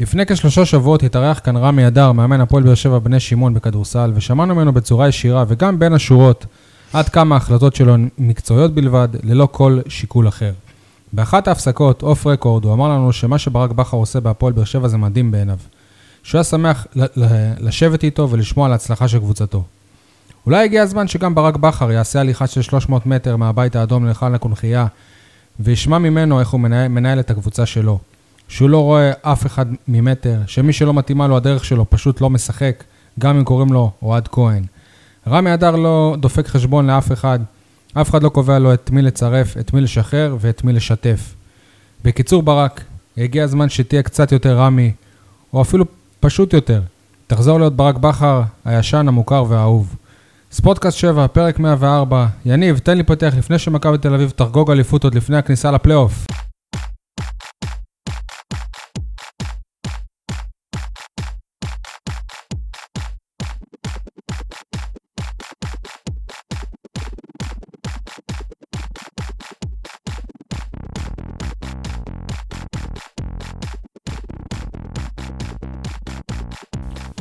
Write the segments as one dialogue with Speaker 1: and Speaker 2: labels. Speaker 1: לפני כשלושה שבועות התארח כאן רמי אדר, מאמן הפועל באר שבע בני שמעון בכדורסל, ושמענו ממנו בצורה ישירה וגם בין השורות עד כמה ההחלטות שלו הן מקצועיות בלבד, ללא כל שיקול אחר. באחת ההפסקות, אוף רקורד, הוא אמר לנו שמה שברק בכר עושה בהפועל באר שבע זה מדהים בעיניו. שהוא היה שמח ל- ל- לשבת איתו ולשמוע על ההצלחה של קבוצתו. אולי הגיע הזמן שגם ברק בכר יעשה הליכה של 300 מטר מהבית האדום להיכל הקונכייה, וישמע ממנו איך הוא מנהל, מנהל את הקבוצה שלו. שהוא לא רואה אף אחד ממטר, שמי שלא מתאימה לו הדרך שלו פשוט לא משחק, גם אם קוראים לו אוהד כהן. רמי אדר לא דופק חשבון לאף אחד, אף אחד לא קובע לו את מי לצרף, את מי לשחרר ואת מי לשתף. בקיצור, ברק, הגיע הזמן שתהיה קצת יותר רמי, או אפילו פשוט יותר. תחזור להיות ברק בכר, הישן, המוכר והאהוב. ספורטקאסט 7, פרק 104. יניב, תן לי פתח לפני שמכבי תל אביב תחגוג אליפות עוד לפני הכניסה לפלייאוף.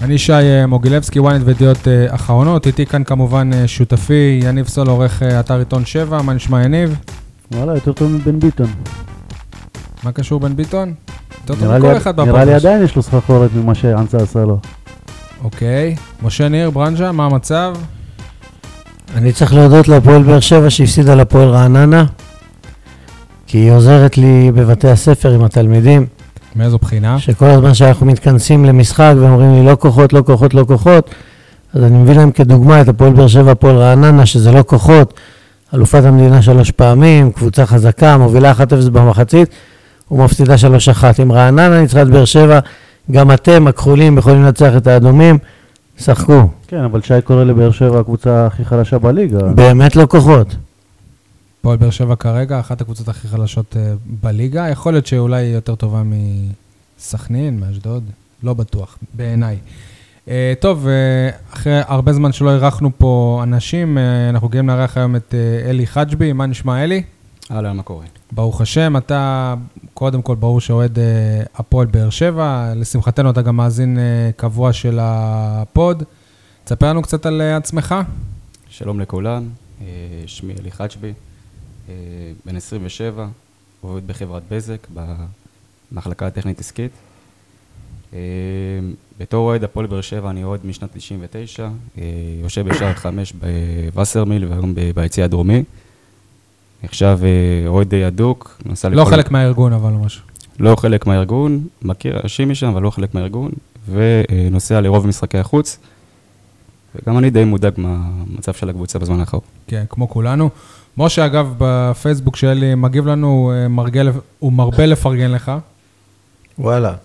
Speaker 1: אני ישי אה, מוגילבסקי, ynet וידיעות אה, אחרונות. איתי כאן כמובן אה, שותפי יניב סול, עורך אה, אתר עיתון 7. מה נשמע יניב?
Speaker 2: וואלה, יותר טוב מבן ביטון.
Speaker 1: מה קשור בן ביטון? יותר טוב
Speaker 2: נראה
Speaker 1: מכל
Speaker 2: לי-
Speaker 1: אחד
Speaker 2: נראה לי
Speaker 1: בפרש.
Speaker 2: עדיין יש לו סחרחורת ממה שאנסה עשה לו.
Speaker 1: אוקיי. משה ניר, ברנז'ה, מה המצב?
Speaker 3: אני צריך להודות להפועל באר שבע שהפסידה להפועל רעננה, כי היא עוזרת לי בבתי הספר עם התלמידים,
Speaker 1: מאיזו בחינה?
Speaker 3: שכל הזמן שאנחנו מתכנסים למשחק ואומרים לי לא כוחות, לא כוחות, לא כוחות, אז אני מביא להם כדוגמה את הפועל באר שבע, הפועל רעננה, שזה לא כוחות, אלופת המדינה שלוש פעמים, קבוצה חזקה, מובילה 1-0 במחצית, ומפסידה 3-1. עם רעננה ניצחה את באר שבע, גם אתם, הכחולים, יכולים לנצח את האדומים, שחקו.
Speaker 2: כן, אבל שי קורא לבאר שבע הקבוצה הכי חלשה בליגה.
Speaker 3: באמת לא כוחות.
Speaker 1: פועל באר שבע כרגע, אחת הקבוצות הכי חלשות אה, בליגה. יכול להיות שאולי היא יותר טובה מסכנין, מאשדוד. לא בטוח, בעיניי. אה, טוב, אה, אחרי הרבה זמן שלא אירחנו פה אנשים, אה, אנחנו גאים לארח היום את אה, אלי חג'בי. מה נשמע, אלי?
Speaker 4: אהלן, מה קורה?
Speaker 1: ברוך השם, אתה קודם כל ברור שאוהד אה, הפועל באר שבע, לשמחתנו אתה גם מאזין אה, קבוע של הפוד. תספר לנו קצת על אה, עצמך.
Speaker 4: שלום לכולם, אה, שמי אלי חג'בי, אה, בן 27, עובד בחברת בזק, במחלקה הטכנית עסקית. אה, בתור אוהד הפועל באר שבע אני אוהד משנת 99, אה, יושב בשער חמש בווסרמיל והיום ב- ביציע הדרומי. עכשיו אה, אוהד די הדוק, נסע
Speaker 1: לא חלק מהארגון, אבל או משהו.
Speaker 4: לא חלק מהארגון, מכיר אנשים משם, אבל לא חלק מהארגון, ונוסע לרוב משחקי החוץ. וגם אני די מודאג מהמצב של הקבוצה בזמן האחרון.
Speaker 1: כן, כמו כולנו. משה, אגב, בפייסבוק שלי מגיב לנו, הוא, אה, מרגל, הוא מרבה לפרגן לך,
Speaker 3: וואלה,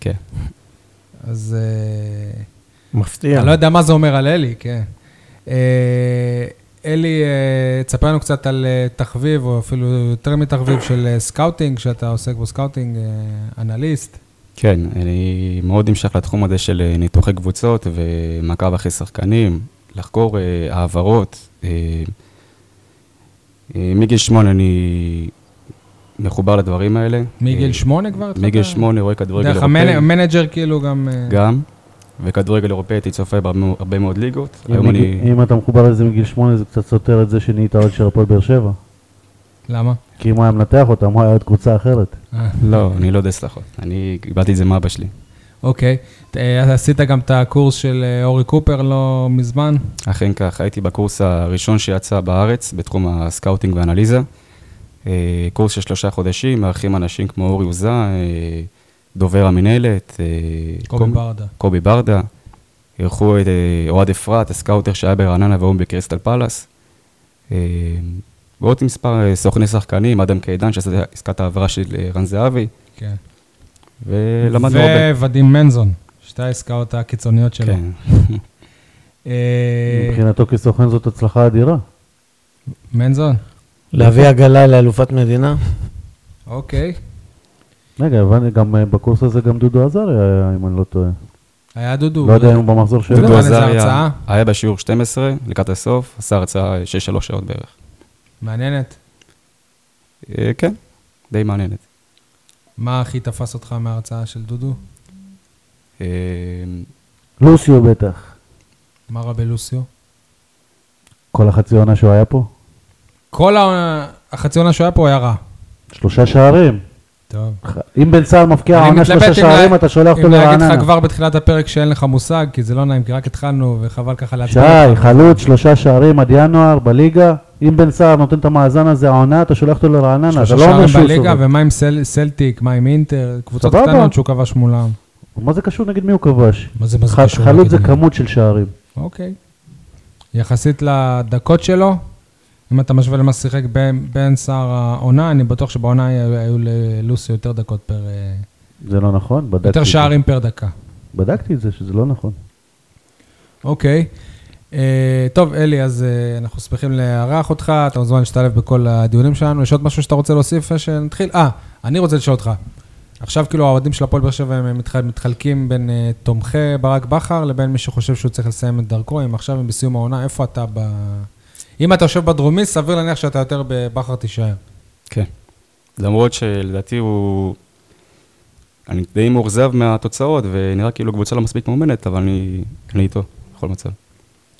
Speaker 4: כן.
Speaker 1: אז אה,
Speaker 3: מפתיע.
Speaker 1: אני לא יודע מה זה אומר על אלי, כן. אה, אלי, אה, תספר לנו קצת על אה, תחביב, או אפילו יותר מתחביב של אה, סקאוטינג, שאתה עוסק בו סקאוטינג, אה, אנליסט.
Speaker 4: כן, אני מאוד נמשך לתחום הזה של אה, ניתוחי קבוצות ומעקב אחרי שחקנים, לחקור אה, העברות. אה, אה, מגיל שמונה אני מחובר לדברים האלה.
Speaker 1: מגיל
Speaker 4: אה,
Speaker 1: שמונה כבר? התחלת?
Speaker 4: מגיל שמונה רואה כדורגל
Speaker 1: דרך
Speaker 4: אירופאי.
Speaker 1: המנ- המנג'ר כאילו גם... אה,
Speaker 4: גם. וכדורגל אירופאי הייתי צופה בהרבה הרבה מאוד ליגות.
Speaker 2: אם
Speaker 4: היום
Speaker 2: מגיל-
Speaker 4: אני...
Speaker 2: אם אתה מחובר לזה מגיל שמונה, זה קצת סותר את זה שנהיית אוהד של הפועל באר שבע.
Speaker 1: למה?
Speaker 2: כי אם הוא היה מנתח אותם, הוא היה אוהד קבוצה אחרת.
Speaker 1: אה,
Speaker 4: לא, אני לא יודע סלחות. אני קיבלתי את זה מאבא שלי.
Speaker 1: אוקיי. אה, עשית גם את הקורס של אה, אורי קופר לא מזמן?
Speaker 4: אכן כך, הייתי בקורס הראשון שיצא בארץ בתחום הסקאוטינג ואנליזה. אה, קורס של שלושה חודשים, מארחים אנשים כמו אורי עוזה, אה, דובר המינהלת, אה,
Speaker 1: קובי
Speaker 4: קוב-
Speaker 1: ברדה.
Speaker 4: קובי ברדה. אירחו את אה, אוהד אפרת, הסקאוטר שהיה ברעננה והיום בקריסטל פלאס. אה, ועוד מספר אה, סוכני שחקנים, אדם קידן, שעשה את עסקת העבירה של אה, רן זהבי,
Speaker 1: כן.
Speaker 4: ולמדנו הרבה.
Speaker 1: וואדים מנזון, שתי העסקאות הקיצוניות שלו.
Speaker 4: כן.
Speaker 1: אה,
Speaker 2: מבחינתו כסוכן זאת הצלחה אדירה.
Speaker 1: מנזון,
Speaker 3: להביא עגלה לאלופת מדינה?
Speaker 1: אוקיי.
Speaker 2: רגע, הבנתי, גם אה, בקורס הזה גם דודו עזריה היה, אם אני לא טועה.
Speaker 1: היה דודו.
Speaker 2: לא יודע אם הוא במחזור שלו.
Speaker 1: נתן
Speaker 4: דודו
Speaker 1: איזה
Speaker 4: עזריה
Speaker 1: הרצאה?
Speaker 4: היה בשיעור 12, לקראת הסוף, עשה הרצאה 6-3 שעות בערך.
Speaker 1: מעניינת.
Speaker 4: אה, כן, די מעניינת.
Speaker 1: מה הכי תפס אותך מההרצאה של דודו?
Speaker 4: אה,
Speaker 2: לוסיו בטח.
Speaker 1: מה רבי לוסיו?
Speaker 2: כל החצי עונה שהוא היה פה?
Speaker 1: כל העונה- החצי עונה שהוא היה פה היה רע.
Speaker 2: שלושה שערים.
Speaker 1: טוב.
Speaker 2: אם בן סער מבקיע
Speaker 1: אני
Speaker 2: העונה
Speaker 1: מתלבט
Speaker 2: שלושה
Speaker 1: אם
Speaker 2: שערים,
Speaker 1: לה-
Speaker 2: אתה שולח אותו
Speaker 1: אם להגיד
Speaker 2: לרעננה.
Speaker 1: לך כבר בתחילת הפרק שאין לך מושג, כי זה לא נעים, כי רק התחלנו וחבל ככה
Speaker 2: שי, לא
Speaker 1: להצביע.
Speaker 2: חלוץ, שלושה שערים עד ינואר בליגה. אם בן סער נותן את המאזן הזה העונה, אתה שולח אותו לרעננה. אתה
Speaker 1: שלושה
Speaker 2: לא אומר
Speaker 1: שערים
Speaker 2: שהוא
Speaker 1: בליגה,
Speaker 2: סובל.
Speaker 1: ומה עם סל- סלטיק, מה עם אינטר, קבוצות
Speaker 2: סבבה.
Speaker 1: קטנות שהוא כבש מולם.
Speaker 2: מה זה קשור נגד מי הוא כבש?
Speaker 1: מה זה, מה זה
Speaker 2: ח-
Speaker 1: קשור?
Speaker 2: חלוץ
Speaker 1: נגד
Speaker 2: זה
Speaker 1: מי?
Speaker 2: כמות של שערים.
Speaker 1: אוקיי. יחסית לדקות שלו, אם אתה משווה למה שיחק ב- בן סער העונה, אני בטוח שבעונה היו היו ללוסי יותר דקות פר... אה,
Speaker 2: זה לא נכון, בדקתי.
Speaker 1: יותר
Speaker 2: את זה.
Speaker 1: שערים פר דקה.
Speaker 2: בדקתי את זה, שזה לא נכון.
Speaker 1: אוקיי. אה, טוב, אלי, אז אה, אנחנו שמחים לארח אותך, אתה מוזמן להשתלב בכל הדיונים שלנו. יש עוד משהו שאתה רוצה להוסיף לפני שנתחיל? אה, אני רוצה לשאול אותך. עכשיו כאילו האוהדים של הפועל באר שבע הם מתח- מתחלקים בין אה, תומכי ברק בכר לבין מי שחושב שהוא צריך לסיים את דרכו, אם עכשיו הם בסיום העונה, איפה אתה ב... אם אתה יושב בדרומי, סביר להניח שאתה יותר בבכר תישאר.
Speaker 4: כן. למרות שלדעתי הוא... אני די מאוכזב מהתוצאות, ונראה כאילו הקבוצה לא מספיק מאומנת, אבל אני, אני איתו, בכל מצב.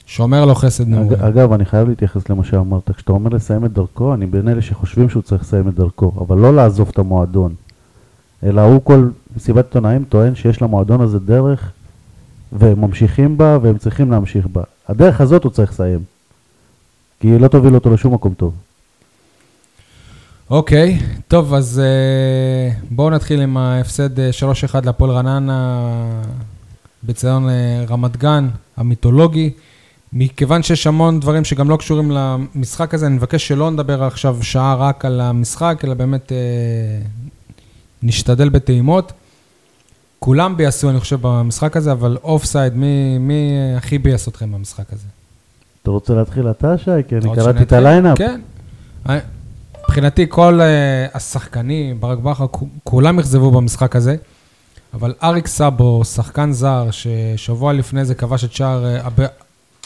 Speaker 1: שומר לו חסד
Speaker 2: אג-
Speaker 1: נעורים.
Speaker 2: אגב, אני חייב להתייחס למה שאמרת. כשאתה אומר לסיים את דרכו, אני בין אלה שחושבים שהוא צריך לסיים את דרכו, אבל לא לעזוב את המועדון. אלא הוא כל מסיבת עיתונאים טוען שיש למועדון הזה דרך, והם ממשיכים בה, והם צריכים להמשיך בה. הדרך הזאת הוא צריך לסיים. כי היא לא תוביל אותו לשום מקום טוב.
Speaker 1: אוקיי, טוב, אז אה, בואו נתחיל עם ההפסד אה, 3-1 להפועל רעננה בציון אה, רמת גן, המיתולוגי. מכיוון שיש המון דברים שגם לא קשורים למשחק הזה, אני מבקש שלא נדבר עכשיו שעה רק על המשחק, אלא באמת אה, נשתדל בטעימות. כולם ביאסו, אני חושב, במשחק הזה, אבל אוף סייד, מי, מי הכי ביאס אתכם במשחק הזה?
Speaker 2: אתה רוצה להתחיל אתה, שי?
Speaker 1: אתה
Speaker 2: כי אני
Speaker 1: רוצה
Speaker 2: קראתי את
Speaker 1: שנתחיל?
Speaker 2: הליינאפ.
Speaker 1: כן. אה, מבחינתי כל אה, השחקנים, ברק בכר, כו- כולם אכזבו במשחק הזה, אבל אריק סאבו, שחקן זר, ששבוע לפני זה כבש את שער אה, הב-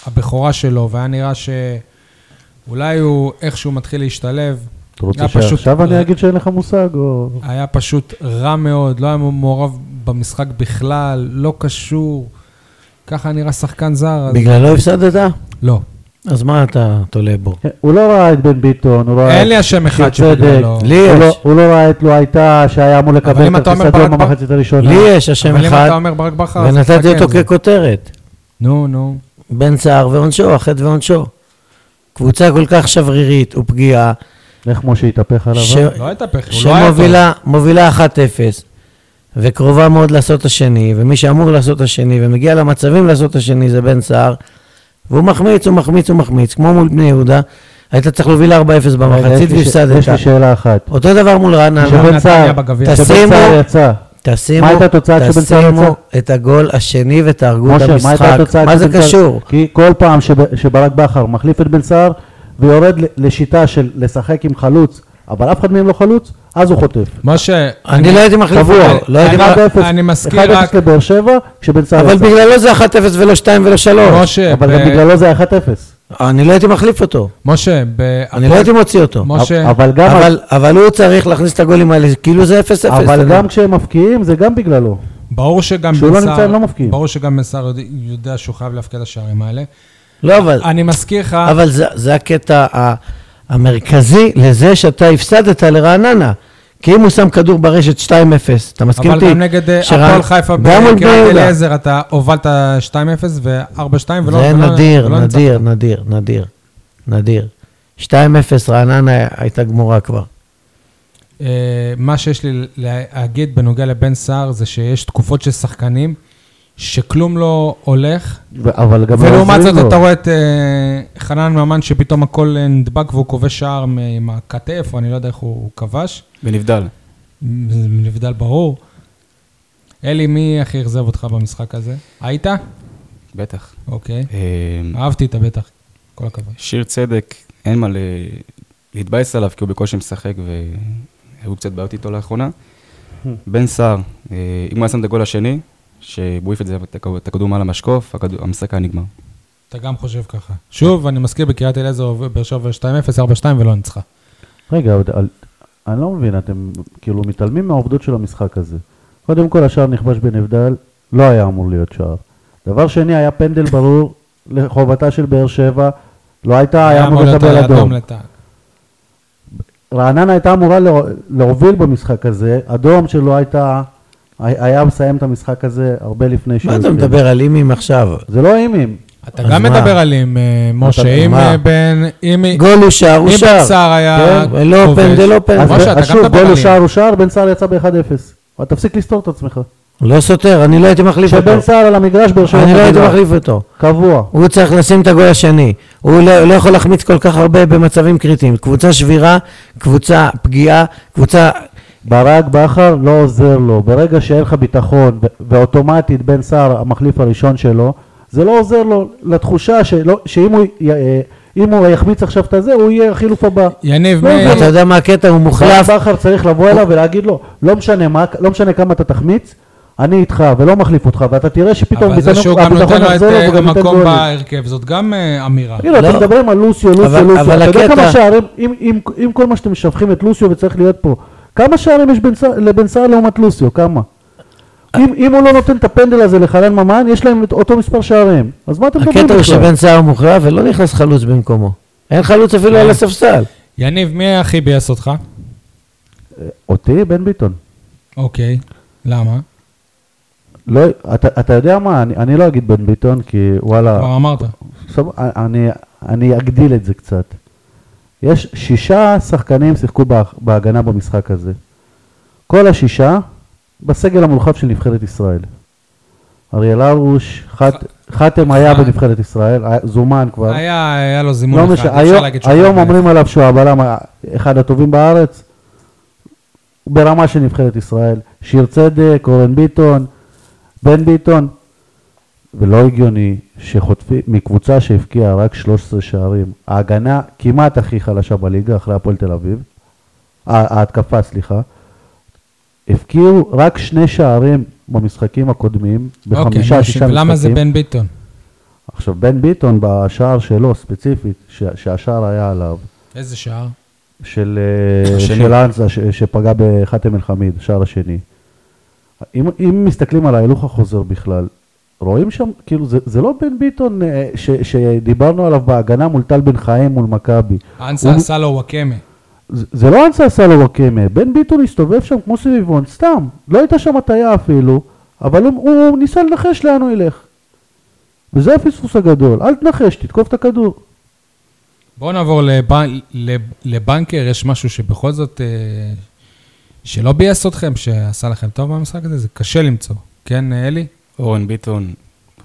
Speaker 1: הבכורה שלו, והיה נראה שאולי הוא איכשהו מתחיל להשתלב.
Speaker 2: אתה רוצה
Speaker 1: היה פשוט-
Speaker 2: שעכשיו
Speaker 1: אה,
Speaker 2: אני אגיד שאין לך מושג, או...
Speaker 1: היה פשוט רע מאוד, לא היה מעורב במשחק בכלל, לא קשור. ככה נראה שחקן זר, אז...
Speaker 3: בגללו הפסדת?
Speaker 1: לא.
Speaker 3: אז מה אתה תולה בו?
Speaker 2: כן, הוא לא ראה את בן ביטון, הוא לא ראה...
Speaker 1: אין
Speaker 2: את
Speaker 1: לי אשם אחד
Speaker 2: צדק.
Speaker 1: שבגללו...
Speaker 3: לי
Speaker 2: הוא
Speaker 3: יש.
Speaker 2: לא- הוא לא ראה את לו הייתה שהיה אמור
Speaker 1: אבל אם
Speaker 2: לקבל
Speaker 1: אתה אומר
Speaker 2: כרטיס אדום
Speaker 1: ברק בכר-
Speaker 2: במחצית הראשונה.
Speaker 3: לי יש השם
Speaker 1: אבל אם
Speaker 3: אחד,
Speaker 1: אתה אומר ברק בכר, אז
Speaker 3: ונתתי
Speaker 1: תסתכל
Speaker 3: אותו
Speaker 1: על זה.
Speaker 3: ככותרת.
Speaker 1: נו, נו.
Speaker 3: בן סער ועונשו, החטא ועונשו. קבוצה כל כך שברירית ופגיעה,
Speaker 2: איך משה התהפך עליו?
Speaker 3: ש-
Speaker 2: אה?
Speaker 1: לא הייתה פחד, הוא לא היה טוב.
Speaker 3: שמובילה מובילה 1-0, וקרובה מאוד לעשות את השני, ומי שאמור לעשות את השני, ומגיע למצבים לעשות את השני, זה בן סער, והוא מחמיץ, הוא מחמיץ, הוא מחמיץ, כמו מול בני יהודה, היית צריך להוביל 4-0
Speaker 2: רגע, יש
Speaker 3: במחצית
Speaker 2: לי ש- יש לי
Speaker 3: והפסדת.
Speaker 2: שאלה אחת.
Speaker 3: אותו דבר מול רעננה,
Speaker 2: כשבן
Speaker 1: נתניה
Speaker 2: סער
Speaker 1: בגביע.
Speaker 2: כשבן
Speaker 3: תשימו-
Speaker 2: סער יצא,
Speaker 3: תשימו,
Speaker 2: מה הייתה התוצאה כשבן סער
Speaker 3: תשימו
Speaker 2: יצא?
Speaker 3: את הגול השני ותהרגו את
Speaker 2: משה, מה הייתה
Speaker 3: המשחק.
Speaker 2: התוצאה?
Speaker 3: מה זה
Speaker 2: כשבן סער-
Speaker 3: קשור?
Speaker 2: כי כל פעם שב- שברק בכר מחליף את בן סער ויורד ל- לשיטה של לשחק עם חלוץ, אבל אף אחד מהם לא חלוץ, אז הוא חוטף.
Speaker 1: משה,
Speaker 3: אני לא הייתי מחליף
Speaker 2: קבוע,
Speaker 3: אותו, לא הייתי
Speaker 1: אני-
Speaker 3: מחליף.
Speaker 2: 1-0,
Speaker 1: אני מזכיר
Speaker 2: 1-0
Speaker 1: רק-
Speaker 2: לבאר שבע, כשבן סער
Speaker 3: אבל
Speaker 2: יצא.
Speaker 3: בגללו זה 1-0 ולא 2 ולא 3.
Speaker 1: משה, אה,
Speaker 2: אבל
Speaker 1: ב-
Speaker 2: גם בגללו זה היה 1-0.
Speaker 3: אני לא הייתי מחליף אותו,
Speaker 1: משה, ב-
Speaker 3: אני לא הייתי מוציא אותו.
Speaker 1: משה,
Speaker 2: אבל גם-
Speaker 3: אבל, אבל הוא צריך להכניס את הגולים האלה, כאילו זה 0-0.
Speaker 2: אבל
Speaker 3: אתה יודע.
Speaker 2: גם כשהם מפקיעים זה גם בגללו.
Speaker 1: ברור שגם
Speaker 2: כשהוא לא
Speaker 1: בן סער-
Speaker 2: נמצא, הם לא מבקיעים.
Speaker 1: ברור שגם בן סער יודע- יודע שהוא חייב להפקיע את השערים האלה.
Speaker 3: לא, אבל,
Speaker 1: אני מזכיר לך,
Speaker 3: אבל זה, זה הקטע ה, המרכזי לזה שאתה הפסדת לרעננה. כי אם הוא שם כדור ברשת 2-0, אתה מסכים
Speaker 1: אבל
Speaker 3: איתי?
Speaker 1: גם נגד אה,
Speaker 3: שרן-
Speaker 1: הפועל חיפה
Speaker 3: גם מול בני
Speaker 1: בקריית
Speaker 3: יהודה.
Speaker 1: אליעזר, אתה הובלת 2-0 ו-4-2 ולא...
Speaker 3: זה
Speaker 1: ולא-
Speaker 3: נדיר,
Speaker 1: ולא ניצחת.
Speaker 3: נדיר, נדיר, נדיר, נדיר. 2-0 רעננה הייתה גמורה כבר.
Speaker 1: אה, מה שיש לי להגיד בנוגע לבן סער זה שיש תקופות של שחקנים שכלום לא הולך,
Speaker 2: ו- אבל גם לא
Speaker 1: ולעומת
Speaker 2: עוזרים
Speaker 1: זאת
Speaker 2: לו.
Speaker 1: אתה רואה את אה, חנן ממן שפתאום הכל אה, נדבק והוא כובש שער מ- עם הכתף, או אני לא יודע איך הוא הוא כבש.
Speaker 4: ונבדל.
Speaker 1: זה נבדל ברור. אלי, מי הכי אכזב אותך במשחק הזה? היית?
Speaker 4: בטח.
Speaker 1: אוקיי.
Speaker 4: אמ,
Speaker 1: אהבתי את הבטח. כל הכבוד.
Speaker 4: שיר צדק, אין מה ל... להתבאס עליו, כי הוא בקושי משחק והיו קצת בעיות איתו לאחרונה. בן סער, אה, אם הוא היה שם את הגול השני, שהוא העיף את זה, את הכ- את הכדור מעל המשקוף, הכדור- המשחק היה נגמר.
Speaker 1: אתה גם חושב ככה. שוב, אני מזכיר, בקריית אליעזר באר שבע 2-0, 4-2 ולא ניצחה.
Speaker 2: רגע, אבל- אבל- אני לא מבין, אתם כאילו מתעלמים מהעובדות של המשחק הזה. קודם כל, השער נכבש בנבדל, לא היה אמור להיות שער. דבר שני, היה פנדל ברור לחובתה של באר שבע, לא הייתה, היה אמור לקבל אדום.
Speaker 1: לטעק.
Speaker 2: רעננה הייתה אמורה להו- להוביל במשחק הזה, אדום שלא הייתה, היה היה מסיים את המשחק הזה הרבה לפני שהוא
Speaker 3: מה אתה
Speaker 2: התחיל.
Speaker 3: מדבר על אימים עכשיו?
Speaker 2: זה לא אימים.
Speaker 1: אתה
Speaker 3: אז
Speaker 1: גם
Speaker 3: מה?
Speaker 1: מדבר על אם, אה, משה,
Speaker 3: אתה-
Speaker 1: אם
Speaker 3: מה?
Speaker 1: אה, בן... אם
Speaker 3: גול הוא שער, הוא
Speaker 1: אם בן
Speaker 3: שער.
Speaker 1: סער היה...
Speaker 3: כן, ולא
Speaker 1: כובש.
Speaker 3: פנדל, לא פנדל.
Speaker 2: אז
Speaker 1: אה, משה, אתה
Speaker 2: אז
Speaker 1: גם
Speaker 2: שוב,
Speaker 1: מדבר
Speaker 2: גול
Speaker 1: על
Speaker 2: לשער
Speaker 1: אם.
Speaker 2: הוא שער, בן סער יצא ב-1-0. אבל תפסיק לסתור את עצמך.
Speaker 3: לא סותר, אני לא הייתי מחליף אותו.
Speaker 2: כשבן סער על המגרש, באר שבע...
Speaker 3: אני לא הייתי
Speaker 2: מובילה.
Speaker 3: מחליף אותו.
Speaker 2: קבוע.
Speaker 3: הוא צריך לשים את הגול השני. הוא לא, לא יכול להחמיץ כל כך הרבה במצבים קריטיים. קבוצה שבירה, קבוצה פגיעה, קבוצה...
Speaker 1: אה.
Speaker 2: ברק בכר לא עוזר לו. ברגע שאין לך ביטחון, ו- ואוטומטית בן סער המחליף הראשון שלו, זה לא עוזר לו לתחושה שלא, שאם הוא, י- אה, אם הוא יחמיץ עכשיו את הזה, הוא יהיה החילוף הבא.
Speaker 1: יניב
Speaker 2: לא,
Speaker 1: מאיר,
Speaker 3: אתה יודע מה הקטע? הוא מוחלף.
Speaker 2: ברק בכר צריך לבוא אליו ולהגיד לו, לא משנה, מה, לא משנה כמה אתה תחמיץ, אני איתך ולא מחליף אותך, ואתה תראה שפתאום
Speaker 1: אבל זה שהוא
Speaker 2: ביטחון
Speaker 1: גם נותן
Speaker 2: הביטחון
Speaker 1: לו את
Speaker 2: יחזור לו
Speaker 1: אה,
Speaker 2: והוא גם ייתן
Speaker 1: המקום
Speaker 2: גולים.
Speaker 1: בהרכב, זאת גם אה, אמירה.
Speaker 2: תגידו,
Speaker 3: לא.
Speaker 2: אתם מדברים על לוסיו, לוסיו,
Speaker 3: אבל-
Speaker 2: לוסיו.
Speaker 3: אבל
Speaker 2: אתה יודע
Speaker 3: הקטע-
Speaker 2: כמה שערים, אם- אם- אם כל מה שאתם משבחים את לוסיו וצריך להיות פה, כמה שערים יש בן סער- לבן סער לעומת לוסיו? כמה? אם אם הוא לא נותן את הפנדל הזה לחנן ממן, יש להם את אותו מספר שערים. אז מה
Speaker 1: אה,
Speaker 2: אתם מדברים
Speaker 3: הקטע הוא
Speaker 2: בכלל?
Speaker 3: שבן סער מוחלף ולא נכנס חלוץ במקומו. אין חלוץ אפילו
Speaker 1: אה.
Speaker 3: על הספסל.
Speaker 1: יניב, מי הכי ביאס אותך?
Speaker 2: אותי, בן ביטון.
Speaker 1: אוקיי,
Speaker 2: אה,
Speaker 1: למה?
Speaker 2: לא, אתה אתה יודע מה, אני- אני לא אגיד בן ביטון, כי וואלה,
Speaker 1: כבר אמרת.
Speaker 2: סב- אני- אני אגדיל את זה קצת. יש שישה שחקנים שיחקו בה- בהגנה במשחק הזה. כל השישה בסגל המורחב של נבחרת ישראל. אריאל הרוש, חת- חתם היה
Speaker 1: חת-
Speaker 2: בנבחרת ישראל, היה- זומן כבר.
Speaker 1: היה היה לו
Speaker 2: לא
Speaker 1: זימון אחד,
Speaker 2: משנה,
Speaker 1: אפשר
Speaker 2: היום-
Speaker 1: להגיד שהוא...
Speaker 2: היום
Speaker 1: חלק.
Speaker 2: אומרים עליו שהוא הבלם ה- אחד הטובים בארץ, ברמה של נבחרת ישראל. שיר צדק, אורן ביטון, בן ביטון. ולא הגיוני שחוטפים מקבוצה שהבקיעה רק 13 שערים, ההגנה כמעט הכי חלשה בליגה אחרי הפועל תל אביב, ה- ההתקפה סליחה, הבקיעו רק שני שערים במשחקים הקודמים,
Speaker 1: אוקיי,
Speaker 2: בחמישה,
Speaker 1: משה,
Speaker 2: שישה משחקים.
Speaker 1: ולמה זה בן ביטון?
Speaker 2: עכשיו, בן ביטון בשער שלו ספציפית, ש- שהשער היה עליו,
Speaker 1: איזה שער?
Speaker 2: של, אה,
Speaker 4: השני.
Speaker 2: של אנסה ש- שפגע בחאתם אל-חמיד, השער השני. אם, אם מסתכלים על ההילוך החוזר בכלל, רואים שם, כאילו, זה, זה לא בן ביטון אה, ש, שדיברנו עליו בהגנה מול טל בן חיים מול מכבי.
Speaker 1: אנסה
Speaker 2: הוא-
Speaker 1: עשה לו וואקמה.
Speaker 2: זה זה לא אנסה עשה לו וואקמה, בן ביטון הסתובב שם כמו סביבון, סתם, לא הייתה שם הטעיה אפילו, אבל הוא, הוא ניסה לנחש לאן הוא ילך. וזה הפספוס הגדול, אל תנחש, תתקוף את הכדור.
Speaker 1: בואו נעבור לבנ- לב- לבנקר, יש משהו שבכל זאת, אה, שלא ביאס אתכם, שעשה לכם טוב במשחק הזה? זה קשה למצוא. כן, אה, אלי?
Speaker 4: אורן ביטון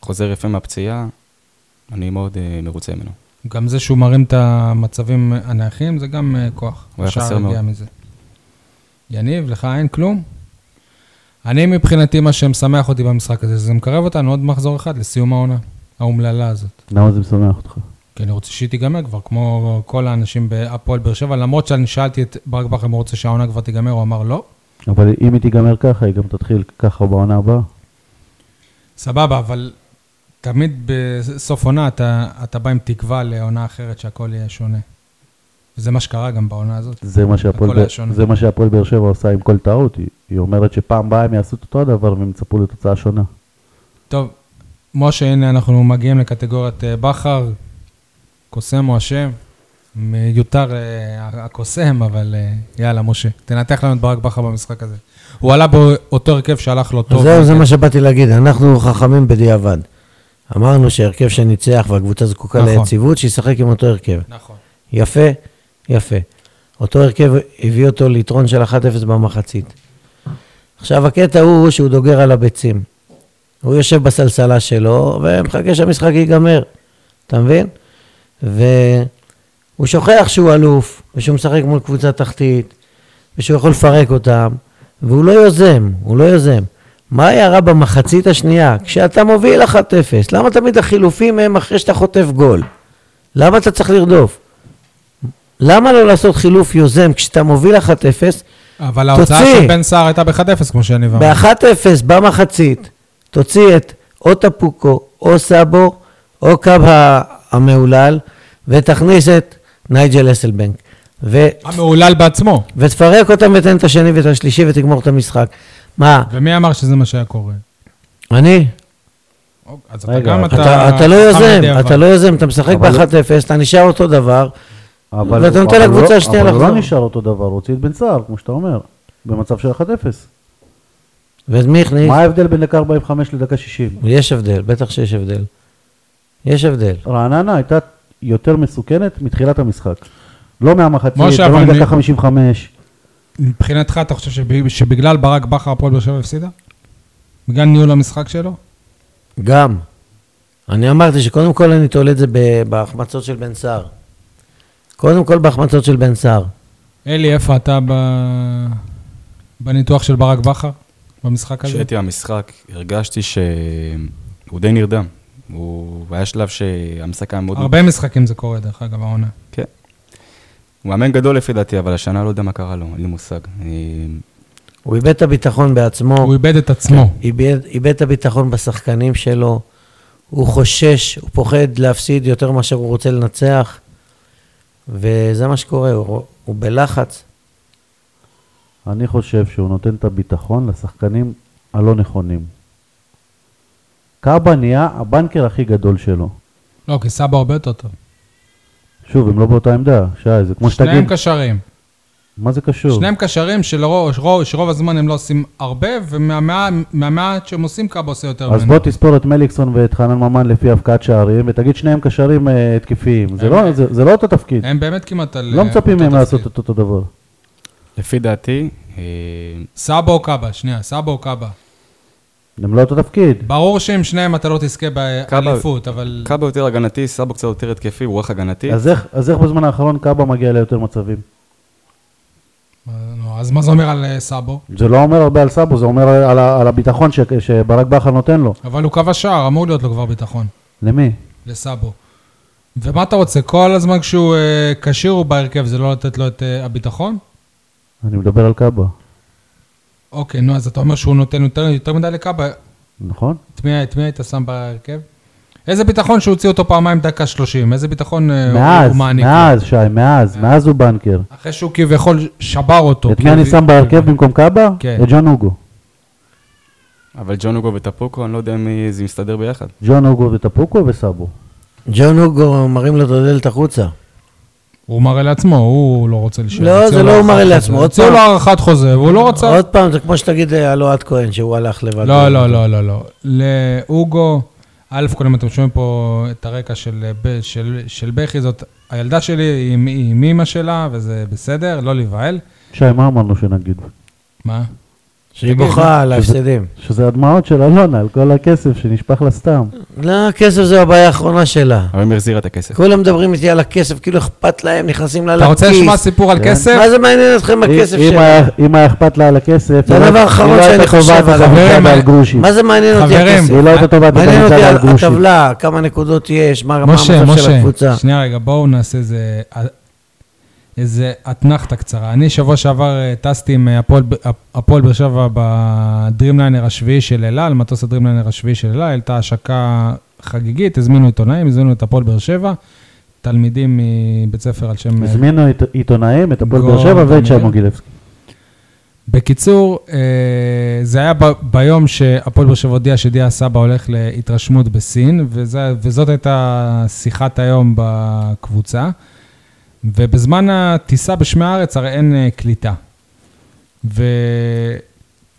Speaker 4: חוזר יפה מהפציעה, אני מאוד אה, מרוצה ממנו.
Speaker 1: גם זה שהוא מרים את המצבים הנייחים, זה גם אה, כוח.
Speaker 4: הוא היה
Speaker 1: השער
Speaker 4: חסר מאוד.
Speaker 1: הגיע מזה. יניב, לך אין כלום? אני מבחינתי, מה שמשמח אותי במשחק הזה, זה מקרב אותנו עוד מחזור אחד לסיום העונה האומללה הזאת.
Speaker 2: למה זה משמח אותך?
Speaker 1: כי אני רוצה שהיא תיגמר כבר, כמו כל האנשים בהפועל באר שבע, למרות שאני שאלתי את ברק בכר אם הוא רוצה שהעונה כבר תיגמר, הוא אמר לא.
Speaker 2: אבל אם היא תיגמר ככה, היא גם תתחיל ככה בעונה הבאה.
Speaker 1: סבבה, אבל תמיד בסוף עונה אתה, אתה בא עם תקווה לעונה אחרת שהכל יהיה שונה. וזה מה שקרה גם בעונה הזאת.
Speaker 2: זה מה שהפועל
Speaker 1: הכל היה
Speaker 2: באר-
Speaker 1: שונה.
Speaker 2: זה מה שהפועל באר שבע עושה עם כל טעות, היא- היא אומרת שפעם הבאה הם יעשו את אותו הדבר והם יצפו לתוצאה שונה.
Speaker 1: טוב, משה, הנה אנחנו מגיעים לקטגוריית אה, בכר, קוסם או אשם. מיותר אה, הקוסם, אבל אה, יאללה, משה, תנתח לנו את ברק בכר במשחק הזה. הוא עלה באותו הרכב שהלך לו
Speaker 3: אז
Speaker 1: טוב. אוקיי.
Speaker 3: זהו, זה מה שבאתי להגיד, אנחנו חכמים בדיעבד. אמרנו שהרכב שניצח והקבוצה זקוקה
Speaker 1: נכון.
Speaker 3: ליציבות, שישחק עם אותו הרכב.
Speaker 1: נכון.
Speaker 3: יפה, יפה. אותו הרכב הביא אותו ליתרון של 1-0 במחצית. עכשיו, הקטע הוא שהוא דוגר על הביצים. הוא יושב בסלסלה שלו ומחכה שהמשחק ייגמר, אתה מבין? והוא שוכח שהוא אלוף, ושהוא משחק מול קבוצה תחתית, ושהוא יכול לפרק אותם, והוא לא יוזם, הוא לא יוזם. מה היה רע במחצית השנייה? כשאתה מוביל 1-0, למה תמיד החילופים הם אחרי שאתה חוטף גול? למה אתה צריך לרדוף? למה לא לעשות חילוף יוזם כשאתה מוביל 1-0?
Speaker 2: אה.
Speaker 1: אבל ההוצאה
Speaker 3: תוציא.
Speaker 1: של בן סער הייתה ב-1-0, כמו שאני אמרתי.
Speaker 3: ב-1-0 במחצית, תוציא את או טפוקו, או סאבו, או קו ה- המהולל, ותכניס את נייג'ל אסלבנק. ו-
Speaker 1: המהולל בעצמו.
Speaker 3: ותפרק אותם ותן את השני ואת השלישי ותגמור את המשחק. מה,
Speaker 1: ומי אמר שזה מה שהיה קורה?
Speaker 3: אני?
Speaker 1: אז אתה
Speaker 2: רגע,
Speaker 1: גם
Speaker 2: אתה-
Speaker 1: אתה...
Speaker 3: אתה לא
Speaker 1: חם מדי,
Speaker 3: יוזם,
Speaker 1: אבל.
Speaker 3: אתה לא יוזם, אתה משחק
Speaker 2: אבל-
Speaker 3: ב-1-0, אתה נשאר אותו דבר.
Speaker 2: אבל
Speaker 3: ואתה נותן
Speaker 2: אבל
Speaker 3: לקבוצה
Speaker 2: לא-
Speaker 3: השנייה
Speaker 2: אבל
Speaker 3: לחזור.
Speaker 2: הוא לא נשאר אותו דבר, הוא הוציא את בן סער, כמו שאתה אומר, במצב של 1-0.
Speaker 3: ואת מי הכניס?
Speaker 2: מה ההבדל בין דקה 45 לדקה 60?
Speaker 3: יש הבדל, בטח שיש הבדל. יש הבדל.
Speaker 2: רעננה הייתה יותר מסוכנת מתחילת המשחק. לא מהמחצית,
Speaker 1: משה,
Speaker 2: לא
Speaker 1: אבל
Speaker 2: מדקה
Speaker 1: מי-
Speaker 2: 55.
Speaker 1: מבחינתך אתה חושב שב- שבגלל ברק בכר הפועל באר שבע הפסידה? בגלל ניהול המשחק שלו?
Speaker 3: גם. אני אמרתי שקודם כל אני תולה את זה ב- בהחמצות של בן סער. קודם כל בהחמצות של בן סער.
Speaker 1: אלי, איפה אתה ב... בניתוח של ברק בכר במשחק הזה?
Speaker 4: כשהייתי במשחק, הרגשתי שהוא די נרדם. הוא היה שלב שהמשחק היה מאוד...
Speaker 1: הרבה משחקים זה קורה, דרך אגב, העונה.
Speaker 4: כן. הוא מאמן גדול לפי דעתי, אבל השנה לא יודע מה קרה לו, אין לי מושג. אה, אני...
Speaker 3: הוא איבד את הביטחון בעצמו,
Speaker 1: הוא איבד את עצמו.
Speaker 3: איבד, איבד את הביטחון בשחקנים שלו, הוא חושש, הוא פוחד להפסיד יותר מאשר הוא רוצה לנצח, וזה מה שקורה, הוא, הוא בלחץ.
Speaker 2: אני חושב שהוא נותן את הביטחון לשחקנים הלא נכונים. קאבה נהיה הבנקר הכי גדול שלו. כן.
Speaker 1: לא, כי סבא הרבה יותר טוב.
Speaker 2: שוב, הם לא באותה עמדה, שי, זה כמו
Speaker 1: שניהם
Speaker 2: שתגיד,
Speaker 1: קשרים.
Speaker 2: מה זה קשור?
Speaker 1: שניהם קשרים שלרוב, שרוב, שרוב הזמן הם לא עושים הרבה, ומהמעט שהם עושים קאבה עושה יותר
Speaker 2: אז בוא תספור את מליקסון ואת חנן ממן לפי הבקעת שערים, ותגיד שניהם קשרים אה, התקפיים. זה לא- זה זה לא אותו תפקיד.
Speaker 1: הם באמת כמעט על... אה,
Speaker 2: לא מצפים
Speaker 1: אותו
Speaker 2: מהם לעשות
Speaker 1: תפקיד.
Speaker 2: את אותו דבר.
Speaker 4: לפי דעתי, אה,
Speaker 1: סבא או קאבה, שנייה, סבא או קאבה.
Speaker 2: הם לא אותו תפקיד.
Speaker 1: ברור שעם שניהם אתה לא תזכה
Speaker 4: קאבה-
Speaker 1: באליפות, אבל...
Speaker 4: קאבה יותר הגנתי, סאבו קצת יותר התקפי, הוא רוח הגנתי.
Speaker 2: אז איך- אז איך בזמן האחרון קאבה מגיע ליותר מצבים?
Speaker 1: נו, אז מה זה אומר על אה, סאבו?
Speaker 2: זה לא אומר הרבה על סאבו, זה אומר על ה- על הביטחון ש- שברק בכר נותן לו.
Speaker 1: אבל הוא קבע שער, אמור להיות לו כבר ביטחון,
Speaker 2: למי?
Speaker 1: לסאבו. ומה אתה רוצה, כל הזמן כשהוא אה, כשיר הוא בהרכב, זה לא לתת לו את אה, הביטחון?
Speaker 2: אני מדבר על קאבה,
Speaker 1: אוקיי, נו, אז אתה אומר שהוא נותן יותר, יותר מדי לקאבה,
Speaker 2: נכון?
Speaker 1: את מי- את מי היית שם בהרכב? איזה ביטחון שהוציאו אותו פעמיים דקה 30? איזה ביטחון אה, הוא-
Speaker 2: מאז,
Speaker 1: הוא מעניק? לו? אה.
Speaker 2: מאז, שי, מאז, מאז הוא בנקר.
Speaker 1: אחרי שהוא כביכול שבר אותו. כאילו,
Speaker 2: את מי אני שם בהרכב במקום קאבה?
Speaker 1: אה, כן.
Speaker 2: את ג'ון הוגו.
Speaker 4: אבל ג'ון אוגו וטפוקו, אני לא יודע מי זה מסתדר ביחד.
Speaker 2: ג'ון הוגו וטפוקו וסאבו.
Speaker 3: ג'ון הוגו מרים לו את הדלת החוצה.
Speaker 1: הוא מראה לעצמו, הוא לא רוצה להישאר.
Speaker 3: לא,
Speaker 1: הוציאו
Speaker 3: זה
Speaker 1: לו
Speaker 3: לא הוא
Speaker 1: הארכת
Speaker 3: מראה
Speaker 1: חוזה.
Speaker 3: לעצמו, עוד
Speaker 1: הוציאו
Speaker 3: פעם.
Speaker 1: לו הארכת חוזה, והוא לא רצה.
Speaker 3: עוד פעם, זה כמו שתגיד אה, על אוהד כהן, שהוא הלך לבד.
Speaker 1: לא, לא, לא, לא, לא. לאוגו, א', קודם אתם שומעים פה את הרקע של, ב- של, של בכי, זאת הילדה שלי עם, עם אימא שלה, וזה בסדר, לא להיבהל.
Speaker 2: שי, מה אמרנו שנגיד?
Speaker 1: מה?
Speaker 3: שהיא בוכה על ההפסדים.
Speaker 2: שזה הדמעות של אלונה, על כל הכסף שנשפך לה סתם.
Speaker 3: לא, הכסף זה הבעיה האחרונה שלה.
Speaker 4: אבל הם החזירה את הכסף.
Speaker 3: כולם מדברים איתי על הכסף, כאילו אכפת להם, נכנסים לה לכיס.
Speaker 1: אתה רוצה לשמוע סיפור על
Speaker 2: כן.
Speaker 1: כסף?
Speaker 3: מה זה מעניין אתכם הכסף
Speaker 2: אם- אם היה-
Speaker 3: שלה?
Speaker 2: אם היה אכפת לה על הכסף,
Speaker 3: זה
Speaker 2: היא לא-
Speaker 3: הדבר האחרון
Speaker 2: היא לא הייתה
Speaker 3: שאני חושב
Speaker 2: תובעת
Speaker 3: עליו.
Speaker 2: בחמישה
Speaker 1: חברים,
Speaker 2: ועל גרושים.
Speaker 3: מה זה מעניין אותי
Speaker 1: חברים,
Speaker 3: הכסף?
Speaker 2: היא לא הייתה תובעת
Speaker 3: מעניין
Speaker 2: בחמישה
Speaker 3: אותי
Speaker 2: ועל
Speaker 3: על-
Speaker 2: גרושים.
Speaker 3: הטבלה, כמה נקודות יש, מה מה
Speaker 1: משה,
Speaker 3: המצב של
Speaker 1: משה,
Speaker 3: הקבוצה.
Speaker 1: שנייה רגע, בואו נעשה איזה... איזה אתנחתה קצרה. אני שבוע שעבר אה, טסתי עם אה, הפועל ב- הפועל באר שבע בדרימליינר השביעי של אלה, על מטוס הדרימליינר השביעי של אלה, הייתה השקה חגיגית, הזמינו עיתונאים, הזמינו את הפועל באר שבע, תלמידים מבית ספר על שם... אה,
Speaker 2: הזמינו עית- עיתונאים, את הפועל באר
Speaker 1: גורן
Speaker 2: שבע ואת שי
Speaker 1: גמליאל.
Speaker 2: מוגילבסקי.
Speaker 1: בקיצור, אה, זה היה ב- ביום שהפועל באר שבע הודיע שדיה סבא הולך להתרשמות בסין, וזה, וזאת הייתה שיחת היום בקבוצה. ובזמן הטיסה בשמי הארץ הרי אין אה, קליטה.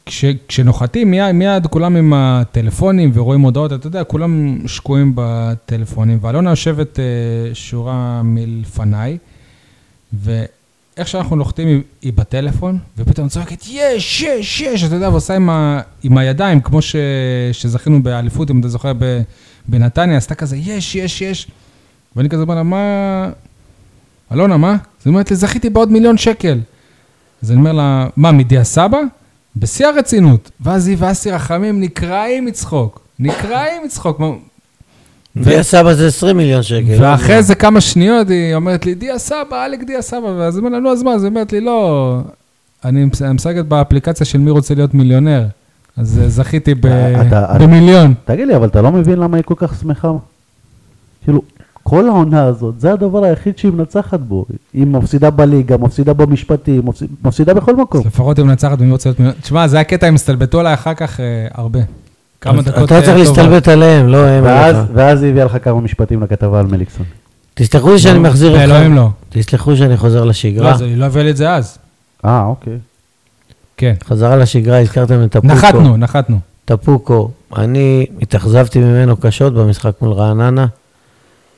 Speaker 1: וכשנוחתים מיד, מיד כולם עם הטלפונים ורואים הודעות, אתה יודע, כולם שקועים בטלפונים. ואלונה יושבת אה, שורה מלפניי, ואיך שאנחנו נוחתים היא- היא בטלפון, ופתאום צועקת, יש, יש, יש, אתה יודע, ועושה עם, ה, עם הידיים, כמו ש, שזכינו באליפות, אם אתה זוכר, ב, בנתניה, עשתה כזה, יש, יש, יש. ואני כזה אומר לה, מה... אלונה, מה? אז היא אומרת לי, זכיתי בעוד מיליון שקל. אז אני אומר לה, מה, מדיה סבא? בשיא הרצינות. ואז היא ואסי רחמים נקרעים מצחוק. נקרעים מצחוק. מה-
Speaker 3: דיה סבא זה 20 מיליון שקל.
Speaker 1: ואחרי זה כמה שניות היא אומרת לי, דיה סבא, אלק דיה סבא, ואז היא אומרת לה, נו, אז מה? אז היא אומרת לי, לא, אני מס- אני משחקת באפליקציה של מי רוצה להיות מיליונר. אז אה, זכיתי ב-
Speaker 2: אתה-
Speaker 1: במיליון.
Speaker 2: תגיד לי, אבל אתה לא מבין למה היא כל כך שמחה? כאילו, כל העונה הזאת, זה הדבר היחיד שהיא מנצחת בו. היא מפסידה בליגה, מפסידה במשפטים, מפסיד- מפסידה בכל מקום.
Speaker 1: לפחות היא מנצחת במי רוצה להיות מיליונר. תשמע, זה הקטע, הם הסתלבטו עליי אחר כך אה, הרבה. כמה דקות
Speaker 3: אתה לא
Speaker 1: אה,
Speaker 3: צריך
Speaker 1: טובות.
Speaker 3: להסתלבט עליהם, לא הם
Speaker 2: ואז-
Speaker 3: עליך.
Speaker 2: ואז היא הביאה לך כמה משפטים לכתבה על מליקסון.
Speaker 3: תסלחו לי שאני
Speaker 1: לא,
Speaker 3: מחזיר אותך.
Speaker 1: באלוהים לא.
Speaker 3: תסלחו שאני חוזר
Speaker 1: לא,
Speaker 3: לשגרה.
Speaker 1: זה- היא לא הביאה לי את זה אז.
Speaker 2: אה, אוקיי.
Speaker 1: כן.
Speaker 3: חזרה לשגרה, הזכרתם את טפוקו.
Speaker 1: נחתנו, נחתנו.
Speaker 3: טפוקו, אני התאכזבתי ממנו קשות במשחק מול רעננה.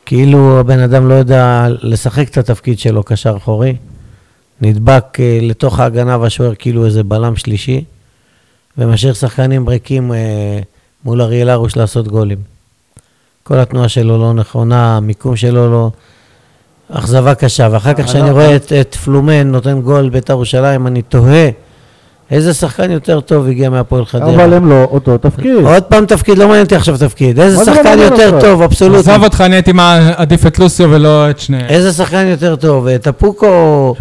Speaker 3: כאילו הבן אדם לא יודע לשחק את התפקיד שלו קשר אחורי. נדבק אה, לתוך ההגנה והשוער כאילו איזה בלם שלישי, ומשאיר שחקנים ריקים אה, מול אריאל הרוש לעשות גולים. כל התנועה שלו לא נכונה, המיקום שלו לא... אכזבה קשה. ואחר כך כשאני רואה את, את פלומן נותן גול בית"ר ירושלים, אני תוהה איזה שחקן יותר טוב הגיע מהפועל חדרה.
Speaker 2: אבל הם לא אותו תפקיד.
Speaker 3: עוד פעם תפקיד, לא מעניין אותי עכשיו תפקיד.
Speaker 2: מה
Speaker 3: איזה
Speaker 2: זה לא
Speaker 3: שחקן
Speaker 2: מעניין
Speaker 3: יותר
Speaker 2: אותך?
Speaker 3: לא טוב, אה? אבסולוטי.
Speaker 1: עזוב אותך, אני הייתי מע- עדיף את לוסיו ולא את שניהם.
Speaker 3: איזה שחקן יותר טוב, אה, טפוקו או-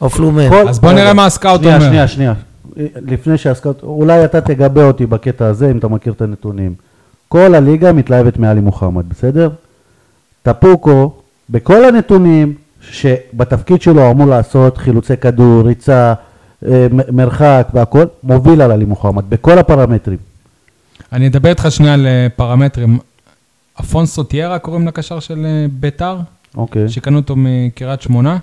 Speaker 3: או פלומן?
Speaker 2: כל-
Speaker 1: אז בוא נראה מה הסקאוט אומר.
Speaker 2: שנייה, שנייה, שנייה. לפני שהסקאוט, אולי אתה תגבה אותי בקטע הזה, אם אתה מכיר את הנתונים. כל הליגה מתלהבת מעלי מוחמד, בסדר? טפוקו, בכל הנתונים שבתפקיד שלו אמור לעשות חילוצי כדור, ריצה, אה, מ- מרחק והכל, מוביל על עלי מוחמד, בכל הפרמטרים.
Speaker 1: אני אדבר איתך שנייה על אה, פרמטרים. אפונסו טיירה קוראים לקשר של אה, ביתר,
Speaker 2: אוקיי.
Speaker 1: שקנו אותו מקריית שמונה.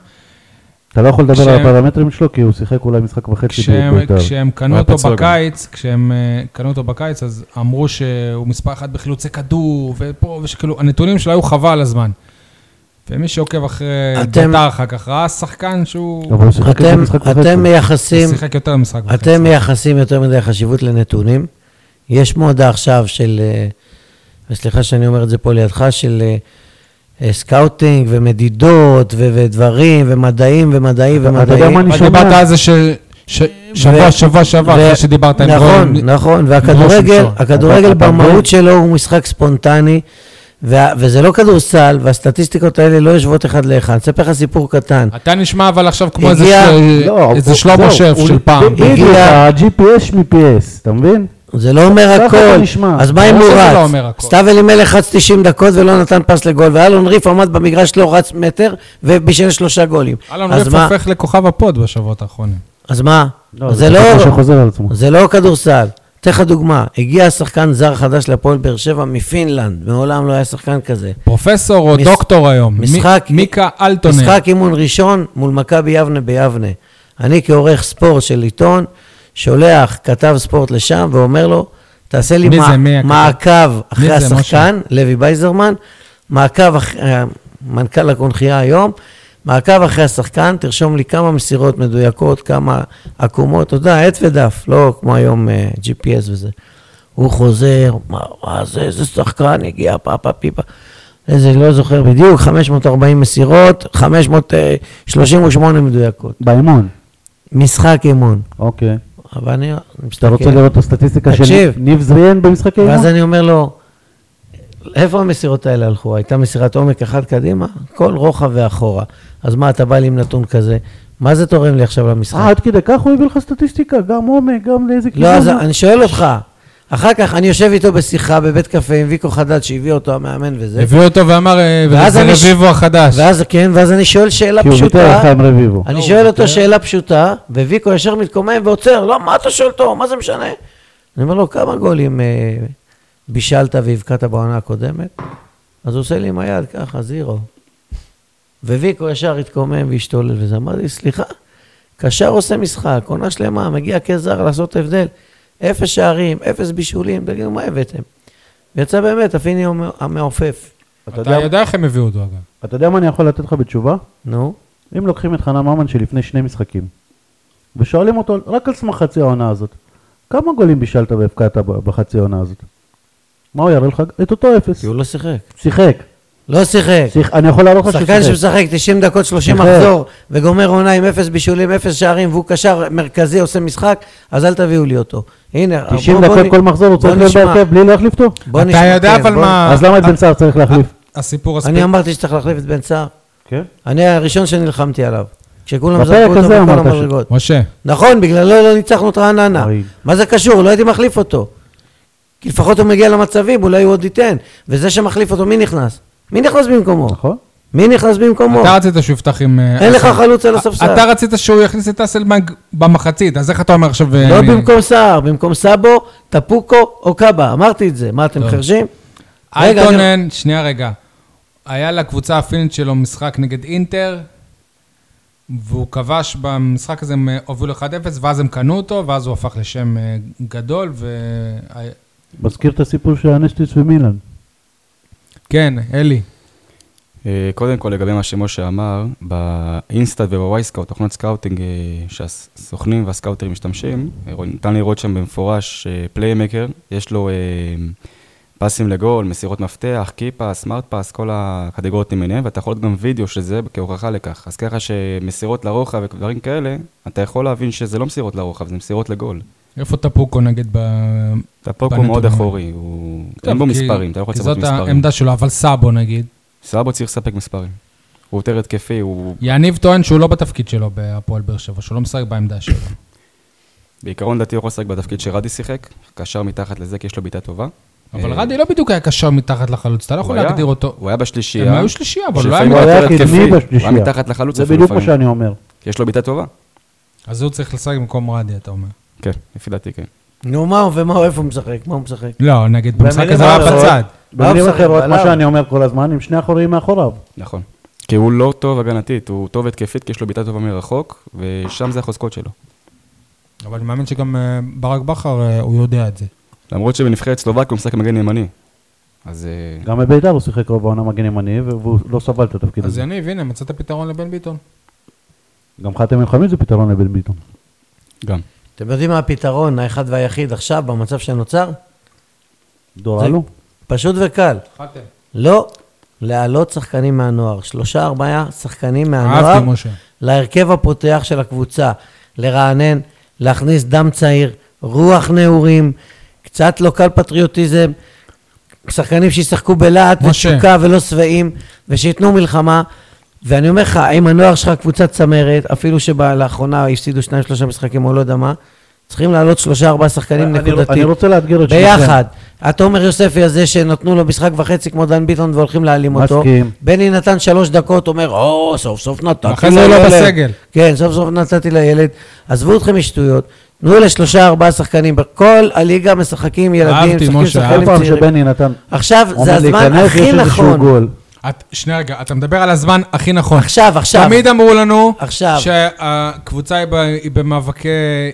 Speaker 2: אתה לא יכול לדבר
Speaker 1: כשהם-
Speaker 2: על הפרמטרים שלו, כי הוא שיחק אולי משחק וחצי
Speaker 1: כשהם,
Speaker 2: בבית"ר.
Speaker 1: כשהם קנו
Speaker 4: הוא היה
Speaker 1: אותו
Speaker 4: פצוע גם.
Speaker 1: בקיץ, כשהם אה, קנו אותו בקיץ, אז אמרו שהוא מספר אחת בחילוצי כדור, ופה, ושכאילו, הנתונים שלו היו חבל על הזמן. ומי שעוקב אחרי
Speaker 3: אתם-
Speaker 1: ביתר אחר כך, ראה שחקן שהוא
Speaker 2: אבל הוא שיחק איזה
Speaker 3: אתם-
Speaker 2: משחק וחצי.
Speaker 3: אתם מייחסים,
Speaker 1: שיחק יותר משחק
Speaker 3: אתם מייחסים יותר מדי חשיבות לנתונים. יש מודעה עכשיו של, אה, וסליחה שאני אומר את זה פה לידך, של אה, אה, סקאוטינג ומדידות ו- ודברים ומדעים ומדעים
Speaker 2: אתה- אתה
Speaker 3: ומדעים.
Speaker 2: יודע מה אני
Speaker 1: אבל
Speaker 2: שומע.
Speaker 1: דיברת על זה ש... ש... שבוע,
Speaker 3: ו-
Speaker 1: שבוע, שבוע, אחרי
Speaker 3: ו-
Speaker 1: שדיברת עם
Speaker 3: נכון,
Speaker 1: גול-
Speaker 3: נכון,
Speaker 1: עם
Speaker 3: והכדורגל,
Speaker 1: ראש למשול.
Speaker 2: אתה-
Speaker 3: הכדורגל
Speaker 2: אתה מבין?
Speaker 3: במהות שלו הוא משחק ספונטני, וה- וזה לא כדורסל, והסטטיסטיקות האלה לא יושבות אחד לאחד. אני אספר לך סיפור קטן.
Speaker 1: אתה נשמע אבל עכשיו כמו איזה
Speaker 3: הגיע-
Speaker 1: ש-
Speaker 2: לא,
Speaker 1: איזה
Speaker 2: הוא-
Speaker 1: שלמה
Speaker 2: זהו,
Speaker 1: שף
Speaker 2: הוא-
Speaker 1: של פעם.
Speaker 2: בדיוק,
Speaker 3: הגיע-
Speaker 2: ה-GPS מ-PS, אתה מבין?
Speaker 3: זה לא אומר
Speaker 2: ככה
Speaker 3: הכל.
Speaker 2: זה נשמע.
Speaker 3: אז מה אם
Speaker 1: ברור
Speaker 3: הוא
Speaker 1: שזה לא
Speaker 3: רץ?
Speaker 1: אומר הכל.
Speaker 3: סתיו אלימלך רץ 90 דקות ולא נתן פס לגול, ואלון ריף עמד במגרש לא רץ מטר, ובישל שלושה גולים.
Speaker 1: אלון
Speaker 3: אז
Speaker 1: ריף
Speaker 3: מה-
Speaker 1: הופך לכוכב הפוד בשבועות האחרונים.
Speaker 3: אז מה?
Speaker 2: זה
Speaker 3: זה לא...
Speaker 2: מה שחוזר על עצמו.
Speaker 3: זה לא כדורסל. אתן לך דוגמה, הגיע שחקן זר חדש להפועל באר שבע מפינלנד, מעולם לא היה שחקן כזה.
Speaker 1: פרופסור או
Speaker 3: מש-
Speaker 1: דוקטור היום. מי-
Speaker 3: משחק-
Speaker 1: מיקה אלטונר.
Speaker 3: משחק אימון ראשון מול מכבי יבנה ביבנה. אני כעורך ספורט של עיתון, שולח כתב ספורט לשם ואומר לו, תעשה לי
Speaker 1: מי
Speaker 3: מע-
Speaker 1: זה? מי הכתב?
Speaker 3: מעקב אחרי
Speaker 1: מי זה?
Speaker 3: השחקן, לוי בייזרמן, מעקב אחרי, מנכ"ל הקונחייה היום, מעקב אחרי השחקן, תרשום לי כמה מסירות מדויקות, כמה עקומות, אתה יודע, עט ודף, לא כמו היום אה, GPS וזה. הוא חוזר, מה, מה זה, איזה שחקן, הגיע פאפה פיפה. איזה, לא זוכר בדיוק, 540 מסירות, 538 מדויקות.
Speaker 2: באימון,
Speaker 3: משחק אימון.
Speaker 2: אוקיי.
Speaker 3: אבל אני אני
Speaker 2: אתה רוצה לראות את הסטטיסטיקה של
Speaker 3: אוקיי. תקשיב.
Speaker 2: ניב זריאן במשחק האימון?
Speaker 3: ואז אני אומר לו, איפה המסירות האלה הלכו? הייתה מסירת עומק אחת קדימה, כל רוחב ואחורה. אז מה, אתה בא לי עם נתון כזה? מה זה תורם לי עכשיו
Speaker 2: אה,
Speaker 3: למשחק?
Speaker 2: עד כדי כך הוא הביא לך סטטיסטיקה, גם עומק, גם לאיזה
Speaker 3: לא,
Speaker 2: כיוון.
Speaker 3: אז אני שואל אותך. אחר כך אני יושב איתו בשיחה בבית קפה עם ויקו חדד שהביא אותו המאמן וזה.
Speaker 1: הביאו אותו ואמר, אה,
Speaker 3: ואז
Speaker 1: וזה
Speaker 3: אני ש-
Speaker 1: רביבו החדש.
Speaker 3: ואז כן, ואז אני שואל שאלה
Speaker 2: כי הוא ויתר
Speaker 3: פשוטה.
Speaker 2: לך עם רביבו.
Speaker 3: אני
Speaker 1: לא,
Speaker 3: שואל
Speaker 1: הוא
Speaker 3: אותו
Speaker 1: ויתר.
Speaker 3: שאלה פשוטה, וויקו ישר מתקומם ועוצר, לא, מה אתה שואל אותו? מה זה משנה? אני אומר לו, כמה גולים אה, בישלת והבקעת בעונה הקודמת? אז הוא עושה לי עם היד ככה, זירו. וויקו ישר התקומם והשתולל וזה. אמרתי, סליחה, קשר עושה משחק, עונה שלמה, מגיע כזר לעשות הבדל. אפס שערים, אפס בישולים, תגידו, מה הבאתם? ויצא באמת, הפיני המע- המעופף.
Speaker 2: אתה
Speaker 1: אתה
Speaker 2: יודע-
Speaker 1: יודע איך הם הביאו אותו, אגב.
Speaker 2: אתה יודע מה אני יכול לתת לך בתשובה?
Speaker 3: נו,
Speaker 2: אם לוקחים את חנן ממן שלפני שני משחקים, ושואלים אותו רק על סמך חצי העונה הזאת, כמה גולים בישלת והפקעת ב- בחצי העונה הזאת? מה הוא יראה לך? את אותו אפס.
Speaker 3: כי הוא לא שיחק.
Speaker 2: שיחק.
Speaker 3: לא שיחק.
Speaker 2: שיח- אני יכול להראות לך שהוא
Speaker 3: שחקן
Speaker 2: שיחק.
Speaker 3: שמשחק 90 דקות, 30
Speaker 2: נכון.
Speaker 3: מחזור, וגומר עונה עם אפס בישולים, אפס שערים, והוא קשר מרכזי, עושה משחק, אז אל תביאו לי אותו. הנה, בוא-
Speaker 2: 90
Speaker 3: בוא
Speaker 2: דקות
Speaker 3: נ-
Speaker 2: כל מחזור הוא
Speaker 3: בוא
Speaker 2: צריך להיות
Speaker 3: נשמע.
Speaker 2: בהרכב בלי להחליף אותו?
Speaker 3: בוא
Speaker 1: אתה
Speaker 3: נשמע,
Speaker 1: יודע
Speaker 3: כן,
Speaker 1: אבל
Speaker 3: בוא-
Speaker 1: מה-
Speaker 2: אז למה את בן סער צריך להחליף?
Speaker 1: הסיפור הספציפי.
Speaker 3: אני אמרתי שצריך להחליף את בן סער.
Speaker 2: כן.
Speaker 3: אני הראשון שנלחמתי עליו. כשכולם
Speaker 2: בפרק
Speaker 3: זרקו אותו
Speaker 2: הזה
Speaker 3: בכל
Speaker 2: אמרת ש-
Speaker 3: המדרגות.
Speaker 1: משה,
Speaker 3: נכון, בגללו לא ניצחנו את רעננה.
Speaker 2: אוי.
Speaker 3: מה זה קשור? לא הייתי מחליף אותו. כי לפחות הוא מגיע למצבים, אולי הוא עוד ייתן. וזה שמחליף אותו, מי נכנס? מי נכנס במקומו?
Speaker 2: נכון.
Speaker 3: מי נכנס במקומו?
Speaker 1: אתה רצית שהוא יפתח עם... אה,
Speaker 3: אין לך
Speaker 1: אסל.
Speaker 3: חלוץ על
Speaker 1: א-
Speaker 3: הספסל.
Speaker 1: אתה רצית שהוא יכניס את אסלבנג במחצית, אז איך אתה אומר עכשיו... אה,
Speaker 3: לא
Speaker 1: אני-
Speaker 3: במקום סער, במקום סאבו, טפוקו או קאבה. אמרתי את זה. מה, אתם
Speaker 1: טוב.
Speaker 3: חרשים? רגע, אני-
Speaker 1: אלטונן, שנייה רגע. היה לקבוצה הפינית שלו משחק נגד אינטר, והוא כבש במשחק הזה, הם אה, הובילו 1-0, ואז הם קנו אותו, ואז הוא הפך לשם אה, גדול, ו... אה,
Speaker 2: מזכיר את הסיפור של אנסטיס ומילן.
Speaker 1: כן, אלי.
Speaker 4: אה, קודם כל, לגבי מה שמשה אמר, באינסטאט ובוואי סקאוט, תוכנות סקאוטינג אה, שהסוכנים והסקאוטרים משתמשים, אה, רוא- ניתן לראות שם במפורש אה, פליימקר, יש לו אה, פסים לגול, מסירות מפתח, קיפה, סמארט פס, כל הקטגוריות למיניהם, ואתה יכול לראות גם וידאו של זה כהוכחה לכך. אז ככה שמסירות לרוחב ודברים כאלה, אתה יכול להבין שזה לא מסירות לרוחב, זה מסירות לגול.
Speaker 1: איפה טפוקו נגד ב...
Speaker 4: אתה פה הוא
Speaker 1: בנתונים.
Speaker 4: מאוד אחורי, הוא... אין בו
Speaker 1: כי-
Speaker 4: מספרים, אתה לא יכול לצפות
Speaker 1: כי זאת
Speaker 4: מספרים.
Speaker 1: העמדה שלו, אבל סאבו נגיד.
Speaker 4: סבא צריך לספק מספרים. הוא יותר התקפי, הוא
Speaker 1: יניב טוען שהוא לא בתפקיד שלו בהפועל באר שבע, שהוא לא משחק בעמדה שלו.
Speaker 4: אה, בעיקרון דעתי הוא יכול לשחק בתפקיד שרדי שיחק, קשר מתחת לזה כי יש לו בעיטה טובה.
Speaker 1: אבל
Speaker 4: אה,
Speaker 1: רדי לא בדיוק היה קשר מתחת לחלוץ, אתה לא
Speaker 4: הוא
Speaker 1: יכול
Speaker 4: היה-
Speaker 1: להגדיר אותו.
Speaker 4: הוא היה בשלישייה.
Speaker 1: הם היו שלישייה, אבל לא היה...
Speaker 4: שלפעמים
Speaker 2: הוא היה
Speaker 4: יותר התקפי,
Speaker 2: קדמי
Speaker 4: הוא היה
Speaker 2: בשלישייה.
Speaker 4: מתחת לחלוץ
Speaker 2: זה
Speaker 4: אפילו
Speaker 2: בדיוק מה
Speaker 4: לפעמים.
Speaker 2: שאני
Speaker 3: לא,
Speaker 2: אומר.
Speaker 4: יש לו בעיטה טובה?
Speaker 1: אז הוא צריך לשחק במקום רדי, אתה אומר.
Speaker 4: כן, לפי דעתי כן.
Speaker 3: נו, מה הוא ומה הוא, איפה הוא משחק? מה הוא משחק?
Speaker 1: לא, נגיד, במשחק
Speaker 3: במילים
Speaker 1: הזה הוא היה
Speaker 3: אחרות-
Speaker 1: בצד.
Speaker 3: מה הוא
Speaker 2: במילים
Speaker 3: משחק?
Speaker 2: אחרות, מה
Speaker 3: בלם?
Speaker 2: שאני אומר כל הזמן, עם שני אחוריים מאחוריו.
Speaker 4: נכון. כי הוא לא טוב הגנתית, הוא טוב התקפית כי יש לו בעיטה טובה מרחוק, ושם זה החוזקות שלו.
Speaker 1: אבל אני מאמין שגם אה, ברק בכר, אה, הוא יודע את זה.
Speaker 4: למרות שבנבחרת סלובקיה הוא משחק מגן ימני. אז אה,
Speaker 2: גם בביתר הוא שיחק רוב העונה מגן ימני, והוא לא סבל את
Speaker 4: כן.
Speaker 2: התפקיד
Speaker 1: אז
Speaker 2: הזה.
Speaker 1: יניב, הנה, מצאת פתרון לבן ביטון.
Speaker 2: גם חתם מלחמית זה פתרון לבן ביטון.
Speaker 4: גם.
Speaker 3: אתם יודעים מה הפתרון, האחד והיחיד עכשיו, במצב שנוצר?
Speaker 2: דורלו?
Speaker 3: פשוט וקל. לא להעלות שחקנים מהנוער. שלושה, ארבעה שחקנים מהנוער.
Speaker 1: אהבתי, משה.
Speaker 3: להרכב הפותח של הקבוצה, לרענן, להכניס דם צעיר, רוח נעורים, קצת לוקל פטריוטיזם, שחקנים שישחקו בלהט
Speaker 1: משה.
Speaker 3: ותשוקה ולא שבעים, ושייתנו מלחמה. ואני אומר לך, אם הנוער שלך קבוצה צמרת, אפילו שלאחרונה הפסידו שניים שלושה משחקים או לא יודע מה, צריכים לעלות שלושה ארבעה שחקנים
Speaker 2: אני-
Speaker 3: נקודתית.
Speaker 2: אני רוצה לאתגר את שלושתם.
Speaker 3: ביחד. התומר יוספי הזה שנתנו לו משחק וחצי כמו דן ביטון והולכים להעלים אותו.
Speaker 2: מסכים.
Speaker 3: בני נתן שלוש דקות, אומר, או, סוף סוף נתתי
Speaker 1: אחרי זה הוא לא בסגל.
Speaker 3: כן, סוף סוף נתתי לילד. עזבו אתכם משטויות, תנו לשלושה ארבעה שחקנים. בכל הליגה משחקים ילדים,
Speaker 1: אהבתי,
Speaker 3: משחקים
Speaker 1: משה,
Speaker 2: כל
Speaker 3: שחקנים
Speaker 2: פעם
Speaker 3: צעירים.
Speaker 2: שבני נתן
Speaker 3: עכשיו, זה
Speaker 2: עומד
Speaker 3: הזמן
Speaker 2: להיכנס,
Speaker 3: הכי
Speaker 2: יש איזשהו
Speaker 3: נכון.
Speaker 2: גול.
Speaker 1: את- שנייה רגע, אתה מדבר על הזמן הכי נכון.
Speaker 3: עכשיו, עכשיו.
Speaker 1: תמיד אמרו לנו,
Speaker 3: עכשיו.
Speaker 1: שהקבוצה היא ב- היא במאבקי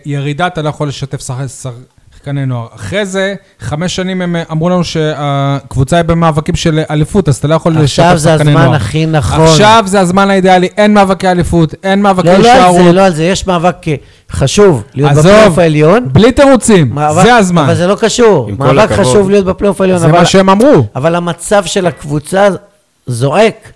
Speaker 1: ירידה, אתה לא יכול לשתף שח- שחקני נוער. אחרי זה, חמש שנים הם אמרו לנו שהקבוצה היא במאבקים של אליפות, אז אתה לא יכול לשתף שחקני נוער.
Speaker 3: עכשיו זה הזמן הכי נכון.
Speaker 1: עכשיו זה הזמן האידיאלי, אין מאבקי אליפות, אין מאבקי
Speaker 3: לא, לא על
Speaker 1: הישארות.
Speaker 3: זה, לא על זה. יש מאבק אה, חשוב להיות
Speaker 1: עזוב,
Speaker 3: בפלייאוף העליון.
Speaker 1: בלי תירוצים,
Speaker 3: מאבק-
Speaker 1: זה הזמן.
Speaker 3: אבל זה לא קשור.
Speaker 4: עם כל
Speaker 3: מאבק
Speaker 4: הכבוד.
Speaker 3: חשוב להיות בפלייאוף העליון.
Speaker 1: זה
Speaker 3: אבל-
Speaker 1: מה שהם אמרו.
Speaker 3: אבל המצב של הקבוצה זועק,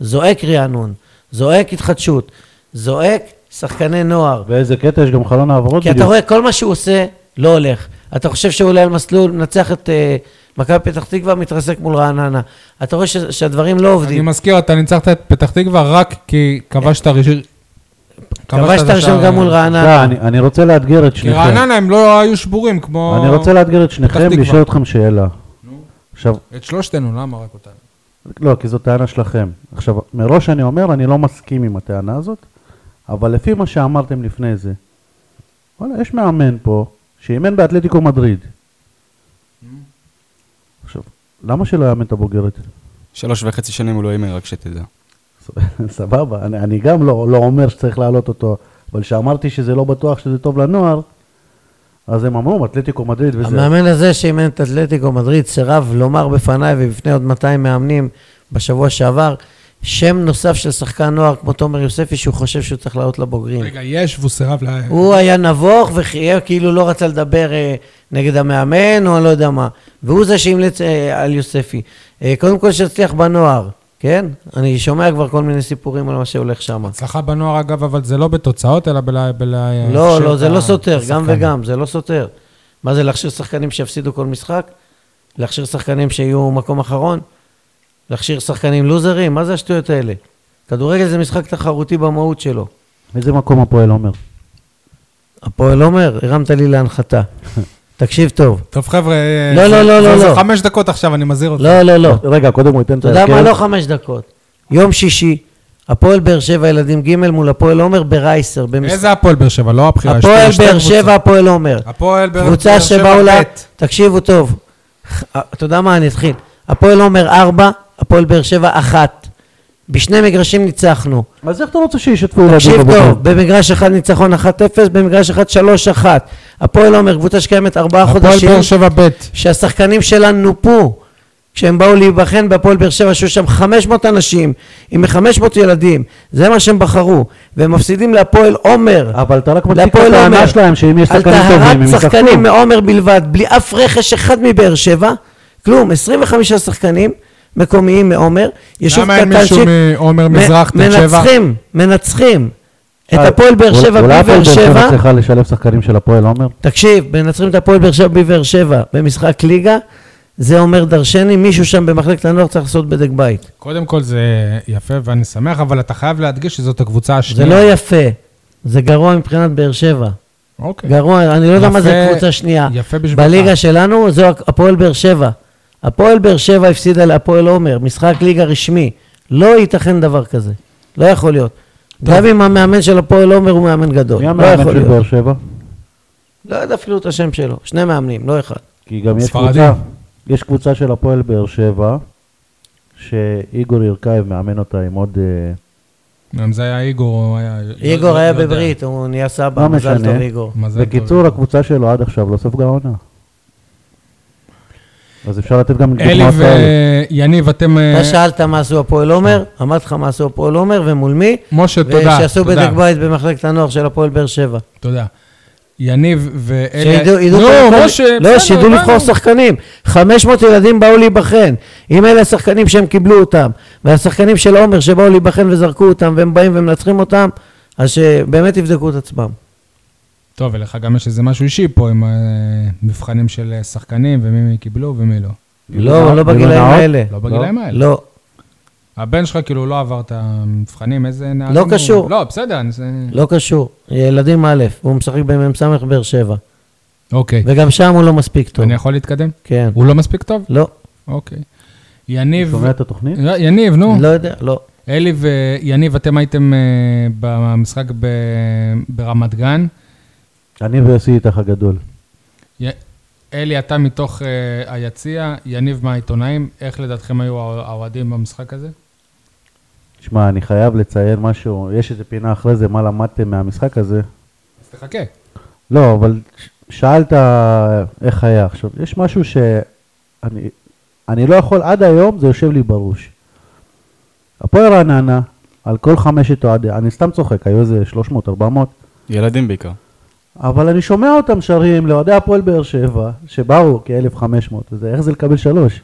Speaker 3: זועק רענון, זועק התחדשות, זועק שחקני נוער.
Speaker 2: ואיזה קטע, יש גם חלון העברות
Speaker 3: כי אתה
Speaker 2: לא בדיוק.
Speaker 3: רואה, כל מה שהוא עושה לא הולך. אתה חושב שהוא עולה על מסלול, מנצח את אה, מכבי פתח תקווה, מתרסק מול רעננה. אתה רואה ש- שהדברים לא
Speaker 1: אני
Speaker 3: עובדים.
Speaker 1: מזכיר, אתה ניצחת את פתח תקווה רק כי כבשת ראשון.
Speaker 3: אה, כבשת ראשון גם מול
Speaker 2: לא,
Speaker 3: רעננה.
Speaker 2: אני- אני רוצה לאתגר את
Speaker 3: נכון.
Speaker 1: כי
Speaker 2: שניכם.
Speaker 1: רעננה הם לא היו שבורים כמו...
Speaker 2: אני רוצה לאתגר את
Speaker 1: פתח
Speaker 2: שניכם,
Speaker 1: תקווה.
Speaker 2: לשאול אתכם שאלה. עכשיו,
Speaker 1: את שלושתנו, למה רק אותנו?
Speaker 2: לא, כי זו טענה שלכם. עכשיו, מראש אני אומר, אני לא מסכים עם הטענה הזאת, אבל לפי מה שאמרתם לפני זה, וואלה, יש מאמן פה שאימן באתלטיקו מדריד. עכשיו, למה שלא יאמן את הבוגרת?
Speaker 4: שלוש וחצי שנים הוא לא אימן, רק שתדע.
Speaker 2: סבבה, אני, אני גם לא, לא אומר שצריך להעלות אותו, אבל כשאמרתי שזה לא בטוח שזה טוב לנוער, אז הם אמרו, אתלטיקו מדריד וזה.
Speaker 3: המאמן הזה שאימן את אתלטיקו מדריד סירב לומר בפניי ובפני עוד 200 מאמנים בשבוע שעבר, שם נוסף של שחקן נוער כמו תומר יוספי שהוא חושב שהוא צריך לעלות לבוגרים.
Speaker 1: רגע, יש והוא סירב ל...
Speaker 3: הוא היה נבוך וחייב, כאילו לא רצה לדבר אה, נגד המאמן או אני לא יודע מה. והוא זה שהמליץ אה, על יוספי. אה, קודם כל שיצליח בנוער, כן? אני שומע כבר כל מיני סיפורים על מה שהולך שם.
Speaker 1: הצלחה בנוער אגב, אבל זה לא בתוצאות, אלא בל... בל...
Speaker 3: לא,
Speaker 1: של
Speaker 3: לא, זה
Speaker 1: ה-
Speaker 3: לא סותר, גם
Speaker 1: אה, השחקן.
Speaker 3: וגם, זה לא סותר. מה זה, להכשיר שחקנים שיפסידו כל משחק? להכשיר שחקנים שיהיו מקום אחרון? להכשיר שחקנים לוזרים? מה זה השטויות האלה? כדורגל זה משחק תחרותי במהות שלו.
Speaker 2: איזה מקום הפועל אומר?
Speaker 3: הפועל עומר, הרמת לי להנחתה. תקשיב טוב.
Speaker 1: טוב, חבר'ה... זה-
Speaker 3: לא, לא, לא,
Speaker 1: זה-
Speaker 3: לא,
Speaker 1: זה
Speaker 3: לא.
Speaker 1: חמש דקות עכשיו, אני מזהיר אותך.
Speaker 3: לא, לא, לא.
Speaker 2: רגע, קודם הוא ייתן את
Speaker 1: כן.
Speaker 3: אתה יודע מה?
Speaker 2: ההרכב.
Speaker 3: לא חמש דקות. יום שישי, הפועל באר שבע ילדים ג' מול הפועל עומר ברייסר. במש-
Speaker 1: איזה הפועל באר שבע? לא הבחירה. יש
Speaker 3: הפועל
Speaker 1: שתי
Speaker 3: באר
Speaker 1: קבוצות.
Speaker 3: שבע, הפועל עומר.
Speaker 1: הפועל באר באר
Speaker 3: קבוצה
Speaker 1: שבע
Speaker 3: שבאו לה...
Speaker 1: ב'.
Speaker 3: תקשיבו טוב, אתה יודע מה, אני אתחיל. הפועל עומר 4, הפועל באר שבע 1. בשני מגרשים ניצחנו.
Speaker 2: אז איך אתה רוצה שישתפו ילדים?
Speaker 3: תקשיב
Speaker 2: בבוקר?
Speaker 3: טוב, במגרש אחד ניצחון 1-0, במגרש אחד 3-1. הפועל עומר, קבוצה שקיימת ארבעה
Speaker 1: הפועל
Speaker 3: חודשים,
Speaker 1: באר שבע ב'.
Speaker 3: שהשחקנים שלה נופו כשהם באו להיבחן בהפועל באר שבע, שהיו שם 500 אנשים, עם 500 ילדים, זה מה שהם בחרו, והם מפסידים להפועל עומר.
Speaker 2: אבל אתה רק מציג את
Speaker 3: להפועל עומר.
Speaker 2: הטענה שלהם שאם יש שחקנים טובים הם
Speaker 3: על
Speaker 2: ישחקו.
Speaker 3: טהרת שחקנים מעומר בלבד, בלי אף רכש אחד מבאר שבע, כלום, 25 שחקנים מקומיים מעומר, יישוב
Speaker 1: למה אין מישהו
Speaker 3: קטנצ'יק,
Speaker 1: מעומר
Speaker 3: מ-
Speaker 1: מזרח, תל שבע?
Speaker 3: מנצחים, מנצחים. את
Speaker 2: אה,
Speaker 3: הפועל באר
Speaker 2: אולי-
Speaker 3: שבע
Speaker 2: אולי הפועל
Speaker 3: בבאר
Speaker 2: באר
Speaker 3: שבע,
Speaker 2: שבע צריכה לשלב שחקנים של הפועל עומר?
Speaker 3: תקשיב, מנצחים את הפועל באר שבע בבאר שבע במשחק ליגה, זה אומר דרשני, מישהו שם במחלקת הנוער צריך לעשות בדק בית.
Speaker 1: קודם כל זה יפה ואני שמח, אבל אתה חייב להדגיש שזאת הקבוצה
Speaker 3: זה
Speaker 1: השנייה.
Speaker 3: לא יפה, זה גרוע מבחינת באר שבע.
Speaker 1: אוקיי.
Speaker 3: גרוע, אני לא יודע מה זה
Speaker 1: יפה-
Speaker 3: קבוצה שנייה.
Speaker 1: יפה בשבילך.
Speaker 3: בליגה שלנו זו הפועל באר שבע. הפועל באר שבע הפסידה להפועל עומר, משחק ליגה רשמי. לא ייתכן דבר כזה. לא יכול להיות. גם אם המאמן של הפועל עומר הוא מאמן גדול.
Speaker 2: מי
Speaker 3: לא
Speaker 2: המאמן
Speaker 3: יכול
Speaker 2: של באר
Speaker 3: להיות.
Speaker 2: שבע?
Speaker 3: לא יודע אפילו את השם שלו. שני מאמנים, לא אחד.
Speaker 2: כי גם יש
Speaker 1: ספרדים.
Speaker 2: קבוצה, יש קבוצה של הפועל באר שבע, שאיגור ירקאייב מאמן אותה עם עוד... אה,
Speaker 1: אם זה היה איגור, הוא היה... לא-
Speaker 3: איגור
Speaker 1: לא
Speaker 3: היה
Speaker 1: יודע.
Speaker 3: בברית, הוא נהיה סבא,
Speaker 2: לא
Speaker 3: מזל
Speaker 2: משנה.
Speaker 3: טוב איגור.
Speaker 1: מזל טוב.
Speaker 2: בקיצור, הקבוצה שלו עד עכשיו לא ספגה עונה. אז אפשר לתת גם
Speaker 1: אלי
Speaker 2: דוגמאות כאלה.
Speaker 1: ויניב, אתם... אה,
Speaker 3: אתה שאלת מה עשו הפועל עומר, אמרתי לך מה עשו הפועל עומר ומול מי,
Speaker 1: משה, אה. תודה.
Speaker 3: ושיעשו
Speaker 1: תודה.
Speaker 3: בדק בית במחלקת הנוער של הפועל באר שבע.
Speaker 1: תודה. יניב ואלי...
Speaker 3: שידעו ידעו קודם כל-
Speaker 1: לא, משה,
Speaker 3: לא,
Speaker 1: בסדר,
Speaker 3: שידעו
Speaker 1: הבנו.
Speaker 3: לבחור שחקנים. 500 ילדים באו להיבחן. אם אלה השחקנים שהם קיבלו אותם, והשחקנים של עומר שבאו להיבחן וזרקו אותם, והם באים ומנצחים אותם, אז שבאמת יבדקו את עצמם.
Speaker 1: טוב, ולך גם יש איזה משהו אישי פה עם המבחנים של אה, שחקנים ומי מי קיבלו ומי לא.
Speaker 3: לא, לא בגילאים
Speaker 2: גילוי נאות?
Speaker 3: האלה.
Speaker 1: לא בגילאים האלה.
Speaker 3: לא.
Speaker 1: הבן שלך כאילו לא עבר את המבחנים, איזה נערים
Speaker 3: לא
Speaker 1: הוא?
Speaker 3: קשור.
Speaker 1: לא, בסדר, אני... זה-
Speaker 3: לא קשור, ילדים א', הוא משחק במ"ס באר שבע,
Speaker 1: אוקיי.
Speaker 3: וגם שם הוא לא מספיק טוב.
Speaker 1: אני יכול להתקדם?
Speaker 3: כן.
Speaker 1: הוא לא מספיק טוב?
Speaker 3: לא,
Speaker 1: אוקיי. יניב...
Speaker 2: שומע את התוכנית?
Speaker 1: לא, יניב, נו.
Speaker 3: לא יודע, לא.
Speaker 1: אלי ויניב, אתם הייתם אה, במשחק ב... ברמת גן.
Speaker 2: אני ויוסי איתך הגדול.
Speaker 1: י... אלי, אתה מתוך אה, היציע, יניב מהעיתונאים, איך לדעתכם היו האוה- האוהדים במשחק הזה?
Speaker 2: שמע, אני חייב לציין משהו, יש איזה פינה אחרי זה, מה למדתם מהמשחק הזה?
Speaker 1: אז תחכה.
Speaker 2: לא, אבל ש- שאלת איך היה עכשיו. יש משהו שאני אני לא יכול, עד היום זה יושב לי בראש. הפועל רעננה, על כל חמשת אוהדי, אני סתם צוחק, היו איזה 300, 400,
Speaker 4: ילדים בעיקר.
Speaker 2: אבל אני שומע אותם שרים לאוהדי הפועל באר שבע, שבאו כ-1,500, וזה, איך זה לקבל שלוש?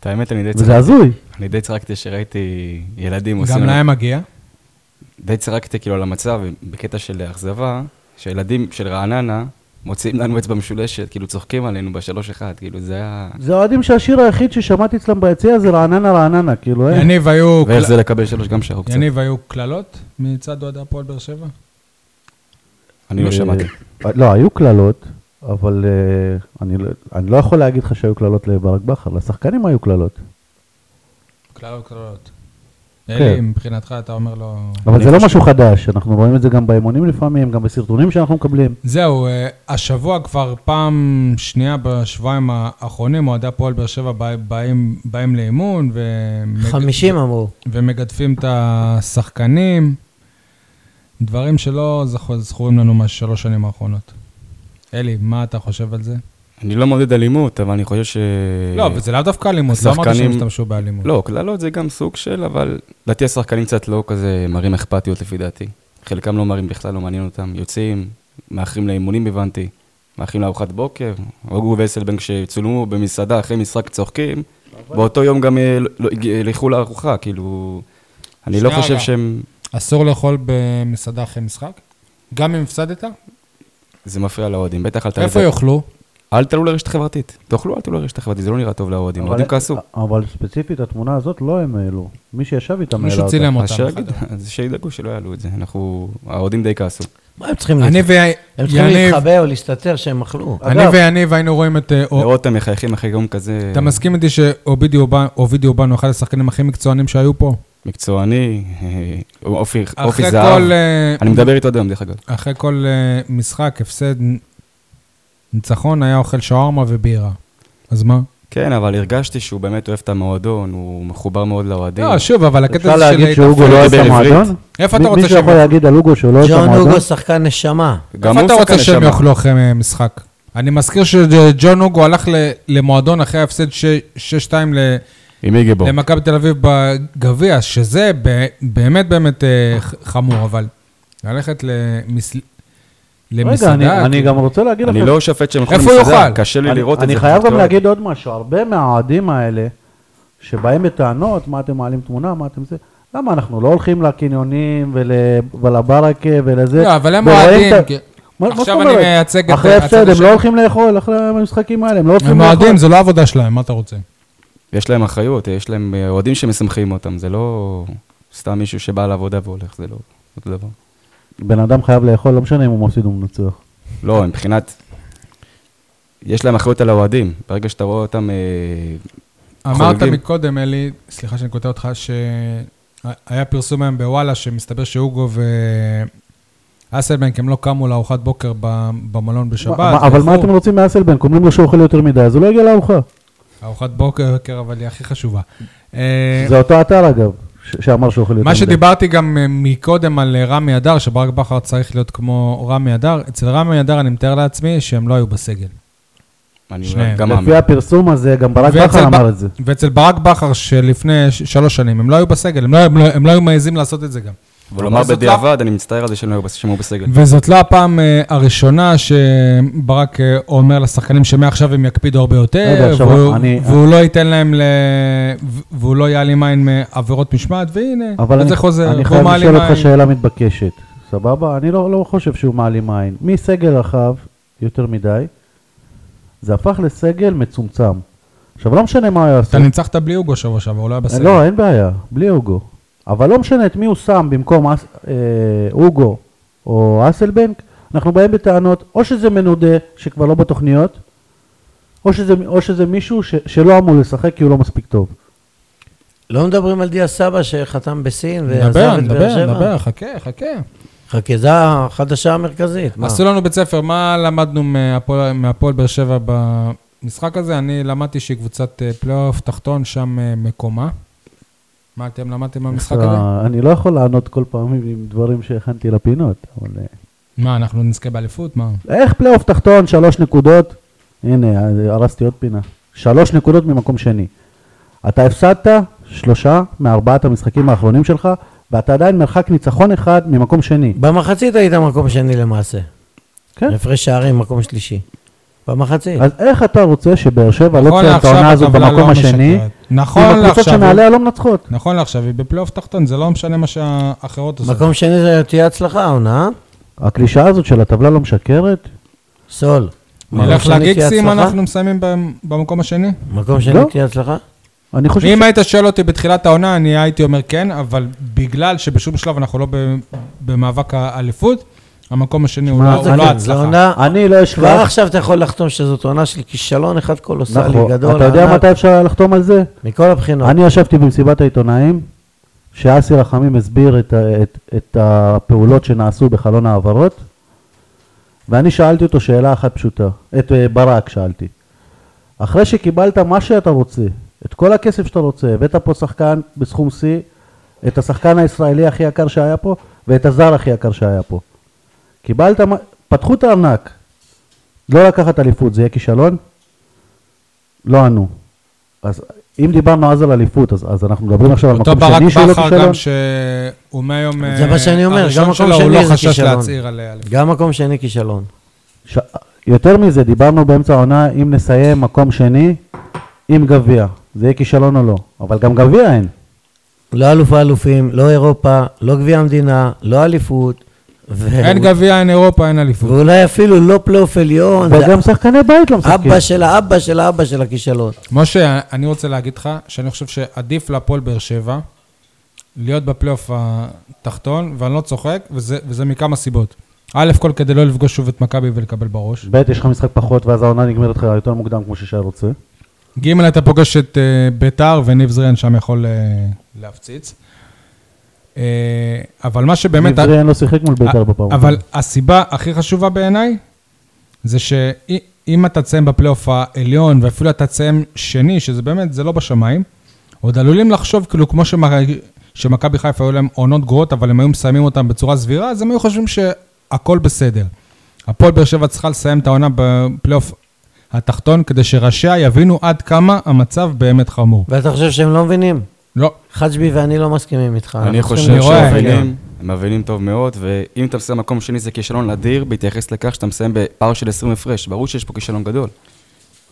Speaker 4: את האמת, אני די
Speaker 2: וזה
Speaker 4: צחקתי.
Speaker 2: הזוי.
Speaker 4: אני די צחקתי שראיתי ילדים עושים...
Speaker 1: גם להם מגיע.
Speaker 4: די צחקתי כאילו על המצב, בקטע של אכזבה, שהילדים של רעננה מוציאים לנו אצבע משולשת, כאילו צוחקים עלינו בשלוש אחד, כאילו זה היה...
Speaker 2: זה אוהדים שהשיר היחיד ששמעתי אצלם ביציע זה רעננה רעננה, כאילו אין.
Speaker 1: יניב היו...
Speaker 4: אה. ואיך
Speaker 1: קל-
Speaker 4: זה לקבל שלוש גם שרו קצת.
Speaker 1: יניב, היו קללות מצד אוהדי הפועל באר שבע?
Speaker 4: אני לא שמעתי.
Speaker 2: אה, לא, היו קללות, אבל אה, אני לא- אני לא יכול להגיד לך שהיו קללות לברק בכר, לשחקנים היו קללות.
Speaker 1: קללות, קללות. אלי, מבחינתך אתה אומר לו...
Speaker 2: אבל זה לא משהו חדש, אנחנו רואים את זה גם באימונים לפעמים, גם בסרטונים שאנחנו מקבלים.
Speaker 1: זהו, אה, השבוע כבר פעם שנייה בשבועיים האחרונים, אוהדי הפועל באר שבע בא- באים- באים לאימון ומג-
Speaker 3: 50 אמרו.
Speaker 1: ומגדפים את השחקנים, דברים שלא זכו- זכורים לנו מהשלוש שנים האחרונות. אלי, מה אתה חושב על זה?
Speaker 4: אני לא מעודד אלימות, אבל אני חושב ש...
Speaker 1: לא, וזה לאו דווקא אלימות, לא אמרתי
Speaker 4: אה, שחקנים-
Speaker 1: שהם השתמשו באלימות.
Speaker 4: לא, קללות זה גם סוג של, אבל לדעתי השחקנים קצת לא כזה מראים אכפתיות לפי דעתי. חלקם לא מראים בכלל, לא מעניין אותם. יוצאים, מאחרים לאימונים הבנתי, מאחרים לארוחת בוקר. הוגו וסלבנג שצולמו במסעדה אחרי משחק צוחקים, באותו יום גם אה, לא- לא- הג- הלכו לארוחה, כאילו... אני לא
Speaker 1: שנייה,
Speaker 4: חושב
Speaker 1: רגע.
Speaker 4: שהם...
Speaker 1: אסור לאכול במסעדה אחרי משחק? גם אם הפסדת?
Speaker 4: זה מפריע לאוהדים, בטח אל תעלו...
Speaker 1: איפה יאכלו?
Speaker 4: אל תעלו לרשת חברתית. תאכלו, אל תעלו לרשת חברתית, זה לא נראה טוב לאוהדים.
Speaker 2: אבל-
Speaker 4: האוהדים כעסו.
Speaker 2: אבל ספציפית, התמונה הזאת לא הם העלו. מי שישב איתם העלה
Speaker 1: מישהו
Speaker 2: אותה.
Speaker 1: צילם
Speaker 4: אז
Speaker 1: אותם.
Speaker 4: שיגיד, אז שידאגו שלא יעלו את זה. אנחנו... האוהדים די כעסו.
Speaker 3: מה הם צריכים
Speaker 1: אני
Speaker 3: להתחבא? הם צריכים
Speaker 1: ויניב,
Speaker 3: להתחבא או להסתתר שהם אכלו.
Speaker 1: אני
Speaker 3: אגב,
Speaker 1: ויניב היינו רואים את... אה, או-
Speaker 4: לראות אותם מחייכים אחרי יום כזה
Speaker 1: אתה מסכים איתי שאובידי אובן- אובידי אובן הוא אחד השחקנים הכי מקצוענים שהיו פה?
Speaker 4: מקצועני, אה, אופי אופי
Speaker 1: אחרי
Speaker 4: זהב.
Speaker 1: כל, אה,
Speaker 4: אני מדבר איתו עד היום, דרך אגב.
Speaker 1: אחרי כל אה, משחק, הפסד, ניצחון, היה אוכל שווארמה ובירה. אז מה?
Speaker 4: כן, אבל הרגשתי שהוא באמת אוהב את המועדון, הוא מחובר מאוד לאוהדים.
Speaker 1: לא, שוב, אבל הקטע
Speaker 2: אפשר
Speaker 1: הזה של...
Speaker 2: להגיד שהוגו
Speaker 4: התאפיינות
Speaker 2: לא אוהב את
Speaker 4: בעברית.
Speaker 2: המועדון?
Speaker 1: איפה אתה
Speaker 2: מי-
Speaker 1: רוצה
Speaker 2: מישהו
Speaker 1: שהם-
Speaker 2: יכול להגיד על הוגו שהוא לא אוהב את
Speaker 3: ג'ון
Speaker 2: המועדון?
Speaker 3: הוגו שחקן נשמה.
Speaker 4: גם
Speaker 1: איפה
Speaker 4: הוא
Speaker 1: אתה
Speaker 4: שחקן
Speaker 1: רוצה שהם
Speaker 4: לשעבר.
Speaker 1: יאכלו אחרי אה, משחק? אני מזכיר שג'ון הוגו הלך ל- למועדון אחרי ההפסד ש- 6-2 ל-
Speaker 4: עם איגי בור.
Speaker 1: למכבי תל אביב בגביע, שזה ב- באמת באמת אה, ח- חמור, אבל ללכת למס-
Speaker 2: רגע,
Speaker 1: למסעדה...
Speaker 2: אני- אני
Speaker 1: כאילו-
Speaker 2: גם רוצה להגיד לכם...
Speaker 4: אני לא שופט שהם הלכו
Speaker 1: איפה הוא
Speaker 4: למסעדה,
Speaker 1: יאכל?
Speaker 4: קשה לי
Speaker 2: אני-
Speaker 4: לראות את זה.
Speaker 2: אני חייב גם
Speaker 4: בתיאוריה.
Speaker 2: להגיד עוד משהו, הרבה מהאוהדים האלה, שבאים בטענות, מה אתם מעלים תמונה, מה אתם זה, למה אנחנו לא הולכים לקניונים ול... ולברקה ולזה?
Speaker 1: לא, אבל הם
Speaker 2: ורואים
Speaker 1: אוהדים,
Speaker 2: את ה-
Speaker 1: כי-
Speaker 2: מה- מה זאת
Speaker 1: עכשיו אני
Speaker 2: אומרת?
Speaker 1: מייצג את
Speaker 2: אחרי
Speaker 1: הצד
Speaker 2: הפסד הם
Speaker 1: השני.
Speaker 2: לא הולכים לאכול, אחרי המשחקים האלה, הם לא הולכים
Speaker 1: הם
Speaker 2: לאכול.
Speaker 1: אוהדים, זו לא עבודה שלהם, מה אתה רוצה?
Speaker 4: יש להם אחריות, יש להם אה, אוהדים שמשמחים אותם, זה לא סתם מישהו שבא לעבודה והולך, זה לא אותו דבר.
Speaker 2: בן אדם חייב לאכול, לא משנה אם הוא מפסיד או מנצח.
Speaker 4: לא, מבחינת... יש להם אחריות על האוהדים. ברגע שאתה רואה אותם... אה,
Speaker 1: אמרת
Speaker 4: חוגגים.
Speaker 1: מקודם, אלי, סליחה שאני קוטע אותך, שהיה פרסום היום בוואלה, שמסתבר שהוגו ואסלבנק, הם לא קמו לארוחת בוקר ב- במלון בשבת.
Speaker 2: מה- אבל מה
Speaker 1: הלכו.
Speaker 2: אתם רוצים מאסלבנק? אומרים לו שהוא אוכל יותר מדי, אז הוא לא יגיע לארוחה.
Speaker 1: ארוחת בוקר, כן, אבל היא הכי חשובה. אה,
Speaker 2: זה אותו אתר אגב, ש- שאמר שהוא אוכל יותר מדי.
Speaker 1: מה שדיברתי גם אה, מקודם על אה, רמי אדר, שברק בכר צריך להיות כמו רמי אדר, אצל רמי אדר אני מתאר לעצמי שהם לא היו בסגל.
Speaker 4: אני
Speaker 1: שניהם.
Speaker 4: גם מאמין.
Speaker 2: לפי הפרסום הזה, גם ברק
Speaker 1: ואצל
Speaker 2: בכר
Speaker 1: ב-
Speaker 2: אמר את זה.
Speaker 1: ואצל ברק בכר שלפני ש- שלוש שנים, הם לא היו בסגל, הם לא- הם לא- הם לא היו מעזים לעשות את זה גם.
Speaker 4: אבל אמר
Speaker 1: אבל זאת לא-
Speaker 4: בדיעבד, אני מצטער על זה שהם לא היו בס- שהם היו בסגל.
Speaker 1: וזאת לא הפעם אה, הראשונה שברק אה, אומר לשחקנים שמעכשיו הם יקפידו הרבה
Speaker 2: רגע,
Speaker 1: יותר,
Speaker 2: עכשיו
Speaker 1: והוא-
Speaker 2: אני-
Speaker 1: והוא לא ייתן להם, ל- ו- והוא לא יעלים עין מעבירות משמעת, והנה,
Speaker 2: אבל
Speaker 1: זה
Speaker 2: אני,
Speaker 1: חוזר,
Speaker 2: אני
Speaker 1: והוא
Speaker 2: חייב
Speaker 1: מעלים
Speaker 2: לשאול אותך
Speaker 1: עין.
Speaker 2: שאלה מתבקשת, סבבה? אני לא, לא חושב שהוא מעלים עין. מסגל רחב, יותר מדי, זה הפך לסגל מצומצם. עכשיו, לא משנה מה הוא יעשה.
Speaker 1: אתה ניצחת בלי הוגו שבוע שעבר, הוא לא היה בסגל.
Speaker 2: לא, אין בעיה, בלי אוגו. אבל לא משנה את מי הוא שם במקום אס, אה, אוגו או אסלבנק, אנחנו באים בטענות, או שזה מנודה שכבר לא בתוכניות, או שזה, או שזה מישהו ש, שלא אמור לשחק כי הוא לא מספיק טוב.
Speaker 3: לא מדברים על דיה סבא שחתם בסין ועזב
Speaker 1: נדבר,
Speaker 3: אה, את באר
Speaker 1: נדבר,
Speaker 3: שבע?
Speaker 1: נדבר, חכה, חכה.
Speaker 3: חכה, זו החדשה המרכזית. מה?
Speaker 1: עשו לנו בית ספר, מה למדנו מהפועל- מהפועל באר שבע במשחק הזה? אני למדתי שהיא קבוצת אה, פלייאוף תחתון, שם אה, מקומה. מה אתם למדתם מהמשחק הזה?
Speaker 2: אה, אני לא יכול לענות כל פעם עם עם דברים שהכנתי לפינות, אבל... אה,
Speaker 1: מה, אנחנו נזכה באליפות? מה?
Speaker 2: איך פלייאוף תחתון, שלוש נקודות, הנה, הרסתי עוד פינה. שלוש נקודות ממקום שני. אתה הפסדת שלושה מארבעת המשחקים האחרונים שלך, ואתה עדיין מרחק ניצחון אחד ממקום שני.
Speaker 3: במחצית היית מקום שני למעשה.
Speaker 2: כן.
Speaker 3: הפרש שערים, מקום שלישי. במחצית.
Speaker 2: אז איך אתה רוצה שבאר שבע לא
Speaker 1: נכון
Speaker 2: תסיים את
Speaker 1: לעכשיו
Speaker 2: העונה הזאת
Speaker 1: הטבלה
Speaker 2: במקום
Speaker 1: לא
Speaker 2: השני,
Speaker 1: משקרת. נכון
Speaker 2: עם הקבוצות
Speaker 1: לעכשיו.
Speaker 2: שמעליה לא מנצחות?
Speaker 1: נכון לעכשיו, היא בפלייאוף תחתון, זה לא משנה מה שהאחרות עושות.
Speaker 3: מקום שני זה תהיה הצלחה, העונה. אה?
Speaker 2: הקלישאה הזאת של הטבלה לא משקרת?
Speaker 3: סול. מקום
Speaker 1: נלך
Speaker 3: שני
Speaker 1: לגיגס
Speaker 3: תהיה
Speaker 1: אם
Speaker 3: הצלחה?
Speaker 1: אנחנו מסיימים במ- במקום השני?
Speaker 3: מקום שני
Speaker 2: לא.
Speaker 3: תהיה הצלחה?
Speaker 2: אני חושב
Speaker 1: אם היית שואל אותי בתחילת העונה, אני הייתי אומר כן, אבל בגלל שבשום שלב אנחנו לא ב- במאבק האליפות, המקום השני הוא
Speaker 2: שמע,
Speaker 1: לא-
Speaker 2: זה
Speaker 1: הוא לא
Speaker 2: כן,
Speaker 3: זו
Speaker 1: הצלחה.
Speaker 3: עונה...
Speaker 2: אני לא אשכח.
Speaker 3: כבר עכשיו אתה יכול לחתום שזאת עונה של כישלון אחד קולוסלי,
Speaker 2: נכון,
Speaker 3: גדול,
Speaker 2: אתה יודע
Speaker 3: ענק,
Speaker 2: מתי אפשר היה לחתום על זה?
Speaker 3: מכל הבחינות.
Speaker 2: אני ישבתי במסיבת העיתונאים, שאסי רחמים הסביר את, ה- את, את הפעולות שנעשו בחלון העברות, ואני שאלתי אותו שאלה אחת פשוטה, את אה, ברק שאלתי. אחרי שקיבלת מה שאתה רוצה, את כל הכסף שאתה רוצה, הבאת פה שחקן בסכום שיא, את השחקן הישראלי הכי יקר שהיה פה, ואת הזר הכי יקר שהיה פה. קיבלת, מה- פתחו את הארנק, לא לקחת אליפות, זה יהיה כישלון? לא ענו. אז אם דיברנו אז על אליפות, אז, אז אנחנו מדברים עכשיו על
Speaker 1: אותו
Speaker 2: מקום
Speaker 1: ברק
Speaker 2: שני שהוא לא
Speaker 1: בכר
Speaker 2: כישלון?
Speaker 1: גם שהוא מהיום
Speaker 3: זה
Speaker 1: אה,
Speaker 3: מה שאני אומר,
Speaker 1: הראשון
Speaker 3: גם מקום
Speaker 1: שלו, הוא
Speaker 3: שני
Speaker 1: לא
Speaker 3: זה
Speaker 1: חשש
Speaker 3: כישלון.
Speaker 1: להצהיר על אה, אליפות.
Speaker 3: גם מקום שני כישלון.
Speaker 2: ש... יותר מזה, דיברנו באמצע העונה, אם נסיים מקום שני, עם גביע. זה יהיה כישלון או לא. אבל גם גביע אין.
Speaker 3: לא אלוף האלופים, לא אירופה, לא גביע המדינה, לא אליפות. ו-
Speaker 1: אין גביע, אין אירופה, אין אליפות.
Speaker 3: ואולי אפילו לא פלייאוף עליון, זה
Speaker 2: וגם שחקני בית לא משחקים.
Speaker 3: אבא של האבא של האבא של הכישלון.
Speaker 1: משה, אני רוצה להגיד לך שאני חושב שעדיף להפועל באר שבע להיות בפלייאוף התחתון, ואני לא צוחק, וזה, וזה מכמה סיבות. א', כל כדי לא לפגוש שוב את מכבי ולקבל בראש.
Speaker 2: ב', יש לך משחק פחות, ואז העונה נגמרת לך יותר מוקדם, כמו ששי רוצה.
Speaker 1: ג', אתה פוגש את אה, ביתר, וניב זריאן שם יכול אה, להפציץ. אה, אבל מה שבאמת...
Speaker 2: נברי אין לו שיחק מול בית"ר בפעם.
Speaker 1: אה, אבל
Speaker 2: האחרונה.
Speaker 1: הסיבה הכי חשובה בעיניי, זה שאם אתה תסיים בפלייאוף העליון, ואפילו אתה תסיים שני, שזה באמת, זה לא בשמיים, עוד עלולים לחשוב, כאילו, כמו שמ- שמכבי חיפה היו להם עונות גרועות, אבל הם היו מסיימים אותם בצורה סבירה, אז הם היו חושבים שהכל בסדר. הפועל באר שבע צריכה לסיים את העונה בפלייאוף התחתון, כדי שראשיה יבינו עד כמה המצב באמת חמור.
Speaker 3: ואתה חושב שהם לא מבינים?
Speaker 1: לא,
Speaker 3: חג'בי ואני לא מסכימים איתך.
Speaker 4: אני
Speaker 3: אנחנו
Speaker 4: חושב
Speaker 3: צריכים
Speaker 1: רואה,
Speaker 3: לחשוב
Speaker 4: שהם
Speaker 1: אני
Speaker 3: רגע.
Speaker 4: מבינים, הם מבינים טוב מאוד, ואם אתה מסיים מקום שני זה כישלון אדיר, בהתייחס לכך שאתה מסיים בפער של 20 הפרש, ברור שיש פה כישלון גדול.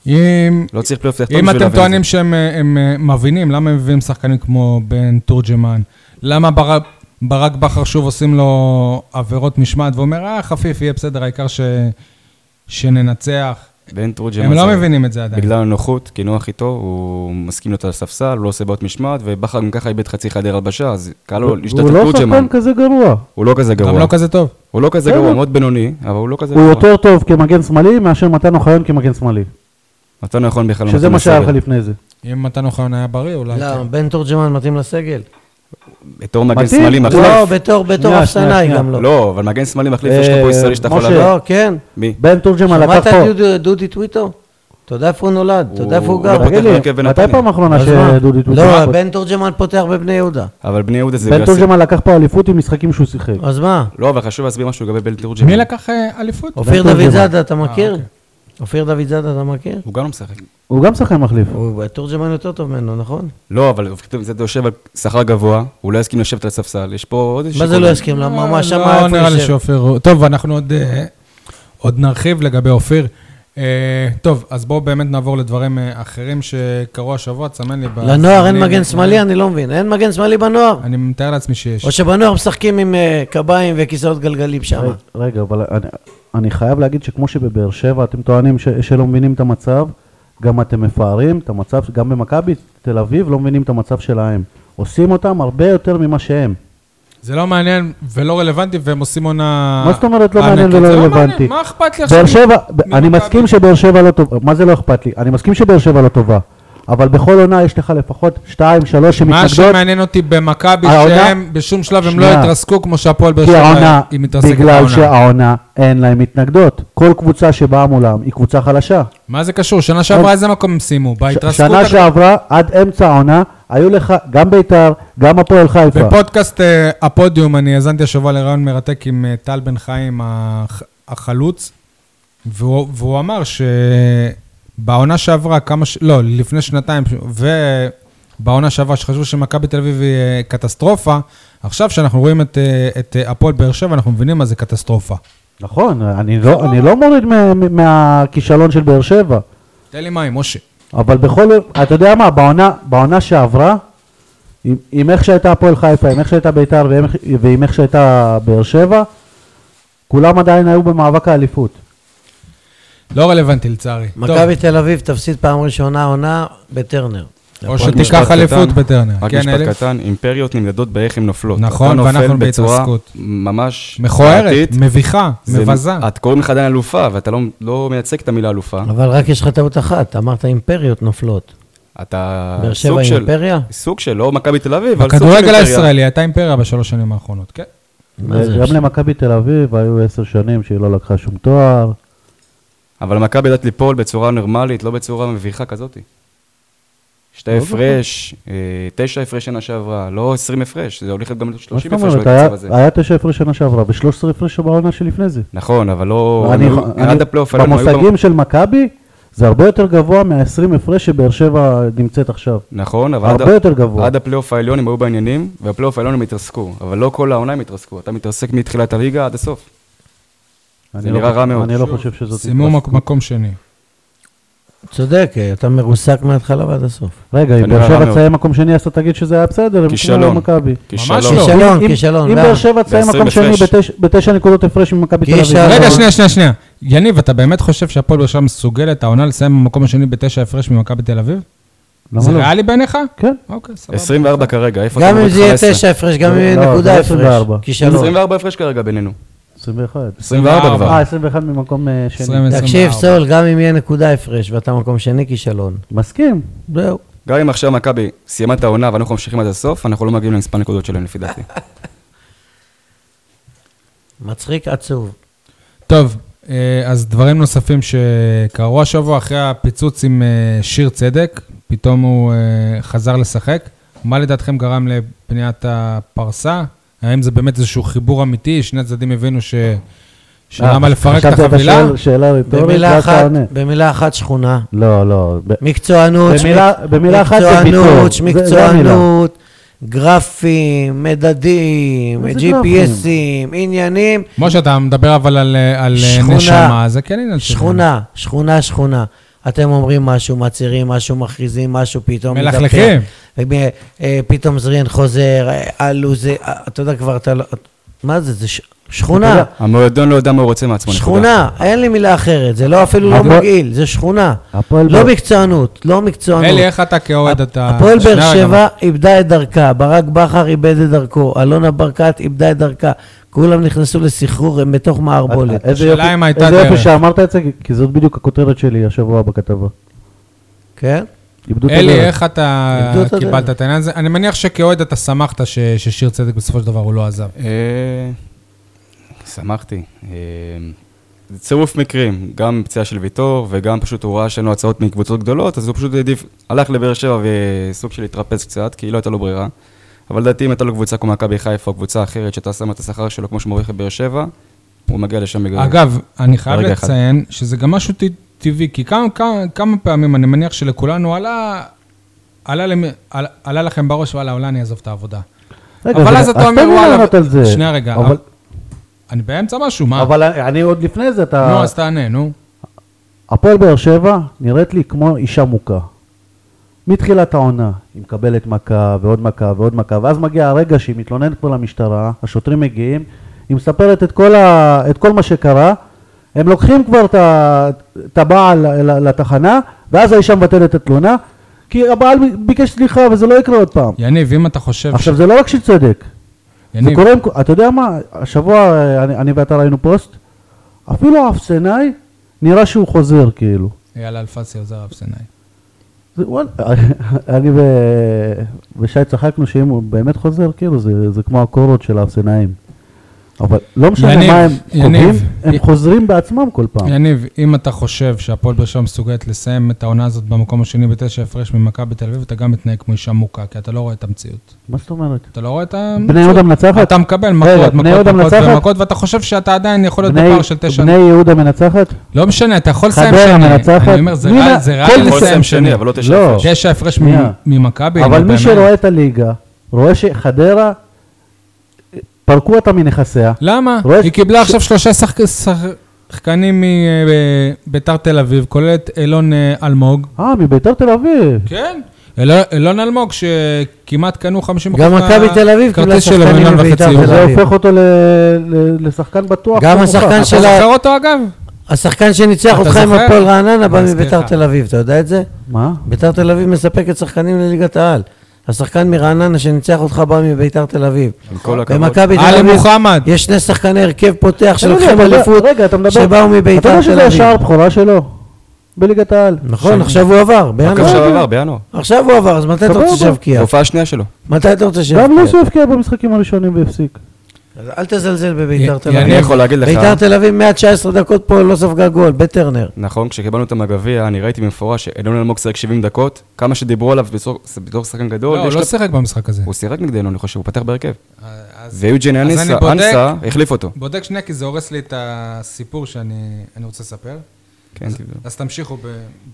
Speaker 1: אם...
Speaker 4: לא צריך פלייאוף תחתון
Speaker 1: אם
Speaker 4: בשביל
Speaker 1: אתם
Speaker 4: להבין
Speaker 1: טוענים
Speaker 4: את זה.
Speaker 1: שהם אה, הם, אה, מבינים, למה הם מביאים שחקנים כמו בן תורג'מן? למה בר- ברק בכר שוב עושים לו עבירות משמעת ואומר, אה, חפיף, יהיה בסדר, העיקר ש... שננצח.
Speaker 4: בן תורג'מן
Speaker 1: הם לא
Speaker 4: זה-
Speaker 1: מבינים את זה עדיין.
Speaker 4: בגלל הנוחות, כי נוח איתו, הוא מסכים להיות על הספסל, הוא לא עושה בעיות משמעת, ובכר גם ככה איבד חצי חדר הלבשה, אז קל לו להשתתף
Speaker 2: הוא לא
Speaker 4: תורג'מן.
Speaker 2: שחקן כזה גרוע.
Speaker 4: הוא לא כזה
Speaker 1: גם
Speaker 4: גרוע.
Speaker 1: לא כזה טוב.
Speaker 4: הוא לא כזה
Speaker 2: בסדר.
Speaker 4: גרוע, מאוד בינוני, אבל הוא לא כזה
Speaker 2: הוא
Speaker 4: גרוע.
Speaker 2: יותר טוב כמגן שמאלי מאשר מתן אוחיון כמגן שמאלי.
Speaker 4: אתה לא יכול בכלל... לא
Speaker 2: שזה
Speaker 4: מתאים
Speaker 2: מה שהיה לך
Speaker 4: לסגל.
Speaker 2: לפני זה.
Speaker 1: אם מתן אוחיון היה בריא, אולי...
Speaker 3: לא,
Speaker 1: כן.
Speaker 3: בן תורג'מן מתאים לסגל.
Speaker 4: בתור מגן
Speaker 2: מתאים.
Speaker 4: שמאלי
Speaker 2: לא,
Speaker 4: מחליף.
Speaker 3: לא, בתור בתור
Speaker 2: שנייה,
Speaker 3: אפסנאי
Speaker 2: שנייה,
Speaker 3: גם לא.
Speaker 4: לא, אבל מגן שמאלי מחליף, יש לך
Speaker 2: אה,
Speaker 4: פה ישראלי שאתה יכול
Speaker 2: משה.
Speaker 4: להביא.
Speaker 3: לא, כן.
Speaker 4: מי?
Speaker 2: בן תורג'מן לקח
Speaker 3: שמעת
Speaker 2: פה.
Speaker 3: את דודי- דודי טוויטו? אתה יודע איפה הוא נולד? אתה יודע איפה הוא
Speaker 4: הוא לא
Speaker 3: גר?
Speaker 4: פותח
Speaker 2: תגיד לי,
Speaker 4: בהרכב
Speaker 2: מתי
Speaker 4: בנתניה.
Speaker 2: פעם אחרונה
Speaker 3: אז מה?
Speaker 2: שדודי טוויטו?
Speaker 3: לא, בן תורג'מן פותח בבני יהודה.
Speaker 4: אבל בני יהודה זה...
Speaker 2: בן
Speaker 4: בגלל-
Speaker 2: תורג'מן לקח פה אליפות עם משחקים שהוא שיחק.
Speaker 3: אז מה?
Speaker 4: לא, אבל חשוב להסביר משהו לגבי בן תורג'מן.
Speaker 1: מי לקח אה, אליפות?
Speaker 3: אופיר
Speaker 2: תורג'מן.
Speaker 3: דוד זאדה, אתה מכיר?
Speaker 1: אוקיי.
Speaker 3: אופיר דוד זאדה, אתה מכיר?
Speaker 4: הוא גם לא משחק.
Speaker 2: הוא גם שחקן מחליף.
Speaker 3: הוא תורג'מן יותר טוב ממנו, נכון?
Speaker 4: לא, אבל פתאום זה יושב על שכר גבוה, הוא לא יסכים לשבת על הספסל, יש פה עוד איזה
Speaker 3: מה זה
Speaker 4: שיקול.
Speaker 3: לא יסכים? למה? מה שם?
Speaker 1: לא
Speaker 3: איפה
Speaker 1: נראה לי
Speaker 3: יושב?
Speaker 1: שאופיר... טוב, אנחנו עוד, אה, עוד נרחיב לגבי אופיר. אה, טוב, אז בואו באמת נעבור לדברים אה, אחרים שקרו השבוע, תסמן לי.
Speaker 3: לנוער אין
Speaker 1: בזמנים.
Speaker 3: מגן שמאלי? אני לא מבין. אין מגן שמאלי בנוער?
Speaker 1: אני מתאר לעצמי שיש.
Speaker 3: או שבנוער משחקים עם אה, קביים וכיסאות גלגלים שם.
Speaker 2: רגע, רגע, אבל אני- אני חייב להגיד שכמו שבבאר שבע אתם טוענים ש- שלא מבינים את המצב, גם אתם מפארים את המצב, גם במכבי תל אביב לא מבינים את המצב שלהם. עושים אותם הרבה יותר ממה שהם.
Speaker 1: זה לא מעניין ולא רלוונטי, והם עושים עונה...
Speaker 2: מה זאת אומרת לא
Speaker 1: ענקית?
Speaker 2: מעניין
Speaker 1: זה
Speaker 2: ולא
Speaker 1: מעניין,
Speaker 2: רלוונטי?
Speaker 1: מה אכפת לי עכשיו?
Speaker 2: באר שבע,
Speaker 1: מ-
Speaker 2: אני
Speaker 1: ממכבי?
Speaker 2: מסכים שבאר שבע לא טובה, מה זה לא אכפת לי? אני מסכים שבאר שבע לא טובה, אבל בכל עונה יש לך לפחות שתיים, שלוש
Speaker 1: מה
Speaker 2: שמתנגדות,
Speaker 1: שמעניין אותי במכבי,
Speaker 2: העונה-
Speaker 1: שהם בשום שלב הם לא
Speaker 2: שנייה.
Speaker 1: יתרסקו כמו שהפועל באר
Speaker 2: כי
Speaker 1: שבע
Speaker 2: העונה,
Speaker 1: היא מתרסקת
Speaker 2: בגלל
Speaker 1: בעונה.
Speaker 2: שהעונה אין להם מתנגדות. כל קבוצה שבאה מולם היא קבוצה חלשה.
Speaker 1: מה זה קשור? שנה שעברה איזה מקום הם סיימו?
Speaker 2: ש-
Speaker 1: בהתרסקות?
Speaker 2: שנה
Speaker 1: הגדולה?
Speaker 2: שעברה, עד אמצע העונה, היו לך גם בית"ר, גם הפועל חיפה.
Speaker 1: בפודקאסט אה, הפודיום, אני האזנתי השבוע לרעיון מרתק עם אה, טל בן חיים, הח- החלוץ, והוא והוא אמר שבעונה שעברה, כמה ש... לא, לפני שנתיים, ובעונה שעברה, שחשבו שמכבי תל אביב היא אה, קטסטרופה, עכשיו שאנחנו רואים את, אה, את אה, הפועל באר שבע, אנחנו מבינים מה זה קטסטרופה.
Speaker 2: נכון, אני לא- אני לא מוריד מה- מה- מהכישלון של באר שבע.
Speaker 1: תן לי מים, משה.
Speaker 2: אבל בכל... אתה יודע מה, בעונה, בעונה שעברה, עם, עם איך שהייתה הפועל חיפה, עם איך שהייתה ביתר ועם, ועם איך שהייתה באר שבע, כולם עדיין היו במאבק האליפות.
Speaker 1: לא רלוונטי לצערי. טוב,
Speaker 3: מכבי תל אביב תפסיד פעם ראשונה עונה בטרנר.
Speaker 1: או
Speaker 4: רק משפט
Speaker 1: שתיקח
Speaker 4: קטן,
Speaker 1: אליפות בטרנר.
Speaker 4: רק
Speaker 1: כן, אלי?
Speaker 4: משפט קטן, אימפריות נמדדות באיך הן נופלות.
Speaker 1: נכון,
Speaker 4: אתה נופל
Speaker 1: ואנחנו
Speaker 4: בצורה
Speaker 1: בהתרסקות.
Speaker 4: ממש...
Speaker 1: מכוערת,
Speaker 4: בעייתית.
Speaker 1: מביכה,
Speaker 4: זה-
Speaker 1: מבזה.
Speaker 4: את קוראים לך עדיין אלופה, ואתה לא- לא מייצג את המילה אלופה.
Speaker 3: אבל רק יש לך טעות אחת, אמרת אימפריות נופלות.
Speaker 4: אתה
Speaker 3: באר שבע
Speaker 4: סוג
Speaker 3: היא
Speaker 4: של...
Speaker 3: אימפריה?
Speaker 4: סוג של, לא מכבי תל אביב, אבל סוג של
Speaker 1: הכדורגל
Speaker 4: אימפריה.
Speaker 1: הישראלי הייתה אימפריה בשלוש שנים האחרונות, כן.
Speaker 3: מה זה?
Speaker 2: גם למכבי תל אביב היו עשר שנים שהיא לא לקחה שום תואר.
Speaker 4: אבל מכבי יודעת ליפול בצורה נורמלית, לא בצורה מביכה כזאת.
Speaker 2: לא
Speaker 4: שתי הפרש, אה, תשע הפרש שנה שעברה, לא עשרים הפרש, זה הולך להיות גם
Speaker 2: מה זאת
Speaker 4: שלושים הפרש
Speaker 2: אומרת, היה-
Speaker 4: בקצב הזה.
Speaker 2: היה תשע הפרש שנה שעברה ושלוש עשרה הפרש בעונה שלפני זה.
Speaker 4: נכון, אבל לא...
Speaker 2: אני-
Speaker 4: הם היו-
Speaker 2: אני-
Speaker 4: עד הפלייאוף העליון היו גם-
Speaker 2: במושגים של מכבי, זה הרבה יותר גבוה מה-20 הפרש שבאר שבע נמצאת עכשיו.
Speaker 4: נכון, אבל
Speaker 2: הרבה
Speaker 4: עד ה-
Speaker 2: יותר גבוה.
Speaker 4: עד הפלייאוף העליון הם היו בעניינים, והפלייאוף העליון הם התרסקו, אבל לא כל העונה הם התרסקו, אתה מתרסק מתחילת הליגה עד הסוף.
Speaker 2: אני
Speaker 4: זה
Speaker 2: לא
Speaker 4: נראה
Speaker 2: חושב-
Speaker 4: רע מאוד.
Speaker 2: אני לא
Speaker 4: שוב,
Speaker 2: חושב שזאת...
Speaker 1: סיימו מק- מקום שני.
Speaker 3: צודק, אה, אתה מרוסק מההתחלה ועד הסוף.
Speaker 2: רגע,
Speaker 4: זה
Speaker 2: אם באר
Speaker 4: נראה רע
Speaker 2: שבע
Speaker 4: מאוד.
Speaker 2: תסיים מקום שני, אז אתה תגיד שזה היה בסדר, הם
Speaker 4: כישלון.
Speaker 2: כמו מכבי.
Speaker 4: כישלון.
Speaker 1: ממש לא.
Speaker 3: כישלון,
Speaker 2: אם-
Speaker 3: כישלון.
Speaker 2: אם
Speaker 3: לא.
Speaker 2: באר שבע תסיים
Speaker 4: בעשרים
Speaker 2: מקום שני
Speaker 4: הפרש.
Speaker 2: בתש- בתשע נקודות הפרש ממכבי תל אביב. לא?
Speaker 3: כישלון.
Speaker 1: רגע,
Speaker 3: אבל-
Speaker 1: שנייה, שנייה, שנייה. יניב, אתה באמת חושב שהפועל באר שבע מסוגלת העונה לסיים במקום השני בתשע הפרש ממכבי תל אביב?
Speaker 2: למה
Speaker 1: זה
Speaker 2: לא?
Speaker 1: ריאלי בעיניך?
Speaker 2: כן.
Speaker 1: אוקיי, סבבה.
Speaker 4: 24 כרגע, איפה אתה
Speaker 3: גם אם
Speaker 4: בעוד
Speaker 3: זה יהיה
Speaker 4: 15?
Speaker 3: תשע הפרש, גם אם יהיה
Speaker 2: לא, זה
Speaker 3: נקודה
Speaker 2: עשרים
Speaker 3: הפרש.
Speaker 2: וארבע.
Speaker 3: כישלון.
Speaker 4: 24 הפרש כרגע בינינו.
Speaker 2: 21.
Speaker 5: 24
Speaker 2: אה,
Speaker 5: כבר.
Speaker 2: 21 ממקום אה, שני.
Speaker 1: 20.
Speaker 3: תקשיב,
Speaker 1: 24.
Speaker 3: סול, גם אם יהיה נקודה הפרש ואתה מקום שני, כישלון.
Speaker 2: מסכים.
Speaker 3: זהו.
Speaker 4: גם אם עכשיו מכבי סיימה את העונה ואנחנו ממשיכים עד הסוף, אנחנו לא מגיעים למספר נקודות שלהם לפי דעתי.
Speaker 3: מצחיק, עצוב.
Speaker 1: טוב, אה, אז דברים נוספים שקרו השבוע אחרי הפיצוץ עם אה, שיר צדק, פתאום הוא אה, חזר לשחק. מה לדעתכם גרם לבניית הפרסה? האם זה באמת איזשהו חיבור אמיתי? שני הצדדים הבינו ש... שלמה
Speaker 2: אה,
Speaker 1: לפרק את
Speaker 2: חשבתי אתה
Speaker 1: החבילה?
Speaker 2: שואל שאלה רטורית,
Speaker 3: במילה
Speaker 2: ואז אתה
Speaker 3: אחת,
Speaker 2: עונה.
Speaker 3: במילה אחת שכונה.
Speaker 2: לא, לא. ב-
Speaker 3: מקצוענות,
Speaker 2: במילה- במילה אחת זה ביטול.
Speaker 3: מקצוענות,
Speaker 2: זה- זה המילה.
Speaker 3: מקצוענות, גרפים, מדדים,
Speaker 2: מה זה
Speaker 3: GPSים, עניינים,
Speaker 1: משה, אתה מדבר אבל על, אה, על אה,
Speaker 3: שכונה.
Speaker 1: נשמה, זה כן עניין של-
Speaker 3: שכונה, שכונה, שכונה. אתם אומרים משהו, מצהירים משהו, מכריזים משהו, פתאום...
Speaker 1: מלכלכים.
Speaker 3: מתהפך. אה, פתאום זריאן חוזר, אה, אלו זה, אה, אתה יודע כבר, אתה לא... מה זה, זה ש- שכונה,
Speaker 4: המועדון לא יודע מה הוא רוצה מעצמו. נקודה.
Speaker 3: שכונה, אין לי מילה אחרת, זה לא אפילו לא
Speaker 2: הפועל-
Speaker 3: מגעיל, זה שכונה.
Speaker 2: הפועל
Speaker 3: לא
Speaker 2: באר-
Speaker 3: מקצוענות, לא מקצוענות.
Speaker 1: אלי, איך אתה כאוהד אתה...
Speaker 3: הפועל
Speaker 1: שנייה,
Speaker 3: באר
Speaker 1: רגע,
Speaker 3: שבע איבדה את דרכה, ברק בכר איבד את דרכו, אלונה ברקת איבדה את דרכה, כולם נכנסו לסחרור, הם בתוך מערבולת.
Speaker 2: איזה
Speaker 1: השאלה
Speaker 2: יופי-
Speaker 1: אם הייתה
Speaker 2: איזה יופי
Speaker 1: דרך.
Speaker 2: שאמרת את זה, כי- כי זאת בדיוק הכותרת שלי השבוע בכתבה.
Speaker 3: כן?
Speaker 2: איבדו את
Speaker 1: אלי,
Speaker 2: הדרך.
Speaker 1: איך אתה
Speaker 3: איבדו את הדרך.
Speaker 1: קיבלת את העניין הזה? אני מניח שכאוהד אתה שמחת ש- ששיר צדק בסופו של דבר הוא לא עזב.
Speaker 4: אה, שמחתי. אה, זה צירוף מקרים, גם פציעה של ויטור וגם פשוט הוא ראה שאין לו הצעות מקבוצות גדולות, אז הוא פשוט העדיף, הלך לבאר שבע וסוג של התרפס קצת, כי לא הייתה לו ברירה. אבל לדעתי אם הייתה לו קבוצה כמו מכבי חיפה או קבוצה אחרת שאתה שם את השכר שלו כמו שמוריך בבאר שבע, הוא מגיע לשם בגלל...
Speaker 1: אגב, אני חייב
Speaker 4: ברגע אחד.
Speaker 1: לציין שזה גם משהו טי- טבעי, כי כמה- כמה- כמה פעמים, אני מניח שלכולנו עלה... עלה, למ... עלה, עלה לכם בראש, וואלה, אולי אני אעזוב את העבודה.
Speaker 2: רגע,
Speaker 1: אבל
Speaker 2: זה-
Speaker 1: אז אתה אומר,
Speaker 2: תן לי
Speaker 1: וואלה...
Speaker 2: לענות על זה.
Speaker 1: שנייה רגע,
Speaker 2: אבל-
Speaker 1: אבל... אני באמצע משהו, מה?
Speaker 2: אבל אני עוד לפני זה, אתה...
Speaker 1: נו, אז תענה, נו.
Speaker 2: הפועל באר שבע נראית לי כמו אישה מוכה. מתחילת העונה, היא מקבלת מכה ועוד מכה ועוד מכה, ואז מגיע הרגע שהיא מתלוננת פה למשטרה, השוטרים מגיעים, היא מספרת את כל, ה... את כל מה שקרה, הם לוקחים כבר את ה- את הבעל ל- ל- לתחנה, ואז האישה מבטלת את התלונה, כי הבעל ביקש סליחה וזה לא יקרה עוד פעם.
Speaker 1: יניב, אם אתה חושב...
Speaker 2: עכשיו זה לא רק שהיא צודק, זה
Speaker 1: יניב,
Speaker 2: קורה, עם כ- אתה יודע מה, השבוע אה, אני, אני ואתה ראינו פוסט, אפילו האפסנאי נראה שהוא חוזר כאילו.
Speaker 1: אייל אלפסי עוזר אף סיני.
Speaker 2: זה, וואל, אני ו... ושי צחקנו שאם הוא באמת חוזר, כאילו זה, זה כמו הקורות של האפסנאים. אבל לא משנה
Speaker 1: יניב,
Speaker 2: מה הם
Speaker 1: יניב.
Speaker 2: קובעים, הם
Speaker 1: י-
Speaker 2: חוזרים בעצמם כל פעם.
Speaker 1: יניב, אם אתה חושב שהפועל באר שבע מסוגלת לסיים את העונה הזאת במקום השני בתשע הפרש ממכבי תל אביב, אתה גם מתנהג כמו אישה מוכה, כי אתה לא רואה את המציאות.
Speaker 2: מה זאת אומרת?
Speaker 1: אתה לא רואה את ה...
Speaker 2: בני יהודה מנצחת?
Speaker 1: אתה מקבל
Speaker 2: רגע,
Speaker 1: מכות,
Speaker 2: בני
Speaker 1: מכות,
Speaker 2: יהודה
Speaker 1: מכות
Speaker 2: מנצחת?
Speaker 1: ומכות, ואתה חושב שאתה עדיין יכול להיות
Speaker 2: בני-
Speaker 1: בפער של תשע.
Speaker 2: בני יהודה מנצחת?
Speaker 1: לא משנה, אתה יכול לסיים
Speaker 2: חדרה
Speaker 1: שני.
Speaker 2: מנצחת?
Speaker 1: אני אומר, זה
Speaker 2: מי
Speaker 1: ריאלי-
Speaker 2: מ-
Speaker 1: זה
Speaker 2: כל
Speaker 1: ריאלי
Speaker 4: יכול
Speaker 1: לסיים
Speaker 4: לסיים שני,
Speaker 1: שני.
Speaker 4: אבל לא תשע
Speaker 2: לא.
Speaker 4: הפרש.
Speaker 1: תשע הפרש מ-
Speaker 2: שנייה.
Speaker 1: ממכבי.
Speaker 2: אבל
Speaker 1: נו,
Speaker 2: מי
Speaker 1: באמת.
Speaker 2: שרואה את הליגה, רואה שחדרה, אה, פרקו אותה מנכסיה.
Speaker 1: למה?
Speaker 2: רואה
Speaker 1: היא
Speaker 2: ש-
Speaker 1: קיבלה
Speaker 2: ש-
Speaker 1: עכשיו שלושה שחק- שחקנים מביתר תל אביב, כולל את אילון אה, אלמוג.
Speaker 2: אה, מביתר תל אביב.
Speaker 1: כן. אל- אילון אלמוג, שכמעט קנו 50%
Speaker 3: גם מכבי תל אביב קיבלה
Speaker 1: מהכרטיס שלו
Speaker 3: שחקנים
Speaker 1: במיליון
Speaker 3: מביתר
Speaker 1: וחצי
Speaker 3: תל
Speaker 1: יורו.
Speaker 2: זה
Speaker 3: אביב.
Speaker 2: הופך אותו ל- ל- לשחקן בטוח. לא
Speaker 3: גם
Speaker 2: כמו
Speaker 3: השחקן
Speaker 2: מוכר.
Speaker 1: אתה
Speaker 3: של ה-
Speaker 1: זוכר אותו אגב?
Speaker 3: השחקן שניצח
Speaker 1: אתה
Speaker 3: אותך עם
Speaker 1: זוכר?
Speaker 3: הפועל רעננה בא
Speaker 1: אני אזכיר
Speaker 3: מביתר
Speaker 1: לך.
Speaker 3: תל אביב, אתה יודע את זה?
Speaker 2: מה?
Speaker 3: ביתר תל אביב מספקת שחקנים לליגת העל. השחקן מרעננה שניצח אותך בא מביתר תל אביב.
Speaker 4: עם כל הכבוד.
Speaker 3: במכבי תל
Speaker 1: עלי
Speaker 3: אביב
Speaker 1: מוחמד.
Speaker 3: יש שני שחקני הרכב פותח
Speaker 2: אתה לא יודע,
Speaker 3: שלוקחים
Speaker 2: אתה יודע-
Speaker 3: אליפות,
Speaker 2: רגע, אתה מדבר-
Speaker 3: שבאו
Speaker 2: אתה יודע
Speaker 3: מביתר תל
Speaker 2: שזה השער
Speaker 3: אביב.
Speaker 2: הבכורה שלו? בליגת העל.
Speaker 3: נכון, עכשיו הוא עבר,
Speaker 4: רק
Speaker 3: בינואר.
Speaker 4: עכשיו עבר, בינואר.
Speaker 3: עכשיו הוא עבר, אז מתי אתה
Speaker 2: סבבה.
Speaker 3: רוצה שיבקיע?
Speaker 4: ההופעה השנייה שלו.
Speaker 3: מתי אתה רוצה שיבקיע?
Speaker 2: גם לא שהוא הבקיע במשחקים הראשונים והפסיק.
Speaker 3: אז אל תזלזל בביתר
Speaker 1: י-
Speaker 3: תל
Speaker 4: אני
Speaker 3: אביב.
Speaker 4: יכול להגיד לך...
Speaker 3: ביתר תל אביב 119 דקות פה לא ספגה גול, בטרנר.
Speaker 4: נכון, כשקיבלנו אותם מהגביע, אני ראיתי במפורש שאלון אלמוג שיחק 70 דקות, כמה שדיברו עליו בתור- בתור שחקן גדול,
Speaker 1: לא,
Speaker 4: יש
Speaker 1: הוא לא
Speaker 4: לו-
Speaker 1: שיחק במשחק הזה.
Speaker 4: הוא שיחק נגדנו, אני חושב, הוא פתח בהרכב.
Speaker 1: אה, אז-
Speaker 4: ויוג'ין
Speaker 1: אז
Speaker 4: אנסה,
Speaker 1: אני בודק-
Speaker 4: אנסה החליף אותו.
Speaker 1: בודק שנייה, כי זה הורס לי את הסיפור שאני אני רוצה לספר.
Speaker 4: כן, תבדוק.
Speaker 1: אז תמשיכו ב...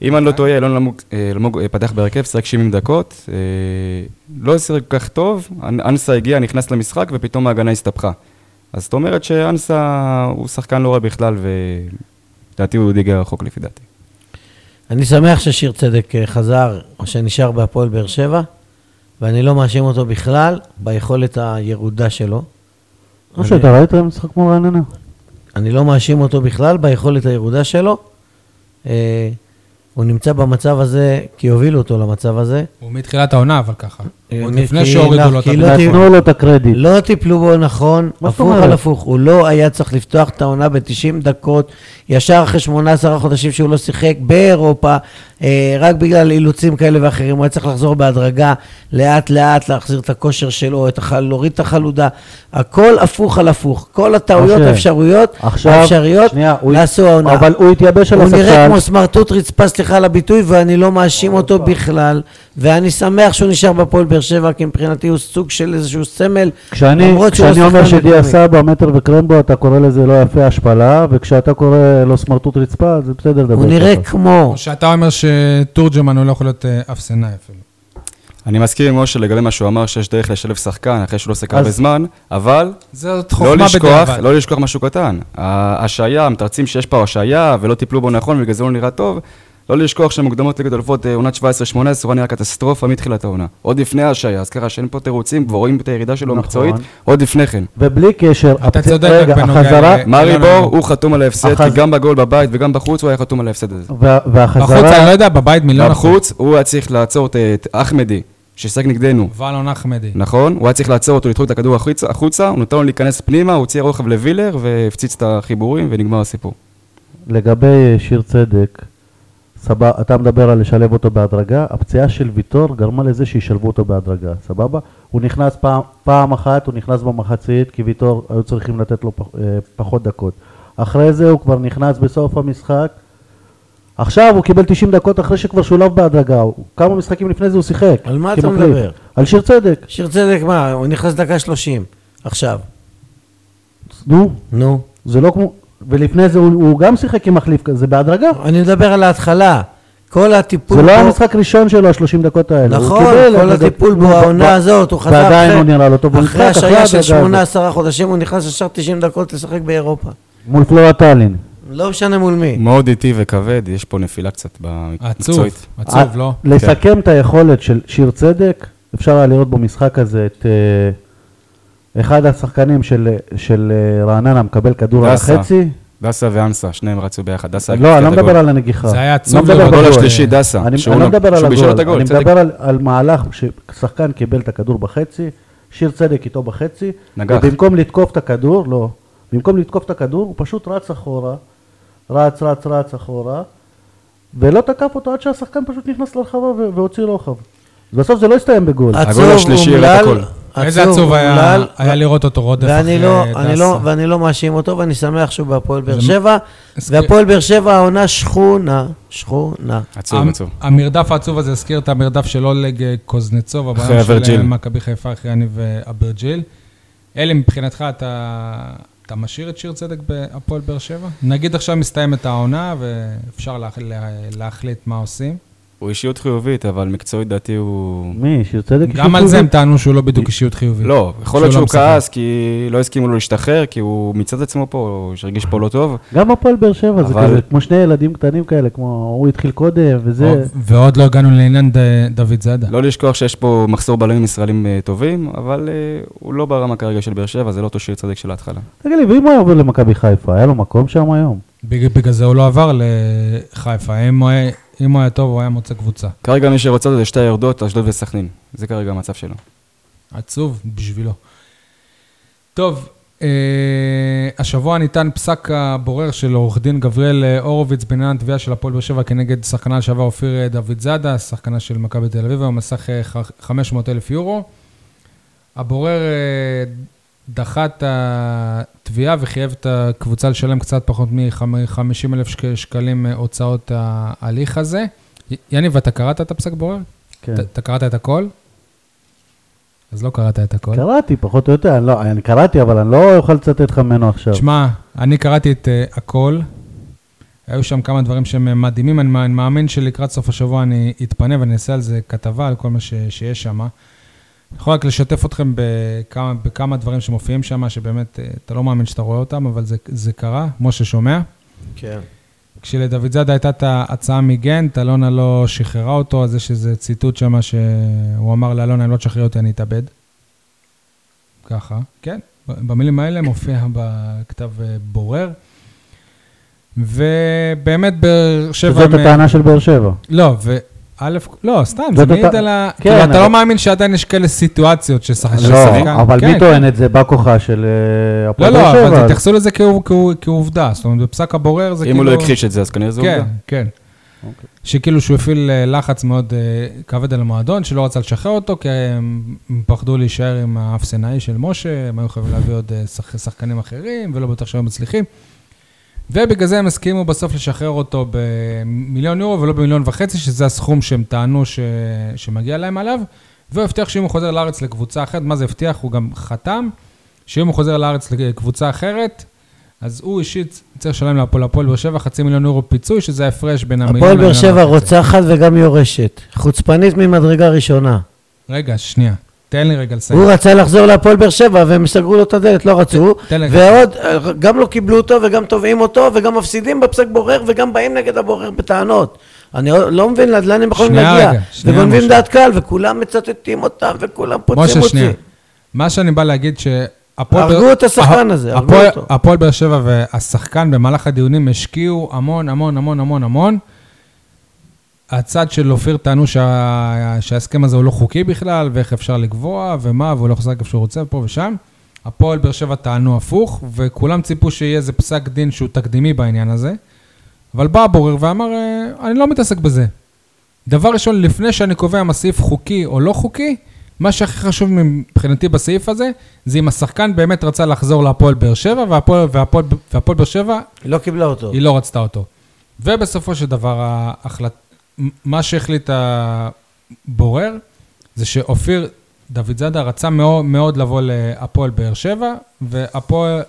Speaker 4: אם אני לא טועה, אלון אלמוג- אה, אלמוג אה, פתח בהרכב, שיחק 70 דקות, אה, לא שיחק כל כך טוב, אנ- אנסה הגיע, נכנס למשחק, ופתאום ההגנה הסתבכה. אז זאת אומרת שאנסה הוא שחקן לא רע בכלל, ולדעתי הוא עוד יגיע רחוק לפי דעתי.
Speaker 3: אני שמח ששיר צדק אה, חזר, או שנשאר בהפועל באר שבע, ואני לא מאשים אותו בכלל ביכולת הירודה שלו.
Speaker 2: לא שאתה ראית משחק מול רעננה?
Speaker 3: אני לא מאשים אותו בכלל ביכולת הירודה שלו. אה, הוא נמצא במצב הזה כי הובילו אותו למצב הזה.
Speaker 1: הוא מתחילת העונה, אבל ככה. עוד
Speaker 3: כי-
Speaker 1: לפני
Speaker 3: כי
Speaker 1: שהורידו לו את
Speaker 3: כי לא
Speaker 1: הביטחון.
Speaker 3: טיפ-
Speaker 2: נתנו לו את הקרדיט.
Speaker 3: לא טיפלו בו נכון,
Speaker 2: מה זאת
Speaker 3: הפוך
Speaker 2: אומרת?
Speaker 3: על הפוך, הוא לא היה צריך לפתוח את העונה ב-90 דקות, ישר אחרי 18 חודשים שהוא לא שיחק באירופה, אה, רק בגלל אילוצים כאלה ואחרים, הוא היה צריך לחזור בהדרגה, לאט לאט להחזיר את הכושר שלו, את החל... להוריד את החלודה, הכל הפוך על הפוך, כל הטעויות
Speaker 2: משה,
Speaker 3: האפשרויות, האפשריות,
Speaker 2: אוקיי. שנייה, הוא-
Speaker 3: נעשו העונה.
Speaker 2: אבל הוא התייבש על
Speaker 3: הוא נראה
Speaker 2: הספסל.
Speaker 3: כמו סמרטוט רצפה, סליחה על הביטוי, ואני לא
Speaker 2: אה,
Speaker 3: מאשים אותו בכלל, ואני שמח שהוא נשאר בהפועל באר שבע, כי מבחינתי הוא סוג של איזשהו סמל,
Speaker 2: כשאני,
Speaker 3: למרות שהוא לא
Speaker 2: כשאני אומר
Speaker 3: שחקן
Speaker 2: שדיה
Speaker 3: מקומי.
Speaker 2: סבא, מטר וקרמבו, אתה קורא לזה לא יפה השפלה, וכשאתה קורא לו סמרטוט רצפה, זה בסדר לדבר
Speaker 3: הוא נראה
Speaker 2: ככה.
Speaker 3: כמו,
Speaker 1: או שאתה אומר שתורג'מן הוא לא יכול להיות אה, אפסנאי אפילו.
Speaker 4: אני מסכים עם משה לגבי מה שהוא אמר, שיש דרך לשלב שחקן אחרי שהוא לא עוסק הרבה
Speaker 2: אז-
Speaker 4: זמן, אבל
Speaker 1: זאת
Speaker 4: לא
Speaker 1: חוכמה
Speaker 4: לשכוח,
Speaker 1: בדיעבד.
Speaker 4: לא לשכוח משהו קטן. ההשעיה, מתרצים שיש פה השעיה ולא טיפלו בו נכון ובגלל זה הוא לא נראה טוב, לא לשכוח שהמוקדמות ליגת אלופות אה, עונת 17-18 הוא נראה קטסטרופה מתחילת העונה. עוד לפני ההשעיה, אז ככה שאין פה תירוצים, כבר רואים את הירידה שלו
Speaker 2: נכון.
Speaker 4: המקצועית, עוד לפני כן.
Speaker 2: ובלי קשר,
Speaker 1: אתה
Speaker 2: הפצ-
Speaker 1: צודק
Speaker 2: רגע,
Speaker 1: בנוגע
Speaker 2: החזרה,
Speaker 1: ל-
Speaker 4: מארי
Speaker 1: אילן
Speaker 4: בור,
Speaker 1: אלמוג.
Speaker 4: הוא חתום על ההפסד, כי
Speaker 2: החז-
Speaker 4: גם בגול בבית וגם בחוץ הוא היה חתום על ההפסד הזה.
Speaker 2: וה-
Speaker 1: בחוץ,
Speaker 2: והחזרה,
Speaker 1: אני לא יודע, בבית מיליון אחוז.
Speaker 4: בחוץ הוא היה צריך לעצור את- את אחמדי, ששיחק נגדנו.
Speaker 1: ואלון אחמדי.
Speaker 4: נכון, הוא היה צריך לעצור אותו, לדחות את הכדור החוצה- החוצה, הוא נתן לו להיכנס פנימה, הוא הוציא רוחב לווילר והפציץ את החיבורים ונגמר הסיפור.
Speaker 2: לגבי אה, שיר צדק, סבבה, אתה מדבר על לשלב אותו בהדרגה, הפציעה של ויטור גרמה לזה שישלבו אותו בהדרגה, סבבה? הוא נכנס פעם, פעם אחת, הוא נכנס במחצית, כי ויטור היו צריכים לתת לו פח, אה, פחות דקות. אחרי זה הוא כבר נכנס בסוף המשחק. עכשיו הוא קיבל 90 דקות אחרי שכבר שולב בהדרגה, הוא- כמה משחקים לפני זה הוא שיחק.
Speaker 3: על מה אתה
Speaker 2: כמחליף.
Speaker 3: מדבר?
Speaker 2: על שיר צדק.
Speaker 3: שיר צדק מה, הוא נכנס דקה שלושים, עכשיו,
Speaker 2: נו,
Speaker 3: נו,
Speaker 2: זה לא כמו... ולפני זה הוא, הוא גם שיחק עם מחליף כזה, בהדרגה.
Speaker 3: אני מדבר על ההתחלה, כל הטיפול,
Speaker 2: זה לא
Speaker 3: בו-
Speaker 2: היה משחק ראשון שלו, ה-30 דקות האלה. הוא
Speaker 3: נכון,
Speaker 2: קיבל
Speaker 3: כל
Speaker 2: הדרגה.
Speaker 3: הטיפול בו,
Speaker 2: נו,
Speaker 3: העונה
Speaker 2: ו-
Speaker 3: הזאת, הוא חזר אחרי,
Speaker 2: ועדיין הוא נראה לא טוב, הוא
Speaker 3: אחרי
Speaker 2: נדחק, אחרי
Speaker 3: השעיה של
Speaker 2: ההדרגה
Speaker 3: 18 חודשים הוא נכנס ישר 90 דקות לשחק באירופה,
Speaker 2: מול פלורה טאלין.
Speaker 3: לא משנה מול מי.
Speaker 4: מאוד איטי וכבד, יש פה נפילה קצת
Speaker 1: עצוב,
Speaker 4: במקצועית.
Speaker 1: עצוב, לא?
Speaker 2: לסכם את היכולת של שיר צדק, אפשר היה לראות במשחק הזה את אה, אחד השחקנים של- של אה, רעננה מקבל כדור על
Speaker 4: דסה.
Speaker 2: החצי.
Speaker 4: דסה ואנסה, שניהם רצו ביחד. דסה
Speaker 2: לא, אני לא מדבר על הנגיחה.
Speaker 1: זה היה
Speaker 2: לא
Speaker 1: עצוב
Speaker 2: מדבר
Speaker 1: לראות.
Speaker 4: הגול
Speaker 2: בגול.
Speaker 4: השלישי, דסה.
Speaker 2: אני
Speaker 4: שהוא
Speaker 2: אני לא
Speaker 4: נ-
Speaker 2: מדבר על
Speaker 4: שהוא בישל את
Speaker 2: הגול,
Speaker 4: הגול,
Speaker 2: אני
Speaker 4: צדק.
Speaker 2: מדבר על- על מהלך ששחקן קיבל את הכדור בחצי, שיר צדק איתו בחצי,
Speaker 4: נגח.
Speaker 2: ובמקום לתקוף את הכדור, לא, במקום לתקוף את הכדור, הוא פשוט רץ אחורה, רץ, רץ, רץ אחורה, ולא תקף אותו עד שהשחקן פשוט נכנס לרחבה ו- והוציא רוחב. בסוף זה לא הסתיים בגול.
Speaker 3: עצוב,
Speaker 4: השלישי הראה את
Speaker 3: אומלל,
Speaker 4: הכל.
Speaker 1: איזה עצוב היה
Speaker 3: אומלל,
Speaker 1: היה לראות אותו רודף
Speaker 3: ואני
Speaker 1: אחרי
Speaker 3: לא, אני לא,
Speaker 1: דסה.
Speaker 3: ואני לא מאשים אותו, ואני שמח שהוא בהפועל באר
Speaker 1: זה-
Speaker 3: שבע,
Speaker 1: אז- כן.
Speaker 3: והפועל באר שבע העונה שכונה, שכונה.
Speaker 4: עצוב,
Speaker 1: המ-
Speaker 4: עצוב.
Speaker 1: המרדף העצוב הזה הזכיר את המרדף של אולג אה, קוזנצוב,
Speaker 4: אחרי
Speaker 1: הבעיה של
Speaker 4: אברג'יל.
Speaker 1: אה, מכבי חיפה, אחרי אני ואברג'יל. אלי, מבחינתך אתה... אתה משאיר את שיר צדק בהפועל באר שבע? נגיד עכשיו מסתיימת העונה ואפשר להח- לה- להחליט מה עושים.
Speaker 4: הוא אישיות חיובית, אבל מקצועית דעתי הוא...
Speaker 2: מי, שיר צדק?
Speaker 1: גם על זה הם טענו שהוא לא בדיוק אישיות חיובית.
Speaker 4: לא, יכול להיות שהוא
Speaker 1: משחק.
Speaker 4: כעס כי לא הסכימו לו להשתחרר, כי הוא מצד עצמו פה, הוא הרגיש פה לא טוב.
Speaker 2: גם הפועל באר שבע, זה
Speaker 4: אבל-
Speaker 2: כזה, כמו שני ילדים קטנים כאלה, כמו הוא התחיל קודם,
Speaker 4: אוקיי.
Speaker 2: וזה...
Speaker 1: ו- ועוד לא הגענו לעניין ד- דוד זאדה.
Speaker 4: לא לשכוח שיש פה מחסור בלמים ישראלים אה, טובים, אבל אה, הוא לא ברמה כרגע של באר שבע, זה לא אותו שיר צדק של ההתחלה.
Speaker 2: תגיד לי, ואם הוא היה עובר למכבי חיפה, היה לו מקום שם היום?
Speaker 1: בג- בגלל זה הוא לא עבר לחיפה. אם הוא היה- אם הוא היה טוב, הוא היה מוצא קבוצה.
Speaker 4: כרגע מי שרוצה אותו זה שתי היורדות, אשדוד וסכנין. זה כרגע המצב שלו.
Speaker 1: עצוב בשבילו. טוב, אה, השבוע ניתן פסק הבורר של עורך דין גבריאל אה, הורוביץ בעניין התביעה של הפועל באר שבע כנגד שחקנה לשעבר אופיר אה, דוד זאדה, שחקנה של מכבי תל אביב, היום מסך אה, 500 אלף יורו. הבורר אה, דחה את התביעה וחייב את הקבוצה לשלם קצת פחות מ-50 אלף שקלים אה, הוצאות ההליך הזה. י- יניב, אתה קראת את הפסק בורר?
Speaker 2: כן.
Speaker 1: אתה- אתה קראת את הכל? אז לא קראת את הכל.
Speaker 2: קראתי, פחות או יותר, אני, לא, אני קראתי, אבל אני לא אוכל לצטט לך ממנו עכשיו.
Speaker 1: תשמע, אני קראתי את אה, הכל. היו שם כמה דברים שהם אה, מדהימים. אני מא- אני מאמין שלקראת סוף השבוע אני אתפנה ואני אעשה על זה כתבה, על כל מה ש- שיש שם. אני יכול רק לשתף אתכם בכמה, בכמה דברים שמופיעים שם, שבאמת אה, אתה לא מאמין שאתה רואה אותם, אבל זה, זה קרה, משה שומע.
Speaker 3: כן.
Speaker 1: כשלדוד זאדה הייתה את ההצעה מגנט, אלונה לא שחררה אותו, אז יש איזה ציטוט שם שהוא אמר לאלונה, אם לא תשחררי אותי, אני אתאבד. ככה, כן. במילים האלה מופיע בכתב אה, בורר. ובאמת, באר שבע...
Speaker 2: שזאת
Speaker 1: מ-
Speaker 2: הטענה של באר שבע.
Speaker 1: לא, ו... א', לא, סתם,
Speaker 2: זאת
Speaker 1: זה מעיד
Speaker 2: אותה-
Speaker 1: על ה...
Speaker 2: כן,
Speaker 1: כאילו, אתה
Speaker 2: אבל-
Speaker 1: לא מאמין שעדיין יש כאלה סיטואציות ששח- ששחקן...
Speaker 2: לא, אבל
Speaker 1: כן,
Speaker 2: מי טוען את זה? בא כוחה של אה,
Speaker 1: לא,
Speaker 2: הפועל באר
Speaker 1: לא, אבל
Speaker 2: שבע.
Speaker 1: תתייחסו לזה כאו- כאו- כעובדה. זאת אומרת, בפסק הבורר זה
Speaker 4: אם
Speaker 1: כאילו...
Speaker 4: הוא לא הכחיש את זה, אז כנראה זו
Speaker 1: כן,
Speaker 4: עובדה.
Speaker 1: כן.
Speaker 2: אוקיי.
Speaker 1: שכאילו שהוא הפעיל אה, לחץ מאוד אה, כבד על המועדון, שלא רצה לשחרר אותו, כי הם פחדו להישאר עם האפסנאי של משה, הם היו חייבים להביא עוד אה, שח- שחקנים אחרים, ולא בטוח שהם מצליחים. ובגלל זה הם הסכימו בסוף לשחרר אותו במיליון יורו ולא במיליון וחצי, שזה הסכום שהם טענו ש... שמגיע להם עליו. והוא הבטיח שאם הוא חוזר לארץ לקבוצה אחרת, מה זה הבטיח? הוא גם חתם, שאם הוא חוזר לארץ לקבוצה אחרת, אז הוא אישית צריך לשלם להפועל הפועל באר שבע חצי מיליון יורו פיצוי, שזה ההפרש בין המיליון
Speaker 3: הפועל באר
Speaker 1: למיליון
Speaker 3: שבע
Speaker 1: וחצי.
Speaker 3: רוצחת וגם יורשת. חוצפנית ממדרגה ראשונה.
Speaker 1: רגע, שנייה. תן לי רגע לסיים.
Speaker 3: הוא רצה לחזור להפועל באר שבע והם סגרו לו את הדלת, לא רצו.
Speaker 1: תן לי-
Speaker 3: ועוד, אה, גם לא קיבלו אותו וגם תובעים אותו וגם מפסידים בפסק בורר וגם באים נגד הבורר בטענות. אני לא מבין עד לאן הם יכולים
Speaker 1: שנייה
Speaker 3: להגיע.
Speaker 1: רגע, שנייה,
Speaker 3: וגונבים
Speaker 1: משה.
Speaker 3: דעת קהל וכולם מצטטים אותם וכולם פוצעים
Speaker 1: משה,
Speaker 3: אותי.
Speaker 1: שנייה. מה שאני בא להגיד ש... הפועל-
Speaker 3: הרגו את השחקן
Speaker 1: הפ-
Speaker 3: הזה, הרגו
Speaker 1: הפועל-
Speaker 3: אותו.
Speaker 1: הפועל באר שבע והשחקן במהלך הדיונים השקיעו המון, המון, המון, המון, המון. הצד של אופיר טענו שה... שההסכם הזה הוא לא חוקי בכלל, ואיך אפשר לקבוע, ומה, והוא לא חוזר איפה שהוא רוצה, פה ושם. הפועל באר שבע טענו הפוך, וכולם ציפו שיהיה איזה פסק דין שהוא תקדימי בעניין הזה. אבל בא הבורר ואמר, "אה, אני לא מתעסק בזה. דבר ראשון, לפני שאני קובע אם הסעיף חוקי או לא חוקי, מה שהכי חשוב מבחינתי בסעיף הזה, זה אם השחקן באמת רצה לחזור להפועל באר שבע, והפועל, והפועל, והפועל באר שבע,
Speaker 3: היא לא קיבלה אותו.
Speaker 1: היא לא רצתה אותו. ובסופו של דבר, ההחלט... מה שהחליט הבורר, זה שאופיר דוד זאדה רצה מאוד, מאוד לבוא להפועל באר שבע, והפועל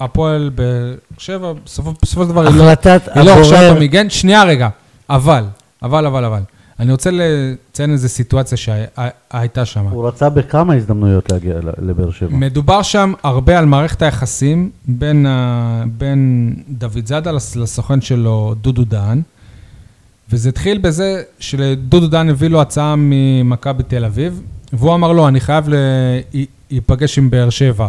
Speaker 1: הפועל באר שבע, בסופו, בסופו של דבר היא לא...
Speaker 3: החלטת
Speaker 1: היא לא עכשיו
Speaker 3: הבורר
Speaker 1: אתה מגן, שנייה רגע, אבל, אבל, אבל, אבל. אני רוצה לציין איזו סיטואציה שהייתה שם.
Speaker 2: הוא רצה בכמה הזדמנויות להגיע ל- לבאר שבע.
Speaker 1: מדובר שם הרבה על מערכת היחסים בין, ה- בין דוד זאדה לס- לסוכן שלו, דודו דהן, וזה התחיל בזה שדודו דהן הביא לו הצעה ממכבי תל אביב, והוא אמר לו, אני חייב להיפגש עם באר שבע.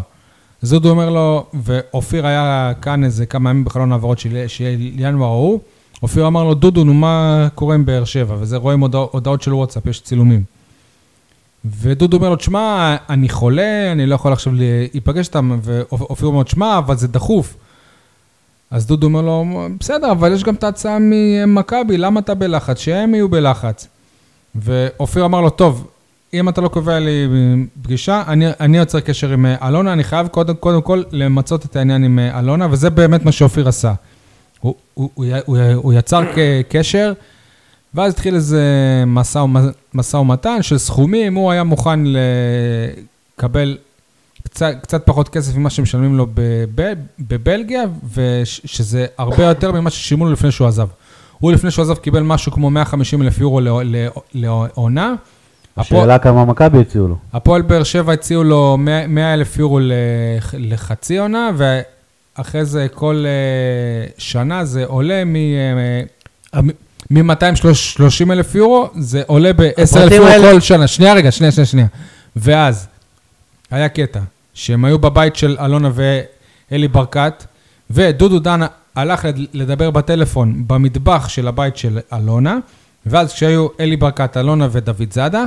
Speaker 1: אז דודו אומר לו, ואופיר היה כאן איזה כמה ימים בחלון העברות של של ינואר ההוא, אופיר אמר לו, דודו, נו, מה קורה עם באר שבע? וזה רואים הודע- הודעות של וואטסאפ, יש צילומים. ודודו אומר לו, תשמע, אני חולה, אני לא יכול עכשיו להיפגש איתם, ואופיר אומר לו, תשמע, אבל זה דחוף. אז דודו אומר לו, בסדר, אבל יש גם את ההצעה ממכבי, למה אתה בלחץ? שהם יהיו בלחץ. ואופיר אמר לו, טוב, אם אתה לא קובע לי פגישה, אני, אני יוצר קשר עם אה, אלונה, אני חייב קודם, קודם כל למצות את העניין עם אה, אלונה, וזה באמת מה שאופיר עשה. הוא, הוא, הוא, י- הוא, י- הוא יצר כ- קשר, ואז התחיל איזה משא ומ- משא ומתן של סכומים, הוא היה מוכן לקבל קצת, קצת פחות כסף ממה שמשלמים לו בב, בבלגיה, ושזה הרבה יותר ממה ששילמו לו לפני שהוא עזב. הוא לפני שהוא עזב קיבל משהו כמו 150 אלף יורו לעו- לעו- לעונה. הפועל-
Speaker 2: השאלה כמה מכבי הציעו לו.
Speaker 1: הפועל באר שבע הציעו לו 100 100 אלף יורו לח- לחצי עונה, ואחרי זה כל אה, שנה זה עולה אה, מ-230 אלף יורו, זה עולה ב-10 אלף
Speaker 3: הפרטים
Speaker 1: יורו
Speaker 3: האלה-
Speaker 1: כל שנה. שנייה רגע, שנייה, שנייה, שנייה. ואז, היה קטע, שהם היו בבית של אלונה ואלי ברקת, ודודו דן הלך לד- לדבר בטלפון במטבח של הבית של אלונה, ואז כשהיו אלי ברקת, אלונה ודוד זאדה,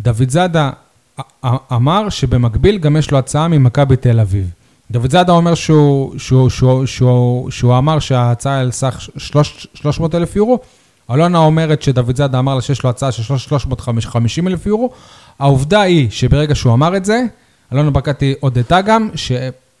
Speaker 1: דוד זאדה א- א- אמר שבמקביל גם יש לו הצעה ממכבי תל אביב. דוד זאדה אומר שהוא, שהוא, שהוא, שהוא, שהוא אמר שההצעה על סך 300 אלף יורו, אלונה אומרת שדוד זאדה אמר לה שיש לו הצעה של 350 אלף יורו. העובדה היא שברגע שהוא אמר את זה, אלונה ברקת היא הודתה גם,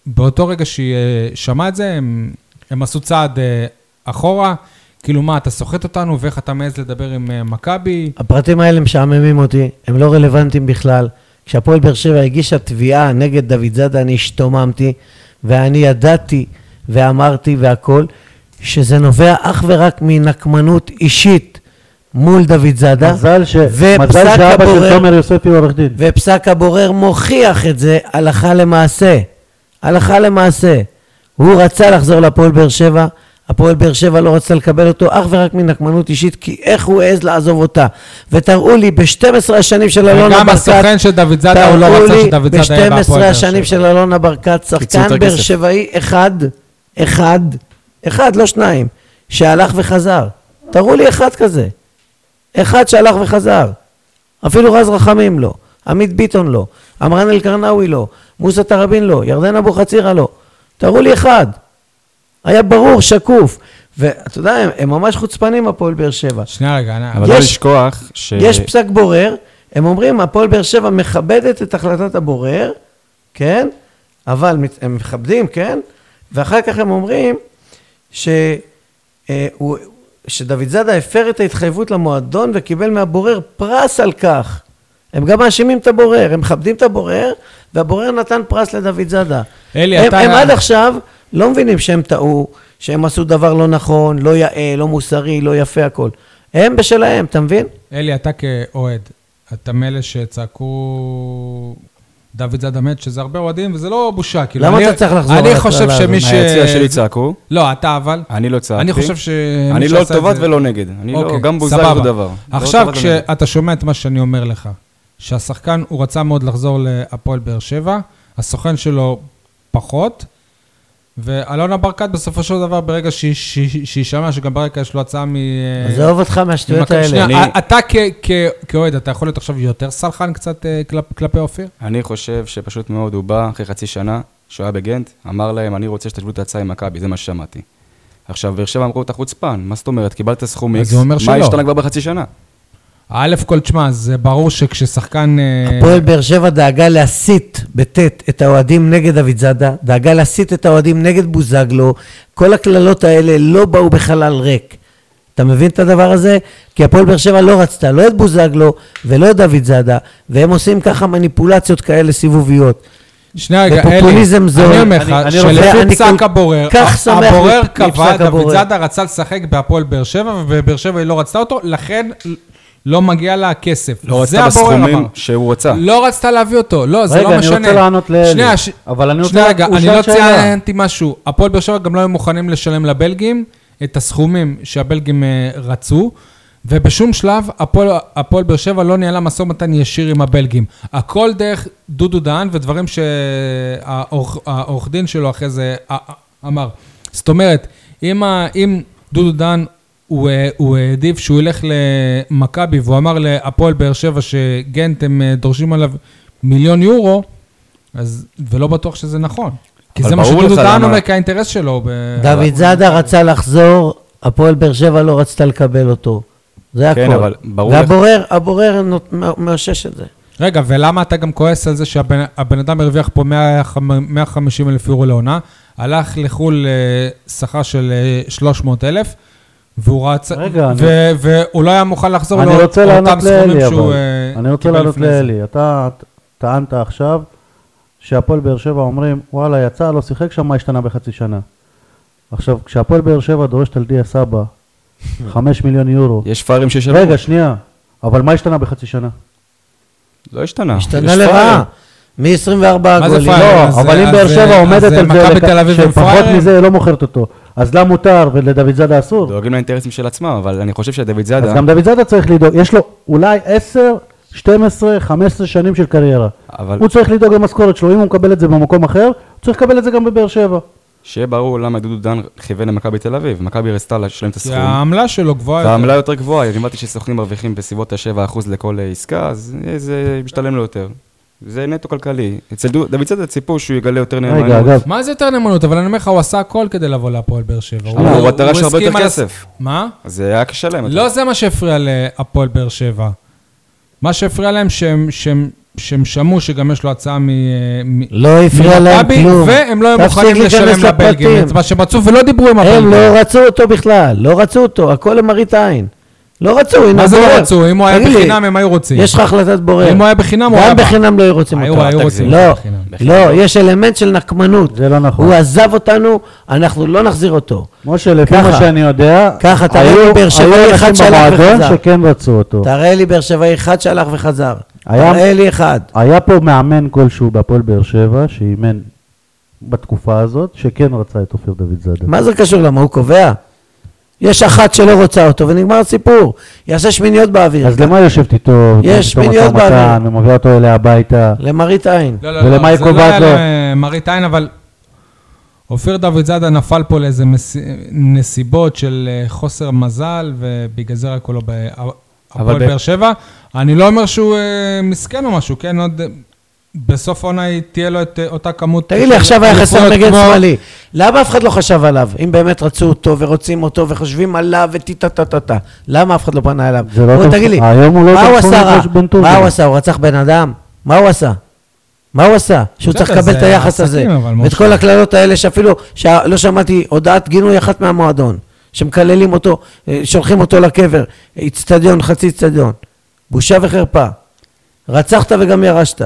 Speaker 1: שבאותו רגע שהיא אה, שמעה את זה, הם, הם עשו צעד אה, אחורה, כאילו מה, אתה סוחט אותנו ואיך אתה מעז לדבר עם אה, מכבי?
Speaker 3: הפרטים האלה משעממים אותי, הם לא רלוונטיים בכלל. כשהפועל באר שבע הגישה תביעה נגד דוד זאדה, אני השתוממתי, ואני ידעתי ואמרתי והכול, שזה נובע אך ורק מנקמנות אישית מול דוד
Speaker 1: אה?
Speaker 3: זאדה.
Speaker 2: מזל ש- מזל
Speaker 3: ופסק
Speaker 2: שאבא של
Speaker 3: הבורר,
Speaker 2: תומר יוספי הוא עורך דין.
Speaker 1: כן.
Speaker 3: ופסק הבורר מוכיח את זה הלכה למעשה. הלכה למעשה. הוא רצה לחזור להפועל באר שבע, הפועל באר שבע לא רצה לקבל אותו אך ורק מנקמנות אישית, כי איך הוא העז לעזוב אותה. ותראו לי, ב-12 השנים של אלונה ברקת...
Speaker 1: וגם הסוכן של דוד זאדה, הוא לא
Speaker 3: תראו
Speaker 1: רצה
Speaker 3: לי
Speaker 1: שדוד זאדה יהיה בהפועל
Speaker 3: ב-12
Speaker 1: באר
Speaker 3: השנים
Speaker 1: שבע.
Speaker 3: של אלונה ברקת,
Speaker 4: קיצרו יותר
Speaker 3: שחקן באר
Speaker 4: כסף.
Speaker 3: שבעי אחד, אחד, אחד, לא שניים, שהלך וחזר. תראו לי אחד כזה. אחד שהלך וחזר. אפילו רז רחמים לא, עמית ביטון לא, עמרן אלקרנאווי לא, מוסא תראבין לא, ירדן אבוחצירא לא. תראו לי אחד. היה ברור, שקוף. ואתה יודע, הם, הם ממש חוצפנים, הפועל באר שבע.
Speaker 1: שנייה רגע, אני-
Speaker 4: אבל לא
Speaker 3: יש-
Speaker 4: לשכוח ש...
Speaker 3: יש פסק בורר, הם אומרים, הפועל באר שבע מכבדת את החלטת הבורר, כן? אבל מת- הם מכבדים, כן? ואחר כך הם אומרים ש... אה, הוא- שדוד זאדה הפר את ההתחייבות למועדון וקיבל מהבורר פרס על כך. הם גם מאשימים את הבורר, הם מכבדים את הבורר, והבורר נתן פרס לדוד זאדה.
Speaker 1: אלי,
Speaker 3: הם,
Speaker 1: אתה-
Speaker 3: הם עד עכשיו לא מבינים שהם טעו, שהם עשו דבר לא נכון, לא יאה, לא מוסרי, לא יפה, הכל. הם בשלהם, אתה מבין?
Speaker 1: אלי, אתה כאוהד, אתה מאלה שצעקו דוד זאדה מת, שזה הרבה אוהדים, וזה לא בושה, כאילו.
Speaker 3: למה
Speaker 1: אני-
Speaker 3: אתה צריך לחזור
Speaker 1: אני
Speaker 3: על
Speaker 1: חושב
Speaker 3: ההטרלה
Speaker 1: שמי ש...
Speaker 3: הזאת?
Speaker 4: מהיציע שלי צעקו,
Speaker 1: לא, אתה אבל.
Speaker 4: אני לא צעקתי.
Speaker 1: אני חושב ש... מי
Speaker 4: אני
Speaker 1: שעשה
Speaker 4: לא
Speaker 1: את
Speaker 4: לטובת
Speaker 1: זה-
Speaker 4: ולא נגד. אני לא...
Speaker 1: אוקיי,
Speaker 4: גם בוזגלו
Speaker 1: סבבה.
Speaker 4: דבר. לא
Speaker 1: עכשיו,
Speaker 4: לטובת ולא נגד.
Speaker 1: כשאתה שומע את מה שאני אומר לך, שהשחקן, הוא רצה מאוד לחזור להפועל באר שבע, הסוכן שלו פחות, ואלונה ברקת בסופו של דבר, ברגע שהיא- שהיא שהיא שמעה שגם ברקע יש לו הצעה מ...
Speaker 3: עזוב אותך מהשטויות
Speaker 1: ממכבי-
Speaker 3: האלה.
Speaker 1: שנייה,
Speaker 4: אני-
Speaker 1: אתה כ- כ- כאוהד, אתה יכול להיות עכשיו יותר סלחן קצת אה, כלפ- כלפי אופיר?
Speaker 4: אני חושב שפשוט מאוד הוא בא אחרי חצי שנה, שהוא היה בגנט, אמר להם, אני רוצה שתשבו את ההצעה עם מכבי, זה מה ששמעתי. עכשיו, באר שבע אמרו, אתה חוצפן, מה זאת אומרת? קיבלת סכום
Speaker 1: אז
Speaker 4: איקס,
Speaker 1: הוא אומר שלא.
Speaker 4: מה השתנה כבר בחצי שנה?
Speaker 1: א' כל, תשמע, זה ברור שכששחקן... אה,
Speaker 3: הפועל באר שבע דאגה להסית, בטי"ת, את האוהדים נגד דוד זאדה, דאגה להסית את האוהדים נגד בוזגלו, כל הקללות האלה לא באו בחלל ריק. אתה מבין את הדבר הזה? כי הפועל באר שבע לא רצתה לא את בוזגלו ולא את דוד זאדה, והם עושים ככה מניפולציות כאלה סיבוביות.
Speaker 1: שנייה רגע, אלי,
Speaker 3: בפופוליזם זול.
Speaker 1: אני אומר
Speaker 3: אני-
Speaker 1: לך,
Speaker 3: אני רוצה-
Speaker 1: שלפי
Speaker 3: אני
Speaker 1: פסק
Speaker 3: כל
Speaker 1: הבורר,
Speaker 3: כך
Speaker 1: ה-
Speaker 3: שמח
Speaker 1: הבורר
Speaker 3: מפ-
Speaker 1: קבע,
Speaker 3: מפסק
Speaker 1: דוד
Speaker 3: הבורר.
Speaker 1: זאדה רצה לשחק בהפועל באר שבע, ובאר שבע היא לא רצתה אותו, לכן לא מגיע לה הכסף.
Speaker 4: לא
Speaker 1: זה
Speaker 4: רצתה
Speaker 1: הבורר
Speaker 4: בסכומים
Speaker 1: אמר.
Speaker 4: שהוא רצה.
Speaker 1: לא רצתה להביא אותו, לא, זה
Speaker 2: רגע,
Speaker 1: לא משנה.
Speaker 2: אני רוצה לענות לאלי.
Speaker 1: שנייה, ש-
Speaker 2: אבל אני רוצה-
Speaker 1: שנייה, רגע,
Speaker 2: הוא
Speaker 1: אני
Speaker 2: שאל
Speaker 1: לא
Speaker 2: שאלה.
Speaker 1: ציינתי משהו. הפועל באר שבע גם לא היו מוכנים לשלם לבלגים את הסכומים שהבלגים אה, רצו, ובשום שלב הפועל- הפועל באר שבע לא ניהלה משא ומתן ישיר עם הבלגים. הכל דרך דודו דהן ודברים שהעורך דין שלו אחרי זה אה, אה, אמר. זאת אומרת, אם ה- אם דודו דהן הוא, אה, הוא העדיף שהוא ילך למכבי והוא אמר להפועל באר שבע שגנט הם אה, דורשים עליו מיליון יורו, אז, ולא בטוח שזה נכון. כי
Speaker 4: אבל
Speaker 1: זה מה
Speaker 4: ברור
Speaker 1: שדודו
Speaker 4: לך
Speaker 1: דהן
Speaker 4: למה-
Speaker 1: אומר כאינטרס שלו. ב-
Speaker 3: דוד זאדה רצה לחזור, הפועל באר שבע לא רצתה לקבל אותו. זה הכל.
Speaker 4: כן, אבל ברור לך-
Speaker 3: והבורר, הבורר נות- מאשש את זה.
Speaker 1: רגע, ולמה אתה גם כועס על זה שהבן הבן אדם הרוויח פה 100, 150 אלף יורו לעונה, הלך לחו"ל אה, שכר של אה, 300 אלף, והוא רצה...
Speaker 2: רגע, אני-
Speaker 1: ו- והוא לא היה מוכן לחזור
Speaker 2: אני
Speaker 1: לאותם
Speaker 2: רוצה לענות
Speaker 1: סכומים
Speaker 2: לאלי,
Speaker 1: שהוא,
Speaker 2: אבל.
Speaker 1: אה,
Speaker 2: אני רוצה
Speaker 1: קיבל
Speaker 2: לענות
Speaker 1: לפני זה.
Speaker 2: לאלי. אתה ט- טענת עכשיו שהפועל באר שבע אומרים, וואלה, יצא, לא שיחק שם, מה השתנה בחצי שנה? עכשיו, כשהפועל באר שבע דורשת על דיה סבא 5 מיליון יורו,
Speaker 4: יש פארים שישלמו.
Speaker 2: רגע, שנייה, אבל מה השתנה בחצי שנה?
Speaker 4: לא השתנה.
Speaker 3: השתנה
Speaker 4: יש
Speaker 3: לרעה.
Speaker 4: פראיירים.
Speaker 3: מ-24
Speaker 1: מה זה
Speaker 3: גולים.
Speaker 1: פראייר?
Speaker 2: לא,
Speaker 1: אז-
Speaker 2: אבל אם
Speaker 1: אז-
Speaker 2: באר שבע
Speaker 1: אז
Speaker 2: עומדת על זה,
Speaker 1: מכבי
Speaker 2: לכ-
Speaker 1: תל אביב הם
Speaker 2: שפחות
Speaker 1: פראיירים?
Speaker 2: מזה היא לא מוכרת אותו, אז לה מותר ולדוד זאדה אסור?
Speaker 1: לא,
Speaker 4: דואגים לאינטרסים של עצמם, אבל אני חושב שדוד זאדה...
Speaker 2: אז גם דוד זאדה צריך לדאוג, יש לו אולי 10, 12, 15 שנים של קריירה.
Speaker 4: אבל
Speaker 2: הוא צריך לדאוג למשכורת שלו, אם הוא מקבל את זה במקום אחר, הוא צריך לקבל את זה גם בבאר שבע.
Speaker 4: שיהיה ברור למה דודו דן כיוון למכבי תל אביב. מכבי רצתה לשלם את
Speaker 1: כי
Speaker 4: הסכום.
Speaker 1: העמלה שלו גבוהה יותר.
Speaker 4: והעמלה יותר גבוהה, הבנתי שסוכנים מרוויחים בסביבות ה-7% לכל אה, עסקה, אז אה, זה משתלם לו יותר. זה נטו כלכלי. אצל דו- דוד צדד ציפו שהוא יגלה יותר נאמנות.
Speaker 2: רגע, אגב,
Speaker 1: מה זה יותר נאמנות? אבל אני אומר לך, הוא עשה הכל כדי לבוא להפועל באר שבע.
Speaker 4: אבל הוא דרש הרבה
Speaker 1: הסכים
Speaker 4: יותר
Speaker 1: על הס-
Speaker 4: כסף.
Speaker 1: מה?
Speaker 4: אז זה היה קשה להם.
Speaker 1: לא זה מה שהפריע להפועל באר שבע. מה שהפריע להם שהם, שהם, שהם שמעו שגם יש לו הצעה מ... מ-
Speaker 3: לא הפריע להם
Speaker 1: ממכבי,
Speaker 3: כלום.
Speaker 1: והם לא היו
Speaker 3: תפסיק
Speaker 1: מוכנים
Speaker 3: להיכנס
Speaker 1: לשלם לבלגים את
Speaker 3: לפרטים.
Speaker 1: מה שהם רצו, ולא דיברו עם הבלגים.
Speaker 3: הם לא רצו אותו בכלל, לא רצו אותו, הכל למראית עין. לא רצו, הנה
Speaker 1: מה זה לא
Speaker 3: הבורר.
Speaker 1: רצו? אם הוא היה
Speaker 3: תגיד לי,
Speaker 1: בחינם, הם היו רוצים.
Speaker 3: יש לך החלטת בורר.
Speaker 1: אם הוא היה בחינם, הוא היה
Speaker 3: גם
Speaker 1: בא.
Speaker 3: בחינם לא היו רוצים
Speaker 1: היו-
Speaker 3: אותו.
Speaker 1: היו
Speaker 4: אל
Speaker 1: רוצים
Speaker 4: תגזים.
Speaker 1: אותו
Speaker 3: לא,
Speaker 1: בחינם.
Speaker 3: לא, יש אלמנט של נקמנות.
Speaker 2: זה לא נכון.
Speaker 3: הוא עזב אותנו, אנחנו לא נחזיר אותו.
Speaker 2: משה, לפי
Speaker 3: ככה.
Speaker 2: מה שאני יודע,
Speaker 3: ככה, תראה לי
Speaker 2: היו-
Speaker 3: באר שבעי
Speaker 2: היו
Speaker 3: אחד
Speaker 2: אנשים
Speaker 3: שהלך
Speaker 2: במועדון
Speaker 3: וחזר.
Speaker 2: שכן רצו אותו.
Speaker 3: תראה לי באר שבעי אחד שהלך וחזר.
Speaker 2: היה-
Speaker 3: תראה לי אחד.
Speaker 2: היה פה מאמן כלשהו בהפועל באר שבע, שאימן בתקופה הזאת, שכן רצה את אופיר דוד זאדה.
Speaker 3: מה זה קשור? למה הוא קובע? יש אחת שלא רוצה אותו ונגמר הסיפור. יעשה שמיניות באוויר.
Speaker 2: אז למה היא יושבת איתו,
Speaker 3: יש
Speaker 2: פתאום
Speaker 3: מיניות
Speaker 2: משא ומתן,
Speaker 3: באוויר.
Speaker 2: ומביאה אותו אליה הביתה?
Speaker 3: למראית עין.
Speaker 1: לא, לא,
Speaker 2: ולמה
Speaker 1: לא,
Speaker 2: היא
Speaker 1: זה לא
Speaker 2: קובעת
Speaker 1: היה
Speaker 2: לו?
Speaker 1: למראית עין, אבל אופיר דוד זאדה נפל פה לאיזה מס- נסיבות של אה, חוסר מזל, ובגלל זה רק הוא לא ב- הפועל
Speaker 4: ב-
Speaker 1: באר שבע. אני לא אומר שהוא אה, מסכן או משהו, כן? עוד... אה, בסוף העונה היא תהיה לו את אה, אותה כמות... אה,
Speaker 3: תגיד לי, עכשיו היה חסר
Speaker 1: אליפויות
Speaker 3: מגן
Speaker 1: כמו-
Speaker 3: שמאלי. למה אף אחד לא חשב עליו? אם באמת רצו אותו ורוצים אותו וחושבים עליו וטה-טה-טה-טה. למה אף אחד לא פנה אליו?
Speaker 2: זה לא
Speaker 3: בוא,
Speaker 2: טוב-
Speaker 3: תגיד לי,
Speaker 2: היום הוא לא
Speaker 3: מה
Speaker 2: טוב
Speaker 3: הוא
Speaker 2: שהוא
Speaker 3: עשה רע?
Speaker 2: נפגש בן
Speaker 3: מה
Speaker 2: טורג'מן.
Speaker 3: הוא עשה? הוא רצח בן אדם? מה הוא עשה? מה הוא עשה? שהוא
Speaker 1: בסדר,
Speaker 3: צריך לקבל
Speaker 1: זה
Speaker 3: את היחס הזה.
Speaker 1: העסקים, אבל,
Speaker 3: ואת
Speaker 1: משה.
Speaker 3: כל הקללות האלה שאפילו, שלא שמעתי הודעת גינוי אחת מהמועדון, שמקללים אותו, אה, שולחים אותו לקבר, איצטדיון, חצי איצטדיון. בושה וחרפה. רצחת וגם ירשת.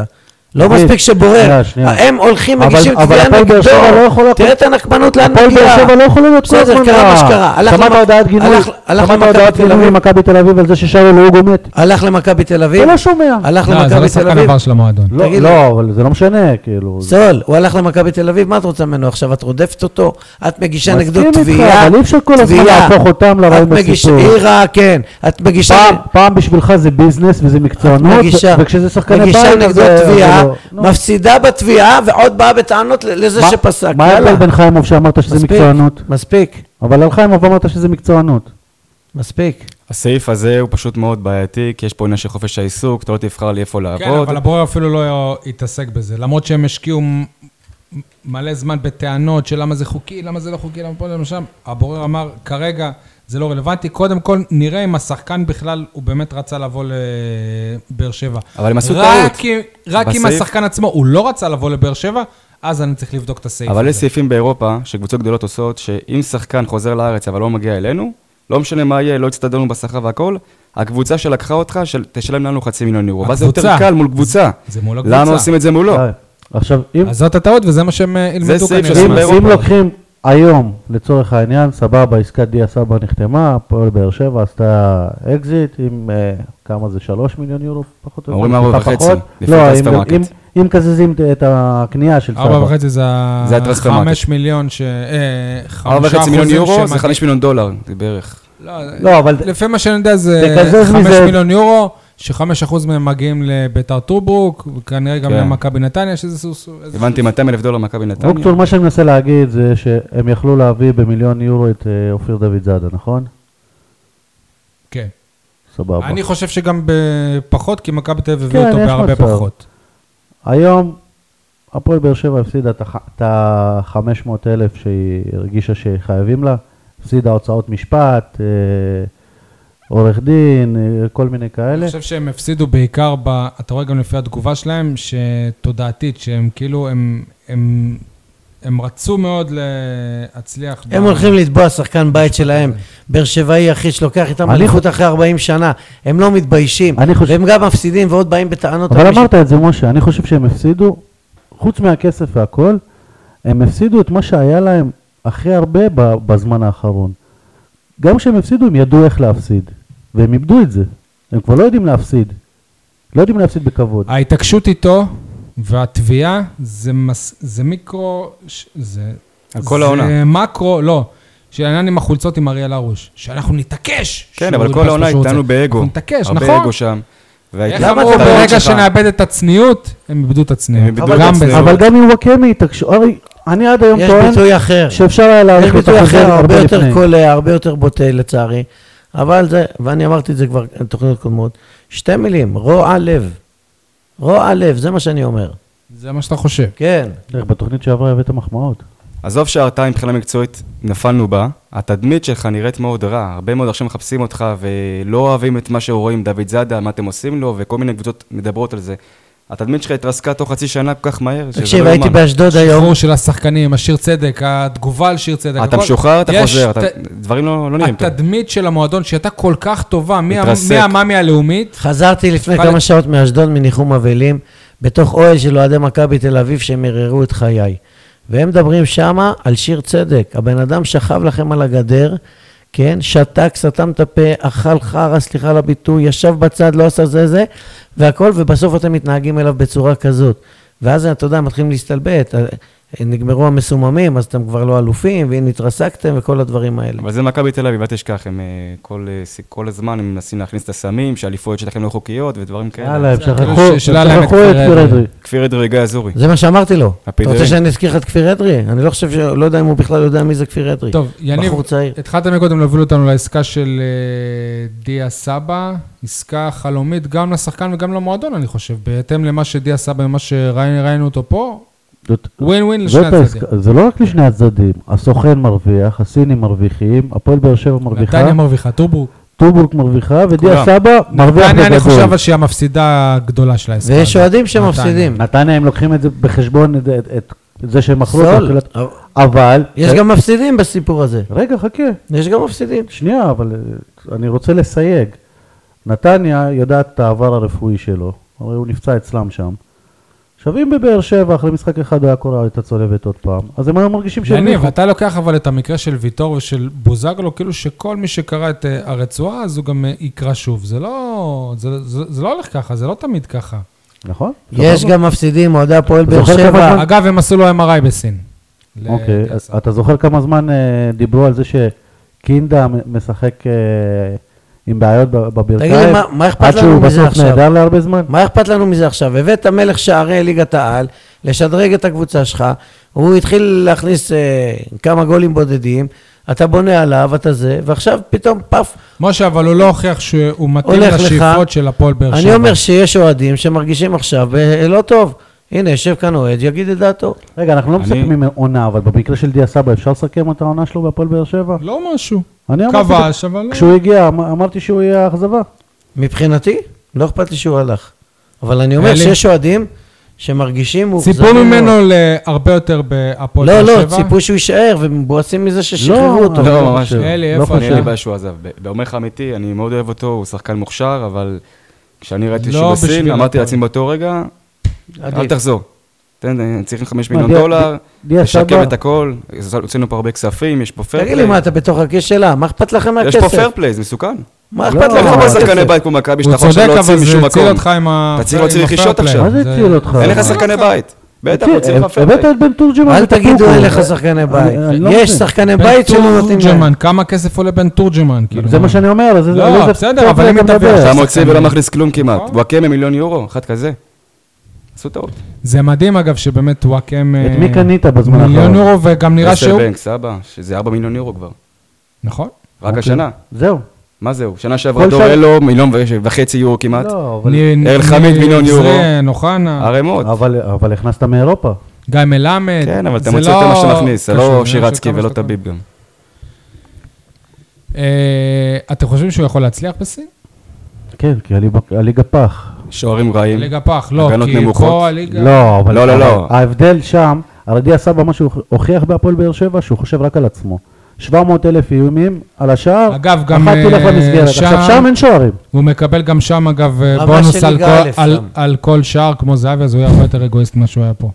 Speaker 3: לא
Speaker 2: תגיד,
Speaker 3: מספיק
Speaker 2: שנייה,
Speaker 3: שבורר,
Speaker 2: שנייה.
Speaker 3: הם הולכים,
Speaker 2: אבל-
Speaker 3: מגישים
Speaker 2: אבל
Speaker 3: תביעה
Speaker 2: הפועל באר
Speaker 3: נגדו,
Speaker 2: שבע לא יכולה-
Speaker 3: תראה את הנקמנות לאן מגיעה.
Speaker 2: הפועל באר שבע לא יכולים להיות כל הזמן
Speaker 3: בסדר, קרה מה שקרה. הלך
Speaker 2: שמעת
Speaker 3: למכ-
Speaker 2: הודעת גינוי?
Speaker 3: הלך- הלך
Speaker 2: שמעת
Speaker 3: למכבי
Speaker 2: הודעת
Speaker 3: תל
Speaker 2: גינוי
Speaker 3: אביב.
Speaker 2: ממכבי תל אביב על זה ששאול אוגו מת?
Speaker 3: הלך למכבי תל אביב,
Speaker 2: אתה לא שומע.
Speaker 3: הלך
Speaker 1: לא, זה לא
Speaker 3: למכבי תל
Speaker 1: שחקן
Speaker 3: אביב,
Speaker 1: עבר של המועדון.
Speaker 2: לא,
Speaker 3: תגיד
Speaker 2: לא, אבל זה לא משנה, כאילו. זה-
Speaker 3: סול, הוא הלך למכבי תל אביב, מה את רוצה ממנו עכשיו? את רודפת אותו, את מגישה
Speaker 2: מסכים
Speaker 3: נגדו
Speaker 2: איתך,
Speaker 3: תביעה,
Speaker 2: אבל אי אפשר כל הזמן
Speaker 3: תביעה.
Speaker 2: להפוך אותם לרעים
Speaker 3: את מגיש-
Speaker 2: בסיפור.
Speaker 3: היא רעה, כן, את מגישה...
Speaker 2: פעם- פעם בשבילך זה ביזנס וזה מקצוענות,
Speaker 3: מגישה,
Speaker 2: ו- וכשזה שחקני בית,
Speaker 3: מגישה
Speaker 2: אז
Speaker 3: נגדו
Speaker 2: זה- זה
Speaker 3: תביעה,
Speaker 2: לא. נו.
Speaker 3: מפסידה בתביעה ועוד באה בטענות ל- לזה
Speaker 2: מה-
Speaker 3: שפסק.
Speaker 2: מה
Speaker 3: יאללה.
Speaker 2: ההבדל בין חיימוב שאמרת שזה
Speaker 3: מספיק,
Speaker 2: מקצוענות?
Speaker 3: מספיק,
Speaker 2: אבל על חיימוב אמרת שזה מקצוענות.
Speaker 3: מספיק.
Speaker 4: הסעיף הזה הוא פשוט מאוד בעייתי, כי יש פה עניין של חופש העיסוק, אתה לא תבחר לי איפה לעבוד.
Speaker 1: כן, אבל הבורר אפילו לא התעסק בזה. למרות שהם השקיעו מ- מלא זמן בטענות של למה זה חוקי, למה זה לא חוקי, למה פה, למה שם, הבורר אמר, כרגע זה לא רלוונטי. קודם כל, נראה אם השחקן בכלל, הוא באמת רצה לבוא לבאר שבע.
Speaker 4: אבל הם עשו
Speaker 1: רק
Speaker 4: טעות.
Speaker 1: אם- רק אם
Speaker 4: בסעיף-
Speaker 1: השחקן עצמו, הוא לא רצה לבוא לבאר שבע, אז אני צריך לבדוק את הסעיף הזה.
Speaker 4: אבל יש סעיפים באירופה שקבוצות גדולות עושות, שאם שחקן חוזר לארץ אבל לא מגיע אלינו, לא משנה מה יהיה, לא יצטדלנו בשכר והכל, הקבוצה שלקחה אותך, של... תשלם לנו חצי מיליון יורו. ואז זה יותר
Speaker 1: הקבוצה.
Speaker 4: קל מול קבוצה.
Speaker 1: זה מול
Speaker 4: למה
Speaker 1: הקבוצה.
Speaker 4: עושים את זה
Speaker 3: לא.
Speaker 4: מולו?
Speaker 2: די. עכשיו, אם-
Speaker 1: אז זאת הטעות, וזה מה שהם אה, ילמדו
Speaker 4: סעיף
Speaker 1: כנראה.
Speaker 4: שעושים
Speaker 2: אם-
Speaker 4: באירופה.
Speaker 2: אם לוקחים היום, לצורך העניין, סבבה, עסקת דיה סבא נחתמה, הפועל באר שבע עשתה אקזיט עם אה, כמה זה, שלוש מיליון יורו פחות או יותר?
Speaker 4: אומרים ארבע
Speaker 2: טיפה
Speaker 4: וחצי,
Speaker 2: פחות.
Speaker 4: לפי
Speaker 2: לא,
Speaker 4: טסטה
Speaker 2: אם-
Speaker 4: מרקט.
Speaker 2: אם- אם מקזזים את הקנייה של
Speaker 1: ארבע
Speaker 2: סבא.
Speaker 1: וחצי זה ה...
Speaker 4: זה הטרנספר מרקט.
Speaker 1: חמש מיליון ש... אה,
Speaker 4: ארבע
Speaker 1: חמישה
Speaker 4: וחצי מיליון
Speaker 1: אחוזים
Speaker 4: יורו זה
Speaker 1: שמגיע-
Speaker 4: חמש מיליון דולר זה בערך.
Speaker 1: לא,
Speaker 2: לא, אבל
Speaker 1: לפי מה שאני יודע זה
Speaker 2: תקזז
Speaker 1: 5
Speaker 2: מזה-
Speaker 1: מיליון יורו, ש-5% מהם מגיעים לביתר טוברוק, וכנראה גם
Speaker 4: כן.
Speaker 1: למכבי נתניה, שזה סוס... איזה-
Speaker 4: הבנתי 200 אלף דולר מכבי נתניה.
Speaker 2: רוקצ'ול, מה שאני מנסה להגיד זה שהם יכלו להביא במיליון יורו את אה, אופיר דוד זאדה, נכון?
Speaker 1: כן.
Speaker 2: סבבה.
Speaker 1: אני חושב שגם בפחות, כי מכבי תל אביב הביאו
Speaker 2: לא כן,
Speaker 1: אותו
Speaker 2: יש
Speaker 1: בהרבה
Speaker 2: מצב.
Speaker 1: פחות.
Speaker 2: היום הפועל באר שבע הפסידה את הח- את ה-500 אלף שהיא הרגישה שחייבים לה, הפסידה הוצאות משפט, אה, עורך דין, אה, כל מיני כאלה.
Speaker 1: אני חושב שהם הפסידו בעיקר, ב- אתה רואה גם לפי התגובה שלהם, שתודעתית, שהם כאילו, הם- הם הם רצו מאוד להצליח. ב-
Speaker 3: הם הולכים לתבוע שחקן בית שלהם, באר שבעי אחי שלוקח איתם
Speaker 2: אני
Speaker 3: אליפות אחרי 40 שנה, הם לא מתביישים,
Speaker 2: אני חושב-
Speaker 3: והם גם מפסידים ועוד באים בטענות.
Speaker 2: אבל
Speaker 3: על מי ש-
Speaker 2: אמרת את זה, משה, אני חושב שהם הפסידו, חוץ מהכסף והכל, הם הפסידו את מה שהיה להם הכי הרבה ב- בזמן האחרון. גם כשהם הפסידו, הם ידעו איך להפסיד, והם איבדו את זה. הם כבר לא יודעים להפסיד. לא יודעים להפסיד בכבוד.
Speaker 1: ההתעקשות איתו והתביעה זה, מס, זה מיקרו, ש- זה...
Speaker 4: על כל
Speaker 1: זה
Speaker 4: העונה.
Speaker 1: מקרו, לא. של העניין עם החולצות עם אריאל הרוש, שאנחנו נתעקש.
Speaker 4: כן,
Speaker 1: שהוא לא
Speaker 4: אבל
Speaker 1: ילבש
Speaker 4: כל
Speaker 1: מה
Speaker 4: העונה
Speaker 1: שהוא
Speaker 4: התנהלו
Speaker 1: רוצה.
Speaker 4: באגו.
Speaker 1: אנחנו נתעקש,
Speaker 4: הרבה
Speaker 1: נכון?
Speaker 4: אגו שם.
Speaker 1: איך
Speaker 4: וההתלהבות
Speaker 1: אמרו,
Speaker 4: שלך-
Speaker 1: ברגע שנאבד את הצניעות, הם איבדו את
Speaker 4: לא הם
Speaker 1: הצניעות.
Speaker 4: איבדו
Speaker 1: אבל
Speaker 4: את
Speaker 1: גם
Speaker 4: הצניעות.
Speaker 1: בזה.
Speaker 2: אבל גם עם וואקמי התעקשו, ארי, אני עד היום
Speaker 3: לא- יש
Speaker 2: טוען
Speaker 3: ביטוי אחר.
Speaker 2: שאפשר היה
Speaker 3: יש
Speaker 2: להאריך את
Speaker 3: ביטוי
Speaker 2: החוזה
Speaker 3: אחר, הרבה
Speaker 2: הרבה
Speaker 3: יותר
Speaker 2: לפני.
Speaker 3: קולע, הרבה יותר בוטה לצערי, אבל זה, ואני אמרתי את זה כבר בתוכניות קודמות, שתי מילים, רוע לב. רוע לב, זה מה שאני אומר.
Speaker 1: זה מה שאתה חושב.
Speaker 3: כן.
Speaker 2: איך בתוכנית שעברה הבאת מחמאות.
Speaker 4: עזוב שההרתעה מבחינה מקצועית, נפלנו בה, התדמית שלך נראית מאוד רע, הרבה מאוד עכשיו מחפשים אותך ולא אוהבים את מה שרואים, דוד זאדה, מה אתם עושים לו, וכל מיני קבוצות מדברות על זה. התדמית שלך התרסקה תוך חצי שנה כל כך מהר, שזה
Speaker 3: תקשיב,
Speaker 4: לא
Speaker 3: הייתי
Speaker 4: יאומן.
Speaker 3: באשדוד היום,
Speaker 1: שחרור כן, של השחקנים, השיר צדק, התגובה על שיר צדק.
Speaker 4: אה, אתה
Speaker 1: הכל-
Speaker 4: משוחרר, אתה
Speaker 1: יש
Speaker 4: חוזר, אתה-
Speaker 1: ת-
Speaker 4: דברים לא לא נראים טוב.
Speaker 1: התדמית של המועדון, שהייתה כל כך טובה, מה-
Speaker 4: התרסק.
Speaker 1: מהמאמי הלאומית,
Speaker 3: חזרתי לפני
Speaker 1: חלק.
Speaker 3: כמה שעות מאשדוד מניחום אבלים, בתוך אוהל של אוהדי מכבי תל אביב שהם ערערו את חיי. והם מדברים שמה על שיר צדק. הבן אדם שכב לכם על הגדר, כן? שתק, סתם את הפה, אכל חרא, סליחה על הביטוי, ישב בצד, לא עשה זה זה, והכל, ובסוף אתם מתנהגים אליו בצורה כזאת. ואז אתה יודע, מתחילים להסתלבט. אה, נגמרו המסוממים, אז אתם כבר לא אלופים, והנה התרסקתם וכל הדברים האלה.
Speaker 4: אבל זה מכבי תל אביב, אל תשכח, הם אה, כל, אה, ס- כל הזמן הם מנסים להכניס את הסמים, שהאליפויות שלכם לא חוקיות ודברים כאלה.
Speaker 2: יאללה, הם שכחו
Speaker 1: כאילו
Speaker 2: הם
Speaker 1: ש- שלה להם את
Speaker 2: שכחו את
Speaker 1: כפיר
Speaker 2: כפיר
Speaker 1: אדרי.
Speaker 2: אדרי.
Speaker 4: כפיר אדרי גאזורי.
Speaker 3: זה מה שאמרתי לו. אתה
Speaker 4: הפידרים.
Speaker 3: רוצה שאני אזכיר לך את כפיר אדרי? אני לא חושב, ש- לא יודע אם הוא בכלל יודע מי זה כפיר אדרי.
Speaker 1: טוב, יניב,
Speaker 3: בחור צעיר.
Speaker 1: התחלת מקודם להוביל אותנו לעסקה של אה, דיה סבא, עסקה חלומית גם לשחקן וגם למועדון, אני חושב, בהתאם למה שדיה סבא, ממה שראינו אותו פה,
Speaker 2: זאת-
Speaker 1: ווין ווין לשני
Speaker 2: זאת
Speaker 1: הצדדים.
Speaker 2: העסקה- זה לא רק לשני הצדדים, הסוכן מרוויח, הסינים מרוויחים, הפועל באר שבע מרוויחה,
Speaker 1: נתניה מרוויחה, טורבורג.
Speaker 2: טובורג מרוויחה, ודיה
Speaker 4: כולם.
Speaker 2: סבא מרוויח
Speaker 1: נתניה, אני חושב אבל
Speaker 2: בגדול.
Speaker 1: שהיא המפסידה הגדולה של העסקה.
Speaker 3: ויש
Speaker 1: הזאת.
Speaker 3: אוהדים
Speaker 1: נתניה.
Speaker 3: שמפסידים.
Speaker 2: נתניה הם לוקחים את זה בחשבון, את- את- את זה שהם מכרו את
Speaker 3: סול.
Speaker 2: התחילת... אבל...
Speaker 3: יש גם מפסידים בסיפור הזה.
Speaker 2: רגע, חכה.
Speaker 3: יש גם מפסידים.
Speaker 2: שנייה, אבל אה, אני רוצה לסייג. נתניה יודעת את העבר הרפואי שלו, הרי הוא נפצע אצלם שם. עכשיו, אם בבאר שבע, אחרי משחק אחד היה קורה את הצולבת עוד פעם, אז הם היו מרגישים שהם...
Speaker 1: יניב,
Speaker 2: ניחו.
Speaker 1: אתה לוקח אבל את המקרה של ויטור ושל בוזגלו, כאילו שכל מי שקרא את אה, הרצועה, אז הוא גם אה, יקרא שוב. זה לא, זה, זה, זה לא הולך ככה, זה לא תמיד ככה.
Speaker 2: נכון?
Speaker 3: יש
Speaker 2: סבבה?
Speaker 3: גם מפסידים, אוהדי הפועל
Speaker 2: אתה
Speaker 3: באר
Speaker 2: זוכר כמה
Speaker 3: שבע.
Speaker 2: זמן-
Speaker 1: אגב, הם עשו לו MRI בסין. ל-
Speaker 2: אוקיי, אז
Speaker 1: לקיאסה.
Speaker 2: אתה זוכר כמה זמן אה, דיברו על זה שקינדה מ- משחק אה, עם בעיות ב- בברכיים?
Speaker 3: תגיד לי, מה- מה אכפת לנו
Speaker 2: עד
Speaker 3: מזה
Speaker 2: שהוא בסוף
Speaker 3: עכשיו?
Speaker 2: נהדר להרבה זמן?
Speaker 3: מה אכפת לנו מזה עכשיו? הבאת מלך שערי ליגת העל, לשדרג את הקבוצה שלך, הוא התחיל להכניס אה, כמה גולים בודדים, אתה בונה עליו, אתה זה, ועכשיו פתאום פאף.
Speaker 1: משה, אבל הוא לא הוכיח שהוא מתאים
Speaker 3: הולך לך.
Speaker 1: לשאיפות של הפועל באר שבע.
Speaker 3: אני אומר שיש אוהדים שמרגישים עכשיו ב- לא טוב. הנה, יושב כאן אוהד, יגיד את דעתו.
Speaker 2: רגע, אנחנו לא
Speaker 4: אני-
Speaker 2: מסכמים עונה, אבל במקרה של דיה סבא אפשר לסכם את העונה שלו בהפועל באר שבע?
Speaker 1: לא משהו.
Speaker 2: אני אמרתי-
Speaker 1: כבש, אבל לא.
Speaker 2: כשהוא הגיע, אמ- אמרתי שהוא יהיה האכזבה.
Speaker 3: מבחינתי, לא אכפת לי שהוא הלך. אבל אני אומר
Speaker 1: אלי.
Speaker 3: שיש אוהדים שמרגישים מאוכזבים.
Speaker 1: ציפו
Speaker 3: מאוד.
Speaker 1: ממנו להרבה יותר בהפועל
Speaker 3: לא,
Speaker 1: באר שבע.
Speaker 3: לא, ציפו שהוא יישאר, ומבואסים מזה ששחררו
Speaker 2: לא,
Speaker 3: אותו.
Speaker 2: אני
Speaker 4: לא, ממש
Speaker 2: חושב.
Speaker 4: לא.
Speaker 1: אלי,
Speaker 2: לא
Speaker 1: איפה
Speaker 4: אני
Speaker 2: חושב.
Speaker 4: אין לי
Speaker 1: אתה?
Speaker 4: בעיה שהוא עזב. ב- באומר לך אמיתי, אני מאוד אוהב אותו, הוא שחקן מוכשר, אבל כשאני ראיתי
Speaker 1: לא
Speaker 4: שהוא בסין,
Speaker 1: בשביל
Speaker 4: אמרתי
Speaker 1: הפועל.
Speaker 4: לעצמי באותו רגע, אל
Speaker 3: עדיף.
Speaker 4: תחזור. תן, אה, צריכים 5
Speaker 2: מה,
Speaker 4: מיליון
Speaker 2: דיה-
Speaker 4: דולר,
Speaker 2: דיה
Speaker 4: לשקם
Speaker 2: סבא-
Speaker 4: את הכל, הוצאנו פה הרבה כספים, יש פה פייר
Speaker 3: תגיד לי,
Speaker 2: אה,
Speaker 3: מה, אתה בתוך הכיס שלה? מה אכפת לכם
Speaker 4: יש פה
Speaker 3: מהכסף?
Speaker 4: פייר פליי, זה מסוכן.
Speaker 3: מה
Speaker 2: לא,
Speaker 3: אכפת
Speaker 4: אין לך
Speaker 3: לכם
Speaker 2: אבל-
Speaker 4: שחקני
Speaker 3: מהכסף?
Speaker 4: בית כמו מכבי
Speaker 1: הוא
Speaker 4: שאתה יכול
Speaker 1: צודק,
Speaker 4: שלא
Speaker 1: אבל
Speaker 4: יוצאים
Speaker 1: זה
Speaker 4: משום
Speaker 1: הציל
Speaker 4: מקום.
Speaker 1: אותך עם ה...
Speaker 4: אתה צריך להוציא
Speaker 1: עם
Speaker 4: רכישות
Speaker 1: הפייר
Speaker 4: עכשיו.
Speaker 1: פליי.
Speaker 2: מה זה הציל אותך?
Speaker 4: אין לך
Speaker 2: אה,
Speaker 4: שחקני בית. בטח,
Speaker 2: הבאת-
Speaker 4: רוצים לך פייר
Speaker 2: כן, אה, הבאת
Speaker 4: פליי.
Speaker 2: את בן תורג'מן.
Speaker 3: אל תגידו
Speaker 2: וטוקו.
Speaker 3: אין לך שחקני בית.
Speaker 2: לא, אני לא
Speaker 3: יש
Speaker 2: מבין.
Speaker 3: שחקני
Speaker 1: בן
Speaker 3: בית שלא נותנים להם.
Speaker 1: תורג'מן, כמה כסף עולה בן תורג'מן? כאילו,
Speaker 2: זה
Speaker 1: מה?
Speaker 2: מה שאני אומר, אז
Speaker 1: לא,
Speaker 2: על איזה
Speaker 1: בסדר,
Speaker 2: פייר
Speaker 1: אבל
Speaker 2: פליי
Speaker 1: אם
Speaker 2: אתה
Speaker 1: אתה
Speaker 3: כן.
Speaker 2: מדבר?
Speaker 4: אתה
Speaker 1: שחקן.
Speaker 4: מוציא ולא מכניס כלום כמעט.
Speaker 1: נכון.
Speaker 4: וואקמה מיליון יורו, אחד כזה. עשו טעות.
Speaker 1: זה מדהים, אגב, שבאמת וואקם...
Speaker 2: את
Speaker 1: אה,
Speaker 2: מי קנית בזמן
Speaker 1: מיליון
Speaker 2: האחרון?
Speaker 1: יורו, וגם נראה
Speaker 4: אסל
Speaker 1: שהוא...
Speaker 4: בנק, סבא, שזה 4 מיליון יורו כבר.
Speaker 1: נכון.
Speaker 4: רק
Speaker 2: אוקיי.
Speaker 4: השנה.
Speaker 2: זהו.
Speaker 4: מה זהו? שנה שעברה
Speaker 2: כל שנה-
Speaker 4: דורלו, מיליון ו- וחצי יורו כמעט.
Speaker 2: לא, אבל-
Speaker 1: נ-
Speaker 4: אראל
Speaker 1: נ-
Speaker 4: חמיד, מיליון יורו.
Speaker 1: זה, אה, נוחנה,
Speaker 4: ערימות.
Speaker 2: אבל אבל הכנסת מאירופה.
Speaker 1: גיא מלמד.
Speaker 4: כן, אבל אתה
Speaker 1: זה
Speaker 4: מוציא יותר
Speaker 1: לא-
Speaker 4: מה שאתה מכניס. זה
Speaker 1: קשור, זה
Speaker 4: לא
Speaker 1: עניין של
Speaker 4: שירצקי
Speaker 1: כמה
Speaker 4: ולא
Speaker 1: שאתה-
Speaker 4: טביב גם.
Speaker 1: אה, אתם חושבים שהוא יכול להצליח בסין?
Speaker 2: כן, כי הליבה- הליגה פח.
Speaker 4: שוערים רעים.
Speaker 1: הליגה פח, לא,
Speaker 4: אה, הגנות
Speaker 1: כי
Speaker 4: נמוכות.
Speaker 1: פה הליגה...
Speaker 2: לא, אבל...
Speaker 4: לא, לא,
Speaker 2: אבל
Speaker 4: לא.
Speaker 2: ההבדל שם, הרי דיה סבא, מה שהוא הוכיח בהפועל באר שבע, שהוא חושב רק על עצמו. 700 אלף איומים על השער,
Speaker 1: אגב, גם,
Speaker 2: אחת תלך
Speaker 1: אה,
Speaker 2: למסגרת. עכשיו,
Speaker 1: שם-
Speaker 2: שם אין שוערים.
Speaker 1: הוא מקבל גם שם, אגב, אה,
Speaker 3: רמה
Speaker 1: בונוס
Speaker 3: של
Speaker 1: על
Speaker 3: ליגה
Speaker 1: כל-
Speaker 3: א'
Speaker 1: על-
Speaker 3: שם.
Speaker 1: על כל שער כמו זהבי, אז הוא יהיה הרבה יותר אגואיסט ממה שהוא היה פה.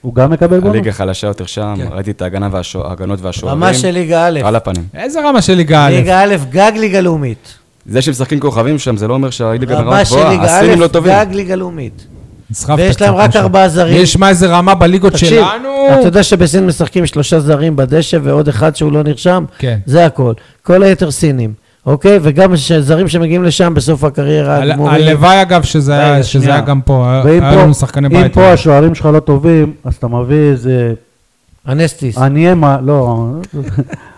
Speaker 2: הוא גם מקבל בונוס.
Speaker 4: הליגה חלשה יותר שם,
Speaker 1: כן.
Speaker 4: ראיתי את ההגנה והשוע- ההגנות והשוערים.
Speaker 3: ממש של ליגה א'.
Speaker 4: על הפנים.
Speaker 1: איזה רמה של ליגה א'?
Speaker 3: ליגה א', גג ליגה לאומית.
Speaker 4: זה שמשחקים כוכבים שם, זה לא אומר שהליגה ברמה
Speaker 3: רמה של
Speaker 4: גבוהה.
Speaker 3: ליגה
Speaker 4: הסינים לא
Speaker 3: א',
Speaker 4: טובים.
Speaker 3: גג ליגה לאומית.
Speaker 1: נסחפת
Speaker 3: ויש להם
Speaker 1: קצת,
Speaker 3: רק
Speaker 1: משה.
Speaker 3: ארבעה זרים.
Speaker 1: נשמע איזה רמה בליגות
Speaker 3: תקשיב,
Speaker 1: שלנו.
Speaker 3: אתה יודע שבסין משחקים שלושה זרים בדשא ועוד אחד שהוא לא נרשם?
Speaker 1: כן.
Speaker 3: זה הכל. כל היתר סינים, אוקיי? וגם ש- זרים שמגיעים לשם בסוף הקריירה,
Speaker 1: על-
Speaker 3: הגמורים.
Speaker 1: הלוואי, אגב, שזה היה-
Speaker 2: רגע,
Speaker 1: שזה
Speaker 2: שנייה.
Speaker 1: היה גם פה. היה-
Speaker 2: ואם
Speaker 1: היה
Speaker 2: פה-
Speaker 1: לנו שחקני
Speaker 2: אם
Speaker 1: בית. אה.
Speaker 2: פה השוערים שלך לא טובים, אז אתה מביא איזה...
Speaker 3: אנסטיס.
Speaker 2: אניימה, לא,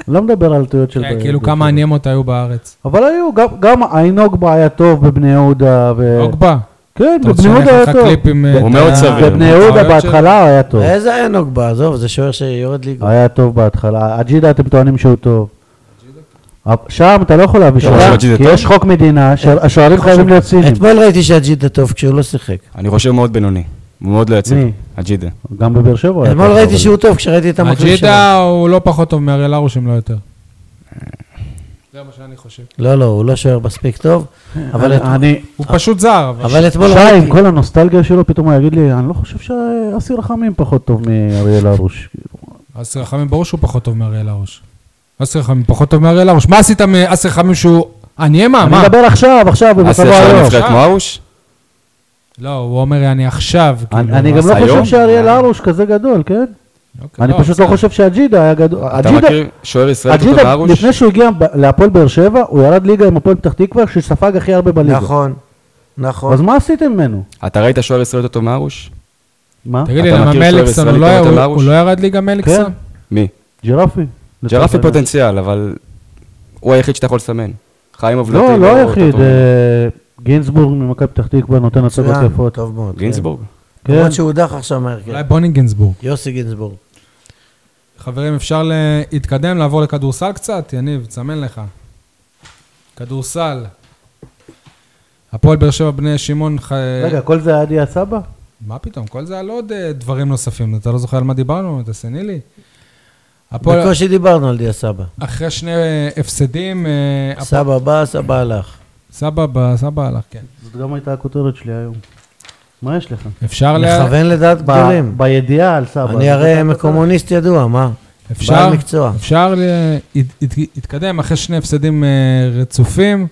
Speaker 2: לא מדבר על טעויות של...
Speaker 1: כן, כאילו כמה הנימות היו בארץ.
Speaker 2: אבל היו, גם- גם איינוגבה היה טוב בבני יהודה, ו...
Speaker 3: אה,
Speaker 1: אוגבה.
Speaker 2: כן,
Speaker 1: אתה רוצה
Speaker 2: בבני יהודה
Speaker 1: שאני
Speaker 2: היה
Speaker 1: אקח לך
Speaker 2: טוב.
Speaker 1: קליפ עם... אה,
Speaker 4: הוא
Speaker 1: את
Speaker 4: מאוד
Speaker 1: ה-
Speaker 4: סביר.
Speaker 2: בבני
Speaker 1: עם
Speaker 2: יהודה
Speaker 1: הטעויות שלו?
Speaker 2: בהתחלה היה טוב.
Speaker 3: איזה ענוג בא, עזוב, זה שוער שיורד ליגה.
Speaker 2: היה טוב בהתחלה. אג'ידה אתם טוענים שהוא טוב. אבל שם אתה לא יכול להביא
Speaker 4: אבל
Speaker 2: שוער,
Speaker 4: אג'ידה
Speaker 2: כי
Speaker 4: טוב.
Speaker 2: יש חוק מדינה, שהשוערים חייבים להיות סינים.
Speaker 3: אתמול ראיתי שאג'ידה טוב כשהוא לא שיחק.
Speaker 4: אני חושב מאוד בינוני. הוא מאוד לא
Speaker 2: מי?
Speaker 4: יציב. אג'ידה.
Speaker 2: גם בבאר שבע הוא היה
Speaker 3: אתמול
Speaker 2: טוב,
Speaker 3: ראיתי
Speaker 2: אבל-
Speaker 3: שהוא טוב כשראיתי את המחליף שלו.
Speaker 1: אג'ידה הוא לא פחות טוב מאריאל הרוש, אם לא יותר.
Speaker 3: אה.
Speaker 1: זה מה שאני חושב.
Speaker 3: לא, לא, הוא לא שוער מספיק טוב, אבל את-
Speaker 2: אני...
Speaker 1: הוא פשוט זר, אבל...
Speaker 3: אבל אתמול
Speaker 2: שי, עם
Speaker 3: ראיתי.
Speaker 2: כל הנוסטלגיה שלו, פתאום הוא יגיד לי, אני לא חושב שאסי רחמים פחות טוב מאריאל הרוש.
Speaker 1: אסי רחמים ברור שהוא פחות טוב מאריאל הרוש. אסי רחמים פחות טוב מאריאל הרוש. מה עשית מאסי רחמים שהוא... אני
Speaker 4: אה,
Speaker 1: אמה,
Speaker 2: אני
Speaker 1: מה?
Speaker 2: מדבר עכשיו, עכשיו, לא
Speaker 4: אסי
Speaker 2: במצבו
Speaker 4: עכשיו
Speaker 2: היום.
Speaker 4: נבחרת כמו ארוש?
Speaker 1: לא, הוא אומר אני עכשיו.
Speaker 2: אני
Speaker 1: כאילו,
Speaker 2: אני גם
Speaker 1: מה
Speaker 2: לא
Speaker 4: היום? אה.
Speaker 2: חושב שאריאל הרוש כזה גדול, כן?
Speaker 1: אוקיי,
Speaker 2: אני פשוט לא
Speaker 4: בסדר.
Speaker 2: חושב שאג'ידה היה גדול.
Speaker 4: אתה
Speaker 2: אג'ידה-
Speaker 4: מכיר שוער ישראל טוטו
Speaker 2: אג'ידה,
Speaker 4: דרוש?
Speaker 2: לפני שהוא הגיע ב- להפועל באר שבע, הוא ירד ליגה עם הפועל פתח תקווה, שספג הכי הרבה בליגה.
Speaker 3: נכון, נכון.
Speaker 2: אז מה עשיתם ממנו?
Speaker 4: אתה ראית שוער ישראל טוטו מארוש?
Speaker 2: מה?
Speaker 1: תגיד לי,
Speaker 4: אתה
Speaker 1: למה
Speaker 4: מכיר שוער
Speaker 1: מליקסון, הוא
Speaker 4: ישראלי
Speaker 1: לא היה-
Speaker 4: כמו
Speaker 1: הוא-
Speaker 4: תמרוש?
Speaker 1: הוא לא ירד ליגה מליקסון?
Speaker 2: כן.
Speaker 4: מי?
Speaker 2: ג'רפי.
Speaker 4: ג'רפי
Speaker 2: לצורך העניין.
Speaker 4: פוטנציאל, אבל הוא היחיד שאתה יכול לסמן. חיים עובדתי.
Speaker 2: לא, לא היחיד.
Speaker 4: טוב.
Speaker 2: אה, גינזבורג ממכבי פתח תקווה נותן הצגות
Speaker 3: מצוין,
Speaker 2: יפות.
Speaker 3: טוב מאוד.
Speaker 4: גינזבורג.
Speaker 3: כן. למרות
Speaker 2: כן.
Speaker 3: שהוא הודח עכשיו מההרכב.
Speaker 1: אולי בוני גינזבורג.
Speaker 3: יוסי גינזבורג.
Speaker 1: חברים, אפשר להתקדם, לעבור לכדורסל קצת? יניב, תסמן לך. כדורסל. הפועל באר שבע בני שמעון... ח-
Speaker 2: רגע, כל זה היה עדי הסבא?
Speaker 1: מה פתאום? כל זה על עוד אה, דברים נוספים. אתה לא זוכר על מה דיברנו? אתה סנילי. הפועל,
Speaker 3: בקושי דיברנו על דיה סבא.
Speaker 1: אחרי שני אה, הפסדים, אה, הפ-
Speaker 3: סבא בא, סבא הלך.
Speaker 1: סבא ב- סבא הלך, כן.
Speaker 2: זאת גם הייתה הכותרת שלי היום. מה יש לך?
Speaker 1: אפשר לה-
Speaker 3: מכוון לדעת
Speaker 2: ב-
Speaker 3: גדולים.
Speaker 2: בידיעה על סבא.
Speaker 3: אני הרי מקומוניסט ידוע, מה?
Speaker 1: אפשר,
Speaker 3: בעל מקצוע.
Speaker 1: אפשר להתקדם אחרי שני הפסדים אה, רצופים.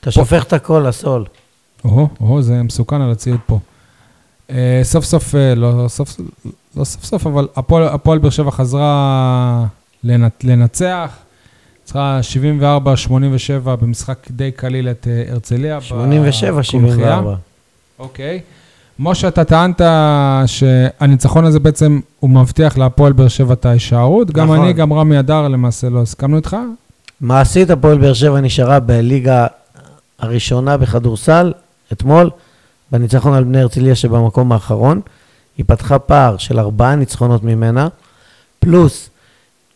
Speaker 3: אתה שופך את הכל לסול.
Speaker 1: או, או, זה מסוכן על הציוד פה. אה, סוף סוף, אה, לא סוף לא סוף, סוף אבל הפועל- הפועל באר שבע חזרה לנת- לנצח. ניצחה 74-87 במשחק די קליל את אה, הרצליה.
Speaker 3: 87,
Speaker 1: בקונחייה.
Speaker 3: 74.
Speaker 1: אוקיי. משה, אתה טענת שהניצחון הזה בעצם, הוא מבטיח להפועל באר שבע את ההישארות. גם
Speaker 3: נכון.
Speaker 1: אני, גם רמי אדר, למעשה לא הסכמנו איתך.
Speaker 3: מעשית, הפועל באר שבע נשארה בליגה הראשונה בכדורסל אתמול, בניצחון על בני הרצליה שבמקום האחרון. היא פתחה פער של ארבעה ניצחונות ממנה, פלוס,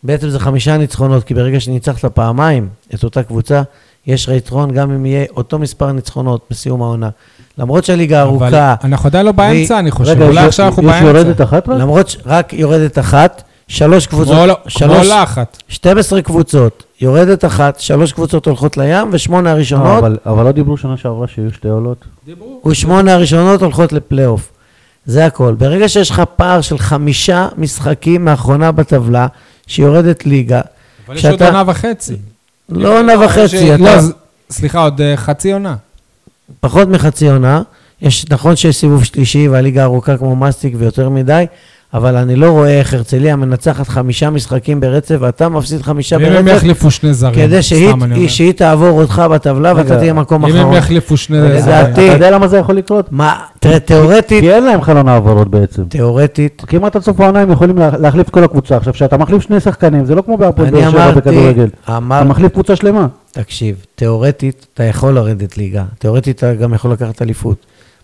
Speaker 3: בעצם זה חמישה ניצחונות, כי ברגע שניצחת פעמיים את אותה קבוצה, יש לך יתרון גם אם יהיה אותו מספר ניצחונות בסיום העונה. למרות שהליגה ארוכה,
Speaker 1: אבל אנחנו עדיין לא באמצע,
Speaker 3: והיא-
Speaker 1: אני חושב.
Speaker 2: רגע,
Speaker 1: אולי
Speaker 2: יש-
Speaker 1: עכשיו אנחנו
Speaker 2: יש יורדת
Speaker 1: באמצע.
Speaker 2: אחת רק?
Speaker 3: למרות שרק יורדת אחת, שלוש
Speaker 1: כמו
Speaker 3: קבוצות,
Speaker 1: לא- כמו
Speaker 3: שלוש,
Speaker 1: עולה אחת.
Speaker 3: 12 קבוצות, יורדת אחת, שלוש קבוצות הולכות לים, ושמונה
Speaker 2: לא,
Speaker 1: אה,
Speaker 3: הראשונות,
Speaker 2: אבל- אבל לא דיברו שנה שעברה שיהיו שתי עולות.
Speaker 3: ושמונה הראשונות הולכות לפלייאוף. זה הכל. ברגע שיש לך פער של חמישה משחקים מהאחרונה בטבלה, שיורדת ליגה,
Speaker 1: אבל יש עוד
Speaker 3: כשאתה-
Speaker 1: עונה וחצי.
Speaker 3: לא עונה וחצי,
Speaker 1: ש- אה, לא,
Speaker 3: אתה
Speaker 1: ז- סליחה, עוד אה, חצי עונה.
Speaker 3: פחות מחצי עונה. יש, נכון שיש סיבוב שלישי והליגה ארוכה כמו מסטיק ויותר מדי, אבל אני לא רואה איך הרצליה מנצחת חמישה משחקים ברצף, ואתה מפסיד חמישה
Speaker 1: אם הם
Speaker 3: ברצף,
Speaker 1: יחליפו שני זרים,
Speaker 3: כדי שהיא,
Speaker 1: סתם אני אומר.
Speaker 3: היא- שהיא תעבור אותך בטבלה ואתה
Speaker 2: רגע,
Speaker 3: תהיה מקום
Speaker 1: אם הם
Speaker 3: אחרון.
Speaker 1: יחליפו שני זרים.
Speaker 3: לדעתי,
Speaker 2: אתה יודע למה זה יכול לקרות?
Speaker 3: מה, תראה, תיאורטית,
Speaker 2: כי אין להם חלון העברות בעצם.
Speaker 3: תיאורטית,
Speaker 2: כמעט עד סוף העונה הם יכולים לה- להחליף את כל הקבוצה. עכשיו, כשאתה מחליף שני שחקנים, זה לא כמו בהפועל
Speaker 3: אני
Speaker 2: באר שבע בכדורגל.
Speaker 3: אמרתי,
Speaker 2: אתה
Speaker 3: אמרתי,
Speaker 2: מחליף קבוצה שלמה.
Speaker 3: תקשיב, תיאורטית אתה יכול לרדת ליגה, תיאורטית אתה גם יכול לקחת אליפות.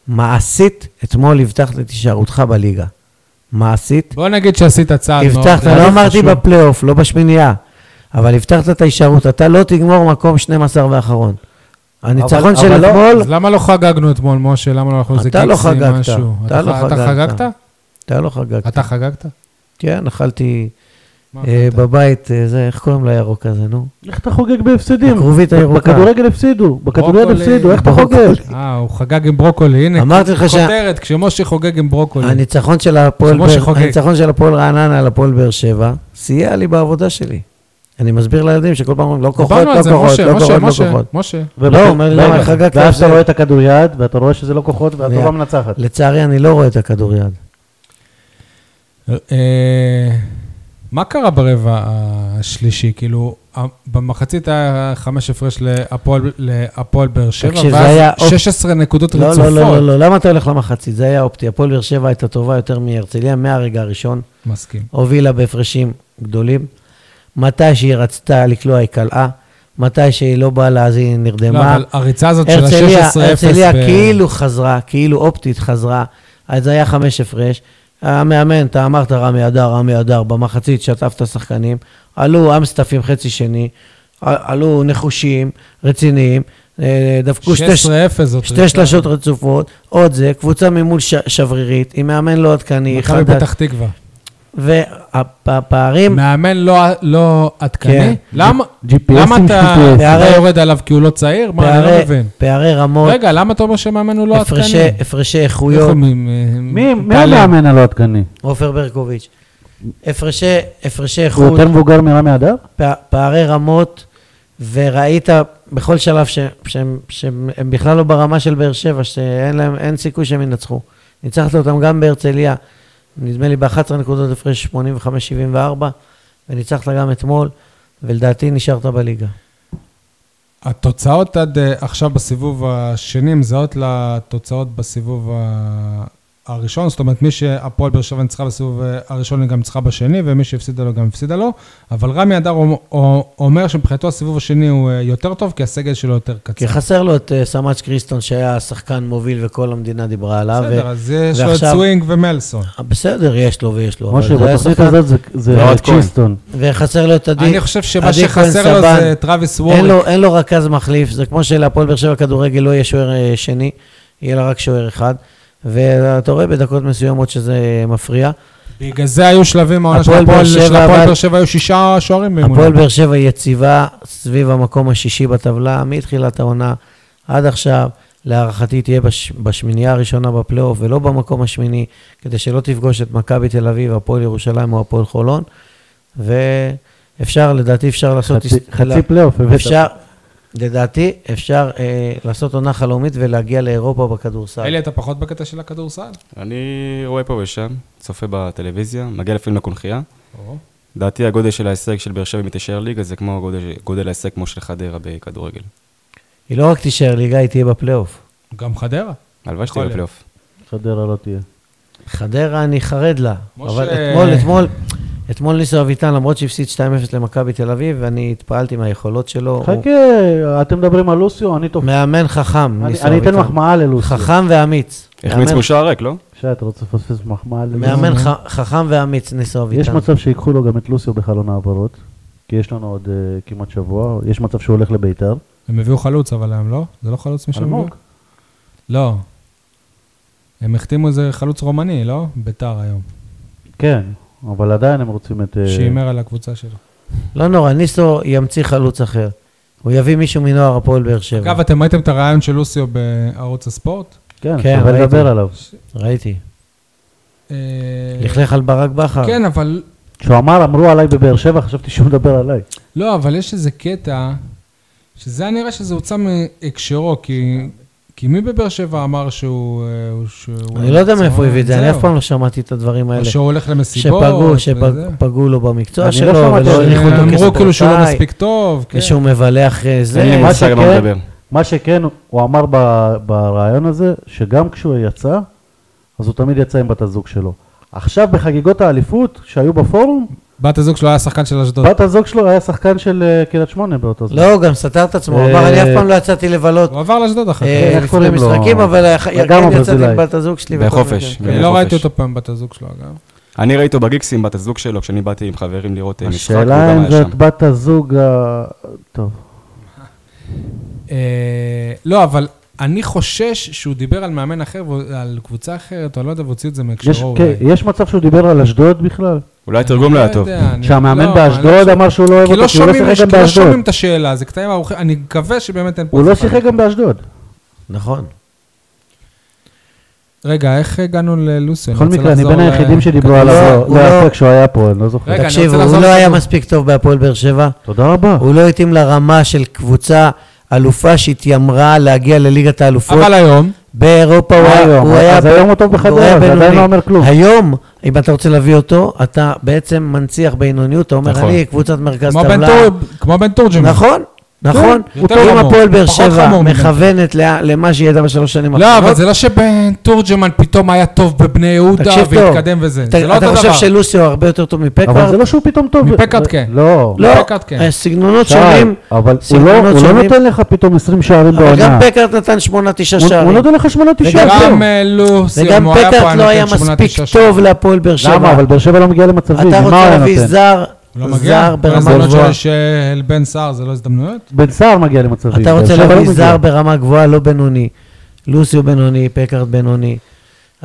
Speaker 3: מעשית, אתמול הבטחת את הישארותך בליגה. מעשית,
Speaker 1: בוא נגיד שעשית צעד מאוד.
Speaker 3: הבטחת,
Speaker 1: אה,
Speaker 3: לא אמרתי
Speaker 1: חשוב.
Speaker 3: בפלייאוף, לא בשמינייה, אבל הבטחת את ההישארות, אתה לא תגמור מקום 12 ואחרון. הניצחון של
Speaker 2: אבל לא-
Speaker 3: אתמול,
Speaker 1: אז למה לא חגגנו אתמול, משה? למה לא אנחנו איזה
Speaker 3: אתה לא
Speaker 1: קיצים,
Speaker 3: חגגת.
Speaker 1: משהו?
Speaker 3: אתה לא
Speaker 1: ח- אתה
Speaker 3: חגגת.
Speaker 1: חגגת?
Speaker 3: אתה לא חגגת.
Speaker 1: אתה חגגת?
Speaker 3: כן, אכלתי
Speaker 1: מה
Speaker 3: אה,
Speaker 1: אכלת?
Speaker 3: בבית, אה, זה, איך קוראים לירוק הזה, נו?
Speaker 2: איך אתה חוגג בהפסדים?
Speaker 3: הכרובית הירוקה.
Speaker 2: בכדורגל הפסידו, בכדוריד
Speaker 1: ברוקולי.
Speaker 2: הפסידו, איך אתה חוגג?
Speaker 1: אה, הוא חגג עם ברוקולי, הנה.
Speaker 3: אמרתי לך ש-
Speaker 1: כותרת, כשמשה חוגג עם ברוקולי.
Speaker 3: הניצרון של הפועל
Speaker 1: שמשה
Speaker 3: באר-
Speaker 1: חוגג.
Speaker 3: הניצחון של הפועל רעננה על הפועל באר שבע, סייע לי בעבודה שלי. אני מסביר לילדים שכל פעם אומרים, לא כוחות,
Speaker 1: דיברנו
Speaker 3: לא
Speaker 1: על זה,
Speaker 3: כוחות,
Speaker 1: משה,
Speaker 3: לא
Speaker 1: משה,
Speaker 3: כוחות, לא
Speaker 1: משה,
Speaker 3: כוחות.
Speaker 1: משה.
Speaker 2: ובכ-
Speaker 3: לא, הוא אומר לי,
Speaker 2: רגע,
Speaker 3: למה חגגת
Speaker 2: ואז
Speaker 3: זה?
Speaker 2: אתה רואה את הכדוריד, ואתה רואה שזה לא כוחות, ואתה
Speaker 3: שנייה.
Speaker 2: לא מנצחת.
Speaker 3: לצערי, אני לא רואה את הכדוריד.
Speaker 1: אה, מה קרה ברבע השלישי? כאילו, ה- במחצית היה חמש הפרש להפועל- להפועל באר שבע,
Speaker 3: תקשיב, זה
Speaker 1: ואז
Speaker 3: היה אופ-
Speaker 1: 16 נקודות
Speaker 3: לא, לא, לא, לא,
Speaker 1: רצופות.
Speaker 3: לא, למה אתה הולך למחצית? זה היה אופטי. הפועל באר שבע הייתה טובה יותר מהרצליה מהרגע הראשון,
Speaker 1: מסכים.
Speaker 3: הובילה בהפרשים גדולים. מתי שהיא רצתה לקלוע, היא קלעה. מתי שהיא לא באה לה, אז היא
Speaker 1: לא,
Speaker 3: נרדמה.
Speaker 1: אבל הריצה הזאת של
Speaker 3: הרצליה,
Speaker 1: ה-16-0.
Speaker 3: הרצליה כאילו חזרה, כאילו אופטית חזרה, אז היה חמש הפרש. המאמן, אתה אמרת רמי אדר, רמי אדר, במחצית שטף את השחקנים, עלו אמסטפים חצי שני, ע- עלו נחושים, רציניים, אה, דפקו שתי, ש-
Speaker 1: 16-0 זאת
Speaker 3: שתי שלשות רצופות, עוד זה, קבוצה ממול ש- שברירית, עם מאמן לא עדכני,
Speaker 1: מכבי
Speaker 3: חדש,
Speaker 1: פתח תקווה.
Speaker 3: והפערים,
Speaker 1: מאמן לא, לא עדכני?
Speaker 3: כן.
Speaker 1: למה,
Speaker 2: GPS
Speaker 1: למה
Speaker 2: עם
Speaker 1: אתה,
Speaker 2: GPS.
Speaker 1: אתה
Speaker 3: פערי-
Speaker 1: יורד עליו כי הוא לא צעיר? מה, אני לא
Speaker 3: פערי-
Speaker 1: מבין.
Speaker 3: פערי רמות,
Speaker 1: רגע, למה אתה אומר שמאמן הוא לא עדכני?
Speaker 3: הפרשי- הפרשי
Speaker 1: איך אה,
Speaker 3: איכויות,
Speaker 1: הוא מ- מ-
Speaker 2: מי מי
Speaker 1: מתעלם?
Speaker 2: המאמן הלא עדכני?
Speaker 3: עופר ברקוביץ'. הפרשי, הפרשי
Speaker 2: הוא
Speaker 3: איכות,
Speaker 2: יותר מבוגר מרמי אדר?
Speaker 3: פע, פערי רמות, וראית בכל שלב ש, שהם, שהם הם בכלל לא ברמה של באר שבע, שאין להם, אין סיכוי שהם ינצחו. ניצחת אותם גם בהרצליה, נדמה לי ב-11 נקודות הפרש 85-74, וניצחת גם אתמול, ולדעתי נשארת בליגה.
Speaker 1: התוצאות עד אה, עכשיו בסיבוב השני מזהות לתוצאות בסיבוב ה- הראשון, זאת אומרת, מי שהפועל באר שבע ניצחה בסיבוב אה, הראשון, היא גם ניצחה בשני, ומי שהפסידה לו, גם הפסידה לו. אבל רמי אדר אומ- או- אומר שמבחינתו הסיבוב השני הוא אה, יותר טוב, כי הסגל שלו יותר קצר.
Speaker 3: כי חסר לו את אה, סמאץ' קריסטון, שהיה שחקן מוביל וכל המדינה דיברה עליו.
Speaker 1: בסדר,
Speaker 3: ו-
Speaker 1: אז יש לו את
Speaker 3: אה, ועכשיו-
Speaker 1: סווינג ומלסון.
Speaker 3: אה, בסדר, יש לו ויש לו. אבל
Speaker 2: משה,
Speaker 3: זה לא היה
Speaker 2: בתוכנית
Speaker 3: שחקן-
Speaker 2: הזאת זה- זה
Speaker 4: ועוד כהן.
Speaker 2: צ'יסטון.
Speaker 3: וחסר לו את עדי...
Speaker 1: אני חושב שמה
Speaker 3: עדי כהן
Speaker 1: שחסר לו
Speaker 3: סבן.
Speaker 1: זה טראביס
Speaker 3: אין
Speaker 1: ווריק.
Speaker 3: לו, אין לו רכז מחליף, זה כמו שלהפועל באר שבע כדורגל לא יהיה שוער אה, שני, יהיה לה רק שוער אחד. ואתה רואה בדקות מסוימות שזה מפריע.
Speaker 1: בגלל זה היו שלבים מהעונה של
Speaker 3: הפועל באר
Speaker 1: הפועל של
Speaker 3: שבע,
Speaker 1: הפועל
Speaker 3: אבל-
Speaker 1: באר שבע, היו שישה שוערים באימון.
Speaker 3: הפועל באר שבע יציבה סביב המקום השישי בטבלה, מתחילת העונה עד עכשיו, להערכתי תהיה בש, בשמינייה הראשונה בפלייאוף ולא במקום השמיני, כדי שלא תפגוש את מכבי תל אביב, הפועל ירושלים או הפועל חולון. ואפשר, לדעתי אפשר לעשות...
Speaker 2: חצי-
Speaker 3: הס- לה-
Speaker 2: חצי פלייאוף. הבאת.
Speaker 3: אפשר, לדעתי, אפשר אה, לעשות עונה חלומית ולהגיע לאירופה בכדורסל.
Speaker 1: אלי, אתה פחות בקטע של הכדורסל?
Speaker 4: אני רואה פה ושם, צופה בטלוויזיה, מגיע לפעמים לקונכייה.
Speaker 1: או.
Speaker 4: לדעתי הגודל של ההישג של באר שבע אם היא תישאר ליגה זה כמו גודל, גודל ההישג כמו של חדרה בכדורגל.
Speaker 3: היא לא רק תישאר ליגה, היא תהיה בפלייאוף.
Speaker 1: גם חדרה.
Speaker 4: הלוואי
Speaker 1: יכול
Speaker 4: שתהיה
Speaker 1: להיות.
Speaker 4: בפלייאוף.
Speaker 2: חדרה לא תהיה.
Speaker 3: חדרה, אני חרד לה.
Speaker 1: משה-
Speaker 3: אבל אתמול, אתמול, אתמול ניסו אביטן, למרות שהפסיד 2-0 למכבי תל אביב, ואני התפעלתי מהיכולות שלו. הוא
Speaker 2: חכה, אתם מדברים על לוסיו, אני תופס.
Speaker 3: מאמן חכם,
Speaker 2: אני
Speaker 3: ניסו
Speaker 2: אני אתן
Speaker 3: אביטן.
Speaker 2: מחמאה ללוסיו.
Speaker 3: חכם ואמיץ.
Speaker 4: החמיץ
Speaker 3: מאמן-
Speaker 4: מול ריק, לא?
Speaker 2: שי, אתה רוצה לפספס מחמאה ללוסיו?
Speaker 3: מאמן ח- חכם ואמיץ, ניסו אביטן.
Speaker 2: יש מצב שיקחו לו גם את לוסיו בחלון העברות, כי יש לנו עוד אה, כמעט שבוע, יש מצב שהוא הולך לביתר.
Speaker 1: הם הביאו חלוץ, אבל הם לא? זה לא חלוץ משם?
Speaker 2: אלמוג.
Speaker 1: לא. הם החתימו איזה חלוץ רומני, לא? ביתר היום.
Speaker 2: כן, אבל עדיין הם רוצים את... אה,
Speaker 1: שהימר על הקבוצה שלו.
Speaker 3: לא נורא, ניסו ימציא חלוץ אחר. הוא יביא מישהו מנוער הפועל באר שבע.
Speaker 1: אגב, אתם ראיתם את הרעיון של לוסיו בערוץ הספורט?
Speaker 2: כן,
Speaker 3: כן,
Speaker 2: שווה
Speaker 3: ראיתי.
Speaker 2: לדבר עליו.
Speaker 3: ראיתי.
Speaker 1: אה,
Speaker 3: לכלך על ברק בכר.
Speaker 1: כן, אבל...
Speaker 2: כשהוא אמר, אמרו עליי בבאר שבע, חשבתי שהוא מדבר עליי.
Speaker 1: לא, אבל יש איזה קטע, שזה היה נראה שזה הוצא מהקשרו, כי... כי מי בבאר שבע אמר שהוא... אה, הוא- שהוא-
Speaker 3: אני לא יודע מאיפה הוא
Speaker 1: צהוב?
Speaker 3: הביא את זה, אני
Speaker 1: זהו.
Speaker 3: אף פעם לא שמעתי את הדברים
Speaker 1: או
Speaker 3: האלה.
Speaker 1: שהוא הולך למסיבות.
Speaker 3: שפגעו,
Speaker 1: וזה.
Speaker 3: שפגעו לו במקצוע
Speaker 2: אני
Speaker 3: שלו,
Speaker 2: לא שמעתי
Speaker 3: ולא
Speaker 2: על זה.
Speaker 3: הניחו אותו
Speaker 1: הם אמרו כאילו שהוא לא
Speaker 3: כספורטאי,
Speaker 1: מספיק טוב. כן.
Speaker 3: ושהוא מבלה אחרי אה, זה.
Speaker 4: אין לי
Speaker 2: מה
Speaker 4: מושג על מה הוא
Speaker 2: שכן-
Speaker 4: מדבר.
Speaker 2: מה שכן, הוא אמר ב- ברעיון הזה, שגם כשהוא יצא, אז הוא תמיד יצא עם בת הזוג שלו. עכשיו בחגיגות האליפות שהיו בפורום,
Speaker 1: בת הזוג שלו היה שחקן של אשדוד.
Speaker 2: בת הזוג שלו היה שחקן של אה, קריית שמונה באותו זמן.
Speaker 3: לא, הוא גם סתר את עצמו, הוא
Speaker 2: אה,
Speaker 3: אמר, אני אף פעם לא יצאתי לבלות
Speaker 1: הוא עבר לאשדוד אחר כך.
Speaker 3: אה,
Speaker 2: איך
Speaker 3: לפני
Speaker 2: קוראים לו?
Speaker 3: משחקים, אבל אה, כן
Speaker 2: גם
Speaker 3: יצאתי
Speaker 2: הברזילאי.
Speaker 3: עם בת הזוג שלי. וכל
Speaker 4: בחופש.
Speaker 3: מיני.
Speaker 1: אני
Speaker 4: בחופש.
Speaker 1: לא ראיתי אותו פעם בת הזוג שלו, אגב.
Speaker 4: אני ראיתי אותו בגיקסים, בת הזוג שלו, כשאני באתי עם חברים לראות אה, משחק, הוא גם
Speaker 2: השאלה אם
Speaker 4: היה
Speaker 2: זאת
Speaker 4: שם.
Speaker 2: בת הזוג ה... טוב.
Speaker 1: אה, לא, אבל אני חושש שהוא דיבר על מאמן אחר, והוא- על קבוצה אחרת, או אני לא יודע, והוציא את זה
Speaker 2: יש,
Speaker 1: מהקשרו
Speaker 2: כן,
Speaker 1: אולי.
Speaker 2: יש מצב שהוא דיבר על אשדוד בכלל?
Speaker 4: אולי התרגום לא היה טוב.
Speaker 2: שהמאמן
Speaker 1: לא, אני
Speaker 2: באשדוד
Speaker 1: לא-
Speaker 2: אמר שהוא לא אוהב
Speaker 1: כי
Speaker 2: אותו,
Speaker 1: לא
Speaker 2: כי הוא לא
Speaker 1: שומעים
Speaker 2: שיחק גם
Speaker 1: כי לא
Speaker 2: באשדוד.
Speaker 1: שומעים את השאלה, זה קטעים ארוכים, אני מקווה שבאמת אין פה...
Speaker 2: הוא לא
Speaker 1: הצלחה.
Speaker 2: שיחק גם באשדוד.
Speaker 3: נכון.
Speaker 1: רגע, איך הגענו ללוסיו?
Speaker 2: בכל
Speaker 1: אני רוצה
Speaker 2: מקרה, אני
Speaker 1: לחזור אה,
Speaker 2: בין
Speaker 1: ל-
Speaker 2: היחידים שדיברו
Speaker 3: לא,
Speaker 2: עליו,
Speaker 3: הוא
Speaker 2: לא
Speaker 3: לא-
Speaker 2: יפה כשהוא היה פה, אני לא זוכר.
Speaker 1: רגע, אני
Speaker 3: תקשיב,
Speaker 1: רוצה אה.
Speaker 3: הוא
Speaker 1: לעזור
Speaker 3: לא
Speaker 1: לך.
Speaker 3: היה מספיק טוב בהפועל באר שבע,
Speaker 2: תודה רבה.
Speaker 3: הוא לא התאים לרמה של קבוצה אלופה שהתיימרה להגיע לליגת האלופות.
Speaker 1: אבל היום,
Speaker 3: באירופה הוא היה...
Speaker 2: היום,
Speaker 3: הוא היה
Speaker 2: אז היום אה, הוא טוב בחדרה,
Speaker 3: הוא היה
Speaker 2: זה עדיין
Speaker 3: בינוני.
Speaker 2: לא אומר כלום.
Speaker 3: היום, אם אתה רוצה להביא אותו, אתה בעצם מנציח בינוניות, אתה אומר,
Speaker 4: נכון.
Speaker 3: אני קבוצת מרכז
Speaker 1: כמו בן כן,
Speaker 3: טבלה.
Speaker 1: טור- כמו בן תורג'מן.
Speaker 3: נכון, נכון.
Speaker 1: לא הוא יותר
Speaker 3: אם
Speaker 1: חמור,
Speaker 3: הפועל באר
Speaker 1: פחות
Speaker 3: שבע
Speaker 1: חמור ממנו.
Speaker 3: מכוונת לה- למה שהיא ידעה בשלוש שנים
Speaker 1: לא, אבל זה לא שבן תורג'מן פתאום היה טוב בבני יהודה
Speaker 3: תקשיב טוב.
Speaker 1: והתקדם וזה.
Speaker 3: אתה-
Speaker 1: זה לא אותו
Speaker 3: אתה
Speaker 1: דבר.
Speaker 3: חושב שלוסיו הרבה יותר טוב
Speaker 2: אבל
Speaker 3: מפקארד?
Speaker 2: זה לא שהוא פתאום טוב.
Speaker 1: מפקארט
Speaker 2: זה-
Speaker 1: כן.
Speaker 2: לא.
Speaker 3: לא,
Speaker 1: פקארט כן.
Speaker 3: אה, סגנונות
Speaker 2: שי,
Speaker 3: שונים.
Speaker 2: אבל הוא
Speaker 3: סגנונות
Speaker 2: לא- הוא לא
Speaker 3: שונים.
Speaker 2: נותן לך פתאום 20 שערים
Speaker 3: אבל גם
Speaker 2: בעונה.
Speaker 3: פקארד נתן שמונה, תשעה
Speaker 2: הוא- הוא
Speaker 3: שערים.
Speaker 2: נותן לך 8-9
Speaker 3: וגם-
Speaker 2: שערים.
Speaker 1: גם אה, לוסיו,
Speaker 3: וגם
Speaker 1: אם הוא היה פה,
Speaker 3: פקארד לא
Speaker 1: נותן
Speaker 3: היה
Speaker 1: כן, שמונה,
Speaker 3: מספיק
Speaker 1: תשעה שערים.
Speaker 3: טוב להפועל באר שבע.
Speaker 2: למה? אבל באר שבע לא מגיע למצבים,
Speaker 3: אתה
Speaker 2: מה הוא
Speaker 3: רוצה
Speaker 2: היה
Speaker 3: להביא
Speaker 2: נותן?
Speaker 3: זר,
Speaker 1: הוא לא מגיע?
Speaker 3: זר ברמה
Speaker 1: הזדמנות
Speaker 3: גבוהה.
Speaker 1: שיש אה, אל בן סער זה לא הזדמנויות?
Speaker 2: בן סער מגיע למצבים.
Speaker 3: אתה
Speaker 2: באר
Speaker 3: רוצה
Speaker 2: שבע לא
Speaker 3: להביא
Speaker 2: מגיע.
Speaker 3: זר ברמה גבוהה, לא בינוני. לוסיו בינוני, פקארד בינוני.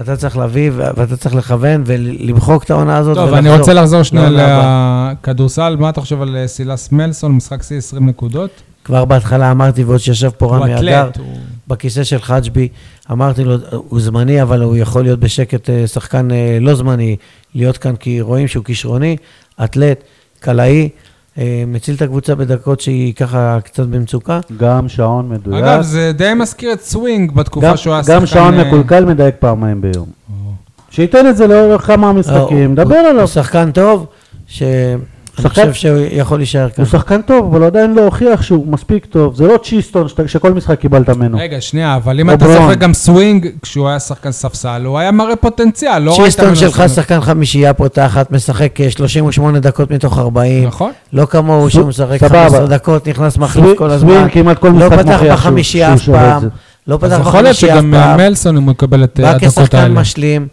Speaker 3: אתה צריך להביא ו- ואתה צריך לכוון ולמחוק את העונה הזאת
Speaker 1: טוב,
Speaker 3: ולחזור.
Speaker 1: אני רוצה
Speaker 3: לא,
Speaker 1: לחזור שנייה
Speaker 3: לעונה
Speaker 1: לכדורסל. מה אתה חושב על אה, סילס מלסון, משחק שיא 20 נקודות?
Speaker 3: כבר בהתחלה אמרתי, ועוד שישב פה
Speaker 1: הוא
Speaker 3: רמי אדר,
Speaker 1: אתלט, הוא-
Speaker 3: בכיסא של חג'בי, אמרתי לו, הוא זמני, אבל הוא יכול להיות בשקט אה, שחקן אה, לא זמני, להיות כאן כי רואים שהוא כישרוני, אתלט, קלעי, אה, מציל את הקבוצה בדקות שהיא ככה קצת במצוקה.
Speaker 2: גם שעון
Speaker 3: לא.
Speaker 2: מדויק.
Speaker 1: אגב, זה די מזכיר את סווינג
Speaker 2: גם-
Speaker 1: בתקופה שהוא היה שחקן...
Speaker 2: גם שעון
Speaker 1: אה,
Speaker 2: מקולקל מדייק פעמיים ביום.
Speaker 1: או.
Speaker 2: שייתן את זה לאורך כמה משחקים, דבר
Speaker 3: לא, הוא-
Speaker 2: אה, עליו.
Speaker 3: הוא שחקן טוב, שאני
Speaker 2: שחקן-
Speaker 3: חושב שהוא יכול להישאר כאן.
Speaker 2: הוא שחקן טוב, אבל הוא עדיין לא הוכיח שהוא מספיק טוב. זה לא צ'יסטון שאתה- שכל משחק קיבלת ממנו.
Speaker 1: רגע, שנייה, אבל אם
Speaker 2: או
Speaker 1: אתה
Speaker 2: ברון.
Speaker 1: זוכר גם סווינג, כשהוא היה שחקן ספסל, הוא היה מראה פוטנציאל, לא ראית
Speaker 3: צ'יסטון
Speaker 1: ממנו
Speaker 3: שלך
Speaker 1: שחקן-
Speaker 3: שחקן חמישייה פותחת, משחק אה, 38 דקות מתוך 40.
Speaker 1: נכון.
Speaker 3: לא כמוהו
Speaker 2: ס-
Speaker 3: שהוא משחק
Speaker 2: סבבה.
Speaker 3: 15 דקות, נכנס מחליף
Speaker 2: סווינג-
Speaker 3: כל הזמן.
Speaker 2: סווינג כמעט כל
Speaker 3: לא
Speaker 2: משחק
Speaker 3: פתח
Speaker 2: מוכיח שהוא-
Speaker 3: בחמישייה
Speaker 2: שהוא
Speaker 3: אף
Speaker 2: שווה את
Speaker 3: פעם.
Speaker 2: זה.
Speaker 3: לא פתח
Speaker 1: אז יכול להיות
Speaker 3: בחמישייה אף
Speaker 1: שגם
Speaker 3: פעם.
Speaker 1: מלסון, אם הוא יקבל את אה,
Speaker 3: בא
Speaker 1: הדקות
Speaker 3: כשחקן
Speaker 1: האלה.
Speaker 3: משלים.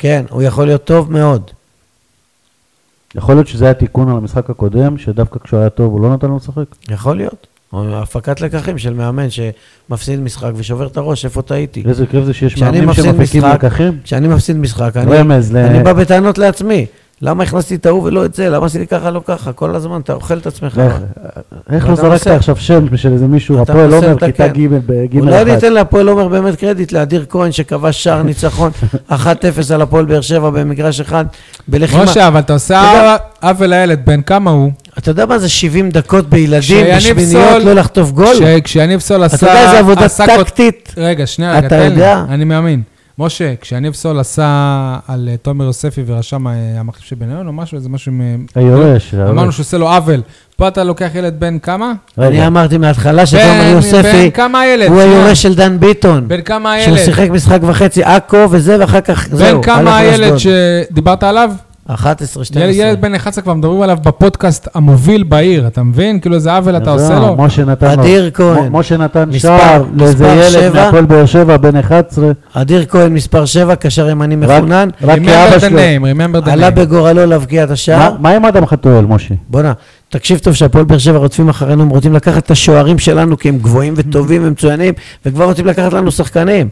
Speaker 3: כן, הוא יכול להיות טוב מאוד.
Speaker 2: יכול להיות שזה היה תיקון על המשחק הקודם, שדווקא כשהוא היה טוב הוא לא נתן לו לשחק?
Speaker 3: יכול להיות. או הפקת לקחים של מאמן שמפסיד משחק ושובר את הראש, איפה טעיתי.
Speaker 2: איזה כיף זה שיש
Speaker 3: כשאני
Speaker 2: מאמנים
Speaker 3: מפסיד
Speaker 2: שמפיקים
Speaker 3: משחק-
Speaker 2: לקחים?
Speaker 3: כשאני מפסיד משחק, אני,
Speaker 2: רמז ל-
Speaker 3: אני בא בטענות לעצמי. למה הכנסתי את ההוא ולא את זה? למה עשיתי ככה, לא ככה? כל הזמן אתה אוכל את עצמך.
Speaker 2: איך- איך לא
Speaker 3: אה, ואתה
Speaker 2: זרקת
Speaker 3: מנסה-
Speaker 2: עכשיו שם של איזה מישהו,
Speaker 3: אתה כן. לא
Speaker 2: הפועל
Speaker 3: מנסה
Speaker 2: עומר,
Speaker 3: לתקן.
Speaker 2: כיתה ג' בגימל
Speaker 3: אולי
Speaker 2: אחת?
Speaker 3: ניתן להפועל עומר באמת קרדיט לאדיר כהן שכבש שער ניצחון 1-0 על הפועל באר שבע במגרש אחד בלחימה.
Speaker 1: משה, אבל אתה עושה
Speaker 3: אתה
Speaker 1: עוול לילד, בן כמה הוא?
Speaker 3: אתה יודע מה זה 70 דקות בילדים
Speaker 1: שיניב
Speaker 3: בשמיניות
Speaker 1: סול-
Speaker 3: לא לחטוף גול?
Speaker 1: כשיניב סול עשה...
Speaker 3: אתה יודע איזה עבודה
Speaker 1: עשה כות-
Speaker 3: טקטית?
Speaker 1: רגע, שנייה, רגע,
Speaker 3: אתה
Speaker 1: תן לי,
Speaker 3: יודע?
Speaker 1: אני מאמין. משה, כשאניב סול עשה על אה, תומר יוספי ורשם אה, המחליף של בניון או משהו, איזה משהו... מ-
Speaker 2: היורש,
Speaker 1: אמרנו
Speaker 2: היורש.
Speaker 1: שהוא עושה לו עוול. פה אתה לוקח ילד בן כמה?
Speaker 3: אני
Speaker 2: רגע,
Speaker 3: אמרתי מההתחלה שתומר
Speaker 1: בן- בן
Speaker 3: יוספי
Speaker 1: כמה הילד?
Speaker 3: הוא
Speaker 1: שנייה.
Speaker 3: היורש של דן ביטון.
Speaker 1: בן כמה
Speaker 3: שהוא
Speaker 1: הילד?
Speaker 3: שיחק משחק וחצי עכו וזה, ואחר כך זהו.
Speaker 1: בן כמה
Speaker 3: הלך
Speaker 1: הילד
Speaker 3: לאשדוד.
Speaker 1: שדיברת עליו?
Speaker 3: 11, 12.
Speaker 1: ילד ילד בן 11 כבר מדברים עליו בפודקאסט המוביל בעיר, אתה מבין? כאילו איזה עוול
Speaker 3: נכון,
Speaker 1: אתה עושה
Speaker 2: זהו,
Speaker 1: לו?
Speaker 2: אה, משה נתן לו-
Speaker 3: אדיר כהן.
Speaker 2: מ- משה נתן
Speaker 3: מספר-
Speaker 2: שער
Speaker 3: מספר
Speaker 2: לאיזה ילד
Speaker 3: שבע.
Speaker 2: מהפועל באר שבע, בן 11.
Speaker 3: אדיר כהן מספר 7, קשר ימני מחונן.
Speaker 2: רק
Speaker 1: Remember
Speaker 2: כאבא
Speaker 1: the
Speaker 2: שלו.
Speaker 1: name, remember the
Speaker 3: עלה
Speaker 1: name.
Speaker 3: בגורלו להבקיע את השער.
Speaker 2: מה- מה עם אדם חתואל, משה?
Speaker 3: בואנה, תקשיב טוב שהפועל באר שבע רודפים אחרינו, הם רוצים לקחת את השוערים שלנו כי הם גבוהים וטובים ומצוינים, וכבר רוצים לקחת לנו שחקנים.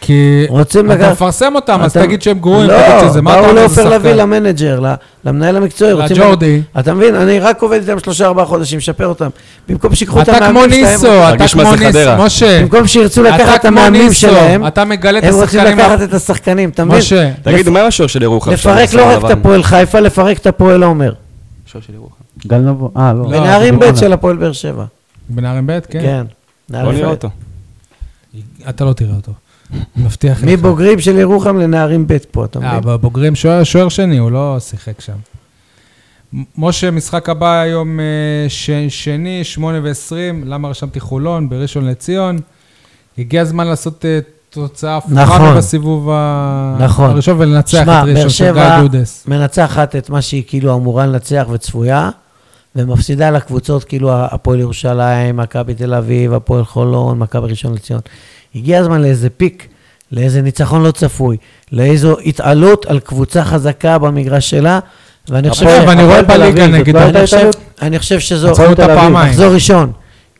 Speaker 1: כי
Speaker 3: רוצים
Speaker 1: אתה
Speaker 3: לקחת-
Speaker 1: מפרסם אותם, אז
Speaker 3: אתה-
Speaker 1: תגיד שהם גרועים, תגיד
Speaker 3: לא,
Speaker 1: שזה, מה אתה
Speaker 3: באו
Speaker 1: אומר איזה
Speaker 3: לעופר לביא
Speaker 1: שחקן?
Speaker 3: למנג'ר, ל- למנהל המקצועי. רוצים-
Speaker 1: לג'ורדי.
Speaker 3: אתה מבין, אני רק עובד איתם שלושה ארבעה חודשים, לשפר אותם. במקום שיקחו את
Speaker 1: אתה
Speaker 3: המאמנים
Speaker 1: כמו
Speaker 3: שלהם,
Speaker 1: ניסו, אתה
Speaker 4: מרגיש מה
Speaker 1: כמו
Speaker 4: זה
Speaker 1: ניסו,
Speaker 4: חדרה.
Speaker 1: משה.
Speaker 3: במקום שירצו
Speaker 1: אתה
Speaker 3: לקחת את
Speaker 1: כמו
Speaker 3: המאמנים
Speaker 1: ניסו,
Speaker 3: שלהם,
Speaker 1: אתה מגלה את
Speaker 3: הם רוצים
Speaker 1: השחקנים.
Speaker 3: לקחת את השחקנים, אתה מבין?
Speaker 1: משה,
Speaker 4: תגידו, מה עם השוער של ירוחם? שם,
Speaker 3: לפרק לא
Speaker 4: בשר
Speaker 3: רק את
Speaker 4: לבן?
Speaker 3: הפועל חיפה, לפרק את הפועל עומר.
Speaker 4: השוער של ירוחם.
Speaker 2: גל נבו, אה, לא.
Speaker 1: לא.
Speaker 3: ונערים ב'
Speaker 2: בדימונה.
Speaker 3: של הפועל באר שבע.
Speaker 1: בנערים ב', כן?
Speaker 3: כן.
Speaker 4: בוא
Speaker 3: נערים
Speaker 4: נראה
Speaker 3: ב'.
Speaker 4: אותו.
Speaker 1: אתה לא תראה אותו. מבטיח לך.
Speaker 3: מבוגרים של ירוחם לנערים ב' פה, אתה
Speaker 1: אה,
Speaker 3: מבין?
Speaker 1: בבוגרים שוער, שוער שני, הוא לא שיחק שם. מ- משה, משחק הבא היום אה, ש, שני, שמונה ועשרים, למה רשמתי חולון, בראשון לציון. הגיע הזמן לעשות אה, תוצאה הפוכה
Speaker 3: נכון.
Speaker 1: בסיבוב ה...
Speaker 3: נכון.
Speaker 1: הראשון ולנצח את ראשון של גיא דודס.
Speaker 3: מנצחת את מה שהיא כאילו אמורה לנצח וצפויה, ומפסידה לקבוצות כאילו הפועל ירושלים, מכבי תל אביב, הפועל חולון, מכבי ראשון לציון. הגיע הזמן לאיזה פיק, לאיזה ניצחון לא צפוי, לאיזו התעלות על קבוצה חזקה במגרש שלה, ואני חושב,
Speaker 1: הפועל-
Speaker 3: ש-
Speaker 1: ואני רואה
Speaker 2: הפועל תל
Speaker 1: בליגה
Speaker 2: אביב, זאת
Speaker 1: נגד
Speaker 2: לא הייתה
Speaker 3: אני חושב,
Speaker 2: התעלות?
Speaker 3: אני חושב שזו...
Speaker 1: עצרו אותה
Speaker 2: תל אביב,
Speaker 1: פעמיים.
Speaker 3: מחזור ראשון.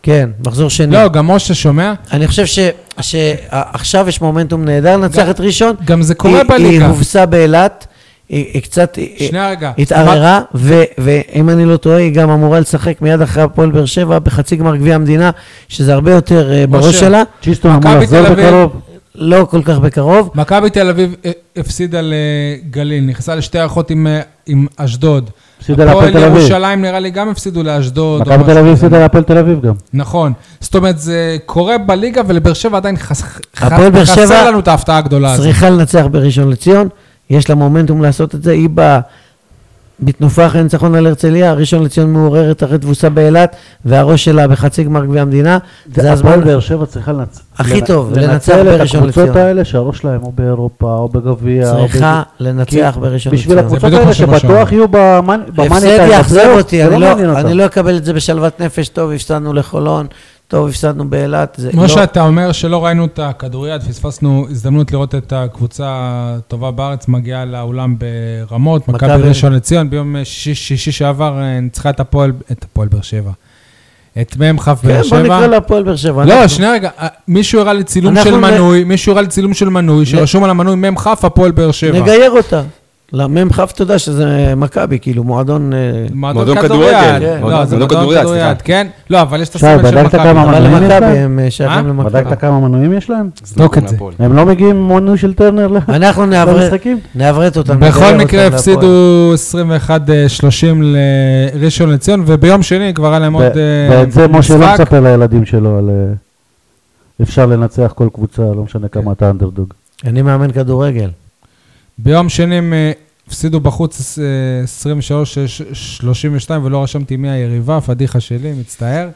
Speaker 3: כן, מחזור שני.
Speaker 1: לא, גם משה שומע?
Speaker 3: אני חושב ש- שעכשיו יש מומנטום נהדר לנצח את ראשון.
Speaker 1: גם זה קורה
Speaker 3: היא- היא
Speaker 1: בליגה.
Speaker 3: הובסה באילת, היא היא קצת היא-
Speaker 1: שנייה רגע.
Speaker 3: התערערה, ו- ואם אני לא טועה, היא גם אמורה לשחק מיד אחרי הפועל באר שבע בחצי גמר גביע המדינה, שזה הרבה יותר אה, בראש
Speaker 1: משה.
Speaker 3: שלה,
Speaker 2: צ'יסטון אמור
Speaker 1: מכבי
Speaker 2: לחזור
Speaker 1: תל אביב.
Speaker 2: בקרוב.
Speaker 3: לא כל כך בקרוב.
Speaker 1: מכבי תל אביב אה, הפסידה לגליל, נכנסה לשתי הערכות עם, אה, עם אשדוד.
Speaker 2: הפסידה להפועל תל אביב.
Speaker 1: הפועל ירושלים לא נראה לי גם הפסידו לאשדוד. או
Speaker 2: מכבי
Speaker 1: משהו
Speaker 2: תל אביב
Speaker 1: כזה.
Speaker 2: הפסידה להפועל תל אביב גם.
Speaker 1: נכון. זאת אומרת, זה קורה בליגה, ולבאר שבע עדיין חס... חס-
Speaker 3: הפועל באר שבע
Speaker 1: חסר לנו את ההפתעה הגדולה הזאת.
Speaker 3: צריכה לנצח בראשון לציון, יש לה מומנטום לעשות את זה, היא באה בתנופה אחרי ניצחון על הרצליה, ראשון לציון מעוררת אחרי תבוסה באילת, והראש שלה בחצי גמר גביע המדינה, זה הזמן,
Speaker 2: הפועל באר שבע צריכה לנצ...
Speaker 3: הכי
Speaker 2: לנ-
Speaker 3: טוב, לנצח
Speaker 2: לנצל את
Speaker 3: בראשון
Speaker 2: הקבוצות
Speaker 3: לציון.
Speaker 2: האלה שהראש שלהם או באירופה או בגביע. או
Speaker 3: צריכה
Speaker 2: בזה.
Speaker 3: לנצח
Speaker 2: כי
Speaker 3: בראשון
Speaker 2: בשביל
Speaker 3: לציון.
Speaker 2: הקבוצות
Speaker 1: בדיוק מה
Speaker 2: האלה
Speaker 1: שמשה
Speaker 2: שבטוח
Speaker 1: אמר.
Speaker 2: יהיו במאני
Speaker 3: הפסד יאכזב אותי, אני
Speaker 2: מעניין
Speaker 3: לא- אני
Speaker 2: אותם.
Speaker 3: לא אקבל את זה בשלוות נפש, טוב, הפסדנו לחולון, טוב, הפסדנו באילת, זה
Speaker 1: כמו
Speaker 3: לא-
Speaker 1: שאתה אומר שלא ראינו את הכדוריד, פספסנו הזדמנות לראות את הקבוצה הטובה בארץ מגיעה לאולם ברמות, מכבי
Speaker 3: מכבי-
Speaker 1: ראשון לציון, ביום שישי, שישי שעבר אה, ניצחה את הפועל, את הפועל באר שבע. את מ"כ
Speaker 3: כן,
Speaker 1: באר
Speaker 3: בוא
Speaker 1: שבע.
Speaker 3: נקרא להפועל באר שבע.
Speaker 1: לא,
Speaker 3: אנחנו-
Speaker 1: שנייה רגע, אה, מישהו הראה לי צילום
Speaker 3: אנחנו
Speaker 1: של
Speaker 3: נ-
Speaker 1: מנוי, מישהו הראה לי צילום של מנוי, שרשום על המנוי מ"כ הפועל באר שבע.
Speaker 3: נגייר אותה. למ"כ תודה שזה מכבי, כאילו, מועדון... אה,
Speaker 1: מועדון
Speaker 4: מועדון
Speaker 1: כדוריד.
Speaker 4: כדורגל.
Speaker 1: כן.
Speaker 4: מועדון-
Speaker 1: לא, זה
Speaker 4: מועדון
Speaker 1: מועדון
Speaker 4: כדוריד,
Speaker 1: כדוריד,
Speaker 4: סליחה.
Speaker 1: כן? לא, אבל יש את
Speaker 2: שי,
Speaker 1: הסמל של
Speaker 2: בדקת כמה
Speaker 1: מכבי.
Speaker 3: אבל
Speaker 2: מנויים יש
Speaker 3: למכבי
Speaker 2: להם?
Speaker 3: הם אה, שייכים
Speaker 1: אה?
Speaker 3: למכבי.
Speaker 2: בדקת כמה מנויים יש להם?
Speaker 1: תבדוק את זה.
Speaker 4: מהפועל.
Speaker 2: הם לא מגיעים עם מנוי של טרנר ל-
Speaker 3: אנחנו נעברת-
Speaker 2: למשחקים?
Speaker 3: נעברת אותם.
Speaker 1: בכל
Speaker 3: נגייר
Speaker 1: מקרה
Speaker 3: אותם להפועל.
Speaker 1: הפסידו 21-30 לראשון לציון, וביום שני כבר היה להם עוד
Speaker 2: ו-
Speaker 1: אה,
Speaker 2: ואת זה משה לא
Speaker 1: משחק.
Speaker 2: מספר לילדים שלו על... אה, אפשר לנצח כל קבוצה, לא משנה כמה אתה אנדרדוג.
Speaker 3: אני מאמן כדורגל.
Speaker 1: ביום שני הם אה, הפסידו בחוץ אה, 23-32, ולא רשמתי מי היריבה, פדיחה שלי, מצטער.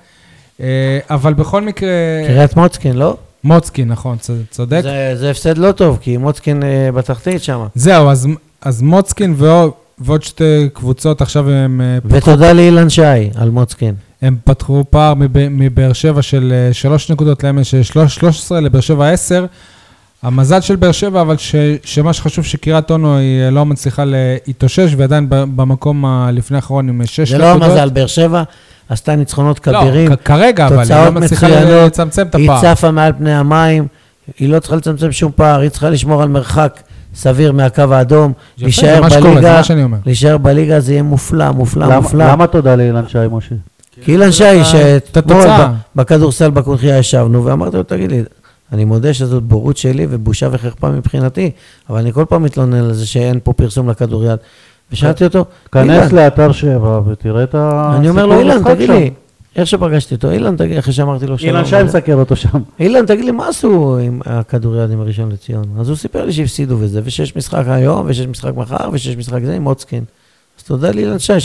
Speaker 1: אה, אבל בכל מקרה,
Speaker 3: קריית מוצקין, לא?
Speaker 1: מוצקין, נכון, צ- צודק.
Speaker 3: זה- זה הפסד לא טוב, כי מוצקין אה, בתחתית שם.
Speaker 1: זהו, אז, אז מוצקין ועוד, ועוד שתי קבוצות עכשיו הם, אה, פתחו,
Speaker 3: ותודה לאילן שי על מוצקין.
Speaker 1: הם פתחו פער מב, מבאר שבע של אה, שלוש נקודות, להם יש אה, שלוש- 13 לבאר שבע 10. המזל של באר שבע, אבל ש, שמה שחשוב שקריית אונו היא אה, לא מצליחה להתאושש, ועדיין ב- במקום הלפני האחרון עם אה, שש
Speaker 3: זה
Speaker 1: נקודות.
Speaker 3: לא המזל, באר שבע עשתה ניצחונות כבירים.
Speaker 1: לא, כ- כרגע, אבל היא לא
Speaker 3: תוצאות
Speaker 1: מצליחה
Speaker 3: מצוינות,
Speaker 1: לצמצם את
Speaker 3: היא
Speaker 1: הפער.
Speaker 3: צפה מעל פני המים, היא לא צריכה לצמצם שום פער, היא צריכה לשמור על מרחק סביר מהקו האדום,
Speaker 1: זה יפה, זה
Speaker 3: להישאר
Speaker 1: מה שקורה, זה
Speaker 3: בליגה,
Speaker 1: מה שאני אומר.
Speaker 3: להישאר בליגה זה יהיה מופלא, מופלא,
Speaker 2: למה-
Speaker 3: לא, מופלא.
Speaker 2: למה תודה לאילן שי, משה?
Speaker 3: כי כן, אילן שי,
Speaker 1: את
Speaker 3: שאתמול
Speaker 1: התוצאה.
Speaker 3: ב- בכדורסל בקונחייה ישבנו, ואמרתי לו, תגיד לי, אני מודה שזאת בורות שלי ובושה וחרפה מבחינתי, אבל אני כל פעם מתלונן על זה שאין פה פרסום לכדוריד. ושאלתי אותו, אילן,
Speaker 2: כנס לאתר שבע ותראה את הסיפור
Speaker 3: אני אומר לו, אילן,
Speaker 2: משחק
Speaker 3: תגיד
Speaker 2: שם.
Speaker 3: לי, איך שפגשתי אותו, אילן, תגיד, אחרי שאמרתי לו שלום.
Speaker 2: אילן שי
Speaker 3: וזה.
Speaker 2: מסקר אותו שם.
Speaker 3: אילן, תגיד לי, מה עשו עם הכדוריד עם הראשון לציון? אז הוא סיפר לי שהפסידו וזה, ושיש משחק היום, ושיש משחק מחר, ושיש משחק זה עם מוצקין. אז תודה לאילן שי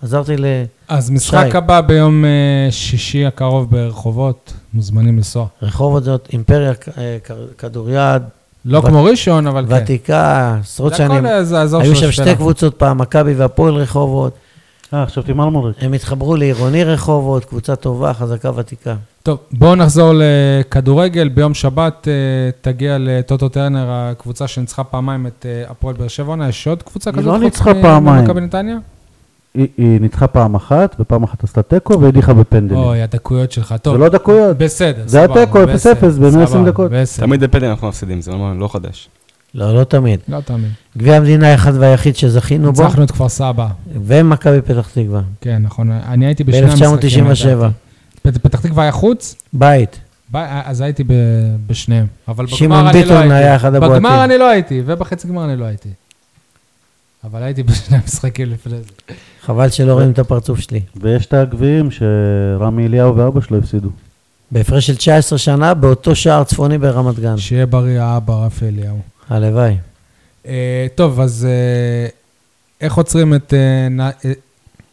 Speaker 3: שעזרתי ל...
Speaker 1: אז משחק
Speaker 3: שי.
Speaker 1: הבא ביום אה, שישי הקרוב ברחובות, מוזמנים לנסוע.
Speaker 3: רחובות זאת אימפריה אה, כ- כדוריד,
Speaker 1: לא
Speaker 3: ו-
Speaker 1: כמו ראשון, אבל כן.
Speaker 3: ותיקה, עשרות
Speaker 1: זה הכל,
Speaker 3: שנים.
Speaker 1: אה, זה האזור
Speaker 3: היו
Speaker 1: של
Speaker 3: שם
Speaker 1: השפלה.
Speaker 3: שתי קבוצות פעם, מכבי והפועל רחובות.
Speaker 2: אה, חשבתי מלמורק.
Speaker 3: הם התחברו לעירוני רחובות, קבוצה טובה, חזקה, ותיקה.
Speaker 1: טוב, בואו נחזור לכדורגל. ביום שבת אה, תגיע לטוטו טרנר, הקבוצה שניצחה פעמיים את אה, הפועל באר שבע. עונה, יש עוד קבוצה
Speaker 2: היא
Speaker 1: כזאת?
Speaker 2: לא
Speaker 1: חוץ
Speaker 2: ניצחה
Speaker 1: מ-
Speaker 2: פעמיים.
Speaker 1: ממכבי נתניה?
Speaker 2: היא- היא ניצחה פעם אחת, ופעם אחת עשתה תיקו והדיחה בפנדלים.
Speaker 1: אוי, הדקויות שלך.
Speaker 2: לא. זה
Speaker 1: טוב,
Speaker 2: לא דקויות.
Speaker 1: בסדר,
Speaker 2: זה
Speaker 1: סבבה,
Speaker 2: התיקו, אפס
Speaker 1: בסדר,
Speaker 2: אפס, ב- 120
Speaker 1: סבבה,
Speaker 2: דקות.
Speaker 1: בסדר.
Speaker 4: תמיד בפנדל אנחנו מפסידים, זה לא- לא חדש.
Speaker 3: לא, לא תמיד.
Speaker 1: לא תמיד.
Speaker 3: גביע המדינה האחד והיחיד שזכינו בו,
Speaker 1: ניצחנו את כפר סבא.
Speaker 3: ומכבי פתח תקווה,
Speaker 1: כן, נכון. אני הייתי בשני המשחקים.
Speaker 3: ב-1997.
Speaker 1: לדעתי. פת- פתח תקווה היה חוץ?
Speaker 3: בית.
Speaker 1: ב- אז הייתי ב- בשניהם. אבל
Speaker 3: שמעון
Speaker 1: בגמר אני לא
Speaker 3: ביטון
Speaker 1: הייתי.
Speaker 3: היה אחד הבועטים.
Speaker 1: בגמר אני לא הייתי, ובחצי גמר אני לא הייתי. אבל הייתי בשני המשחקים לפני זה.
Speaker 3: חבל שלא רואים את הפרצוף שלי.
Speaker 2: ויש את הגביעים שרמי אליהו ואבא שלו הפסידו.
Speaker 3: בהפרש של 19 שנה, באותו שער צפוני ברמת גן.
Speaker 1: שיהיה בריא האבא, רפי אליהו.
Speaker 3: הלוואי.
Speaker 1: אה, טוב, אז אה, איך עוצרים את, אה, נ- אה,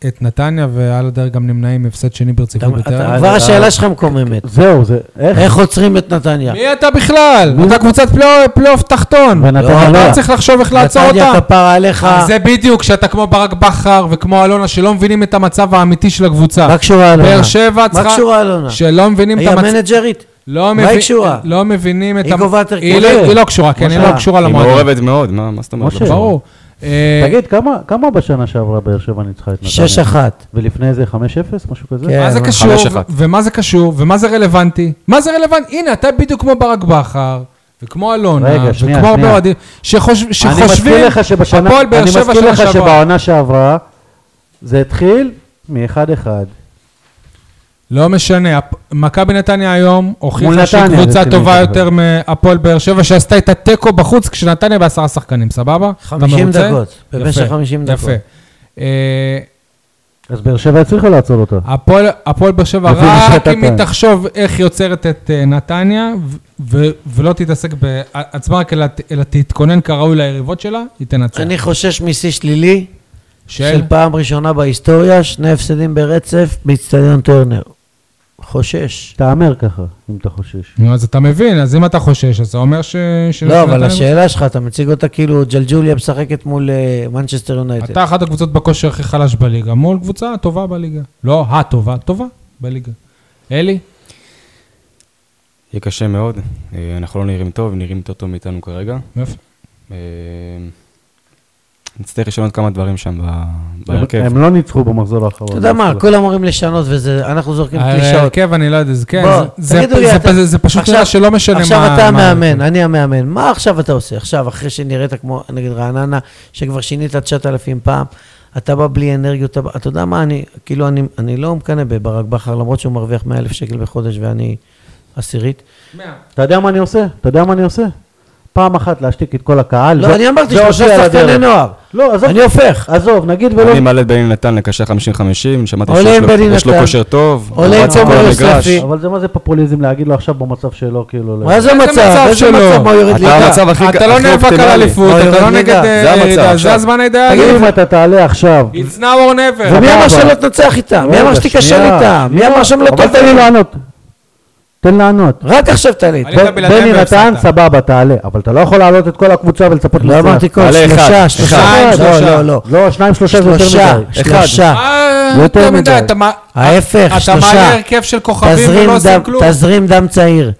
Speaker 1: את נתניה, ועל הדרך גם נמנעים מהפסד שני ברציפות
Speaker 3: אתה-
Speaker 1: בטרנר?
Speaker 3: כבר השאלה שלך מקוממת.
Speaker 2: זהו, זה... איך?
Speaker 3: איך עוצרים את נתניה?
Speaker 1: כן. מי אתה בכלל? אתה קבוצת פלייאוף- פלייאוף תחתון.
Speaker 2: ונתניה
Speaker 1: אתה
Speaker 2: לא.
Speaker 1: צריך לחשוב איך לעצור
Speaker 3: נתניה
Speaker 1: אותם.
Speaker 3: כפרה עליך,
Speaker 1: זה בדיוק, שאתה כמו ברק בכר וכמו אלונה, שלא מבינים את המצב האמיתי של הקבוצה.
Speaker 3: מה קשורה אלונה?
Speaker 1: באר שבע
Speaker 3: מה
Speaker 1: צריכה...
Speaker 3: קשורה אלונה?
Speaker 1: שלא מבינים את
Speaker 3: היא
Speaker 1: המצב...
Speaker 3: המנג'רית.
Speaker 1: לא
Speaker 3: מה
Speaker 1: מבין-
Speaker 3: היא קשורה?
Speaker 1: לא מבינים את...
Speaker 3: היא
Speaker 1: המ-
Speaker 3: קובעת
Speaker 1: היא
Speaker 3: הרכב.
Speaker 1: לא- היא לא קשורה, כן, היא
Speaker 3: משה.
Speaker 1: לא קשורה
Speaker 4: היא
Speaker 1: למועדון.
Speaker 4: מעורבת מאוד, מה מה זאת אומרת?
Speaker 2: משה.
Speaker 1: ברור. אה,
Speaker 2: תגיד, כמה- כמה בשנה שעברה באר שבע ניצחה את נתניה?
Speaker 3: 6-1.
Speaker 2: ולפני זה 5-0, משהו כזה?
Speaker 3: כן.
Speaker 1: מה זה
Speaker 3: אבל-
Speaker 1: קשור,
Speaker 4: חמש אחת.
Speaker 1: ומה זה קשור, ומה זה רלוונטי? מה זה רלוונטי? הנה, אתה בדיוק כמו ברק בכר, וכמו אלונה,
Speaker 2: רגע, שנייה,
Speaker 1: וכמו הרבה
Speaker 2: שנייה.
Speaker 1: אוהדים, שחושב-
Speaker 2: אני
Speaker 1: שחושבים,
Speaker 2: מזכיר לך שבשנה...
Speaker 1: הפועל באר
Speaker 2: אני
Speaker 1: שבע
Speaker 2: מזכיר
Speaker 1: שנה
Speaker 2: לך
Speaker 1: שעברה.
Speaker 2: שבעונה שעברה זה התחיל מ-1-1.
Speaker 1: לא משנה, הפ- מכבי נתניה היום
Speaker 2: מול
Speaker 1: הוכיחה שהיא
Speaker 2: נתניה,
Speaker 1: קבוצה
Speaker 2: רציני,
Speaker 1: טובה
Speaker 2: אני
Speaker 1: יותר מהפועל באר שבע, שעשתה את התיקו בחוץ כשנתניה בעשרה שחקנים, סבבה? אתה
Speaker 3: 50
Speaker 1: מרוצה?
Speaker 3: דקות. במשך
Speaker 1: יפה,
Speaker 3: 50 דקות.
Speaker 1: יפה. אה,
Speaker 2: אז באר שבע הצליחה לעצור אותה.
Speaker 1: הפועל הפועל באר שבע,
Speaker 2: לפי מה
Speaker 1: רק
Speaker 2: שאתה
Speaker 1: אם היא
Speaker 2: טוען.
Speaker 1: תחשוב איך היא עוצרת את אה, נתניה, ו- ו- ולא תתעסק בעצמה, רק אלא ת- אלא תתכונן כראוי ליריבות שלה, היא תנצח.
Speaker 3: אני חושש משיא שלילי
Speaker 1: כן. של?
Speaker 3: של פעם ראשונה בהיסטוריה, שני הפסדים ברצף באיצטדיון טרנר. חושש.
Speaker 2: תהמר ככה, אם אתה חושש.
Speaker 1: נו, אז אתה מבין, אז אם אתה חושש, אז זה אומר ש...
Speaker 3: לא, אבל
Speaker 1: שנתניה-
Speaker 3: השאלה שלך, אתה מציג אותה כאילו ג'לג'וליה משחקת מול אה, מנצ'סטר יונייטד.
Speaker 1: אתה אחת הקבוצות בכושר הכי חלש בליגה, מול קבוצה טובה בליגה. לא הטובה, טובה בליגה. אלי?
Speaker 4: יהיה קשה מאוד, אה, אנחנו לא נראים טוב, נראים יותר טוב מאיתנו כרגע.
Speaker 1: מאיפה?
Speaker 4: אה, נצטרך לשנות כמה דברים שם ב- בהרכב.
Speaker 2: הם לא ניצחו במחזור האחרון.
Speaker 3: אתה יודע
Speaker 1: לא
Speaker 3: מה, כולם אומרים לשנות וזה, אנחנו זורקים
Speaker 1: אה,
Speaker 3: קלישאות.
Speaker 1: ההרכב, אני לא יודע, זה כן,
Speaker 3: בוא,
Speaker 1: זה- זה-
Speaker 3: תגידו לי,
Speaker 1: זה-
Speaker 3: אתה-
Speaker 1: זה- זה פשוט
Speaker 3: עכשיו-
Speaker 1: נראה שלא משנה מה...
Speaker 3: עכשיו אתה
Speaker 1: מה-
Speaker 3: המאמן, אני המאמן. מה עכשיו אתה עושה? עכשיו, אחרי שנראית כמו, נגיד, רעננה, שכבר שינית 9,000 פעם, אתה בא בלי אנרגיות, אתה, בא- אתה יודע מה, אני, כאילו, אני, אני לא מקנא בברק בכר, למרות שהוא מרוויח 100,000 שקל בחודש ואני עשירית.
Speaker 2: אתה יודע מה אני עושה? אתה יודע מה אני עושה? פעם אחת להשתיק את כל הקהל.
Speaker 3: לא,
Speaker 2: זה-
Speaker 3: אני אמרתי
Speaker 2: זה
Speaker 3: שלושה
Speaker 2: הופיע על
Speaker 3: שחקני
Speaker 2: הדרך.
Speaker 3: נוער.
Speaker 2: לא, עזוב,
Speaker 3: אני הופך.
Speaker 2: עזוב, נגיד ולא...
Speaker 4: אני מעלה את בני נתן לקשר 50-50, שמעתי
Speaker 3: לא- עולה
Speaker 4: שיש
Speaker 3: עם בני
Speaker 4: לו- יש לו
Speaker 3: נתן.
Speaker 4: כושר טוב, הוא
Speaker 3: עולה עם
Speaker 4: רץ את כל
Speaker 3: עומר
Speaker 4: המגרש.
Speaker 3: יוספי.
Speaker 2: אבל זה מה זה פופוליזם להגיד לו עכשיו במצב שלו, כאילו...
Speaker 3: מה זה
Speaker 1: איזה
Speaker 3: מצב?
Speaker 1: מצב
Speaker 3: איזה
Speaker 1: שלו?
Speaker 3: מצב? מה הוא יורד
Speaker 4: אתה
Speaker 3: ליגה?
Speaker 4: המצב הכי
Speaker 1: אתה לא
Speaker 4: הכי
Speaker 1: נאבק על
Speaker 4: אופטימלי.
Speaker 1: אליפות,
Speaker 3: לא,
Speaker 1: אתה לא
Speaker 3: יורד
Speaker 1: נגד...
Speaker 3: ליגה.
Speaker 1: אה,
Speaker 4: זה המצב
Speaker 1: ירידה, זה
Speaker 4: עכשיו.
Speaker 1: הזמן
Speaker 2: תגיד,
Speaker 1: האידיאלי.
Speaker 2: אם אתה תעלה עכשיו...
Speaker 1: It's now or never.
Speaker 3: ומי אמר
Speaker 2: אבל-
Speaker 3: שלא תנצח איתם? מי אמר
Speaker 2: רגע,
Speaker 3: שתיכשל
Speaker 2: שנייה.
Speaker 3: איתם? מי אמר שהם לא
Speaker 2: אבל תן לי
Speaker 3: טובים?
Speaker 2: לענות. תן לענות.
Speaker 3: רק עכשיו תעלה איתם.
Speaker 1: עלית
Speaker 2: ב-
Speaker 1: בלעדיהם
Speaker 3: לא
Speaker 2: בני נתן,
Speaker 1: והפסדת.
Speaker 2: סבבה, תעלה. אבל אתה לא יכול להעלות את כל הקבוצה ולצפות
Speaker 3: לא אמרתי כל
Speaker 4: תעלה אחד.
Speaker 3: שלושה, שלושה,
Speaker 1: אחד,
Speaker 3: לא,
Speaker 1: שלושה.
Speaker 3: לא, לא.
Speaker 2: לא, שניים, שלושה זה יותר
Speaker 3: שלושה,
Speaker 2: מדי.
Speaker 3: שלושה.
Speaker 1: אה,
Speaker 2: יותר
Speaker 1: יותר
Speaker 2: מדי.
Speaker 1: מדי. אתה מה-
Speaker 3: ההפך,
Speaker 1: אתה
Speaker 3: שלושה.
Speaker 1: מעלה הרכב של כוכבים
Speaker 3: תזרים
Speaker 1: ולא
Speaker 3: דם-
Speaker 1: עושים כלום.
Speaker 3: תזרים דם צעיר.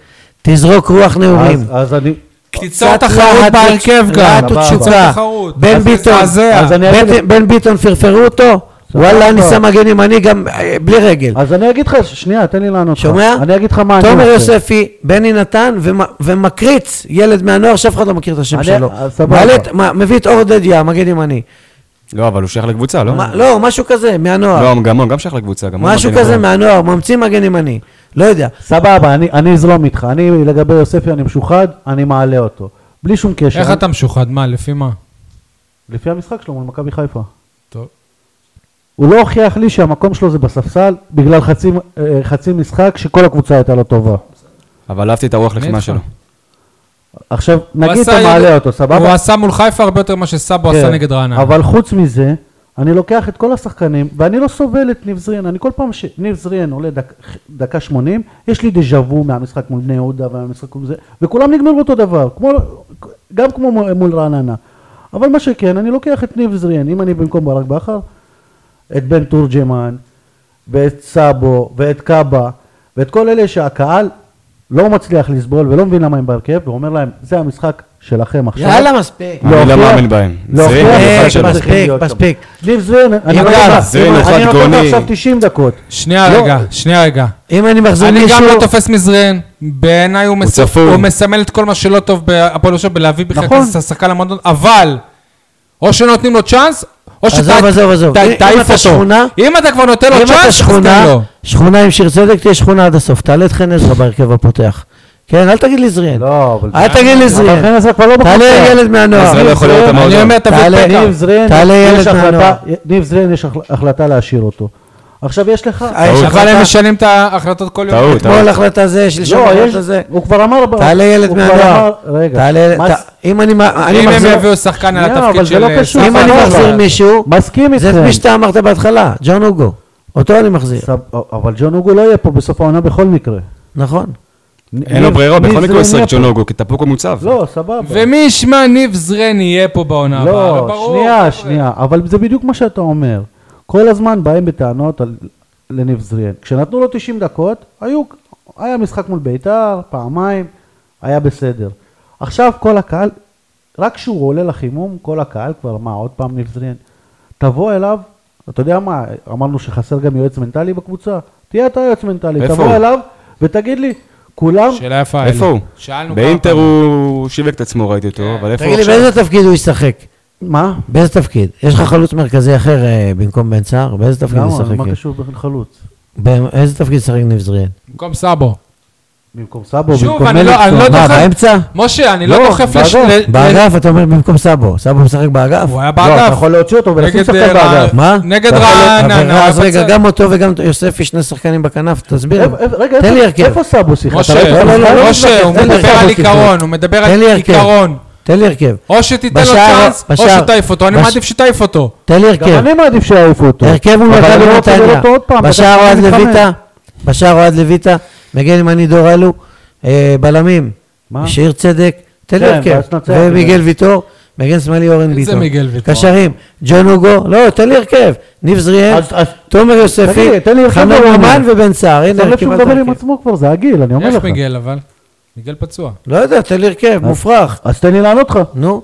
Speaker 3: תזרוק רוח נעורים.
Speaker 2: אז- אז אני...
Speaker 1: תיצור
Speaker 3: קצת
Speaker 1: תחרות
Speaker 3: להט
Speaker 1: בהרכב
Speaker 3: ו-
Speaker 1: גם.
Speaker 3: להט
Speaker 2: סבבה.
Speaker 3: ותשוקה.
Speaker 1: תחרות.
Speaker 3: בן
Speaker 1: אז
Speaker 3: ביטון,
Speaker 1: מזעזע.
Speaker 2: אז אני
Speaker 3: בן-
Speaker 2: אגיד-
Speaker 3: בן ביטון פרפרו אותו? וואלה, אני שם מגן ימני גם אה, בלי רגל.
Speaker 2: אז אני אגיד לך, שנייה, תן לי לענות לך.
Speaker 3: שומע?
Speaker 2: אני אגיד לך מה אני עושה.
Speaker 3: תומר יוספי, בני נתן ומ- ומקריץ, ילד מהנוער שאף אחד לא מכיר את השם
Speaker 2: אני-
Speaker 3: שלו.
Speaker 2: אה, סבבה.
Speaker 3: מעלה את- מה- מביא את אור דדיה, מגן ימני.
Speaker 4: לא, אבל הוא שייך לקבוצה, לא?
Speaker 3: מה- לא, משהו כזה, מהנוער.
Speaker 4: לא, גם הוא גם שייך לקבוצה. גם הוא
Speaker 3: משהו
Speaker 4: מגן
Speaker 3: כזה
Speaker 4: ימני.
Speaker 3: מהנוער, ממציא מגן ימני. לא יודע.
Speaker 2: סבבה, אני- אני אזרום איתך. אני, לגבי יוספי, אני משוחד, אני מעלה אותו. בלי שום קשר.
Speaker 1: איך אתה משוחד? מה, לפי מה?
Speaker 2: לפי המשחק שלו מול מכבי חיפה.
Speaker 1: טוב.
Speaker 2: הוא לא הוכיח לי שהמקום שלו זה בספסל בגלל חצי, אה, חצי משחק שכל הקבוצה הייתה לא טובה.
Speaker 4: אבל אהבתי את הרוח
Speaker 1: אני
Speaker 4: לחימה
Speaker 1: איתך.
Speaker 4: שלו.
Speaker 2: עכשיו, נגיד
Speaker 1: הוא
Speaker 2: אתה
Speaker 1: עשה
Speaker 2: מעלה
Speaker 1: יד-
Speaker 2: אותו, סבבה?
Speaker 1: הוא עשה מול חיפה הרבה יותר ממה שסאבו עשה
Speaker 2: כן.
Speaker 1: נגד רעננה.
Speaker 2: אבל חוץ מזה, אני לוקח את כל השחקנים, ואני לא סובל את ניב זריאן. אני כל פעם שניב זריאן עולה דק, דקה 80, יש לי דז'ה וו מהמשחק מול בני יהודה והמשחק מול זה, וכולם נגמרו אותו דבר, כמו, גם כמו מול- מול רעננה. אבל מה שכן, אני לוקח את ניב זריאן, אם אני במקום ברק בכר, את בן תורג'מן, ואת סאבו, ואת קאבה, ואת כל אלה שהקהל לא מצליח לסבול ולא מבין למה הם בהרכב, ואומר להם, זה המשחק שלכם עכשיו.
Speaker 3: יאללה, מספיק.
Speaker 4: אני לא
Speaker 2: להוכיח-
Speaker 4: מאמין בהם.
Speaker 2: להוכיח
Speaker 4: זרין,
Speaker 2: שהם
Speaker 4: מספיק,
Speaker 2: צריכים
Speaker 3: מספיק,
Speaker 2: להיות שם.
Speaker 3: מספיק.
Speaker 2: ליב זרין, אני
Speaker 3: לא יאללה,
Speaker 2: נותן לך-
Speaker 4: זרין הוא
Speaker 2: אני נותן
Speaker 4: חדגוני.
Speaker 2: לך עכשיו 90 דקות.
Speaker 1: שנייה
Speaker 2: לא.
Speaker 1: רגע, שנייה רגע.
Speaker 3: אם אני מחזיר
Speaker 1: אני
Speaker 3: מישהו...
Speaker 1: גם לא תופס מזרן, בעיניי הוא מס-
Speaker 4: צפוי.
Speaker 1: הוא מסמל את כל מה שלא טוב בהפועל יושב בלהביא בכלל
Speaker 2: נכון.
Speaker 1: כזה שחקן למועדון, אבל או שנותנים לו צ'אנס, או
Speaker 3: עזוב,
Speaker 1: שאתה
Speaker 3: עזוב, עזוב.
Speaker 1: ת-
Speaker 3: אם- אם
Speaker 1: תעיף
Speaker 3: אתה
Speaker 1: אותו.
Speaker 3: שכונה-
Speaker 1: אם אתה כבר נותן לו
Speaker 3: אם אתה
Speaker 1: צ'אנס,
Speaker 3: שכונה,
Speaker 1: תן לו.
Speaker 3: שכונה עם שיר צדק, תהיה שכונה עד הסוף. תעלה את חן עזרא בהרכב הפותח. כן, אל תגיד לי זריאן.
Speaker 2: לא, אבל...
Speaker 3: אל תגיד לי
Speaker 2: אבל
Speaker 3: זריאן.
Speaker 2: חן עזרא כבר לא בחוצה.
Speaker 3: תעלה ילד מהנוער.
Speaker 4: עזרא לא יכול להיות המועדון.
Speaker 1: אני אומר, תביא
Speaker 3: תעלה,
Speaker 1: את
Speaker 2: ניב
Speaker 1: פקאר.
Speaker 2: זרין,
Speaker 3: תעלה
Speaker 2: יש
Speaker 3: ילד
Speaker 2: החלטה-
Speaker 3: מהנוער.
Speaker 2: ניב זרין יש החל- החלטה להשאיר אותו. עכשיו יש לך...
Speaker 3: אה, יש
Speaker 1: אבל הם
Speaker 3: החלטה-
Speaker 1: משנים את ההחלטות כל יום.
Speaker 4: אוקיי. טעות,
Speaker 3: אתמול
Speaker 4: טעות.
Speaker 3: החלטה זה, שלשום
Speaker 2: לא, יש...
Speaker 3: החלטה זה.
Speaker 2: הוא כבר אמר... ב-
Speaker 3: תעלה ילד
Speaker 2: הוא כבר
Speaker 3: מהנוער.
Speaker 2: אמר- רגע.
Speaker 3: תעלה...
Speaker 2: מה-
Speaker 3: ת- אם אני מ- אני
Speaker 1: אם הם
Speaker 3: מחזיר...
Speaker 1: יביאו שחקן על
Speaker 2: שנייה,
Speaker 1: התפקיד
Speaker 2: אבל זה
Speaker 1: של...
Speaker 2: לא
Speaker 1: אה,
Speaker 2: קשור.
Speaker 1: סאבו,
Speaker 3: אם אני
Speaker 1: אבל-
Speaker 3: מחזיר מישהו,
Speaker 2: מסכים
Speaker 3: זה את
Speaker 1: כן.
Speaker 2: איתכם.
Speaker 3: מי שאתה אמרת בהתחלה, ג'ון אוגו. אותו אני מחזיר.
Speaker 2: סב- אבל ג'ון אוגו לא יהיה פה בסוף העונה בכל מקרה.
Speaker 3: נכון.
Speaker 4: אין לו
Speaker 2: ניב-
Speaker 4: ברירה,
Speaker 2: ניב
Speaker 4: בכל מקרה
Speaker 2: זרין
Speaker 4: הוא ישחק
Speaker 2: יהיה פה.
Speaker 4: ג'ונוגו, כי טפוקו מוצב.
Speaker 2: לא, סבבה.
Speaker 1: ומי ישמע ניב זרן יהיה פה בעונה הבאה,
Speaker 2: לא,
Speaker 1: אה, ברור.
Speaker 2: שנייה, שנייה, אבל זה בדיוק מה שאתה אומר. כל הזמן באים בטענות על, לניב זריאן. כשנתנו לו 90 דקות, היו, היה משחק מול ביתר, פעמיים, היה בסדר. עכשיו כל הקהל, רק כשהוא עולה לחימום, כל הקהל כבר, מה, עוד פעם ניב זריאן? תבוא אליו, אתה יודע מה, אמרנו שחסר גם יועץ מנטלי בקבוצה? תהיה אתה יועץ מנטלי,
Speaker 4: איפה
Speaker 2: תבוא
Speaker 4: הוא?
Speaker 2: אליו ותגיד לי, כולם,
Speaker 1: שאלה יפה.
Speaker 4: איפה
Speaker 1: אלי.
Speaker 4: הוא?
Speaker 1: שאלנו כמה
Speaker 4: באינטר
Speaker 1: פעמים. כן.
Speaker 4: הוא שיווק את עצמו, ראיתי אותו, אבל איפה הוא
Speaker 3: תגיד לי,
Speaker 4: עכשיו?
Speaker 3: באיזה תפקיד הוא ישחק?
Speaker 2: מה?
Speaker 3: באיזה תפקיד? יש לך חלוץ מרכזי אחר אה, במקום בן סער? באיזה תפקיד הוא
Speaker 2: למה? מה
Speaker 3: ישחק?
Speaker 2: קשור בחלוץ?
Speaker 3: באיזה תפקיד ישחק ניב זריאן?
Speaker 1: במקום סאבו.
Speaker 2: במקום סאבו,
Speaker 1: שוב,
Speaker 2: במקום
Speaker 1: אני לא- אני לא
Speaker 2: מליקסון.
Speaker 3: מה,
Speaker 1: דוחף.
Speaker 3: באמצע?
Speaker 1: משה, אני לא
Speaker 2: לא,
Speaker 1: דוחף
Speaker 2: באגף,
Speaker 1: לש... ל- ל-
Speaker 3: באגף, אתה אומר במקום סאבו. סאבו משחק באגף?
Speaker 1: הוא היה
Speaker 2: לא, אתה
Speaker 1: באגף.
Speaker 2: יכול להוציא אותו ולשים
Speaker 1: נגד,
Speaker 2: שחקן
Speaker 1: אה, רע-
Speaker 2: באגף.
Speaker 3: מה?
Speaker 1: נגד
Speaker 3: אתה יכול-
Speaker 1: רעננה,
Speaker 3: אבל אז
Speaker 1: בצד.
Speaker 3: רגע, גם אותו וגם יוספי, שני שחקנים בכנף, תסביר.
Speaker 2: איפה- איפה- רגע,
Speaker 3: תן לי
Speaker 2: איפה-
Speaker 3: הרכב.
Speaker 2: איפה סאבו שיחק?
Speaker 1: משה,
Speaker 2: אתה ראית?
Speaker 3: לא, לא, לא, לא
Speaker 1: משה, הוא
Speaker 3: מתווכח, תן לי
Speaker 1: מדבר
Speaker 3: הרכב,
Speaker 1: על
Speaker 3: הוא
Speaker 1: עיקרון,
Speaker 3: תכנון.
Speaker 1: הוא מדבר
Speaker 3: תן
Speaker 1: על
Speaker 3: לי הרכב.
Speaker 1: עיקרון.
Speaker 3: תן לי הרכב.
Speaker 1: או שתיתן לו
Speaker 3: בשער,
Speaker 1: צ'אנס, או
Speaker 3: בשער.
Speaker 1: שתעיף אותו, אני
Speaker 3: בש-
Speaker 1: מעדיף שתעיף אותו.
Speaker 3: תן לי
Speaker 2: גם
Speaker 3: הרכב.
Speaker 2: אני מעדיף שיעיפו אותו.
Speaker 3: הרכב הוא
Speaker 2: אבל אני
Speaker 3: מכבי
Speaker 2: לא רוצה לראות
Speaker 3: נתניה.
Speaker 2: אותו עוד פעם,
Speaker 3: בשער
Speaker 2: בדקה
Speaker 3: אוהד
Speaker 2: 85.
Speaker 3: לויטה, בשער אוהד לויטה, מגן ימני דור אלו, אה, בלמים,
Speaker 2: מה?
Speaker 3: שיר צדק, תן לי
Speaker 2: כן,
Speaker 3: הרכב.
Speaker 2: ואז נצח.
Speaker 3: ומיגל ויטור, מגן שמאלי אורן ביטון.
Speaker 1: איזה מיגל ויטור?
Speaker 3: קשרים, ג'ון אוגו, לא, תן לי הרכב. ניב זריאן,
Speaker 2: אז- אז-
Speaker 3: תומר
Speaker 2: תגיד
Speaker 3: יוספי,
Speaker 2: לי, תן לי הרכב
Speaker 3: חנן
Speaker 2: ברור.
Speaker 3: ממן ובן סער. הנה,
Speaker 2: שם לב שהוא
Speaker 3: קיבלת
Speaker 2: מדבר עם
Speaker 3: הרכב.
Speaker 2: עצמו כבר, זה הגיל, אני אומר
Speaker 1: איך
Speaker 2: לך.
Speaker 1: מיגל אבל? מיגל פצוע.
Speaker 3: לא יודע, תן לי הרכב, מופרך.
Speaker 2: אז תן לי לענות לך.
Speaker 3: נו,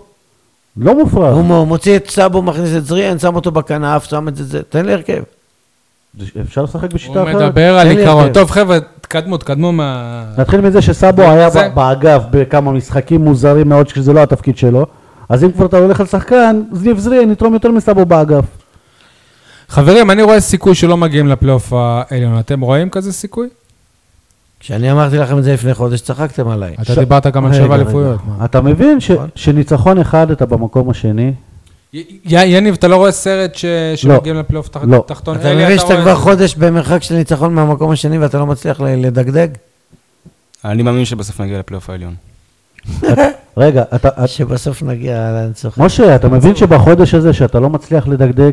Speaker 2: לא מופרך.
Speaker 3: הוא מו- מוציא את סאבו, מכניס את זריאן, שם אותו בכנף, שם את זה, זה, תן לי הרכב.
Speaker 2: אפשר לשחק
Speaker 1: הוא
Speaker 2: בשיטה אחרת?
Speaker 1: מדבר על
Speaker 3: תן לי
Speaker 1: עיקרון.
Speaker 3: הרכב.
Speaker 1: טוב, חבר'ה, תקדמו, תקדמו מה...
Speaker 2: נתחיל מזה שסאבו היה
Speaker 1: זה-
Speaker 2: ב- באגף בכמה משחקים מוזרים מאוד, שזה לא התפקיד שלו. אז אם כבר אתה הולך על שחקן, זיו זרין יתרום יותר מסאבו באגף.
Speaker 1: חברים, אני רואה סיכוי שלא מגיעים לפלייאוף העליון. אתם רואים כזה סיכוי?
Speaker 3: כשאני אמרתי לכם את זה לפני חודש, צחקתם עליי.
Speaker 1: אתה
Speaker 2: ש-
Speaker 1: דיברת גם על
Speaker 3: רגע,
Speaker 1: שבע
Speaker 3: רגע.
Speaker 1: אליפויות. נכון. מה?
Speaker 2: אתה מבין ש- שניצחון אחד אתה במקום השני?
Speaker 1: י- יניב, אתה לא רואה סרט ש- שמגיעים לפלייאוף תח-
Speaker 2: לא.
Speaker 1: תחתון?
Speaker 3: אתה
Speaker 1: אלי,
Speaker 3: מבין שאתה
Speaker 1: רואה-
Speaker 3: כבר חודש במרחק של ניצחון מהמקום השני ואתה לא מצליח ל- לדגדג?
Speaker 4: אני מאמין שבסוף נגיע לפלייאוף העליון.
Speaker 2: אה, רגע, אתה... את-
Speaker 3: שבסוף נגיע לניצחון.
Speaker 2: משה, אתה מבין שבחודש הזה שאתה לא מצליח לדגדג,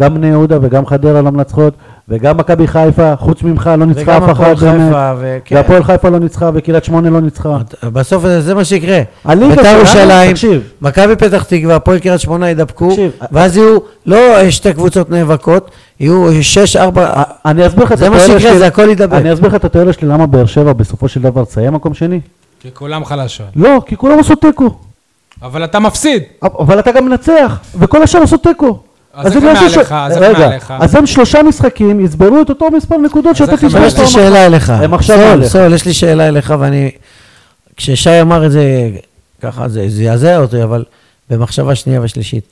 Speaker 2: גם בני יהודה וגם חדרה לא מנצחות, וגם מכבי חיפה, חוץ ממך, לא ניצחה
Speaker 3: וגם
Speaker 2: אף
Speaker 3: הפועל
Speaker 2: אחת באמת.
Speaker 3: חיפה, כן. וכן.
Speaker 2: והפועל חיפה לא ניצחה, וקריית שמונה לא ניצחה.
Speaker 3: בסוף זה- זה מה שיקרה.
Speaker 2: הליגה
Speaker 3: בית"ר
Speaker 2: שלנו,
Speaker 3: ירושלים,
Speaker 2: תקשיב.
Speaker 3: מכבי פתח תקווה, הפועל קריית שמונה ידבקו,
Speaker 2: תקשיב,
Speaker 3: ואז יהיו לא אה, שתי קבוצות נאבקות, יהיו שש, ארבע...
Speaker 2: אני אסביר לך את
Speaker 3: זה מה
Speaker 2: התיאוריה
Speaker 3: שיקרה,
Speaker 2: שלי-
Speaker 3: זה הכל ידבק.
Speaker 2: אני אסביר לך את התיאוריה שלי למה באר שבע בסופו של דבר תסיים מקום שני.
Speaker 1: כי כולם חלשות.
Speaker 2: לא, כי כולם עשו תיקו.
Speaker 1: אבל אתה מפסיד.
Speaker 2: אבל אתה גם מנצח, וכל השאר עשו תיקו.
Speaker 1: אז איך
Speaker 2: הם יעשו
Speaker 1: מעליך?
Speaker 2: ש-
Speaker 1: אז איך
Speaker 2: רגע,
Speaker 1: מעליך?
Speaker 2: אז הם שלושה משחקים, יסברו את אותו מספר נקודות
Speaker 1: אז
Speaker 2: שאתה
Speaker 1: איך הם
Speaker 2: תשמע.
Speaker 1: מעליך?
Speaker 3: יש לי שאלה אליך.
Speaker 2: הם עכשיו
Speaker 3: סול,
Speaker 2: עליך.
Speaker 3: סול, יש לי שאלה אליך, ואני... כששי אמר את זה, ככה זה זעזע אותי, אבל במחשבה שנייה ושלישית.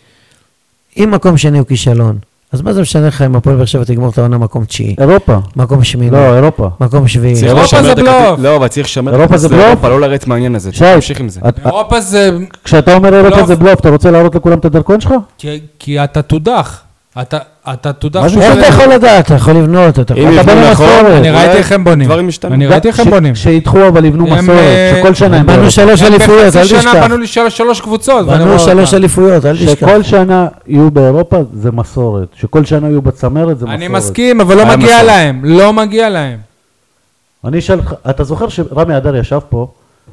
Speaker 3: אם מקום שני הוא כישלון, אז מה זה משנה לך אם הפועל באר שבע תגמור את העונה מקום תשיעי?
Speaker 2: אירופה.
Speaker 3: מקום שמיני?
Speaker 2: לא, אירופה.
Speaker 3: מקום שביעי?
Speaker 4: צריך
Speaker 1: אירופה
Speaker 4: לשמר
Speaker 1: זה
Speaker 4: את הכרטיס-
Speaker 1: בלוף.
Speaker 4: לא, אבל צריך לשמר את
Speaker 2: אירופה
Speaker 4: הכרטיס
Speaker 2: זה בלוף?
Speaker 4: לאירופה, לא לרדת מהעניין הזה.
Speaker 2: שי,
Speaker 4: תמשיך עם זה.
Speaker 2: את-
Speaker 1: אירופה לא. זה...
Speaker 2: כשאתה אומר אירופה
Speaker 1: בלוף.
Speaker 2: זה בלוף, אתה רוצה להראות לכולם את הדרכון שלך?
Speaker 1: כי- כי אתה תודח. אתה אתה תודח.
Speaker 2: מה זה
Speaker 1: שהוא
Speaker 3: איך
Speaker 2: משנה?
Speaker 1: של-
Speaker 3: אתה יכול לדעת? אתה יכול לבנות, אתה יכול...
Speaker 4: אם
Speaker 2: אתה
Speaker 4: יבנו
Speaker 2: בונה
Speaker 4: נכון,
Speaker 2: מסורת.
Speaker 1: אני
Speaker 4: אולי
Speaker 1: ראיתי איך הם בונים.
Speaker 4: דברים ישתנו.
Speaker 1: אני ראיתי איך הם
Speaker 2: ש-
Speaker 1: בונים.
Speaker 2: שידחו אבל יבנו
Speaker 1: הם,
Speaker 2: מסורת,
Speaker 1: אה,
Speaker 2: שכל שנה הם
Speaker 3: בנו
Speaker 2: באירופה.
Speaker 3: שלוש אליפויות, אל
Speaker 1: בחצי שנה
Speaker 3: תשכח.
Speaker 1: בנו לי שלוש- שלוש קבוצות. ואני "אוקיי, רואה
Speaker 3: בנו שלוש
Speaker 1: אותם.
Speaker 3: אליפויות, אל תשכח.
Speaker 2: שכל שנה יהיו באירופה זה מסורת, שכל שנה יהיו בצמרת זה מסורת.
Speaker 1: אני מסכים, אבל לא
Speaker 4: היה
Speaker 1: מגיע
Speaker 4: מסורת.
Speaker 1: להם. לא מגיע להם.
Speaker 2: אני אשאל אותך, אתה זוכר שרמי אדר ישב פה,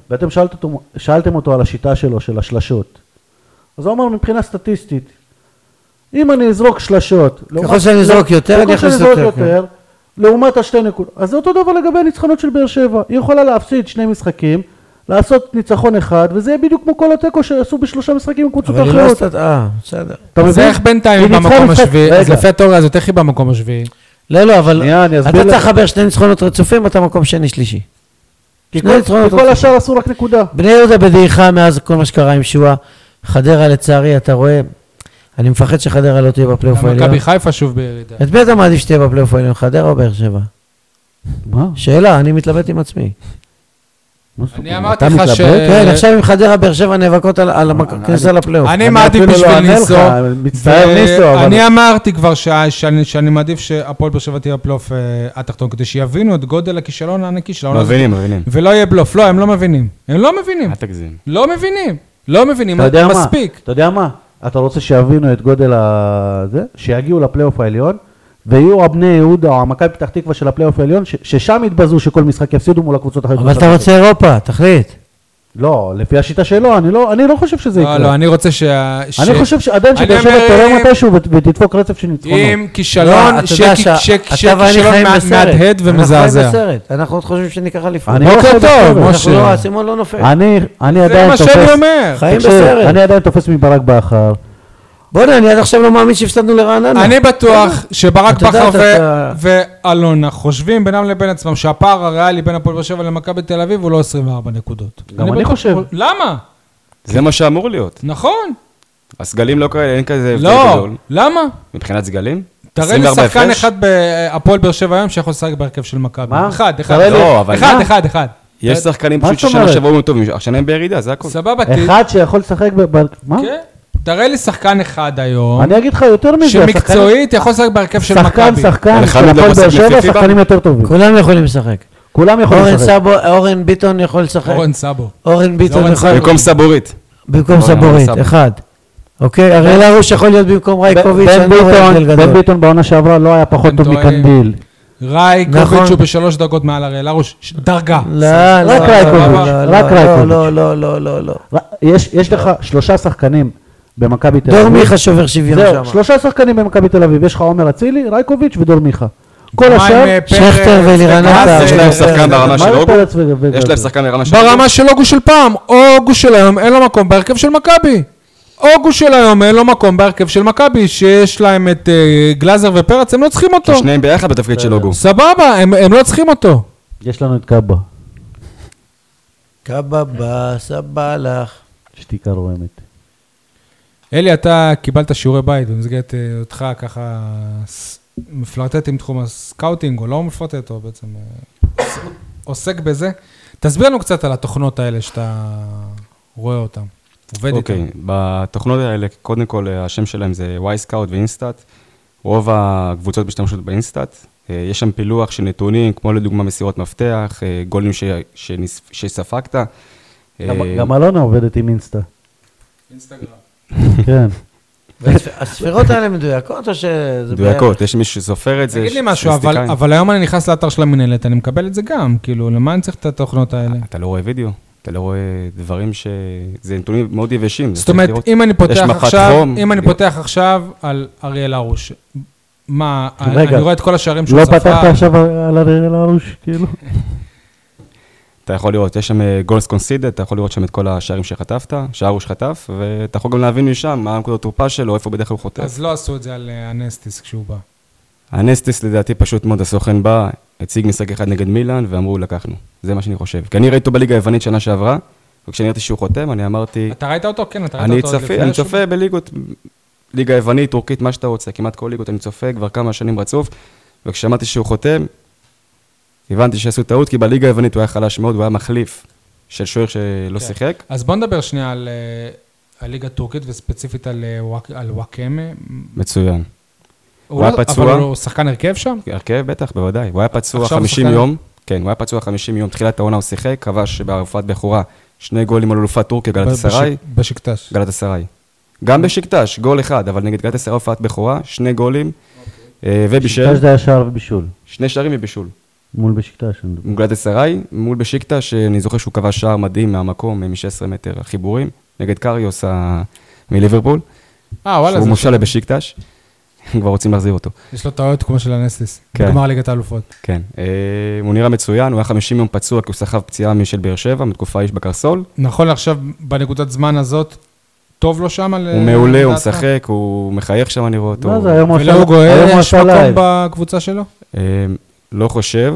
Speaker 2: ואתם שאלת אותו, שאלתם אותו על השיטה שלו, של השלשות. אז הוא אמר מבחינה סטטיסטית, אם אני אזרוק שלשות, לעומת-
Speaker 3: שאני אזרוק יותר, אני
Speaker 2: ככל
Speaker 3: אכניס
Speaker 2: שאני אזרוק
Speaker 3: יותר, כן.
Speaker 2: יותר, לעומת השתי נקודות. אז זה אותו דבר לגבי הניצחונות של באר שבע. היא יכולה להפסיד שני משחקים, לעשות ניצחון אחד, וזה יהיה בדיוק כמו כל התיקו שעשו בשלושה משחקים עם קבוצות
Speaker 3: אבל היא לא
Speaker 2: אחרות.
Speaker 3: עשתה... אה, בסדר.
Speaker 2: אתה
Speaker 1: אז
Speaker 2: מבין?
Speaker 1: איך בינתיים היא
Speaker 2: ניצחה
Speaker 1: במקום
Speaker 2: משחק-
Speaker 1: השביעי? אז
Speaker 2: רגע,
Speaker 1: לפי התיאוריה הזאת, איך היא במקום השביעי?
Speaker 3: לא, לא, אבל
Speaker 2: שנייה, אני
Speaker 3: אתה
Speaker 2: אסביר לך.
Speaker 3: צריך לחבר שני ניצחונות רצופים, אתה מקום שני שלישי.
Speaker 2: כי
Speaker 3: שני
Speaker 2: כל-
Speaker 3: ניצחונות
Speaker 2: כי כל
Speaker 3: רצופים.
Speaker 2: השאר עשו רק נקודה.
Speaker 3: בני יהודה בדעיכה מאז כל מה שקרה עם שואה. חדרה, לצערי, אתה רואה, אני מפחד שחדרה לא תהיה בפלייאוף
Speaker 1: גם
Speaker 3: העליון.
Speaker 1: מכבי חיפה שוב בירידה.
Speaker 2: אה,
Speaker 3: את מי אתה מעדיף שתהיה בפלייאוף העליון, חדרה או באר שבע?
Speaker 2: מה?
Speaker 3: שאלה, אני מתלבט עם עצמי.
Speaker 2: מה זאת אומרת?
Speaker 1: אמרתי
Speaker 2: אתה
Speaker 1: לך
Speaker 2: מתלבט?
Speaker 1: ש-
Speaker 3: כן, עכשיו עם חדרה, באר שבע נאבקות על- על הכניסה לפלייאוף.
Speaker 1: אני
Speaker 2: אני
Speaker 1: מעדיף
Speaker 2: אפילו לא
Speaker 1: בשביל
Speaker 2: אענה לך,
Speaker 1: ניסו.
Speaker 2: מצטער,
Speaker 1: ו-
Speaker 2: ניסו, אבל-
Speaker 1: אני אמרתי כבר שה- שאני שאני מעדיף שהפועל באר שבע תהיה בפלייאוף אה, התחתון, כדי שיבינו את גודל הכישלון הענקי של העונה הזאת.
Speaker 4: מבינים, מבינים.
Speaker 1: ולא יהיה בלוף. לא, הם לא מבינים. הם לא מבינים.
Speaker 4: אל תגזים.
Speaker 1: לא מבינים. לא מבינים.
Speaker 2: אתה יודע מה?
Speaker 1: מספיק.
Speaker 2: אתה יודע מה? אתה רוצה שיבינו את גודל ה... זה? שיגיעו לפלייאוף העליון, ויהיו הבני יהודה או המכבי פתח תקווה של הפלייאוף העליון, ש- ששם יתבזו שכל משחק יפסידו מול הקבוצות החלשות.
Speaker 3: אבל אתה רוצה אירופה, תחליט.
Speaker 2: לא, לפי השיטה שלו, אני לא, אני לא חושב שזה יקרה.
Speaker 1: לא, לא, אני רוצה שה... ש-
Speaker 2: אני חושב שעדיין
Speaker 1: אני
Speaker 2: שבאר שבע
Speaker 1: אומר,
Speaker 2: תראה
Speaker 1: אם-
Speaker 2: מתישהו ות- ותדפוק רצף של ניצחונות.
Speaker 1: עם
Speaker 3: לא,
Speaker 1: כישלון,
Speaker 3: אתה יודע שה- אתה ואני
Speaker 1: שכישלון
Speaker 3: חיים בסרט.
Speaker 1: מהדהד
Speaker 3: אנחנו חיים
Speaker 1: ומזעזע.
Speaker 3: בסרט, אנחנו עוד חושבים שניקח אליפות.
Speaker 2: אני לא
Speaker 1: בוקר
Speaker 2: חושב
Speaker 1: טוב,
Speaker 2: בסדר.
Speaker 1: משה.
Speaker 3: אנחנו לא, האסימון לא נופל.
Speaker 2: אני, אני
Speaker 1: זה
Speaker 2: עדיין
Speaker 1: מה
Speaker 2: תופס...
Speaker 1: שאני אומר.
Speaker 3: חיים
Speaker 2: תקשיב,
Speaker 3: בסרט.
Speaker 2: אני עדיין תופס מברק בכר.
Speaker 3: בוא'נה, אני עד עכשיו לא מאמין שהפסדנו לרעננה.
Speaker 1: אני בטוח שברק
Speaker 3: אתה
Speaker 1: בכר
Speaker 3: יודע, אתה-
Speaker 1: ו-
Speaker 3: אתה-
Speaker 1: ואלונה חושבים בינם לבין עצמם שהפער הריאלי בין הפועל באר שבע למכבי תל אביב הוא לא 24 נקודות.
Speaker 2: גם אני
Speaker 1: בטוח
Speaker 2: חושב.
Speaker 1: שכל- למה?
Speaker 4: זה מה שאמור להיות.
Speaker 1: נכון.
Speaker 4: הסגלים לא כאלה, אין כזה הבדל
Speaker 1: לא.
Speaker 4: גדול.
Speaker 1: למה?
Speaker 4: מבחינת סגלים?
Speaker 1: תראה לי
Speaker 4: 24
Speaker 1: שחקן
Speaker 4: הפרש?
Speaker 1: אחד בהפועל באר שבע היום שיכול לשחק בהרכב של מכבי.
Speaker 2: מה?
Speaker 1: אחד, אחד.
Speaker 2: תראה
Speaker 4: לי. לא, אבל
Speaker 1: אחד,
Speaker 4: מה?
Speaker 1: אחד, אחד.
Speaker 4: יש שחקנים
Speaker 2: מה
Speaker 4: פשוט
Speaker 2: זאת
Speaker 4: ששנה
Speaker 2: אומרת?
Speaker 4: שעברו הם טובים, השנה הם בירידה, זה הכל.
Speaker 1: סבבה, ת-
Speaker 2: אחד שיכול לשחק ב... ב- מה?
Speaker 1: כן. תראה לי שחקן אחד היום,
Speaker 2: אה? אני אגיד לך יותר מזה.
Speaker 1: שמקצועית יכול לשחק בהרכב של
Speaker 2: שחקן- שחקן,
Speaker 1: מכבי.
Speaker 2: שחקן, של
Speaker 4: אחד לא
Speaker 2: הפועל באר
Speaker 4: מספיק
Speaker 2: שבע,
Speaker 4: לפי
Speaker 2: שחקנים
Speaker 4: פעם.
Speaker 2: יותר טובים.
Speaker 3: כולם יכולים לשחק.
Speaker 2: כולם יכולים
Speaker 3: אורן
Speaker 2: לשחק.
Speaker 3: סבו, אורן ביטון יכול לשחק.
Speaker 1: אורן סאבו.
Speaker 3: אורן ביטון
Speaker 1: אורן
Speaker 3: יכול...
Speaker 4: במקום סבורית.
Speaker 3: במקום
Speaker 4: אורן
Speaker 3: סבורית,
Speaker 4: סבו.
Speaker 3: אחד. אוקיי, אריאל הרוש יכול להיות במקום רייקוביץ',
Speaker 2: בן
Speaker 3: אני לא רואה הבדל
Speaker 2: ביטון, בן
Speaker 3: גדול.
Speaker 2: ביטון בעונה שעברה לא היה פחות
Speaker 1: אתם
Speaker 2: טוב
Speaker 1: טועים.
Speaker 2: מקנדיל.
Speaker 3: נכון.
Speaker 1: רייקוביץ' הוא בשלוש דקות מעל הראל הרוש, ש- דרגה.
Speaker 3: לא, לא,
Speaker 2: רק
Speaker 3: לא,
Speaker 2: רייקוביץ',
Speaker 3: לא, לא,
Speaker 2: רק
Speaker 3: לא,
Speaker 2: רייקוביץ'.
Speaker 3: לא, לא, לא, לא, לא.
Speaker 2: ר- יש יש לך שלושה שחקנים במכבי תל אביב.
Speaker 3: דור מיכה שובר שוויון
Speaker 2: זהו,
Speaker 3: שם.
Speaker 2: שלושה שחקנים במכבי תל אביב. יש לך עומר אצילי, רייקוביץ' ודור מיכה. כל השאר...
Speaker 1: מה עם, אה, פרץ,
Speaker 3: שכטר ואלירן
Speaker 1: וגז,
Speaker 3: עטר.
Speaker 1: אה,
Speaker 4: יש להם שחקן
Speaker 2: מה
Speaker 4: ברמה
Speaker 2: עם
Speaker 4: של אוגו?
Speaker 2: פרץ ו- וגז?
Speaker 4: יש להם שחקן ברמה של אוגו?
Speaker 1: ברמה של הוגו של פעם, או הוגו של היום, אין לו מקום בהרכב של מכבי. הוגו של היום, אין לו מקום בהרכב של מכבי, שיש להם את אה, גלאזר ופרץ, הם לא צריכים אותו.
Speaker 4: כי שניהם ביחד בתפקיד
Speaker 1: אה,
Speaker 4: של אוגו.
Speaker 1: סבבה, הם הם לא צריכים אותו.
Speaker 2: יש לנו את קאבה.
Speaker 3: קבבה, סבבה לך.
Speaker 2: שתיקה רועמת.
Speaker 1: אלי, אתה קיבלת שיעורי בית במסגרת אה, אותך ככה ס- מפלרטט עם תחום הסקאוטינג, או לא מפלרטט, או בעצם אה, עוסק בזה. תסביר לנו קצת על התוכנות האלה שאתה רואה אותן, עובד
Speaker 4: אוקיי,
Speaker 1: איתן.
Speaker 4: בתוכנות האלה, קודם כל, אה, השם שלהם זה וייסקאוט ואינסטאט. רוב הקבוצות משתמשות באינסטאט. אה, יש שם פילוח של נתונים, כמו לדוגמה מסירות מפתח, אה, גולים ש... שנס... שספגת.
Speaker 2: גם-
Speaker 4: אה,
Speaker 2: גם אלונה עובדת עם אינסטה.
Speaker 1: אינסטגרם.
Speaker 2: כן.
Speaker 3: הספירות האלה מדויקות או שזה...
Speaker 4: מדויקות, יש מישהו שסופר את זה.
Speaker 1: תגיד לי
Speaker 4: יש
Speaker 1: משהו, אבל,
Speaker 4: סטטיסטיקאים.
Speaker 1: אבל היום אני נכנס לאתר של המנהלת, אני מקבל את זה גם, כאילו, למה אני צריך את התוכנות האלה?
Speaker 4: אתה לא רואה וידאו, אתה לא רואה דברים ש... זה נתונים מאוד יבשים. זה
Speaker 1: זאת
Speaker 4: צריך
Speaker 1: אומרת,
Speaker 4: לראות.
Speaker 1: אם אני פותח
Speaker 4: מחט
Speaker 1: עכשיו,
Speaker 4: חום,
Speaker 1: אם אני
Speaker 4: לראות.
Speaker 1: פותח עכשיו על אריאל הרוש, מה,
Speaker 2: רגע,
Speaker 1: אני רואה את כל השערים שהוא
Speaker 2: לא
Speaker 1: ספג?
Speaker 2: פתחת עכשיו על אריאל הרוש, כאילו?
Speaker 4: אתה יכול לראות, יש שם גולס קונסידד, אתה יכול לראות שם את כל השערים שחטפת, שער הוא שחטף, ואתה יכול גם להבין משם מה הנקודות תורפה שלו, איפה בדרך כלל הוא חוטף.
Speaker 1: אז לא עשו את זה על אה, אנסטיס כשהוא בא.
Speaker 4: הנסטיס לדעתי פשוט מאוד, הסוכן בא, הציג משחק אחד נגד מילאן, ואמרו לקחנו. זה מה שאני חושב. כי אני ראיתי אותו בליגה היוונית שנה שעברה, וכשאני ראיתי שהוא חותם, אני אמרתי,
Speaker 1: אתה ראית אותו? כן, אתה ראית
Speaker 4: אני
Speaker 1: אותו עוד
Speaker 4: צופה,
Speaker 1: לפני
Speaker 4: אני
Speaker 1: שהוא-
Speaker 4: צופה בליגות, ליגה יוונית, טורקית, מה שאתה רוצה, כמעט כל ליגות אני צופה כבר כמה שנים רצוף, וכששמעתי שהוא חותם, הבנתי שעשו טעות, כי בליגה היוונית הוא היה חלש מאוד, הוא היה מחליף של שוער שלא
Speaker 1: כן.
Speaker 4: שיחק.
Speaker 1: אז בוא נדבר שנייה על אה, הליגה הטורקית, וספציפית על, אה, וואק- על וואקמה.
Speaker 4: מצוין.
Speaker 1: הוא
Speaker 4: היה
Speaker 1: לא-
Speaker 4: פצוע.
Speaker 1: אבל הוא שחקן הרכב שם?
Speaker 4: הרכב בטח, בוודאי. הוא היה פצוע
Speaker 1: עכשיו הוא
Speaker 4: 50
Speaker 1: שחקן?
Speaker 4: יום. כן, הוא היה פצוע 50 יום. תחילת העונה הוא שיחק, כבש באלופת בכורה שני גולים על אלופת טורקיה, גלת אסריי.
Speaker 1: בש- בשקטש.
Speaker 4: גלת אסריי. גם בשקטש, גול אחד, אבל נגד גלת אסריי הופעת בכורה, שני גולים, אה, ובישל,
Speaker 2: בשקטש זה היה שער ובישול.
Speaker 4: שני שערים ובישול.
Speaker 2: מול בשקטש. אני מדבר.
Speaker 4: מול גלת אסריי, מול בשקטש, שאני זוכר שהוא כבש שער מדהים מהמקום, אה, מ-16 מטר, החיבורים, נגד קריוס ה- מליברפול,
Speaker 1: אה, וואלה,
Speaker 4: שהוא
Speaker 1: זה-
Speaker 4: מושל לבשקטש, הם כבר רוצים להחזיר אותו.
Speaker 1: יש לו טעויות כמו של אנסטיס.
Speaker 4: כן.
Speaker 1: בגמר ליגת האלופות.
Speaker 4: כן, אה, הוא נראה מצוין, הוא היה 50 יום פצוע כי הוא סחב פציעה משל באר שבע, מתקופה איש בקרסול.
Speaker 1: נכון לעכשיו, בנקודת זמן הזאת, טוב לו שם? אה,
Speaker 4: הוא מעולה, הוא משחק, הוא מחייך שם, אני רואה אותו.
Speaker 2: אה, מה זה, היום הוא עשה-
Speaker 1: ולהוגו
Speaker 2: היום הוא
Speaker 1: יש
Speaker 2: עשה
Speaker 1: מקום
Speaker 2: לייב.
Speaker 1: בקבוצה שלו?
Speaker 4: אה, לא חושב.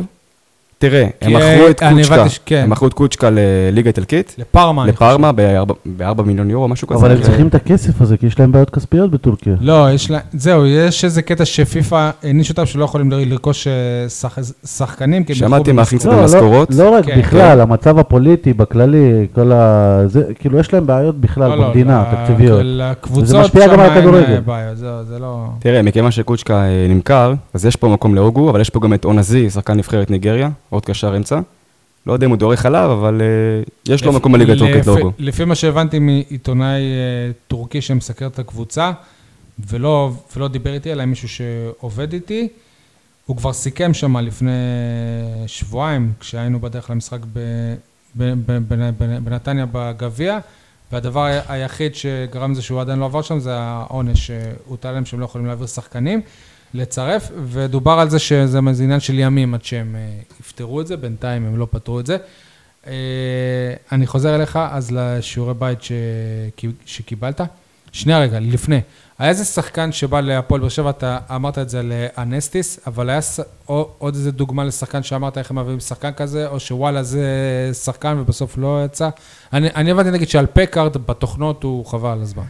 Speaker 4: תראה, הם
Speaker 2: כן,
Speaker 1: כי,
Speaker 4: מכרו את
Speaker 1: אה, אני הבנתי ש-
Speaker 4: קוצ'קה,
Speaker 1: כן.
Speaker 4: הם מכרו את קוצ'קה לליגה איטלקית,
Speaker 1: לפארמה. אני
Speaker 4: לפארמה, ב-4 מיליון יורו, משהו כזה.
Speaker 2: אבל הם
Speaker 4: אה,
Speaker 2: צריכים את הכסף הזה, כי יש להם בעיות כספיות בטורקיה.
Speaker 1: חושב. לא, יש לה... זהו, יש איזה קטע שפיפ"א העניש אותם שלא יכולים ל- לרכוש אה, שח... שחקנים. כי הם
Speaker 4: שמעתי
Speaker 1: ילכו
Speaker 4: מהאחים
Speaker 1: במשחק.
Speaker 4: קצת המשכורות.
Speaker 2: לא רק
Speaker 1: כן.
Speaker 2: בכלל, המצב הפוליטי בכללי, כל ה... זה, כאילו, יש להם בעיות בכלל
Speaker 1: לא, לא,
Speaker 2: במדינה,
Speaker 1: ל-
Speaker 2: תקציביות.
Speaker 1: לקבוצות
Speaker 2: וזה משפיע גם על
Speaker 1: שם אין,
Speaker 2: הכדורגל.
Speaker 1: אה, בעיה, זהו, זה לא...
Speaker 4: תראה, מכיוון שקוצ'קה אה, נמכר, אז יש פה מקום להוגו, אבל יש פה גם את אונזי, שחקן נבחרת ניגריה, עוד קשר אמצע. לא יודע אם הוא דורך עליו, אבל אה, יש לו
Speaker 1: לפ-
Speaker 4: מקום בליגה לא הטורקית
Speaker 1: לפי-
Speaker 4: להוגו.
Speaker 1: לפי מה שהבנתי מעיתונאי אה, טורקי שמסקר את הקבוצה, ולא, ולא דיבר איתי, אלא עם מישהו שעובד איתי, הוא כבר סיכם שם לפני שבועיים, כשהיינו בדרך למשחק ב, ב, ב, ב, ב, בנתניה בגביע, והדבר ה- היחיד שגרם לזה שהוא עדיין לא עבר שם, זה העונש שהוטל עליהם שהם לא יכולים להעביר שחקנים. לצרף, ודובר על זה שזה מ- זה עניין של ימים עד שהם אה, יפתרו את זה, בינתיים הם לא פתרו את זה. אה, אני חוזר אליך אז לשיעורי בית שק- שקיבלת. שנייה רגע, לפני. היה איזה שחקן שבא להפועל באר שבע, אתה אמרת את זה לאנסטיס, אבל היה ס... או, עוד איזה דוגמה לשחקן שאמרת איך הם מביאים שחקן כזה, או שוואלה זה שחקן ובסוף לא יצא. אני, אני הבנתי נגיד שעל פקארד בתוכנות הוא חבל על הזמן.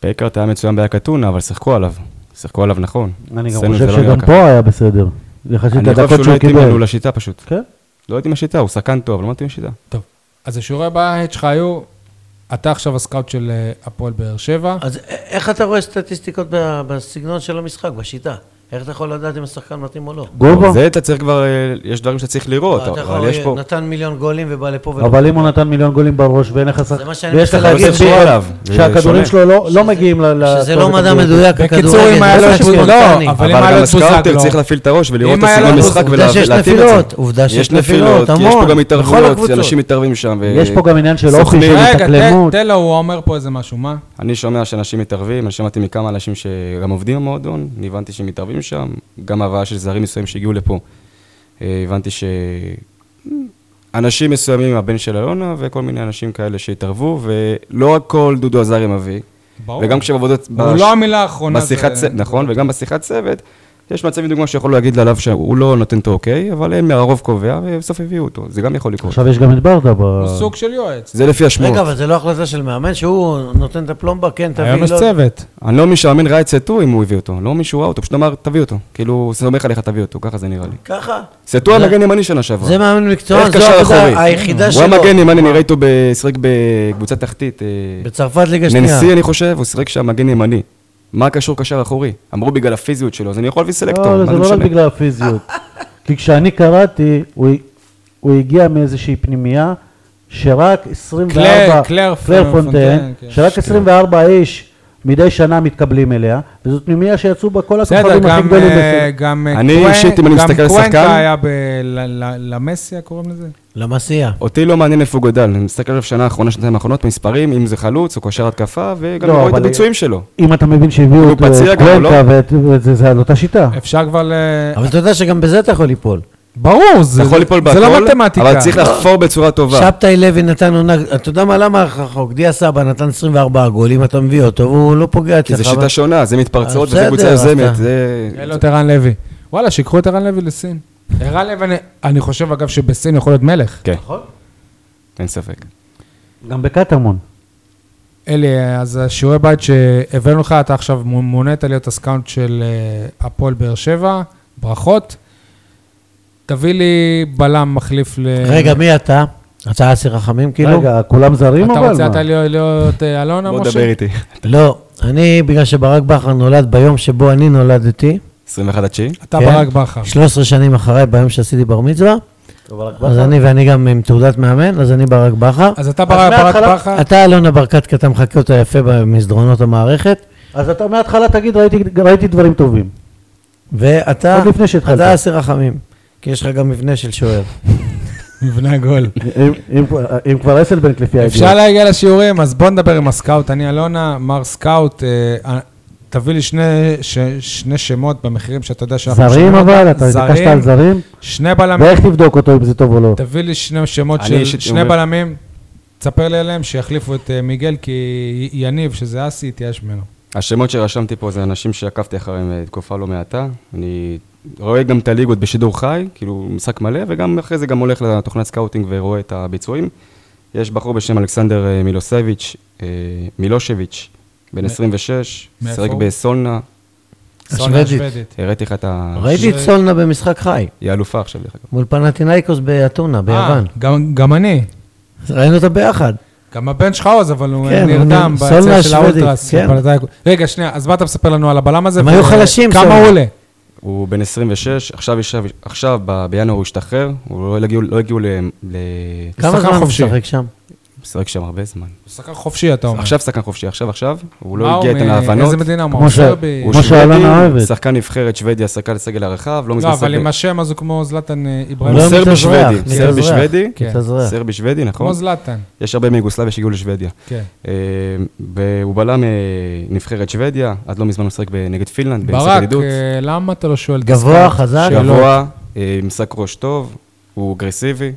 Speaker 4: פקארט היה מצוין באקתונה, אבל שיחקו עליו. שיחקו עליו נכון.
Speaker 2: אני גם
Speaker 4: אצלנו
Speaker 2: חושב
Speaker 4: זה לא נראה
Speaker 2: שגם
Speaker 4: ככה.
Speaker 2: פה היה בסדר. יחסית
Speaker 4: אני חושב
Speaker 2: לדקות
Speaker 4: שהוא לא
Speaker 2: שהוא
Speaker 4: התאים לנו
Speaker 2: קיבל.
Speaker 4: לשיטה פשוט.
Speaker 2: כן?
Speaker 4: לא הייתי עם השיטה, הוא שחקן טוב, אבל לא מתאים לשיטה.
Speaker 1: טוב, אז השיעורי הבית שלך היו, אתה עכשיו הסקאוט של אה, הפועל באר שבע.
Speaker 3: אז א- איך אתה רואה סטטיסטיקות ב- בסגנון של המשחק, בשיטה? איך אתה יכול לדעת אם השחקן מתאים או לא?
Speaker 2: גובה.
Speaker 4: זה אתה צריך כבר, אה, יש דברים שאתה צריך לראות,
Speaker 3: אתה
Speaker 4: אבל
Speaker 3: יכול,
Speaker 4: יש פה...
Speaker 3: נתן מיליון גולים ובא לפה ולפה.
Speaker 2: אבל אם הוא נתן מיליון גולים בראש ואין לך שחק...
Speaker 3: זה מה שאני
Speaker 2: ויש
Speaker 3: מנסה
Speaker 2: לך
Speaker 3: להגיד,
Speaker 2: שחקן
Speaker 4: שיהיה עליו. זה
Speaker 2: שהכדורים
Speaker 4: שונה.
Speaker 2: שלו לא- לא מגיעים ל...
Speaker 3: שזה
Speaker 2: לכתובת
Speaker 3: לא מדע
Speaker 2: המדויקת.
Speaker 3: מדויק,
Speaker 1: בקיצור, אם היה
Speaker 3: זה
Speaker 1: לו
Speaker 3: משהו
Speaker 1: תבוז-
Speaker 3: ספונטני.
Speaker 1: לא, אבל
Speaker 4: אבל
Speaker 1: אם היה
Speaker 4: גם
Speaker 1: לו
Speaker 4: הסקאוטר
Speaker 1: בוזגלו-
Speaker 4: צריך להפעיל את הראש ולראות את
Speaker 1: אם היה לו
Speaker 4: הסגנון
Speaker 1: בוז-
Speaker 4: משחק
Speaker 3: עובדה שיש
Speaker 4: ולהתאים את זה.
Speaker 3: נפילות, עובדה שיש נפילות,
Speaker 4: יש
Speaker 3: המון,
Speaker 4: פה גם
Speaker 3: בכל
Speaker 4: התערבויות,
Speaker 3: הקבוצות.
Speaker 4: אנשים מתערבים שם. ו-
Speaker 2: יש פה גם עניין של אופי,
Speaker 4: סוכנים. אה,
Speaker 2: של
Speaker 1: רגע, תן-
Speaker 2: התאקלמות.
Speaker 1: תן לו, הוא אומר פה איזה משהו, מה?
Speaker 4: אני שומע שאנשים מתערבים, אני שמעתי מכמה אנשים שגם עובדים במועדון, אני הבנתי שהם מתערבים שם, גם הבאה של זרים מסוימים שהגיעו לפה. אה, הבנתי ש... אנשים מסוימים, הבן של אלונה וכל מיני אנשים כאלה שהתערבו, ולא הכל דודו עזרי מביא.
Speaker 1: ברור.
Speaker 4: וגם כשבעבודות...
Speaker 1: הוא לא המילה האחרונה.
Speaker 4: בשיחת
Speaker 1: זה-
Speaker 4: צוות, נכון, וגם בשיחת צוות, יש מצבים דוגמה שיכול להגיד עליו שהוא לא נותן את האוקיי, אבל הם הרוב קובע, ובסוף הביאו אותו. זה גם יכול לקרות.
Speaker 2: עכשיו יש גם את ברדה ב...
Speaker 1: הוא סוג של יועץ.
Speaker 4: זה לפי השמועות.
Speaker 3: רגע, אבל זה לא החלטה של מאמן שהוא נותן את הפלומבה, כן, תביא,
Speaker 1: היום יש
Speaker 3: לא...
Speaker 1: צוות.
Speaker 4: אני לא מישהו שהמאמן ראה את סטו אם הוא הביא אותו, לא מישהו ראה אותו, פשוט אמר, תביא אותו. כאילו, הוא סומך עליך, תביא אותו, ככה זה נראה לי.
Speaker 3: ככה.
Speaker 4: סטו
Speaker 3: זה-
Speaker 4: המגן ימני שנה שעברה.
Speaker 3: זה מאמן מקצוען,
Speaker 4: איך
Speaker 3: זו
Speaker 4: קשר
Speaker 3: העבודה
Speaker 4: אחורי?
Speaker 3: היחידה
Speaker 4: הוא
Speaker 3: שלו.
Speaker 4: המגן ימני, נראה איתו, ב- שיחק בקבוצה תחתית. אה,
Speaker 3: בצרפת ליגה שנייה.
Speaker 4: ננסי, אני חושב, הוא שיחק שם מגן ימני. מה קשור קשר אחורי? אמרו בגלל הפיזיות שלו, אז אני יכול להביא סלקטור,
Speaker 2: לא, זה
Speaker 4: מה זה
Speaker 2: לא רק
Speaker 4: משנה?
Speaker 2: בגלל הפיזיות. כי כשאני קראתי, הוא- הוא הגיע מאיזושהי פנימייה, שרק 24...
Speaker 1: קלר- קלר פונטיין,
Speaker 2: פונטיין,
Speaker 1: כן.
Speaker 2: שרק 24 איש מדי שנה מתקבלים אליה, וזאת פנימייה שיצאו בה כל
Speaker 1: בסדר,
Speaker 2: הכוכבים הכי
Speaker 1: גם...
Speaker 2: גדולים.
Speaker 1: אה,
Speaker 2: בסדר.
Speaker 1: גם... אה,
Speaker 4: אני
Speaker 1: קוונ-
Speaker 4: אישית, אם אני מסתכל על
Speaker 1: גם
Speaker 4: שחקן-
Speaker 1: קוונקה היה ב... ל- ל- למסיה, קוראים לזה?
Speaker 3: למסיע.
Speaker 4: אותי לא מעניין איפה הוא גדל, אני מסתכל עליו שנה האחרונה, שנתיים האחרונות, מספרים, אם זה חלוץ או קשר התקפה, וגם
Speaker 2: לא,
Speaker 4: רואה את
Speaker 2: אבל-
Speaker 4: הביצועים שלו.
Speaker 2: אם אתה מבין שהביאו
Speaker 4: הוא
Speaker 2: את
Speaker 4: פציע
Speaker 2: אה,
Speaker 4: גם, הוא לא?
Speaker 2: קוונקה, ואת- ואת זה- זה על אותה שיטה.
Speaker 1: אפשר כבר ל...
Speaker 3: אבל אתה יודע שגם בזה אתה יכול ליפול.
Speaker 1: ברור, זה
Speaker 4: אתה יכול ליפול
Speaker 1: זה
Speaker 4: בהכל,
Speaker 1: לא מתמטיקה.
Speaker 4: אבל צריך לחפור בצורה טובה.
Speaker 3: שבתאי לוי נתן עונה, אתה יודע מה, למה החוק? דיה סבא נתן 24 גולים, אתה מביא אותו, והוא לא פוגע
Speaker 4: כי
Speaker 3: אצלך.
Speaker 4: זו
Speaker 3: אבל- אה,
Speaker 4: שיטה שונה, זה מתפרצות
Speaker 3: בסדר,
Speaker 4: וזה קבוצה
Speaker 3: אז
Speaker 4: יוזמת,
Speaker 3: אתה-
Speaker 4: זה...
Speaker 1: אין לו את ערן אה, לא, לוי. וואלה, שיקחו את ערן לוי לסין. ערן לוי, אני- אני חושב, אגב, שבסין יכול להיות מלך.
Speaker 4: כן, אין ספק.
Speaker 2: גם בקטמון.
Speaker 1: אלי, אז השיעורי בית שהבאנו לך, אתה עכשיו מונית להיות הסקאונט של אה, הפועל באר שבע, ברכות. תביא לי בלם מחליף ל...
Speaker 3: רגע, מי אתה? אתה אסי רחמים כאילו?
Speaker 2: רגע, כולם זרים
Speaker 1: אתה
Speaker 2: אבל?
Speaker 1: רוצה
Speaker 2: מה?
Speaker 1: אתה להיות- להיות אה, אלונה,
Speaker 4: בוא
Speaker 1: משה?
Speaker 4: דבר איתי.
Speaker 3: לא, אני, בגלל שברק בכר נולד ביום שבו אני נולדתי,
Speaker 4: 21 התשיעי?
Speaker 1: אתה
Speaker 3: כן.
Speaker 1: ברק בכר.
Speaker 3: 13 שנים אחריי, ביום שעשיתי בר מצווה, אז אני ואני גם עם תעודת מאמן, אז אני ברק בכר.
Speaker 1: אז אתה
Speaker 2: אז
Speaker 1: ברק ברק
Speaker 2: מההתחלה-
Speaker 1: בכר,
Speaker 3: אתה, אלונה ברקת, כי אתה מחקה אותה יפה במסדרונות המערכת,
Speaker 2: אז אתה מההתחלה תגיד, "ראיתי- ראיתי דברים טובים.
Speaker 3: ואתה,
Speaker 2: עוד לפני שהתחלת.
Speaker 3: אתה אסי רחמים, כי יש לך גם מבנה של שוער.
Speaker 1: מבנה גול.
Speaker 2: אם- אם- אם כבר אסלבנק לפי הידיעה.
Speaker 1: אה, אפשר להגיע לשיעורים, אז בוא נדבר עם הסקאוט. אני אלונה, מר סקאוט, אה, תביא לי שני, ש, שני שמות במחירים שאתה יודע שאנחנו...
Speaker 2: זרים
Speaker 1: שומעים
Speaker 2: אבל?
Speaker 1: אותם.
Speaker 2: אתה ביקשת על זרים?
Speaker 1: שני בלמים,
Speaker 2: ואיך תבדוק אותו אם זה טוב או לא?
Speaker 1: תביא לי שני שמות
Speaker 4: אני
Speaker 1: של
Speaker 4: אישית
Speaker 1: שני
Speaker 4: אומר-
Speaker 1: בלמים, תספר לי עליהם, שיחליפו את אה, מיגל, כי י- יניב, שזה אסי, התייאש ממנו.
Speaker 4: השמות שרשמתי פה זה אנשים שעקבתי אחריהם אה, תקופה לא מעטה. אני רואה גם את הליגות בשידור חי, כאילו משחק מלא, וגם אחרי זה גם הולך לתוכנת סקאוטינג ורואה את הביצועים. יש בחור בשם אלכסנדר אה, מילוסביץ', אה, מילושביץ', בן
Speaker 1: מ-
Speaker 4: 26,
Speaker 1: מאיפה
Speaker 4: שיחק
Speaker 1: הוא?
Speaker 4: בסולנה.
Speaker 1: סולנה
Speaker 3: השוודית.
Speaker 1: השוודית.
Speaker 4: הראיתי לך את
Speaker 1: אה,
Speaker 4: ה...
Speaker 3: ראיתי את סולנה במשחק חי,
Speaker 4: היא אלופה עכשיו, דרך אגב.
Speaker 3: מול פנטינאיקוס באתונה, ביוון.
Speaker 1: אה, גם- גם אני.
Speaker 3: אז ראינו אותה ביחד.
Speaker 1: גם הבן שלך עוז, אבל הוא
Speaker 3: כן,
Speaker 1: נרדם
Speaker 3: הוא
Speaker 1: ביציע
Speaker 3: סולנה
Speaker 1: של
Speaker 3: השוודית,
Speaker 1: האולטרס.
Speaker 3: כן.
Speaker 1: אבל אתה- רגע, שנייה, אז מה אתה מספר לנו על הבלם הזה?
Speaker 3: הם היו
Speaker 1: ו-
Speaker 3: חלשים,
Speaker 1: כמה
Speaker 3: סולנה.
Speaker 1: הוא עולה?
Speaker 4: הוא בן 26, עכשיו, ישב, עכשיו ב- בינואר הוא השתחרר, הוא לא הגיעו, לא הגיעו ל... ל...
Speaker 3: כמה
Speaker 1: שחקן
Speaker 3: זמן הוא
Speaker 1: חופשי.
Speaker 3: משחק שם?
Speaker 4: הוא שיחק שם הרבה זמן.
Speaker 1: הוא שחקן חופשי, אתה אומר.
Speaker 4: עכשיו שחקן חופשי, עכשיו עכשיו, הוא
Speaker 1: לא מה
Speaker 4: לא הגיע
Speaker 1: הוא
Speaker 4: איתנו
Speaker 1: מ-
Speaker 4: להבנות.
Speaker 1: איזה מדינה הוא?
Speaker 2: כמו ש-
Speaker 1: סרבי?
Speaker 4: הוא
Speaker 2: כמו שאלונה
Speaker 4: שוודי,
Speaker 2: אוהבת.
Speaker 4: שחקן נבחרת שוודיה, שחקן לסגל הרחב, לא מזמן
Speaker 1: לא, אבל
Speaker 4: סרבי.
Speaker 1: עם השם אז הוא כמו זלאטן אה,
Speaker 3: הוא לא
Speaker 1: איברהים.
Speaker 4: סרבי
Speaker 3: מתאזרח,
Speaker 4: שוודי,
Speaker 3: מתאזרח.
Speaker 4: סרבי שוודי,
Speaker 1: כן.
Speaker 3: מתאזרח.
Speaker 4: סרבי שוודי, נכון?
Speaker 1: כמו זלאטן,
Speaker 4: יש הרבה מיוגוסלביה שהגיעו לשוודיה.
Speaker 1: כן.
Speaker 4: אה, והוא בלם אה, נבחרת שוודיה, עד לא מזמן הוא שיחק נגד פינלנד, במשחק
Speaker 1: ברק,
Speaker 4: ידידות.
Speaker 1: אה, למה אתה לא שואל? את
Speaker 3: גבוה,
Speaker 1: הסקאוט?
Speaker 3: חזק?
Speaker 4: גבוה, אה, עם שק ראש טוב, הוא אגרסיבי.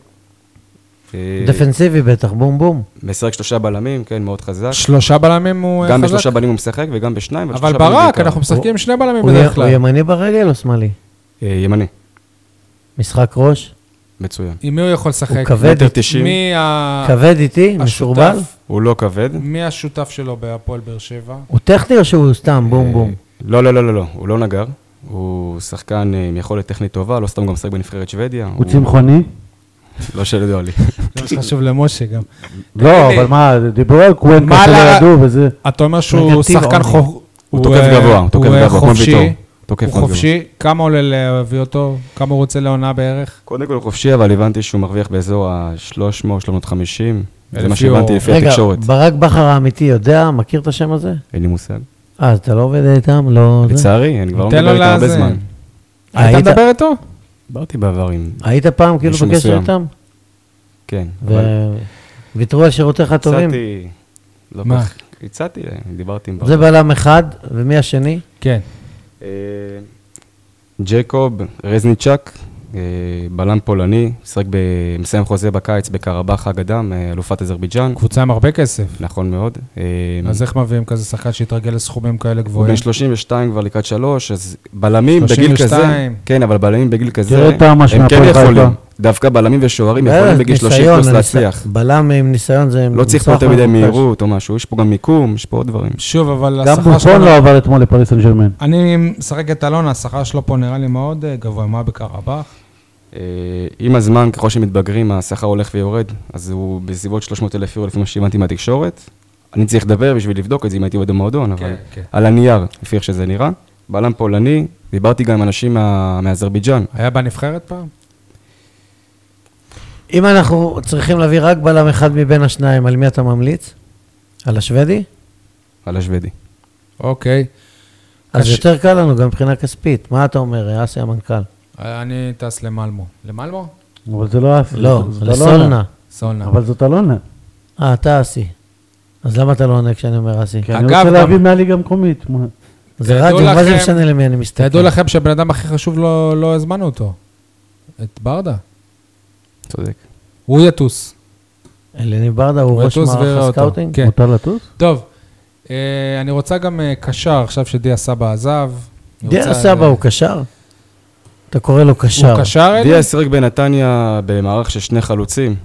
Speaker 4: אה,
Speaker 3: דפנסיבי בטח, בום בום.
Speaker 4: משחק שלושה בלמים, כן, מאוד חזק.
Speaker 1: שלושה בלמים הוא אה, חזק?
Speaker 4: גם בשלושה בלמים הוא משחק וגם בשניים.
Speaker 1: אבל
Speaker 4: שלושה בלמים
Speaker 1: ברק,
Speaker 4: בעיקר.
Speaker 1: אנחנו משחקים עם שני בלמים
Speaker 3: הוא י-
Speaker 1: בדרך
Speaker 3: הוא
Speaker 1: כלל.
Speaker 3: ימני ברגל או שמאלי?
Speaker 4: אה, ימני,
Speaker 3: משחק ראש?
Speaker 4: מצוין.
Speaker 1: עם מי הוא יכול לשחק?
Speaker 3: הוא כבד,
Speaker 4: מטר תשעים,
Speaker 1: מי
Speaker 4: אה,
Speaker 1: ה-
Speaker 3: כבד איתי?
Speaker 1: השותף?
Speaker 3: מסורבל?
Speaker 4: הוא לא כבד.
Speaker 1: מי השותף שלו בהפועל באר שבע?
Speaker 3: הוא טכני או שהוא סתם בום בום?
Speaker 4: לא, לא, לא, לא, לא, הוא לא נגר. הוא שחקן אה, עם יכולת טכנית טובה, לא סתם גם משחק בנבחרת שוודיה.
Speaker 2: הוא צמחוני?
Speaker 4: לא שידוע לי.
Speaker 1: זה מה שחשוב למשה גם.
Speaker 2: לא,
Speaker 1: לי.
Speaker 2: אבל מה, דיברו על קוונקה
Speaker 1: מה
Speaker 2: שלא
Speaker 1: לה-
Speaker 2: ידעו וזה.
Speaker 1: אתה אומר שהוא
Speaker 3: נגטיב
Speaker 1: שחקן
Speaker 3: עומרי.
Speaker 1: חו...
Speaker 4: הוא תוקף
Speaker 1: אה,
Speaker 4: גבוה, הוא תוקף
Speaker 1: אה,
Speaker 4: גבוה, כמו
Speaker 1: חופשי,
Speaker 4: ויטור.
Speaker 1: הוא
Speaker 4: תוקף מאוד גבוה.
Speaker 1: חופשי, כמה עולה להביא אותו? כמה הוא רוצה לעונה בערך?
Speaker 4: קודם כל הוא חופשי, אבל הבנתי שהוא מרוויח באזור ה-300, 350. זה מה
Speaker 1: אלף
Speaker 4: שהבנתי
Speaker 1: יורו.
Speaker 4: לפי
Speaker 3: רגע,
Speaker 4: התקשורת.
Speaker 3: ברק בכר האמיתי יודע? מכיר את השם הזה?
Speaker 4: אין לי מושג.
Speaker 3: אה, אז אתה לא עובד איתם? לא... זה?
Speaker 4: לצערי, אני כבר לא
Speaker 1: תן לו
Speaker 4: מדבר איתו הרבה
Speaker 1: לזה.
Speaker 4: זמן.
Speaker 1: אתה
Speaker 3: היית-
Speaker 1: מדבר איתו?
Speaker 4: דיברתי בעבר עם...
Speaker 3: היית פעם כאילו
Speaker 4: מישהו
Speaker 3: בקשר
Speaker 4: מסוים.
Speaker 3: איתם?
Speaker 4: כן. אבל
Speaker 3: וויתרו על שירותיך הטובים?
Speaker 4: הצעתי... לא
Speaker 1: מה?
Speaker 4: כך... הצעתי להם, דיברתי עם...
Speaker 3: זה
Speaker 4: ברק.
Speaker 3: בלם אחד, ומי השני?
Speaker 1: כן.
Speaker 4: אה, ג'קוב רזניצ'ק, אה, בלם פולני, משחק ב... מסיים חוזה בקיץ בקרבאח אגדם, אה, אלופת אזרבייג'אן.
Speaker 1: קבוצה עם הרבה כסף.
Speaker 4: נכון מאוד. אה,
Speaker 1: אז איך מביאים כזה שחקן שהתרגל לסכומים כאלה
Speaker 4: הוא
Speaker 1: גבוהים?
Speaker 4: בן 32 כבר לקראת שלוש, אז בלמים בגיל
Speaker 1: 32.
Speaker 4: כזה, כן, אבל בלמים בגיל כזה,
Speaker 2: תראה את טעמה של
Speaker 4: הם כן
Speaker 2: הפועל חיפה.
Speaker 4: יכולים. דווקא בלמים ושוערים יכולים בגיל 30 פלוס
Speaker 3: אה, ניסיון,
Speaker 4: להצליח.
Speaker 3: בלם עם ניסיון זה...
Speaker 4: לא צריך פה
Speaker 3: מצרך
Speaker 4: יותר מדי
Speaker 3: מבוקש.
Speaker 4: מהירות או משהו, יש פה גם מיקום, יש פה עוד דברים.
Speaker 1: שוב, אבל
Speaker 2: גם
Speaker 1: השכר
Speaker 2: בופון
Speaker 1: שלו...
Speaker 2: לא עבר אתמול לפריס סן ג'רמן.
Speaker 1: אני משחק את אלונה, השכר שלו פה נראה לי מאוד אה, גבוה. מה בקרבאח?
Speaker 4: אה, עם הזמן, ככל שמתבגרים, השכר הולך ויורד, אז הוא בסביבות 300 אלף יורו, לפי מה שהבנתי מהתקשורת. אני צריך לדבר בשביל לבדוק את זה, אם הייתי עובד במועדון, אבל
Speaker 1: כן.
Speaker 4: על הנייר, לפי איך שזה נראה. בלם פולני, דיברתי גם עם אנשים מה- מאזרבייג'אן.
Speaker 1: היה בנבחרת פעם?
Speaker 3: אם אנחנו צריכים להביא רק בלם אחד מבין השניים, על מי אתה ממליץ? על השוודי?
Speaker 4: על השוודי.
Speaker 1: אוקיי.
Speaker 3: אז
Speaker 1: הש-
Speaker 3: יותר קל לנו גם מבחינה כספית. מה אתה אומר, אסי המנכ"ל?
Speaker 1: אה, אני טס למלמו. למלמו?
Speaker 2: אבל זה לא אסי.
Speaker 3: לא,
Speaker 2: זאת אלונה.
Speaker 3: לסולנה.
Speaker 1: סולנה.
Speaker 2: אבל זאת אלונה.
Speaker 3: אה, אתה אסי. אז למה אתה לא עונה כשאני אומר אסי?
Speaker 2: כי אני
Speaker 1: אגב,
Speaker 2: רוצה
Speaker 1: גם-
Speaker 2: להביא מהליגה המקומית. מה-
Speaker 3: זה
Speaker 1: תדעו
Speaker 3: רדיו, מה זה
Speaker 1: לכם-
Speaker 3: משנה למי אני מסתכל?
Speaker 1: תדעו לכם שהבן אדם הכי חשוב, לא לא הזמנו אותו. את ברדה.
Speaker 4: צודק.
Speaker 1: הוא יטוס.
Speaker 3: אלני ברדה הוא ראש
Speaker 1: יטוס ויראה
Speaker 3: מערך
Speaker 1: אותו.
Speaker 3: הסקאוטינג?
Speaker 1: כן.
Speaker 2: מותר לטוס?
Speaker 1: טוב, אה, אני רוצה גם אה, קשר, עכשיו שדיה סבא עזב. אני
Speaker 3: דיה
Speaker 1: רוצה- אה,
Speaker 3: סבא הוא קשר? אתה קורא לו קשר.
Speaker 1: הוא קשר אלי?
Speaker 3: לא-
Speaker 4: דיה סירק בנתניה במערך של שני חלוצים.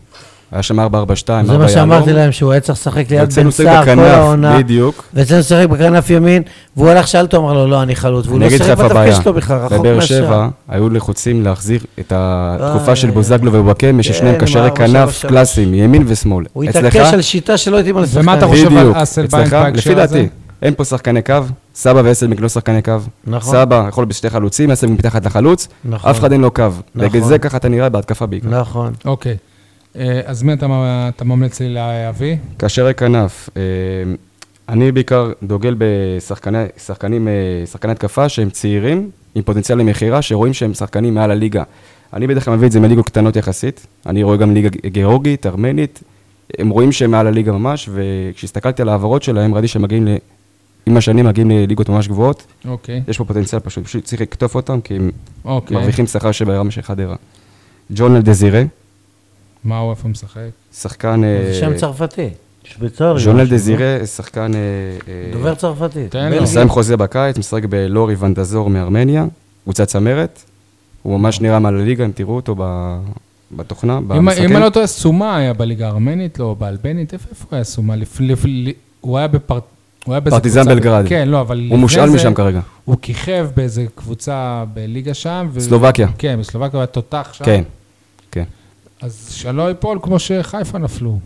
Speaker 4: היה שם 4-4-2, 4
Speaker 3: זה מה שאמרתי להם, שהוא היה צריך לשחק ליד בן סער כל העונה.
Speaker 4: בדיוק.
Speaker 3: ואצלנו שיחק בכנף ימין, והוא הלך, שאל אותו, אמר לו, לא, אני חלוץ. והוא
Speaker 4: אני
Speaker 3: לא
Speaker 4: אגיד לך
Speaker 3: שיחק
Speaker 4: איפה
Speaker 3: בתפקיד
Speaker 4: הבעיה.
Speaker 3: שלו בכלל, רחוק
Speaker 4: בבאר
Speaker 3: מהשאר.
Speaker 4: שבע היו לחוצים להחזיר את
Speaker 3: אה,
Speaker 4: התקופה של
Speaker 3: אה,
Speaker 4: בוזגלו ובקמה,
Speaker 3: כן,
Speaker 4: ששניהם
Speaker 3: עם
Speaker 4: קשרי
Speaker 3: הארבע, שלוש,
Speaker 4: כנף
Speaker 3: שלוש.
Speaker 4: קלאסיים, ימין ושמאל.
Speaker 3: הוא
Speaker 4: אצלך?
Speaker 3: התעקש על שיטה שלא יודעים על השחקן.
Speaker 1: ומה אתה חושב?
Speaker 4: בדיוק.
Speaker 1: על אסלבנק
Speaker 4: אצלך?
Speaker 1: בהקשר
Speaker 4: לפי
Speaker 1: הזה?
Speaker 4: דעתי, אין פה שחקני קו, סבא ואסלבנק לא שחקני קו.
Speaker 3: נכון.
Speaker 4: סבא יכול בשתי חלוצים, אסלבנק מתחת לחלוץ,
Speaker 3: נכון.
Speaker 4: אף אחד אין לו קו. בגלל
Speaker 3: נכון.
Speaker 4: זה ככה אתה נראה בהתקפה בעיקר.
Speaker 3: נכון.
Speaker 1: אוקיי. אה, אז מי אתה מ- אתה ממליץ לי להביא?
Speaker 4: קשרי כנף, אה, אני בעיקר דוגל בשחקני, שחקנים, אה, שחקני התקפה שהם צעירים, עם פוטנציאל למכירה, שרואים שהם שחקנים מעל הליגה. אני בדרך כלל מביא את זה מליגות קטנות יחסית, אני רואה גם ליגה גיאורגית, ארמנית, הם רואים שהם מעל הליגה ממש, וכשהסתכלתי על ההעברות שלהם, ראיתי שהם מגיעים ל... עם השנים מגיעים לליגות ממש גבוהות,
Speaker 1: אוקיי.
Speaker 4: יש פה פוטנציאל פשוט, פשוט צריך לקטוף אותם, כי הם
Speaker 1: אוקיי.
Speaker 4: מרוויחים שכר שברמה של חדרה. ג'ון אלדזירה,
Speaker 1: מה הוא, איפה הוא משחק?
Speaker 4: שחקן...
Speaker 3: זה
Speaker 4: אה,
Speaker 3: שם צרפתי,
Speaker 2: שוויצרי.
Speaker 4: ז'ונל
Speaker 2: משהו,
Speaker 4: דזירה, שחקן... אה, אה,
Speaker 3: דובר צרפתית.
Speaker 1: תן לו.
Speaker 3: בלגי.
Speaker 4: מסיים חוזה בקיץ, משחק בלורי ונדזור מארמניה, קבוצת צמרת. הוא ממש נראה מעל הליגה, אם תראו אותו ב- בתוכנה,
Speaker 1: אם
Speaker 4: במשחקים.
Speaker 1: אם אני לא טועה, סומה היה בליגה הארמנית, לא, באלבנית, איפה איפה הוא היה סומה? לפ- לפ- ל- הוא היה בפרט... הוא היה באיזה
Speaker 4: פרטיזן
Speaker 1: קבוצה-
Speaker 4: בלגרד.
Speaker 1: כן, לא, אבל...
Speaker 4: הוא
Speaker 1: לפני
Speaker 4: מושאל
Speaker 1: זה
Speaker 4: משם כרגע.
Speaker 1: הוא כיכב באיזה קבוצה בליגה שם. ו-
Speaker 4: סלובקיה.
Speaker 1: כן, בסלובקיה הוא היה תותח שם.
Speaker 4: כן, כן.
Speaker 1: אז שלא ייפול כמו שחיפה נפלו.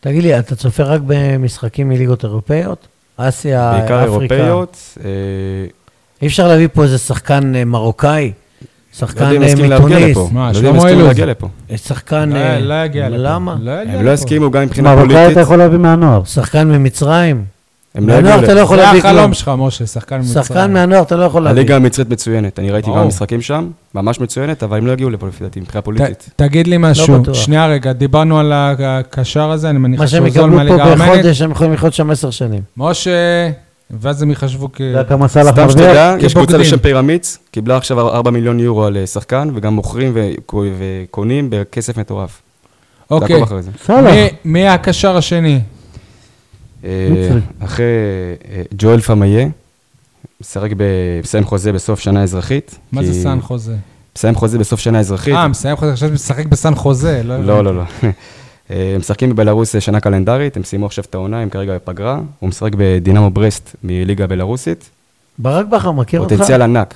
Speaker 3: תגיד לי, אתה צופה רק במשחקים מליגות אירופאיות? אסיה, אה, אפריקה?
Speaker 4: בעיקר אירופאיות. אה,
Speaker 3: אי אפשר להביא פה איזה שחקן אה, מרוקאי?
Speaker 4: לא יודע
Speaker 3: שחקן
Speaker 4: אם
Speaker 3: אה,
Speaker 4: יסכים להגיע
Speaker 3: מתוניס?
Speaker 4: לפה.
Speaker 1: מה,
Speaker 4: לא יודע
Speaker 1: שלמה
Speaker 4: אם יסכימו
Speaker 1: אילוז.
Speaker 4: להגיע לפה.
Speaker 3: אה, שחקן...
Speaker 1: לא
Speaker 3: אה,
Speaker 1: לא יגיע לפה.
Speaker 3: למה?
Speaker 1: יגיע
Speaker 4: הם
Speaker 1: לפה.
Speaker 4: לא יסכימו גם מבחינה
Speaker 2: מרוקאי
Speaker 4: פוליטית.
Speaker 2: אתה יכול להביא מהנוער.
Speaker 3: שחקן ממצרים?
Speaker 4: הם לא
Speaker 3: מהנוער אתה
Speaker 4: יגיעו
Speaker 3: לא
Speaker 4: לפה.
Speaker 3: יכול להביא
Speaker 1: זה החלום
Speaker 3: כלום.
Speaker 1: שלך, משה, שחקן מצרים.
Speaker 3: שחקן מהנוער אתה לא יכול להביא.
Speaker 4: הליגה המצרית מצוינת, אני ראיתי
Speaker 1: ברור.
Speaker 4: כמה משחקים שם, ממש מצוינת, אבל הם לא יגיעו לפה לפי דעתי, מבחינה פוליטית.
Speaker 1: ת- תגיד לי משהו.
Speaker 3: לא בטוח.
Speaker 1: שנייה רגע, דיברנו על הקשר הזה, אני מניח
Speaker 3: מה שהם
Speaker 1: שהוא זול
Speaker 3: יקבלו
Speaker 1: מהליגה
Speaker 3: פה
Speaker 1: הארמנית.
Speaker 3: בחודש, הם יכולים לחיות שם עשר שנים.
Speaker 1: משה, ואז הם יחשבו כ...
Speaker 2: אתה יודע כמה סאלח
Speaker 4: סתם
Speaker 2: מרוויח?
Speaker 4: שתדע, יש
Speaker 1: כבוגדים.
Speaker 4: קבוצה בשם פירמיץ, קיבלה עכשיו 4 מיליון יורו על אה, שחקן, וגם מוכרים וקו- וקונים בכסף מטורף.
Speaker 1: אוקיי.
Speaker 4: תעקוב אחרי זה.
Speaker 2: סאלח.
Speaker 1: מי- מי הקשר השני?
Speaker 4: אה,
Speaker 2: מצרי.
Speaker 4: אחרי אה, ג'ואל פמאיה, משחק ב... מסיים חוזה בסוף שנה אזרחית.
Speaker 1: מה
Speaker 4: כי-
Speaker 1: זה סן חוזה?
Speaker 4: מסיים חוזה בסוף שנה אזרחית.
Speaker 1: אה, מסיים חוזה, עכשיו משחק בסן חוזה.
Speaker 4: לא, לא, לא. אה, הם משחקים בבלארוס אה, שנה קלנדרית, הם סיימו עכשיו את העונה, הם כרגע בפגרה. הוא משחק בדינמו ברסט מליגה הבלארוסית.
Speaker 3: ברק בכר מכיר אותך?
Speaker 4: פוטנציאל ענק.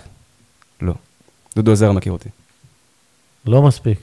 Speaker 4: לא. דודו עזר מכיר אותי.
Speaker 3: לא מספיק.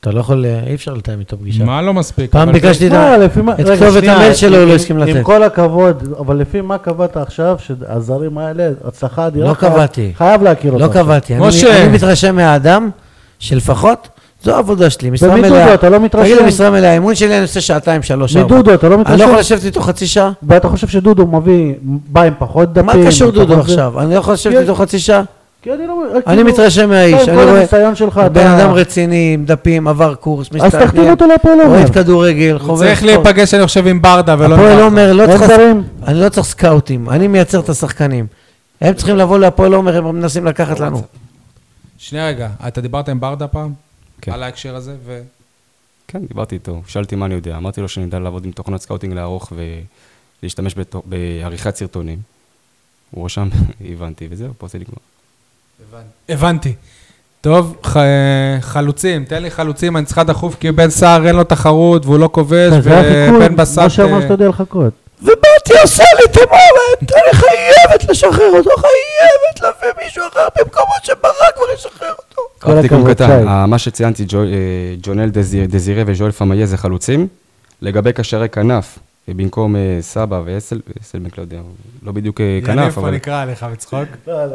Speaker 3: אתה לא יכול, אה, אי אפשר לתאם איתו פגישה.
Speaker 1: מה לא מספיק?
Speaker 3: פעם
Speaker 1: אבל-
Speaker 3: ביקשתי את ה-
Speaker 2: לא, לפי מה-
Speaker 3: את
Speaker 2: רגע,
Speaker 3: כתובת
Speaker 2: שנייה,
Speaker 3: המייל שלו,
Speaker 2: עם-
Speaker 3: הוא לא הסכים
Speaker 2: עם
Speaker 3: לתת.
Speaker 2: כל הכבוד, אבל לפי מה קבעת עכשיו, שהזרים האלה, הצלחה אדירה.
Speaker 3: לא
Speaker 2: חייב-
Speaker 3: קבעתי.
Speaker 2: חייב להכיר אותם.
Speaker 3: לא קבעתי. אני-
Speaker 1: משה.
Speaker 3: אני מתרשם מהאדם שלפחות, זו העבודה שלי, משרה
Speaker 2: ומדודו,
Speaker 3: מלאה.
Speaker 2: אתה לא מתרשם?
Speaker 3: תגיד לי, משרה מלאה, האימון שלי אני עושה שעתיים, שלוש, ארבע.
Speaker 2: מדודו, אתה לא
Speaker 3: אני לא
Speaker 2: מתרשם?
Speaker 3: יכול לשבת איתו חצי שעה?
Speaker 2: ואתה חושב שדודו מביא, בא עם פחות דפים?
Speaker 3: מה קשור
Speaker 2: עם פחות
Speaker 3: דודו
Speaker 2: זה?
Speaker 3: עכשיו? אני לא יכול לשבת
Speaker 2: כן.
Speaker 3: איתו חצי שעה?
Speaker 2: כי אני לא...
Speaker 3: אני
Speaker 2: כאילו,
Speaker 3: מתרשם מהאיש,
Speaker 2: אתה עם
Speaker 3: אני
Speaker 2: כל
Speaker 3: רואה-
Speaker 2: הניסיון שלך, אתה...
Speaker 3: בן אדם רציני, עם דפים, עבר קורס,
Speaker 2: אז
Speaker 3: מסתכלים.
Speaker 2: תחתים אותו לא להפועל עומר.
Speaker 3: אוהד כדורגל,
Speaker 1: הוא
Speaker 3: חובב.
Speaker 1: צריך
Speaker 3: ספורט.
Speaker 1: להיפגש, אני חושב, עם ברדה, ולא...
Speaker 3: הפועל
Speaker 1: עם
Speaker 3: עומר, לא
Speaker 2: אין
Speaker 3: צריך...
Speaker 2: דברים.
Speaker 3: אני לא צריך
Speaker 1: לא
Speaker 3: סקאוטים, אני מייצר את השחקנים. הם צריכים לבוא להפועל עומר, הם מנסים לקחת לנו.
Speaker 1: ברדה. שנייה רגע, אתה דיברת עם ברדה פעם?
Speaker 4: כן.
Speaker 1: על ההקשר הזה, ו...
Speaker 4: כן, דיברתי איתו, שאלתי מה אני יודע, אמרתי לו שאני יודע לעבוד עם תוכנות סקאוטינג לערוך ולהשתמש בתו- בעריכת סרטונים. הוא רשם, הבנתי, וזהו, פה זה נגמר.
Speaker 1: הבנתי. טוב, ח... חלוצים, תן לי חלוצים, אני צריכה דחוף, כי בן סער אין לו תחרות והוא לא כובש,
Speaker 2: זה היה
Speaker 1: ובן
Speaker 2: חיקוי,
Speaker 1: בסט...
Speaker 2: כמו שאמר שאתה
Speaker 1: אה,
Speaker 2: יודע לחכות.
Speaker 3: ובתי עושה לי תמורת, אני חייבת לשחרר אותו, חייבת להביא מישהו אחר במקומות שברק כבר ישחרר אותו.
Speaker 2: כל
Speaker 4: רק תיקון
Speaker 2: הכבוד,
Speaker 4: קטן,
Speaker 2: שי.
Speaker 4: ה- מה שציינתי, ג'ו- אה, ג'ונל דזיר- דזירה וז'ואל פמאיה זה חלוצים. לגבי קשרי כנף, אה, במקום אה, סבא ואסל, אסלבנק, לא יודע, הוא לא בדיוק אה,
Speaker 1: יניב
Speaker 4: כנף,
Speaker 1: פה
Speaker 4: אבל
Speaker 1: נקרא עליך בצחוק. אה, על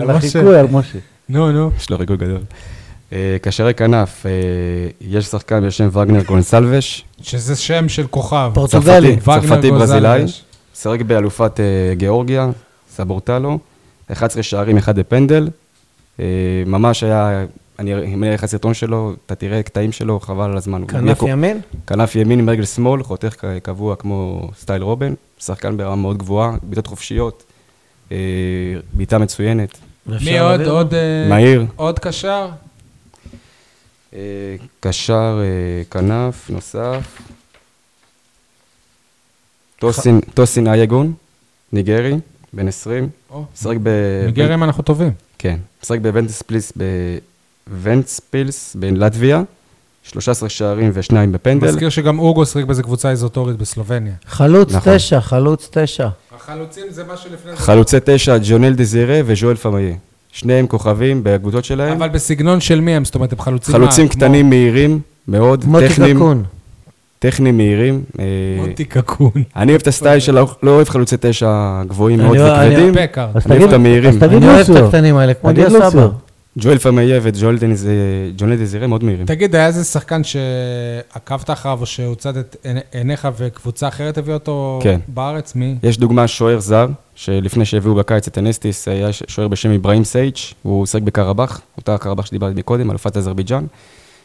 Speaker 2: על
Speaker 1: משה.
Speaker 2: החיקוי, על משה.
Speaker 1: נו, נו.
Speaker 4: יש לו ריגול גדול. אה, קשרי כנף, אה, יש שחקן בשם וגנר גונסלבש,
Speaker 1: שזה שם של כוכב.
Speaker 3: פורטוגלי.
Speaker 4: צרפתי,
Speaker 1: וגנר
Speaker 4: צרפתי
Speaker 1: גוזלבש.
Speaker 4: ברזילאי, שיחק באלופת אה, גיאורגיה, סבורטלו, 11 שערים, אחד בפנדל. אה, ממש היה, אני אם אני אראה לך סרטון שלו, אתה תראה קטעים שלו, חבל על הזמן. הוא
Speaker 3: כנף
Speaker 4: נהיה-
Speaker 3: ימין?
Speaker 4: כנף ימין עם רגל שמאל, חותך כ- קבוע כמו סטייל רובן, שחקן ברמה מאוד גבוהה, בעיטות חופשיות, אה, בעיטה מצוינת,
Speaker 1: מי עוד? עוד... אה,
Speaker 4: מהיר.
Speaker 1: עוד קשר?
Speaker 4: אה, קשר, אה, כנף, נוסף. טוסין, טוסין אייגון, ניגרי, בן 20,
Speaker 1: או,
Speaker 4: משחק אה, ב...
Speaker 1: ניגרים אנחנו טובים.
Speaker 4: כן, משחק בוונטספילס, בוונטספילס, בלטביה, 13 שערים ושניים בפנדל.
Speaker 1: מזכיר שגם אוגו שיחק באיזה קבוצה איזוטורית בסלובניה.
Speaker 3: חלוץ
Speaker 4: נכון.
Speaker 3: תשע, חלוץ תשע.
Speaker 1: החלוצים זה מה שלפני זה.
Speaker 4: חלוצי תשע, ג'ונל דזירה וז'ואל פמאיה. שניהם כוכבים בקבוצות שלהם.
Speaker 1: אבל בסגנון של מי הם? זאת אומרת, הם חלוצים...
Speaker 4: חלוצים
Speaker 1: מה, כמו-
Speaker 4: קטנים מהירים, מאוד,
Speaker 3: מוטי
Speaker 4: טכניים,
Speaker 3: קקון.
Speaker 4: טכניים מהירים. אה,
Speaker 1: מוטי קקון.
Speaker 4: אני אוהב את הסטייל של, האוכ- לא אוהב חלוצי תשע גבוהים
Speaker 3: אני
Speaker 4: מאוד
Speaker 3: אוהב- אני
Speaker 4: וכבדים.
Speaker 1: פקארט.
Speaker 2: אז
Speaker 4: אני אוהב
Speaker 2: תגיד-
Speaker 4: את המהירים.
Speaker 2: אז תגיד
Speaker 3: אני אוהב את
Speaker 2: לוסיו.
Speaker 3: הקטנים האלה, כמו
Speaker 2: תגיד
Speaker 3: דיה סבא.
Speaker 2: לוסיו.
Speaker 4: ג'ואל פמאיה וג'ואל דניז- אה, ג'ונל דזירה מאוד מהירים.
Speaker 1: תגיד, היה איזה שחקן שעקבת אחריו, או שהוצאת את עיני- עיניך וקבוצה אחרת הביאה אותו
Speaker 4: כן.
Speaker 1: בארץ? מי?
Speaker 4: יש דוגמה שוער זר, שלפני שהביאו בקיץ את אנסטיס, היה ש- שוער בשם אברהים סייץ', הוא שיחק בקרבח, אותה קרבח שדיברתי מקודם, אלופת אזרבייג'אן.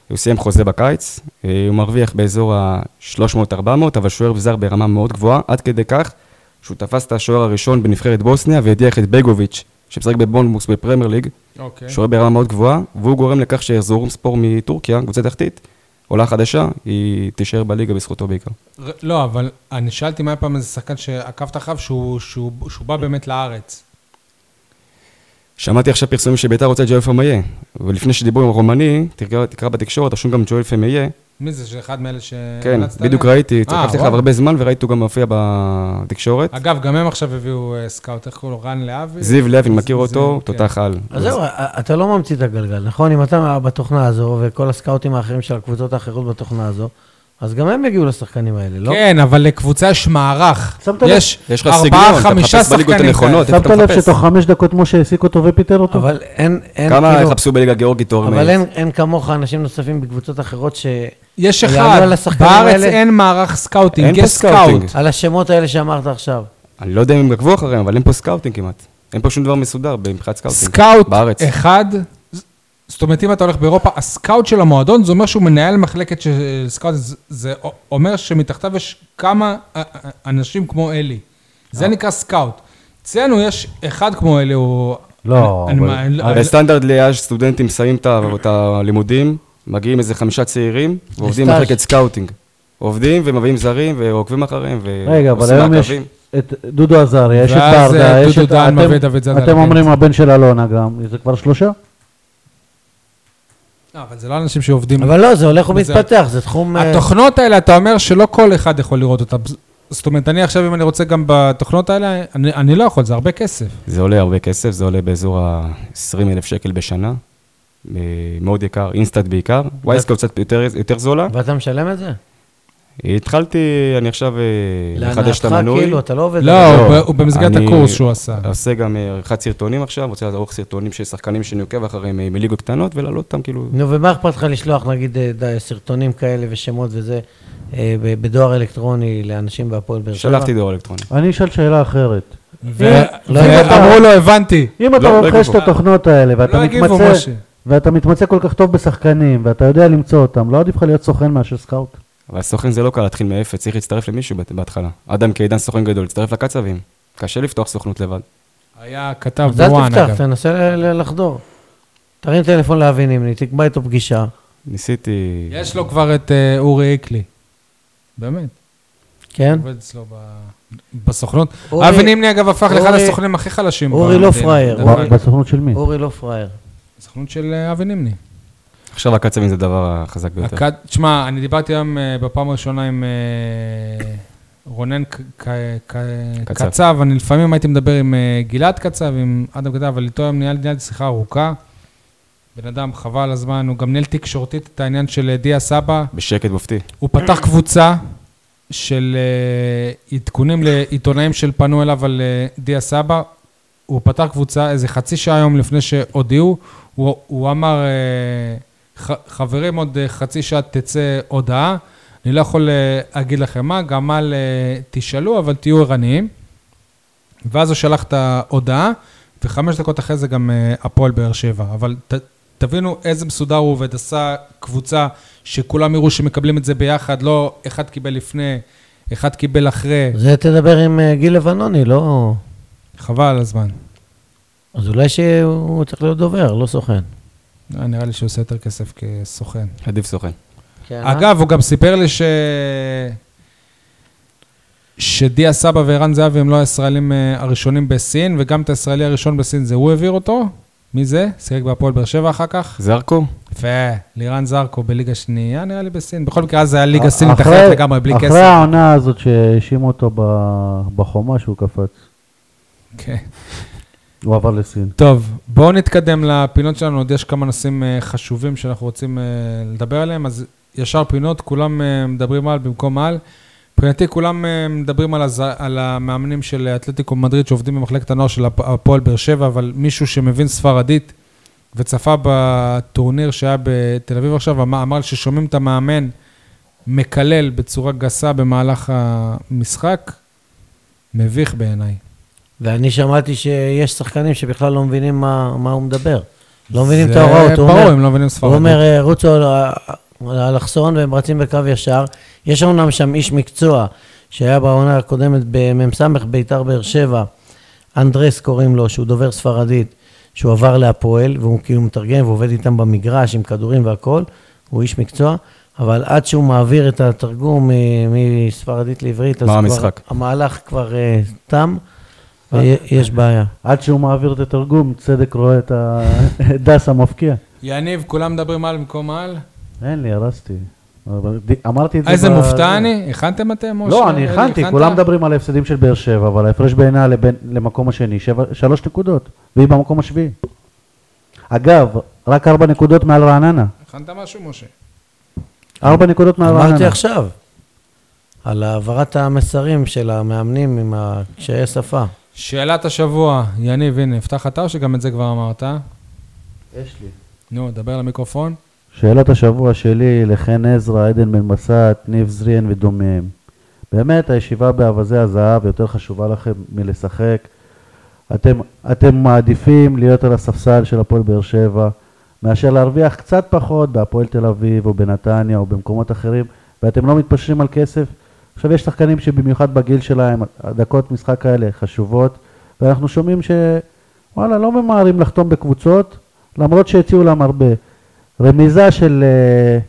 Speaker 4: הוא סיים חוזה בקיץ, אה, הוא מרוויח באזור ה-300-400, אבל שוער זר ברמה מאוד גבוהה, עד כדי כך שהוא תפס את השוער הראשון בנבחרת בוסניה והדיח את בגוביץ', שמשחק בבונמוס בפרמייר ליג,
Speaker 1: אוקיי.
Speaker 4: שוער ברמה מאוד גבוהה, והוא גורם לכך שזורום ספור מטורקיה, קבוצה תחתית, עולה חדשה, היא תישאר בליגה בזכותו בעיקר.
Speaker 1: ר- לא, אבל אני שאלתי מה היה פעם איזה שחקן שעקבת אחריו, שהוא- שהוא שהוא בא באמת לארץ.
Speaker 4: שמעתי עכשיו פרסומים שביתר רוצה את ג'ואל פמאיה, ולפני שדיברו עם הרומני, תקרא, תקרא בתקשורת, רשום גם ג'ואל פמאיה.
Speaker 1: מי זה, שאחד מאלה שהמלצת
Speaker 4: כן,
Speaker 1: עליהם?
Speaker 4: בדיוק ראיתי, התעכבתי עליו
Speaker 1: אה, וואלה.
Speaker 4: הרבה זמן וראיתי אותו גם מופיע בתקשורת.
Speaker 1: אגב, גם הם עכשיו הביאו אה, סקאוט, איך קוראים לו? רן להבי?
Speaker 4: זיו לוין מכיר
Speaker 1: זיו,
Speaker 4: אותו,
Speaker 1: כן.
Speaker 4: תותח על.
Speaker 3: אז זהו, אתה לא ממציא את הגלגל, נכון? אם אתה בתוכנה הזו, וכל הסקאוטים האחרים של הקבוצות האחרות בתוכנה הזו, אז גם הם יגיעו לשחקנים האלה, לא?
Speaker 1: כן, אבל לקבוצה יש מערך.
Speaker 2: שמת לב?
Speaker 1: יש
Speaker 4: יש לך סגנון,
Speaker 1: ארבעה,
Speaker 4: אתה
Speaker 1: חמישה
Speaker 4: מחפש בליגות
Speaker 1: שחקנים
Speaker 4: הנכונות.
Speaker 1: כאלה.
Speaker 4: איפה
Speaker 2: שמת
Speaker 4: אתה
Speaker 2: לב
Speaker 4: מחפש?
Speaker 2: שתוך חמש דקות משה העסיק אותו ופיטר אותו?
Speaker 3: אבל אין, אין,
Speaker 4: כמה
Speaker 3: כאילו-
Speaker 4: יחפשו בליגה גיאורגית תואר
Speaker 3: אבל
Speaker 4: מאיר?
Speaker 3: אין, אין כמוך אנשים נוספים בקבוצות אחרות ש...
Speaker 1: יש
Speaker 3: יעלו
Speaker 1: אחד,
Speaker 3: על השחקנים
Speaker 1: בארץ
Speaker 3: האלה?
Speaker 1: אין מערך סקאוטינג,
Speaker 4: אין פה
Speaker 1: יש סקאוט.
Speaker 4: סקאוטינג.
Speaker 3: על השמות האלה שאמרת עכשיו.
Speaker 4: אני לא יודע אם הם עקבו אחריהם, אבל אין פה סקאוטינג כמעט. אין פה שום דבר מסודר מבחינת
Speaker 3: אוקיי.
Speaker 4: סקאוטינג.
Speaker 1: סקאוט
Speaker 4: בארץ.
Speaker 1: אחד, ז- זאת אומרת, אם אתה הולך באירופה, הסקאוט של המועדון, זה אומר שהוא מנהל מחלקת של סקאוט, זה- זה אומר שמתחתיו יש כמה אה, אה, אנשים כמו אלי.
Speaker 3: אה.
Speaker 1: זה נקרא סקאוט. אצלנו יש אחד כמו אלי, הוא...
Speaker 2: לא,
Speaker 1: אני-
Speaker 2: אבל-
Speaker 1: אני- אני-
Speaker 4: הרי סטנדרט ליאז' סטודנטים מסיימים את ה- את הלימודים, מגיעים איזה חמישה צעירים, ועובדים
Speaker 3: לסטאז'.
Speaker 4: במחלקת סקאוטינג. עובדים ומביאים זרים ועוקבים אחריהם ועושים
Speaker 2: רגע, אבל היום יש
Speaker 4: מעקבים.
Speaker 2: את דודו עזריה, יש את
Speaker 1: אה, ואז,
Speaker 2: ברדה,
Speaker 1: אה,
Speaker 2: יש
Speaker 1: דודו
Speaker 2: את...
Speaker 1: דן
Speaker 2: אתם-
Speaker 1: מביא את דוד זאדה
Speaker 2: אתם
Speaker 1: לבן.
Speaker 2: אומרים הבן של אלונה גם, זה כבר שלושה?
Speaker 1: לא, אבל זה לא אנשים שעובדים.
Speaker 3: אבל לא, זה הולך ומתפתח, זה תחום... אה,
Speaker 1: התוכנות האלה, אתה אומר שלא כל אחד יכול לראות אותן. זאת אומרת, אני עכשיו, אם אני רוצה גם בתוכנות האלה, אני, אני לא יכול, זה הרבה כסף.
Speaker 4: זה עולה הרבה כסף, זה עולה באזור ה-20 אלף שקל בשנה. אה, מאוד יקר, אינסטנט בעיקר. וייסקו קצת יותר- יותר זולה.
Speaker 3: ואתה משלם את זה?
Speaker 4: התחלתי, אני עכשיו אה, מחדש את
Speaker 3: להנאתך,
Speaker 4: המנוי.
Speaker 3: כאילו, אתה לא עובד...
Speaker 1: לא,
Speaker 3: על זה.
Speaker 1: הוא ב- הוא במסגרת
Speaker 4: אני
Speaker 1: הקורס שהוא עשה.
Speaker 4: עושה גם אה, עריכת סרטונים עכשיו, רוצה לערוך סרטונים של שחקנים שאני עוקב אחריהם אה, מליגות קטנות ולהעלות אותם כאילו...
Speaker 3: נו, ומה אכפת לך לשלוח, נגיד, אה, די, סרטונים כאלה ושמות וזה, אה, ב- בדואר אלקטרוני לאנשים בהפועל באר שבע?
Speaker 4: שלחתי דואר אלקטרוני.
Speaker 2: אני אשאל שאלה אחרת.
Speaker 1: ו-
Speaker 3: לא
Speaker 1: ואמרו לו, הבנתי.
Speaker 2: אם אתה
Speaker 4: לא
Speaker 2: רוכש את
Speaker 4: הגיבו.
Speaker 2: התוכנות האלה,
Speaker 1: לא
Speaker 2: ואתה
Speaker 1: הגיבו,
Speaker 2: מתמצא...
Speaker 1: משה.
Speaker 2: ואתה מתמצא כל כך טוב בשחקנים, ואתה יודע למצוא אותם, לא עדיף לך להיות סוכן מאשר סקאוט?
Speaker 4: אבל סוכן זה לא קל להתחיל מאפס, צריך להצטרף למישהו בת- בהתחלה. אדם כעידן סוכן גדול, הצטרף לקצבים. קשה לפתוח סוכנות לבד.
Speaker 1: היה כתב
Speaker 3: אז אל
Speaker 1: בוואן,
Speaker 3: תפתח,
Speaker 1: אגב.
Speaker 3: תנסה ל- ל- לחדור. תרים טלפון לאבי נימני, תקבע איתו פגישה.
Speaker 4: ניסיתי...
Speaker 1: יש לו כבר את אה, אורי איקלי. באמת,
Speaker 3: כן?
Speaker 1: עובד אצלו ב- בסוכנות.
Speaker 3: אורי-
Speaker 1: אבי נימני, אגב, הפך לאחד
Speaker 3: אורי-
Speaker 1: הסוכנים הכי חלשים.
Speaker 3: אורי לא
Speaker 1: במדינה.
Speaker 3: פראייר.
Speaker 1: אתה יודע,
Speaker 3: אורי-
Speaker 2: בסוכנות של מי?
Speaker 3: אורי לא פראייר.
Speaker 1: סוכנות של אה, אבי נימני.
Speaker 4: עכשיו הקצבים זה הדבר החזק ביותר.
Speaker 1: הקד... תשמע, אני דיברתי היום אה, בפעם הראשונה עם אה, רונן ק- ק- ק-
Speaker 4: קצב.
Speaker 1: קצב, אני לפעמים הייתי מדבר עם אה, גלעד קצב, עם אדם קצב, אבל איתו היום ניהל- ניהלתי שיחה ארוכה. בן אדם, חבל על הזמן, הוא גם ניהל תקשורתית את העניין של אה, דיה סבא.
Speaker 4: בשקט מופתי.
Speaker 1: הוא פתח קבוצה של אה, עדכונים לעיתונאים של פנו אליו על אה, דיה סבא. הוא פתח קבוצה איזה חצי שעה היום לפני שהודיעו. הוא, הוא אמר, אה, ח, חברים, עוד אה, חצי שעה תצא הודעה. אני לא יכול אה, להגיד לכם מה, גם על אה, תשאלו, אבל תהיו ערניים. ואז הוא שלח את ההודעה, וחמש דקות אחרי זה גם אה, הפועל באר שבע. אבל ת, תבינו איזה מסודר הוא עובד, עשה קבוצה שכולם יראו שמקבלים את זה ביחד, לא אחד קיבל לפני, אחד קיבל אחרי,
Speaker 3: זה תדבר עם אה, גיל לבנוני, לא...
Speaker 1: חבל על הזמן.
Speaker 3: אז אולי שהוא צריך להיות דובר, לא סוכן.
Speaker 1: אה, נראה לי שהוא עושה יותר כסף כסוכן.
Speaker 4: עדיף סוכן.
Speaker 3: אה?
Speaker 1: אגב, הוא גם סיפר לי ש... שדיה סבא וערן זהבי הם לא הישראלים אה, הראשונים בסין, וגם את הישראלי הראשון בסין זה הוא העביר אותו. מי זה? שיחק בהפועל באר שבע אחר כך.
Speaker 4: זרקו?
Speaker 1: יפה, לירן זרקו בליגה שנייה, נראה לי בסין. בכל מקרה, אז זה היה ליגה
Speaker 2: א-
Speaker 1: סינית
Speaker 2: אה, אחרי-
Speaker 1: אחרת לגמרי, בלי
Speaker 2: אחרי
Speaker 1: כסף.
Speaker 2: העונה הזאת שהאשימו אותו ב- בחומה שהוא קפץ,
Speaker 1: כן.
Speaker 2: הוא עבר לסין.
Speaker 1: טוב, בואו נתקדם לפינות שלנו, עוד יש כמה נושאים אה, חשובים שאנחנו רוצים אה, לדבר עליהם, אז ישר פינות, כולם אה, מדברים על במקום על. מבחינתי כולם אה, מדברים על, הז... על המאמנים של אתלטיקו מדריד שעובדים במחלקת הנוער של הפ- הפועל באר שבע, אבל מישהו שמבין ספרדית וצפה בטורניר שהיה בתל אביב עכשיו, אמר אמר ששומעים את המאמן מקלל בצורה גסה במהלך המשחק, מביך בעיניי.
Speaker 3: ואני שמעתי שיש שחקנים שבכלל לא מבינים מה, מה הוא מדבר. לא מבינים את
Speaker 1: זה
Speaker 3: ההוראות. הוא
Speaker 1: ברור,
Speaker 3: אומר,
Speaker 1: הם לא מבינים
Speaker 3: הוא
Speaker 1: ספרדית.
Speaker 3: אומר, אה, רוצו על ה- על האלכסון והם רצים בקו ישר. יש אומנם שם איש מקצוע שהיה בעונה הקודמת במ"ס בית"ר באר שבע, אנדרס קוראים לו, שהוא דובר ספרדית, שהוא עבר להפועל, והוא כאילו מתרגם ועובד איתם במגרש עם כדורים והכול, הוא איש מקצוע, אבל עד שהוא מעביר את התרגום אה, מספרדית לעברית, אז
Speaker 4: מה
Speaker 3: כבר-
Speaker 4: המשחק? אה,
Speaker 3: המהלך כבר אה, תם, ויש בעיה.
Speaker 2: עד שהוא מעביר את התרגום, צדק רואה את ה- את דס המפקיע.
Speaker 1: יניב, כולם מדברים על במקום על?
Speaker 2: אין לי, הרסתי. אבל ד- אמרתי את זה...
Speaker 1: איזה
Speaker 2: ב-
Speaker 1: מופתע אני? הכנתם אתם?
Speaker 2: לא, אני הכנתי, כולם מדברים על ההפסדים של באר שבע, אבל ההפרש בינה לבין- למקום השני, שבע- שלוש נקודות, והיא במקום השביעי. אגב, רק ארבע נקודות מעל רעננה.
Speaker 1: הכנת משהו, משה?
Speaker 2: ארבע נקודות מעל רעננה.
Speaker 3: אמרתי עכשיו, על העברת המסרים של המאמנים עם קשיי שפה.
Speaker 1: שאלת השבוע, יניב, הנה, הבטח אתה או שגם את זה כבר אמרת?
Speaker 2: יש לי.
Speaker 1: נו, דבר למיקרופון.
Speaker 2: שאלת השבוע שלי לחן עזרא, עדן בן בסט, ניב זריאן ודומיהם. באמת הישיבה באווזי הזהב יותר חשובה לכם מלשחק. אתם, אתם מעדיפים להיות על הספסל של הפועל באר שבע מאשר להרוויח קצת פחות בהפועל תל אביב או בנתניה או במקומות אחרים ואתם לא מתפשרים על כסף. עכשיו יש שחקנים שבמיוחד בגיל שלהם הדקות משחק האלה חשובות ואנחנו שומעים שוואלה לא ממהרים לחתום בקבוצות למרות שהציעו להם הרבה. רמיזה של אה,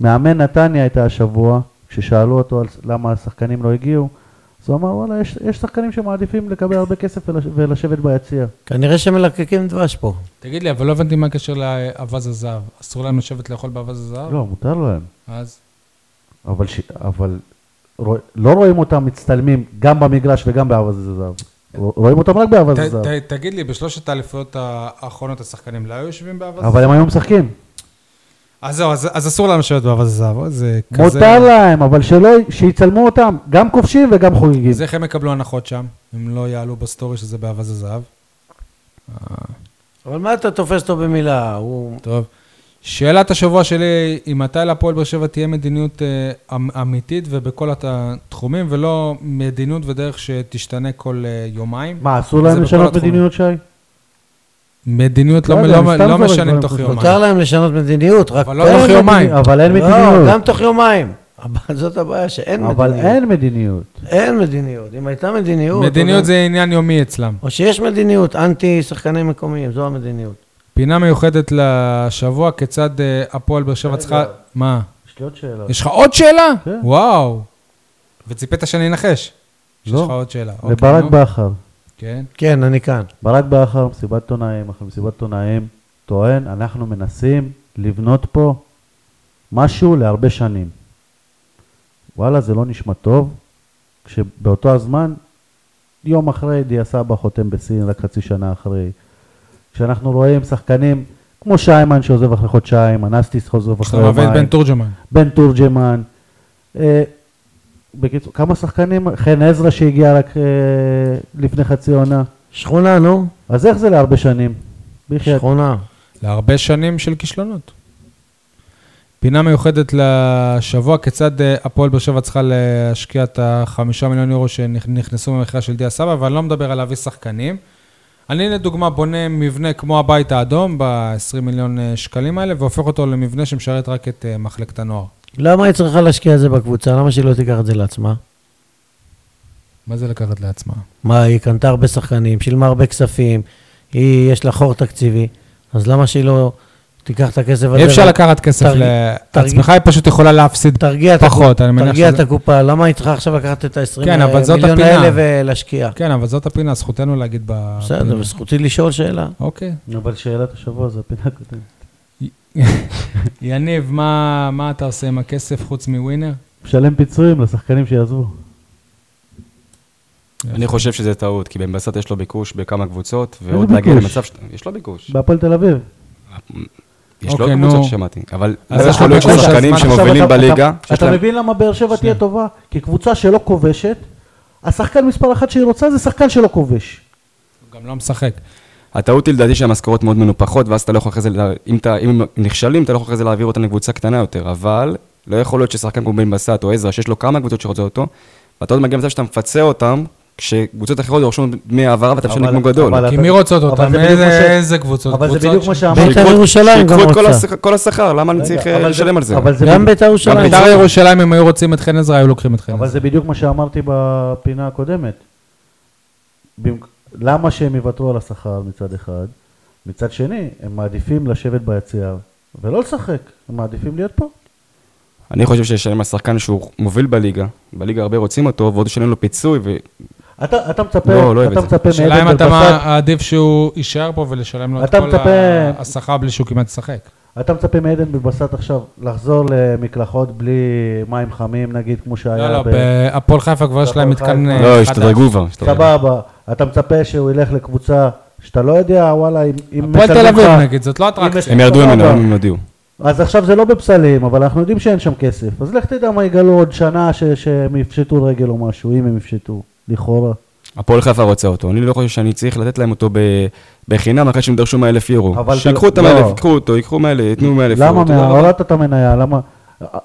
Speaker 2: מאמן נתניה הייתה השבוע, כששאלו אותו על ס- למה השחקנים לא הגיעו, אז הוא אמר, וואלה, יש, יש שחקנים שמעדיפים לקבל הרבה כסף ולש, ולשבת ביציע.
Speaker 3: כנראה שמלקקים דבש פה.
Speaker 1: תגיד לי, אבל לא הבנתי מה הקשר לאווז הזהב. אסור להם לשבת לאכול באווז הזהב?
Speaker 2: לא, מותר להם,
Speaker 1: אז?
Speaker 2: אבל, ש, אבל רוא, לא רואים אותם מצטלמים גם במגרש וגם באווז הזהב. רוא- רואים אותם רק באווז
Speaker 1: ת-
Speaker 2: הזהב,
Speaker 1: ת- תגיד לי, בשלושת האליפויות האחרונות השחקנים לא היו יושבים באווז
Speaker 2: אבל
Speaker 1: הזהב?
Speaker 2: הם היו משחקים.
Speaker 1: אז זהו, אז אז אסור להם לשבת באווז הזהב. אוי, זה כזה...
Speaker 2: מותר להם, אבל שלא, שיצלמו אותם, גם כובשים וגם חוגגים.
Speaker 1: אז איך הם יקבלו הנחות שם? אם לא יעלו בסטורי שזה באווז הזהב?
Speaker 3: אבל מה אתה תופס אותו במילה? הוא...
Speaker 1: טוב. שאלת השבוע שלי היא מתי להפועל באר שבע תהיה מדיניות אה, אמ- אמיתית ובכל הת- התחומים, ולא מדיניות ודרך שתשתנה כל אה, יומיים.
Speaker 2: מה, אסור
Speaker 1: זה
Speaker 2: להם
Speaker 1: בכל
Speaker 2: לשנות
Speaker 1: התחומים.
Speaker 2: מדיניות, שי?
Speaker 1: מדיניות לא,
Speaker 2: לא
Speaker 1: לא,
Speaker 2: יודע,
Speaker 1: לא,
Speaker 2: אני סתם
Speaker 1: לא
Speaker 2: זורק
Speaker 1: משנים
Speaker 2: דברים
Speaker 1: תוך
Speaker 2: חוץ.
Speaker 1: יומיים.
Speaker 3: מותר להם לשנות מדיניות, רק...
Speaker 1: אבל לא
Speaker 3: אין
Speaker 1: תוך
Speaker 3: מד-
Speaker 1: יומיים.
Speaker 2: אבל אין
Speaker 3: לא,
Speaker 2: מדיניות.
Speaker 3: גם תוך יומיים. אבל זאת הבעיה, שאין מדיניות.
Speaker 2: אבל אין מדיניות.
Speaker 3: אין מדיניות. אם הייתה מדיניות... אוקיי.
Speaker 1: מדיניות
Speaker 3: או-
Speaker 1: זה עניין יומי אצלם.
Speaker 3: או שיש מדיניות אנטי שחקנים מקומיים, זו המדיניות.
Speaker 1: פינה מיוחדת לשבוע, כיצד אה, הפועל באר שבע
Speaker 2: רגע.
Speaker 1: צריכה... מה?
Speaker 2: יש לי עוד שאלה.
Speaker 1: יש לך עוד שאלה?
Speaker 2: כן.
Speaker 1: וואו. וציפית שאני אנחש. שיש
Speaker 2: לא.
Speaker 1: לך עוד שאלה. אוקיי,
Speaker 2: לברק
Speaker 1: נו.
Speaker 2: בכר.
Speaker 1: כן.
Speaker 3: כן, אני כאן.
Speaker 2: ברק בכר, מסיבת עיתונאים, אחרי מסיבת עיתונאים, טוען, אנחנו מנסים לבנות פה משהו להרבה שנים. וואלה, זה לא נשמע טוב, כשבאותו הזמן, יום אחרי דיה סבא חותם בסין, רק חצי שנה אחרי. כשאנחנו רואים שחקנים כמו שיימן שעוזב אחרי חודשיים, אנסטיס עוזב
Speaker 1: כשאתה
Speaker 2: אחרי
Speaker 1: מלווה את
Speaker 2: יומיים,
Speaker 1: בן תורג'מן.
Speaker 2: בן תורג'מן. אה, בקיצור, כמה שחקנים, חן עזרא שהגיע רק אה, לפני חצי עונה.
Speaker 3: שכונה, נו.
Speaker 2: אז איך זה להרבה שנים? בחייאת.
Speaker 3: שכונה.
Speaker 1: להרבה שנים של כישלונות. פינה מיוחדת לשבוע, כיצד אה, הפועל באר שבע צריכה להשקיע את החמישה מיליון יורו שנכנסו מהמכירה של דיה סבא, ואני לא מדבר על להביא שחקנים. אני לדוגמה בונה מבנה כמו הבית האדום, ב-20 מיליון אה, שקלים האלה, והופך אותו למבנה שמשרת רק את אה, מחלקת הנוער.
Speaker 3: למה היא צריכה להשקיע את זה בקבוצה? למה שהיא לא תיקח את זה לעצמה?
Speaker 1: מה זה לקחת לעצמה?
Speaker 3: מה, היא קנתה הרבה שחקנים, שילמה הרבה כספים, היא, יש לה חור תקציבי, אז למה שהיא לא תיקח את הכסף הזה?
Speaker 1: אי אפשר
Speaker 3: ו-
Speaker 1: לקחת כסף
Speaker 3: תרגיע-
Speaker 1: לעצמך, היא פשוט יכולה להפסיד
Speaker 3: תרגיע את
Speaker 1: פחות, אני
Speaker 3: הקופה,
Speaker 1: מניח
Speaker 3: תרגיע את
Speaker 1: שזה...
Speaker 3: הקופה, למה היא צריכה עכשיו לקחת את ה-20
Speaker 1: כן, אבל זאת
Speaker 3: מיליון
Speaker 1: הפינה.
Speaker 3: האלה ולהשקיע?
Speaker 1: כן, אבל זאת הפינה, זכותנו להגיד ב...
Speaker 3: בסדר, וזכותי לשאול שאלה.
Speaker 1: אוקיי.
Speaker 2: אבל שאלת השבוע זה הפינה הקודמת.
Speaker 1: יניב, מה, מה אתה עושה עם הכסף חוץ מווינר?
Speaker 2: משלם פיצויים לשחקנים שיעזבו.
Speaker 4: אני חושב שזה טעות, כי במבסט יש לו ביקוש בכמה קבוצות,
Speaker 2: איזה
Speaker 4: ועוד נגיע
Speaker 2: ביקוש?
Speaker 4: למצב ש... יש לו ביקוש.
Speaker 2: בהפועל תל אביב.
Speaker 4: יש לו
Speaker 1: אוקיי,
Speaker 4: עוד
Speaker 1: נו.
Speaker 4: קבוצות ששמעתי, אבל
Speaker 1: אז
Speaker 4: זה
Speaker 1: יש לו
Speaker 4: חלוק של
Speaker 1: ביקוש, אז
Speaker 4: שחקנים
Speaker 1: מה, עכשיו
Speaker 4: שמובילים
Speaker 2: עכשיו אתה-
Speaker 4: בליגה.
Speaker 2: אתה-
Speaker 4: שיש
Speaker 2: אתה
Speaker 4: להם-
Speaker 2: מבין למה באר שבע תהיה טובה? כי קבוצה שלא כובשת, השחקן מספר אחת שהיא רוצה זה שחקן שלא כובש.
Speaker 1: הוא גם לא משחק.
Speaker 4: הטעות היא לדעתי שהמשכורות מאוד מנופחות, ואז אתה לא יכול אחרי זה, לה- אם, אתה, אם הם נכשלים, אתה לא יכול אחרי זה להעביר אותם לקבוצה קטנה יותר, אבל לא יכול להיות ששחקן כמו בן בסט או עזרא, שיש לו כמה קבוצות שרוצות אותו, ואתה עוד מגיע למצב שאתה מפצה אותם, כשקבוצות אחרות דורשות דמי העברה ואתה משלם
Speaker 2: אבל-
Speaker 4: כמו גדול.
Speaker 2: אבל
Speaker 1: כי
Speaker 2: אתה-
Speaker 1: מי רוצות
Speaker 2: אבל
Speaker 1: אותם?
Speaker 2: זה בדיוק
Speaker 1: איזה-
Speaker 2: מה ש-
Speaker 1: איזה קבוצות?
Speaker 2: אבל זה
Speaker 1: קבוצות
Speaker 2: בדיוק מה
Speaker 1: ש-
Speaker 2: שאמרת.
Speaker 3: בית"ר ירושלים גם
Speaker 4: שיקחו את כל
Speaker 3: רוצה.
Speaker 4: השכר- כל השכר, למה אני
Speaker 2: רגע,
Speaker 4: צריך
Speaker 2: אבל
Speaker 4: אה,
Speaker 2: זה-
Speaker 4: לשלם על זה?
Speaker 2: אבל זה
Speaker 3: גם
Speaker 2: בדיוק-
Speaker 3: בית"ר ירושלים.
Speaker 1: בית"ר ירושלים, אם היו רוצים את חן עזרא, היו לוקחים את חן
Speaker 2: לא. אבל
Speaker 1: עזרא.
Speaker 2: זה בדיוק מה שאמרתי בפינה הקודמת. במק- למה שהם יוותרו על השכר מצד אחד? מצד שני, הם מעדיפים לשבת ביציע ולא לשחק, הם מעדיפים להיות פה.
Speaker 4: אני חושב שישלם על שחקן שהוא מוביל בליגה, בליגה הרבה רוצים אותו, ועוד ישלם לו פיצוי, ו-
Speaker 2: אתה, אתה מצפה,
Speaker 4: לא, לא אוהב
Speaker 2: אתה
Speaker 4: את זה.
Speaker 2: מצפה
Speaker 1: השאלה אם
Speaker 2: מעדן
Speaker 1: אתה
Speaker 2: בן בסט,
Speaker 1: מה- עדיף שהוא יישאר פה ולשלם לו את
Speaker 2: אתה
Speaker 1: כל
Speaker 2: מצפה-
Speaker 1: ה- השכר בלי שהוא כמעט ישחק.
Speaker 2: אתה מצפה מעדן בן בסט עכשיו לחזור למקלחות בלי מים חמים נגיד, כמו שהיה
Speaker 1: לא, לא,
Speaker 2: ב-
Speaker 1: בהפועל חיפה כבר יש להם
Speaker 2: בהפועל
Speaker 1: מתקן
Speaker 2: חיפה.
Speaker 1: אה,
Speaker 4: לא,
Speaker 1: חדש.
Speaker 4: השתדרגו כבר. השתדרגו.
Speaker 2: סבבה, אתה מצפה שהוא ילך לקבוצה שאתה לא יודע, וואלה, אם אם
Speaker 1: הפועל תל
Speaker 2: לך-
Speaker 1: אביב נגיד, זאת לא
Speaker 2: אם
Speaker 1: אטרקציה.
Speaker 4: הם ירדו
Speaker 2: סבבה.
Speaker 4: ממנו, הם לא הודיעו.
Speaker 2: אז עכשיו זה לא בפסלים, אבל אנחנו יודעים שאין שם כסף. אז לך תדע מה יגלו עוד שנה ש- שהם יפשטו רגל או משהו, אם הם יפשטו, לכאורה.
Speaker 4: הפועל חיפה רוצה אותו, אני לא חושב שאני צריך לתת להם אותו ב- בחינם אחרי שהם דרשו 100 אלף
Speaker 2: אבל
Speaker 4: יורו. שיקחו
Speaker 2: אתה-
Speaker 4: את ה-100
Speaker 2: לא.
Speaker 4: אלף, יקחו אותו, יקחו 100 אלף, ייתנו 100 אלף יורו.
Speaker 2: למה
Speaker 4: תודה
Speaker 2: מה-
Speaker 4: רבה.
Speaker 2: הורדת את המניה? למה?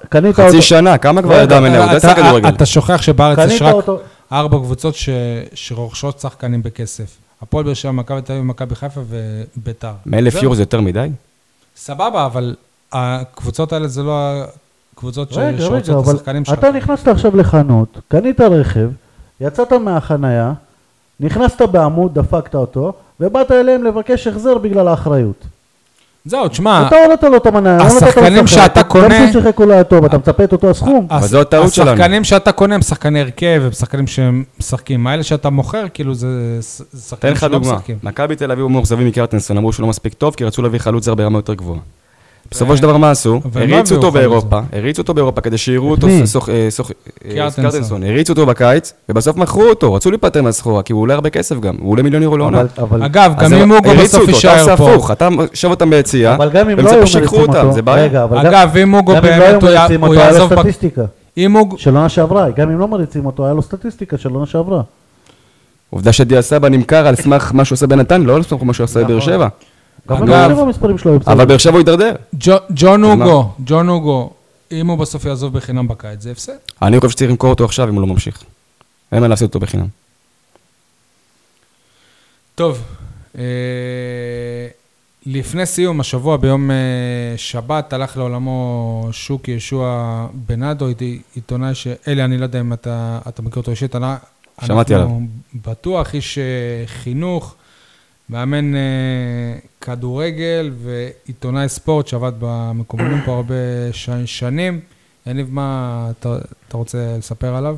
Speaker 2: קנית אותו.
Speaker 4: חצי שנה, כמה כבר ידע
Speaker 1: אתה-
Speaker 4: ממנה, הוא יודע
Speaker 1: אתה-
Speaker 4: לשחק כדורגל.
Speaker 1: אתה שוכח שבארץ
Speaker 2: קנית
Speaker 1: יש רק
Speaker 2: אותו.
Speaker 1: ארבע קבוצות ש- שרוכשות שחקנים בכסף. הפועל באר שבע, מכבי תל אביב, מכבי חיפה לא. וביתר.
Speaker 4: 100 אלף
Speaker 1: זהו.
Speaker 4: יורו זה יותר מדי?
Speaker 1: סבבה, אבל הקבוצות האלה זה לא הקבוצות ש-
Speaker 2: רגע, רגע,
Speaker 1: שרוצות את
Speaker 2: אבל
Speaker 1: השחקנים שלך.
Speaker 2: אתה נכנסת עכשיו לחנות, קנית רכב, יצאת מהחנייה, נכנסת בעמוד, דפקת אותו, ובאת אליהם לבקש החזר בגלל האחריות.
Speaker 1: זהו, תשמע,
Speaker 2: אתה הורדת לו את המניה, לא נתת לו
Speaker 1: אה, השחקנים
Speaker 2: לשחק.
Speaker 1: שאתה
Speaker 2: גם
Speaker 1: קונה- אה,
Speaker 2: שהוא שיחק הוא לא היה טוב, אתה מצפה את אותו הסכום?
Speaker 1: הש-
Speaker 4: זו הטעות שלנו.
Speaker 1: השחקנים שאתה קונה הם שחקני הרכב, הם שחקנים שהם משחקים. האלה שאתה מוכר, כאילו, זה ש- זה לא
Speaker 4: אתן
Speaker 1: שחקנים
Speaker 4: לך
Speaker 1: שלא
Speaker 4: דוגמה.
Speaker 1: משחקים.
Speaker 4: מכבי תל אביב מאוכזבים מקרטנסון, אמרו שהוא לא מספיק טוב, כי רצו להביא חלוץ זר ברמה יותר גבוהה. בסופו של דבר מה עשו?
Speaker 1: ומה
Speaker 4: הריצו
Speaker 1: הביאו
Speaker 4: אותו
Speaker 1: חלוץ זר?
Speaker 4: באירופה, הריצו אותו באירופה כדי שיראו אותו,
Speaker 2: מי?
Speaker 4: סוך- אה, סוך- אה,
Speaker 1: קרטנסון.
Speaker 4: קרטנסון, הריצו אותו בקיץ, ובסוף מכרו אותו, רצו להיפטר מהסחורה, כי הוא עולה הרבה כסף גם, הוא עולה מיליון יורו לעונה.
Speaker 2: אבל- אבל-
Speaker 1: לא אגב,
Speaker 4: אז
Speaker 1: גם
Speaker 4: הם
Speaker 1: אם הוא גם
Speaker 4: הריצו
Speaker 1: בסוף
Speaker 4: אותו, אתה
Speaker 1: יישאר
Speaker 4: עושה הפוך,
Speaker 1: פה.
Speaker 4: אתה יושב אותם ביציאה,
Speaker 2: אבל גם אם לא
Speaker 4: והם
Speaker 2: היו
Speaker 4: בסוף שיקחו
Speaker 2: מריצים
Speaker 4: אותם,
Speaker 2: אותו,
Speaker 4: זה בעיה.
Speaker 2: רגע, אבל גם-
Speaker 1: אגב, אם הוא גם
Speaker 2: גם אם לא היו
Speaker 1: באמת, הוא יע-
Speaker 2: מריצים
Speaker 1: הוא
Speaker 2: אותו, היה לו
Speaker 1: יעזוב... בק-
Speaker 2: סטטיסטיקה.
Speaker 1: אם הוא...
Speaker 2: של עונה שעברה, גם אם לא מריצים אותו, היה לו סטטיסטיקה של עונה שעברה.
Speaker 4: עובדה שדיה סבא נמכר על סמך מה שהוא עושה בנתניה, לא על סמך מה שהוא עושה בבאר שבע.
Speaker 2: נכון. גם
Speaker 1: אגב-
Speaker 2: בבאר שבע המספרים שלו היו
Speaker 4: אבל
Speaker 2: בסדר.
Speaker 4: באר שבע הוא הידרדר.
Speaker 1: ג'ו- ג'ון
Speaker 4: אז מה?
Speaker 1: הוגו, ג'ון הוגו, אם הוא בסוף יעזוב בחינם בקיץ, זה הפסד.
Speaker 4: אני חושב שצריך למכור אותו עכשיו אם הוא לא ממשיך. אין מה להפסיד אותו בחינם.
Speaker 1: טוב, אה, לפני סיום, השבוע ביום אה, שבת הלך לעולמו שוקי ישוע בנאדו, איתי עיתונאי שאלי, אני לא יודע אם אתה, אתה מכיר אותו אישית, אני-
Speaker 4: שמעתי
Speaker 1: אנחנו בטוח, איש אה, חינוך, מאמן אה, כדורגל ועיתונאי ספורט שעבד במקומונים פה הרבה ש- שנים. יניב, מה אתה, אתה רוצה לספר עליו?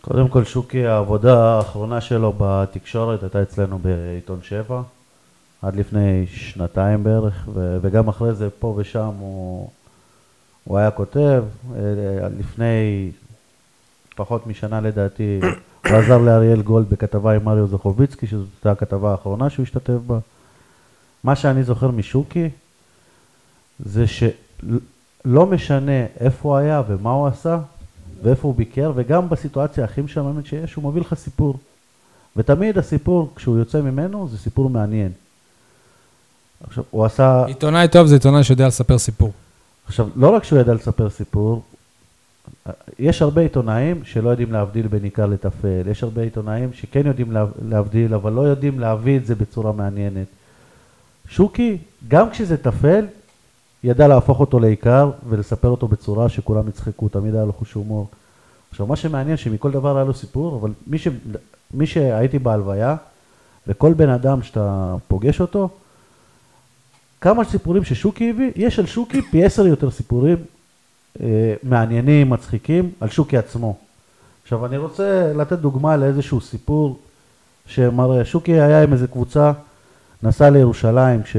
Speaker 2: קודם כל, שוקי, העבודה האחרונה שלו בתקשורת הייתה אצלנו בעיתון שבע, עד לפני שנתיים בערך, ו- וגם אחרי זה פה ושם הוא, הוא היה כותב. אה, לפני פחות משנה לדעתי, הוא עזר לאריאל גולד בכתבה עם מריו זוכוביצקי, שזאת הייתה הכתבה האחרונה שהוא השתתף בה. מה שאני זוכר משוקי, זה שלא משנה איפה הוא היה ומה הוא עשה ואיפה הוא ביקר, וגם בסיטואציה הכי משעממת שיש, הוא מביא לך סיפור. ותמיד הסיפור, כשהוא יוצא ממנו, זה סיפור מעניין. עכשיו, הוא עשה...
Speaker 1: עיתונאי טוב זה עיתונאי שיודע לספר סיפור.
Speaker 2: עכשיו, לא רק שהוא ידע לספר סיפור, יש הרבה עיתונאים שלא יודעים להבדיל בין עיקר לטפל, יש הרבה עיתונאים שכן יודעים לה- להבדיל, אבל לא יודעים להביא את זה בצורה מעניינת. שוקי, גם כשזה טפל, ידע להפוך אותו לעיקר ולספר אותו בצורה שכולם יצחקו, תמיד היה לו חוש הומור. עכשיו, מה שמעניין שמכל דבר היה לו סיפור, אבל מי, ש... מי שהייתי בהלוויה, וכל בן אדם שאתה פוגש אותו, כמה סיפורים ששוקי הביא, יש על שוקי פי עשר יותר סיפורים אה, מעניינים, מצחיקים, על שוקי עצמו. עכשיו אני רוצה לתת דוגמה לאיזשהו סיפור שמראה, שוקי היה עם איזה קבוצה, נסע לירושלים כש,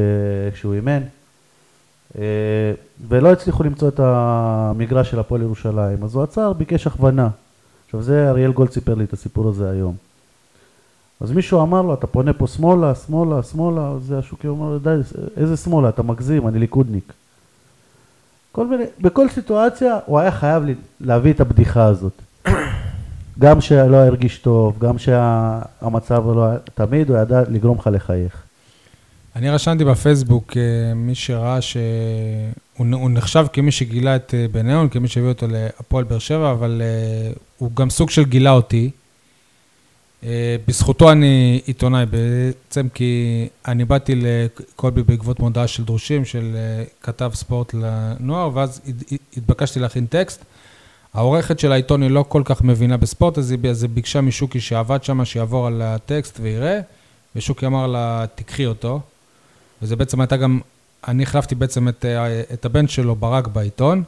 Speaker 2: כשהוא אימן, אה, ולא הצליחו למצוא את המגרש של הפועל ירושלים, אז הוא עצר, ביקש הכוונה. עכשיו זה אריאל גולד סיפר לי את הסיפור הזה היום. אז מישהו אמר לו, אתה פונה פה שמאלה, שמאלה, שמאלה, אז השוקי אומר לו, די, איזה שמאלה, אתה מגזים, אני ליכודניק. כל מיני, בכל סיטואציה הוא היה חייב ל- להביא את הבדיחה הזאת. גם שלא הרגיש טוב, גם שהמצב לא היה, תמיד הוא ידע לגרום לך לחייך.
Speaker 1: אני רשמתי בפייסבוק, אה, מי שראה שהוא נ- הוא נחשב כמי שגילה את אה, בניון, כמי שהביא אותו להפועל באר שבע, אבל אה, הוא גם סוג של גילה אותי. אה, בזכותו אני עיתונאי בעצם, כי אני באתי לקולבי בעקבות מודעה של דרושים, של אה, כתב ספורט לנוער, ואז הת- התבקשתי להכין טקסט. העורכת של העיתון היא לא כל כך מבינה בספורט, אז היא אז היא ביקשה משוקי שעבד שם, שיעבור על הטקסט ויראה, ושוקי אמר לה, תיקחי אותו. וזה בעצם הייתה גם, אני החלפתי בעצם את, אה, את הבן שלו, ברק, בעיתון.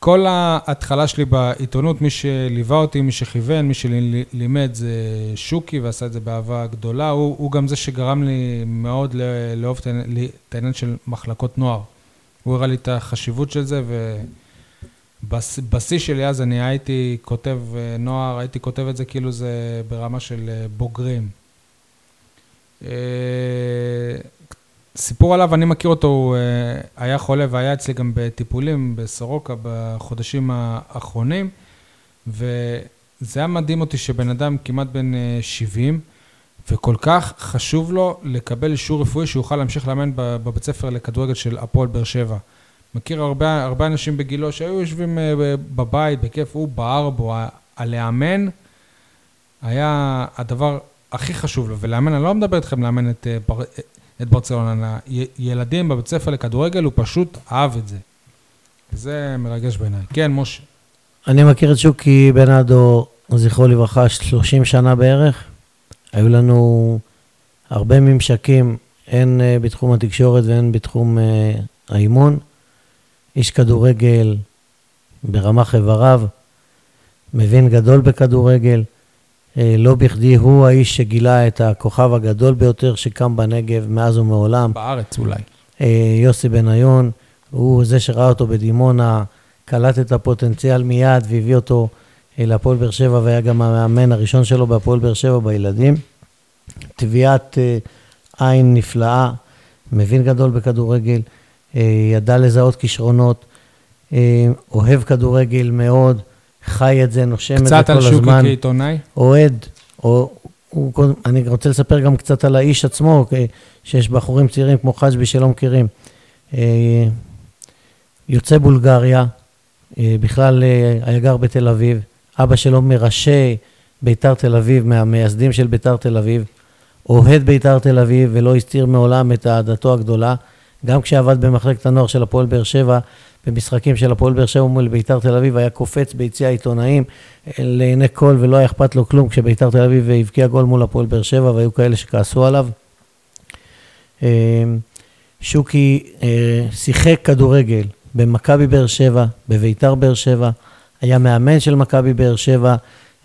Speaker 1: כל ההתחלה שלי בעיתונות, מי שליווה אותי, מי שכיוון, מי שלימד זה שוקי ועשה את זה באהבה גדולה. הוא, הוא גם זה שגרם לי מאוד לא- לאהוב את העני- לי- את העניין של מחלקות נוער. הוא הראה לי את החשיבות של זה, ובשיא שלי אז אני הייתי כותב אה, נוער, הייתי כותב את זה כאילו זה ברמה של אה, בוגרים. אה, סיפור עליו, אני מכיר אותו, הוא אה, היה חולה והיה אצלי גם בטיפולים בסורוקה בחודשים האחרונים, וזה היה מדהים אותי שבן אדם כמעט בן אה, 70, וכל כך חשוב לו לקבל אישור רפואי שיוכל להמשיך לאמן ב- בבית ספר לכדורגל של הפועל באר שבע. מכיר הרבה, הרבה אנשים בגילו שהיו יושבים אה, ב- בבית, בכיף, הוא בער בו, ה- הלאמן. היה הדבר הכי חשוב לו, ולאמן, אני לא מדבר איתכם לאמן את, אה, בר, אה, את ברצלונה, י- ילדים בבית ספר לכדורגל, הוא פשוט אהב את זה. זה מרגש בעיניי. כן, משה.
Speaker 3: אני מכיר את שוקי בנאדו, זכרו לברכה, 30 שנה בערך. היו לנו הרבה ממשקים, הן אה, בתחום התקשורת והן בתחום אה, האימון. איש כדורגל ברמ"ח איבריו, מבין גדול בכדורגל. אה, לא בכדי הוא האיש שגילה את הכוכב הגדול ביותר שקם בנגב מאז ומעולם,
Speaker 1: בארץ אולי.
Speaker 3: אה, יוסי בניון, הוא זה שראה אותו בדימונה, קלט את הפוטנציאל מיד והביא אותו אה, להפועל באר שבע והיה גם המאמן הראשון שלו בהפועל באר שבע בילדים. טביעת אה, עין נפלאה, מבין גדול בכדורגל, אה, ידע לזהות כישרונות, אה, אוהב כדורגל מאוד, חי את זה, נושם את זה
Speaker 1: קצת
Speaker 3: כל
Speaker 1: על
Speaker 3: הזמן.
Speaker 1: שוקי כעיתונאי.
Speaker 3: אוהד, או, הוא, קודם- אני רוצה לספר גם קצת על האיש עצמו, אה, שיש בחורים צעירים כמו חג'בי שלא מכירים. אה, יוצא בולגריה, אה, בכלל אה, היה גר בתל אביב, אבא שלו מראשי ביתר תל אביב, מהמייסדים של ביתר תל אביב, אוהד ביתר תל אביב ולא הסתיר מעולם את אהדתו הגדולה, גם כשעבד במחלקת הנוער של הפועל באר שבע, במשחקים של הפועל באר שבע מול ביתר תל אביב, היה קופץ ביציע העיתונאים אה, לעיני כל ולא היה אכפת לו כלום כשביתר תל אביב הבקיע גול מול הפועל באר שבע והיו כאלה שכעסו עליו. אה, שוקי אה, שיחק כדורגל במכבי באר שבע, בביתר באר שבע, היה מאמן של מכבי באר שבע,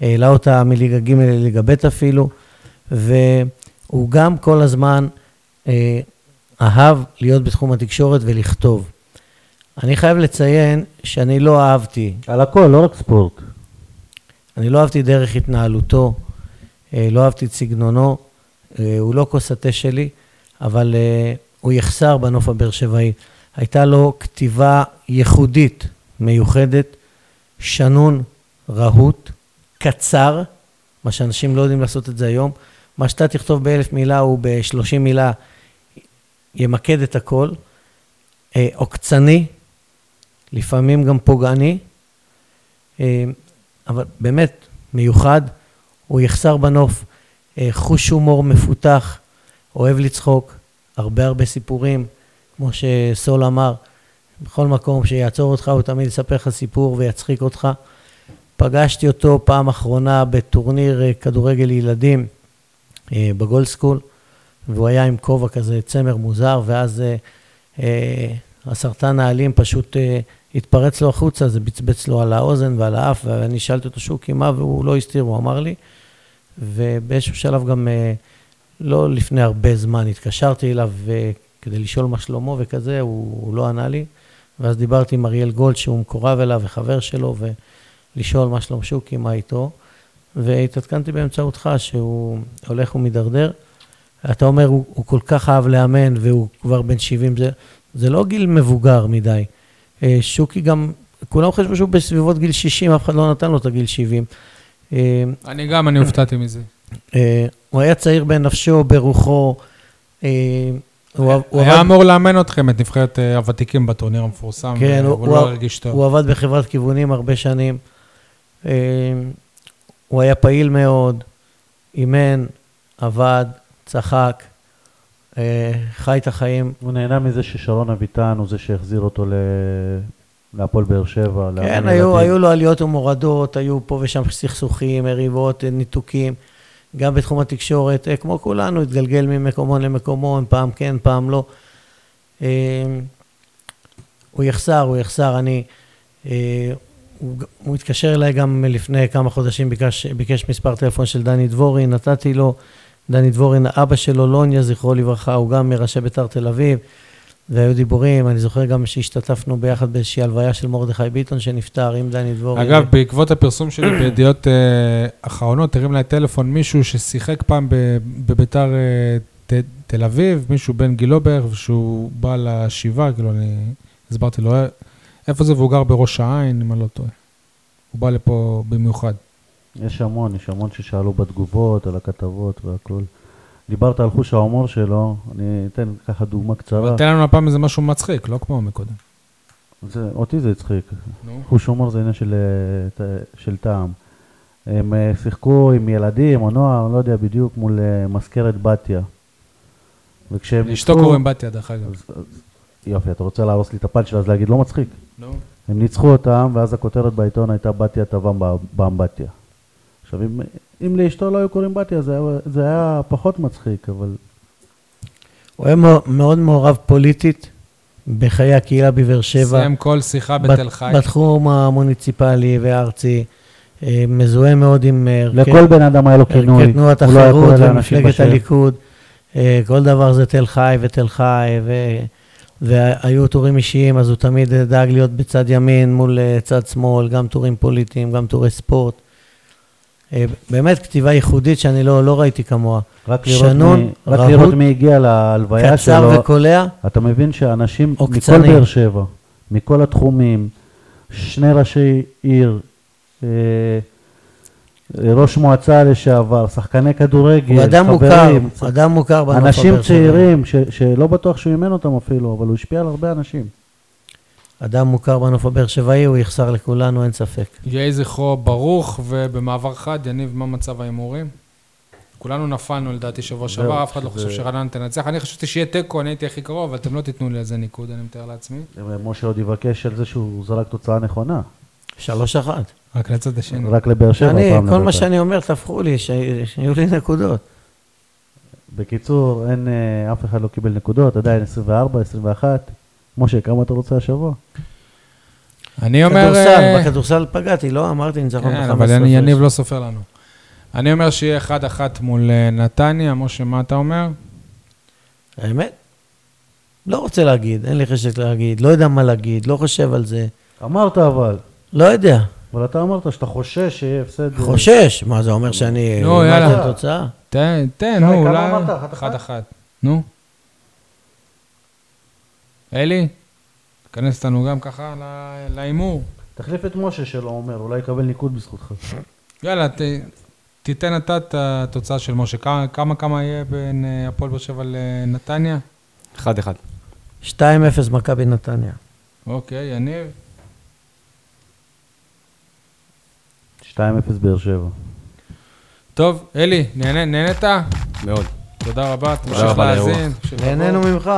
Speaker 3: העלה אותה מליגה ג' לליגה ב' אפילו, והוא גם כל הזמן אה, אהב להיות בתחום התקשורת ולכתוב. אני חייב לציין שאני לא אהבתי
Speaker 2: על הכל, לא רק ספורט.
Speaker 3: אני לא אהבתי דרך התנהלותו, אה, לא אהבתי את סגנונו, אה, הוא לא כוס התה שלי, אבל אה, הוא יחסר בנוף הבאר שבעי. הייתה לו כתיבה ייחודית, מיוחדת, שנון, רהוט, קצר, מה שאנשים לא יודעים לעשות את זה היום. מה שאתה תכתוב באלף מילה הוא בשלושים מילה ימקד את הכל. אה, עוקצני, לפעמים גם פוגעני, אה, אבל באמת מיוחד, הוא יחסר בנוף, אה, חוש הומור מפותח, אוהב לצחוק, הרבה הרבה סיפורים, כמו שסול אמר, בכל מקום שיעצור אותך הוא תמיד יספר לך סיפור ויצחיק אותך. פגשתי אותו פעם אחרונה בטורניר אה, כדורגל ילדים אה, בגולד סקול, והוא היה עם כובע כזה, צמר מוזר, ואז אה, אה, הסרטן האלים פשוט אה, התפרץ לו החוצה, זה בצבץ לו על האוזן ועל האף, ואני שאלתי אותו שוקי מה, והוא לא הסתיר, הוא אמר לי. ובאיזשהו שלב גם, אה, לא לפני הרבה זמן, התקשרתי אליו אה, כדי לשאול מה שלמה וכזה, הוא, הוא לא ענה לי. ואז דיברתי עם אריאל גולד, שהוא מקורב אליו וחבר שלו, ולשאול מה שלום שוקי, מה איתו. והתעדכנתי באמצעותך שהוא הולך ומידרדר. אתה אומר, הוא, הוא כל כך אהב לאמן, והוא כבר בן 70, זה, זה לא גיל מבוגר מדי. אה, שוקי גם, כולם חשבו שהוא בסביבות גיל 60, אף אחד לא נתן לו את הגיל 70. אה,
Speaker 1: אני גם, אני הופתעתי מזה.
Speaker 3: אה, הוא היה צעיר בנפשו, ברוחו. אה, הוא, עב- הוא,
Speaker 1: הוא היה
Speaker 3: עבד,
Speaker 1: אמור לאמן אתכם, את נבחרת אה, הוותיקים בטורניר המפורסם,
Speaker 3: כן,
Speaker 1: והוא
Speaker 3: הוא-
Speaker 1: לא
Speaker 3: הוא-
Speaker 1: הרגיש
Speaker 3: הוא
Speaker 1: טוב.
Speaker 3: עבד בחברת כיוונים הרבה שנים. אה, הוא היה פעיל מאוד, אימן, עבד, צחק, אה, חי את החיים.
Speaker 2: הוא נהנה מזה ששרון אביטן הוא זה שהחזיר אותו ל... להפועל באר שבע.
Speaker 3: כן,
Speaker 2: לאמן
Speaker 3: היו,
Speaker 2: ילדים.
Speaker 3: היו לו עליות ומורדות, היו פה ושם סכסוכים, מריבות, אה, ניתוקים, גם בתחום התקשורת, אה, כמו כולנו, התגלגל ממקומון למקומון, פעם כן, פעם לא. אה, הוא יחסר, הוא יחסר, אני... אה, הוא, ג- הוא התקשר אליי גם לפני כמה חודשים, ביקש, ביקש מספר טלפון של דני דבורי, נתתי לו, דני דבורין, אבא שלו, לוניה, זכרו לברכה, הוא גם מראשי בית"ר תל אביב, והיו דיבורים, אני זוכר גם שהשתתפנו ביחד באיזושהי הלוויה של מרדכי ביטון שנפטר עם דני דבורין.
Speaker 1: אגב, בעקבות הפרסום שלי בידיעות אה, אחרונות, הרים לי טלפון מישהו ששיחק פעם ב- בביתר אה, ת- תל אביב, מישהו בן גילו בערך, שהוא בא לשבעה, כאילו, אני הסברתי לו אה, איפה זה, והוא גר בראש העין, אם אני לא טועה. הוא בא לפה במיוחד.
Speaker 2: יש המון, יש המון ששאלו בתגובות, על הכתבות והכול. דיברת על חוש ההומור שלו, אני אתן ככה דוגמה קצרה.
Speaker 1: אבל תן לנו הפעם איזה משהו מצחיק, לא כמו מקודם.
Speaker 2: זה, אותי זה הצחיק.
Speaker 1: נו.
Speaker 2: חוש הומור זה עניין של, אה, ת- של טעם. הם אה, שיחקו עם ילדים או נוער, לא יודע בדיוק, מול אה, מזכרת בתיה. וכשהם
Speaker 1: לאשתו
Speaker 2: ניצחו-
Speaker 1: קוראים בתיה, דרך אגב.
Speaker 2: אז- אז- יופי, אתה רוצה להרוס לי את הפאנץ' אז להגיד לא מצחיק.
Speaker 1: נו.
Speaker 2: הם ניצחו אותם, ואז הכותרת בעיתון הייתה בתיה טבעם באמבטיה. עכשיו, אם, אם לאשתו לא היו קוראים בתיה, זה היה, זה היה פחות מצחיק, אבל
Speaker 3: הוא היה מאו- מאוד מעורב פוליטית בחיי הקהילה בבאר שבע.
Speaker 1: סיים כל שיחה
Speaker 3: בת-
Speaker 1: בתל חי.
Speaker 3: בתחום המוניציפלי והארצי, אה, מזוהה מאוד עם אה, ערכי
Speaker 2: לכל בן אדם היה לו כינוי.
Speaker 3: ערכי תנועת
Speaker 2: הוא לא היה
Speaker 3: החירות
Speaker 2: קורא לאנשים
Speaker 3: ומפלגת
Speaker 2: בשם.
Speaker 3: הליכוד, אה, כל דבר זה תל חי ותל חי, ו- והיו טורים אישיים, אז הוא תמיד אה, דאג להיות בצד ימין מול אה, צד שמאל, גם טורים פוליטיים, גם טורי ספורט. אה, באמת כתיבה ייחודית שאני לא, לא ראיתי כמוה.
Speaker 2: רק לראות,
Speaker 3: שנון,
Speaker 2: מי, רק
Speaker 3: רהוט,
Speaker 2: לראות מי הגיע להלוויה
Speaker 3: קצר
Speaker 2: שלו,
Speaker 3: וקולע,
Speaker 2: אתה מבין שאנשים מכל
Speaker 3: עוקצני.
Speaker 2: באר שבע, מכל התחומים, שני ראשי עיר, אה, אה, ראש מועצה לשעבר, שחקני כדורגל,
Speaker 3: הוא אדם מוכר,
Speaker 2: כן, חברים, צ-
Speaker 3: אדם מוכר בנוף
Speaker 2: אנשים
Speaker 3: הבאר שבעי.
Speaker 2: צעירים ש, שלא בטוח שהוא אימן אותם אפילו, אבל הוא השפיע על הרבה אנשים.
Speaker 3: אדם מוכר בנוף הבאר שבעי, הוא יחסר לכולנו, אין ספק.
Speaker 1: יהי זכרו ברוך, ובמעבר חד, יניב, מה מצב ההימורים? כולנו נפלנו לדעתי שבוע שעבר, אף אחד לא חושב שרעננה תנצח. אני חשבתי שיהיה תיקו, אני הייתי הכי קרוב, אבל אתם לא תיתנו לי על זה ניקוד, אני מתאר לעצמי.
Speaker 2: אה, משה עוד יבקש על זה שהוא זרק תוצאה נכונה,
Speaker 3: שלוש אחת.
Speaker 1: רק לצד השני.
Speaker 2: רק לבאר שבע.
Speaker 3: כן. אני,
Speaker 2: הפעם
Speaker 3: כל
Speaker 2: נתת.
Speaker 3: מה שאני אומר, תהפכו לי, ש- שיהיו לי נקודות.
Speaker 2: בקיצור, אין, אה, אף אחד לא קיבל נקודות, עדיין 24, 21. משה, כמה אתה רוצה השבוע?
Speaker 1: אני אומר...
Speaker 3: כדורסל,
Speaker 1: אה,
Speaker 3: בכדורסל פגעתי, לא? אמרתי ניצחון
Speaker 1: כן,
Speaker 3: ב-15.
Speaker 1: אבל יני- יניב לא סופר לנו. אני אומר שיהיה 1-1 מול אה, נתניה, משה, מה אתה אומר?
Speaker 3: האמת? לא רוצה להגיד, אין לי חשק להגיד, לא יודע מה להגיד, לא חושב על זה.
Speaker 2: אמרת אבל,
Speaker 3: לא יודע.
Speaker 2: אבל אתה אמרת שאתה חושש שיהיה הפסד. אה,
Speaker 3: חושש. מה, זה אומר שאני...
Speaker 1: נו,
Speaker 3: איבדתי
Speaker 1: לא, יאללה.
Speaker 3: את התוצאה?
Speaker 1: תן, תן,
Speaker 2: שי,
Speaker 1: נו,
Speaker 2: כמה
Speaker 1: אולי...
Speaker 2: אמרת? 1-1?
Speaker 1: 1-1. נו. אלי, תיכנס אותנו גם ככה ל- להימור.
Speaker 2: תחליף את משה שלא אומר, אולי יקבל ניקוד בזכותך.
Speaker 1: יאללה, ת- תיתן אתה את התוצאה של משה. כמה- כמה כמה יהיה בין אה, הפועל באר שבע לנתניה?
Speaker 4: אחד אחד.
Speaker 3: 2-0 מכבי נתניה.
Speaker 1: אוקיי, יניב.
Speaker 2: 2-0 באר שבע.
Speaker 1: טוב, אלי, נהנה- נהנית?
Speaker 4: מאוד.
Speaker 1: תודה רבה, תמשיך
Speaker 4: רבה על
Speaker 1: להאזין.
Speaker 4: האירוח.
Speaker 1: תמשיך לבוא.
Speaker 3: נהנינו ממך.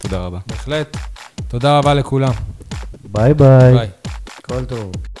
Speaker 4: תודה רבה.
Speaker 1: בהחלט. תודה רבה לכולם.
Speaker 2: ביי ביי.
Speaker 1: ביי.
Speaker 3: כל טוב.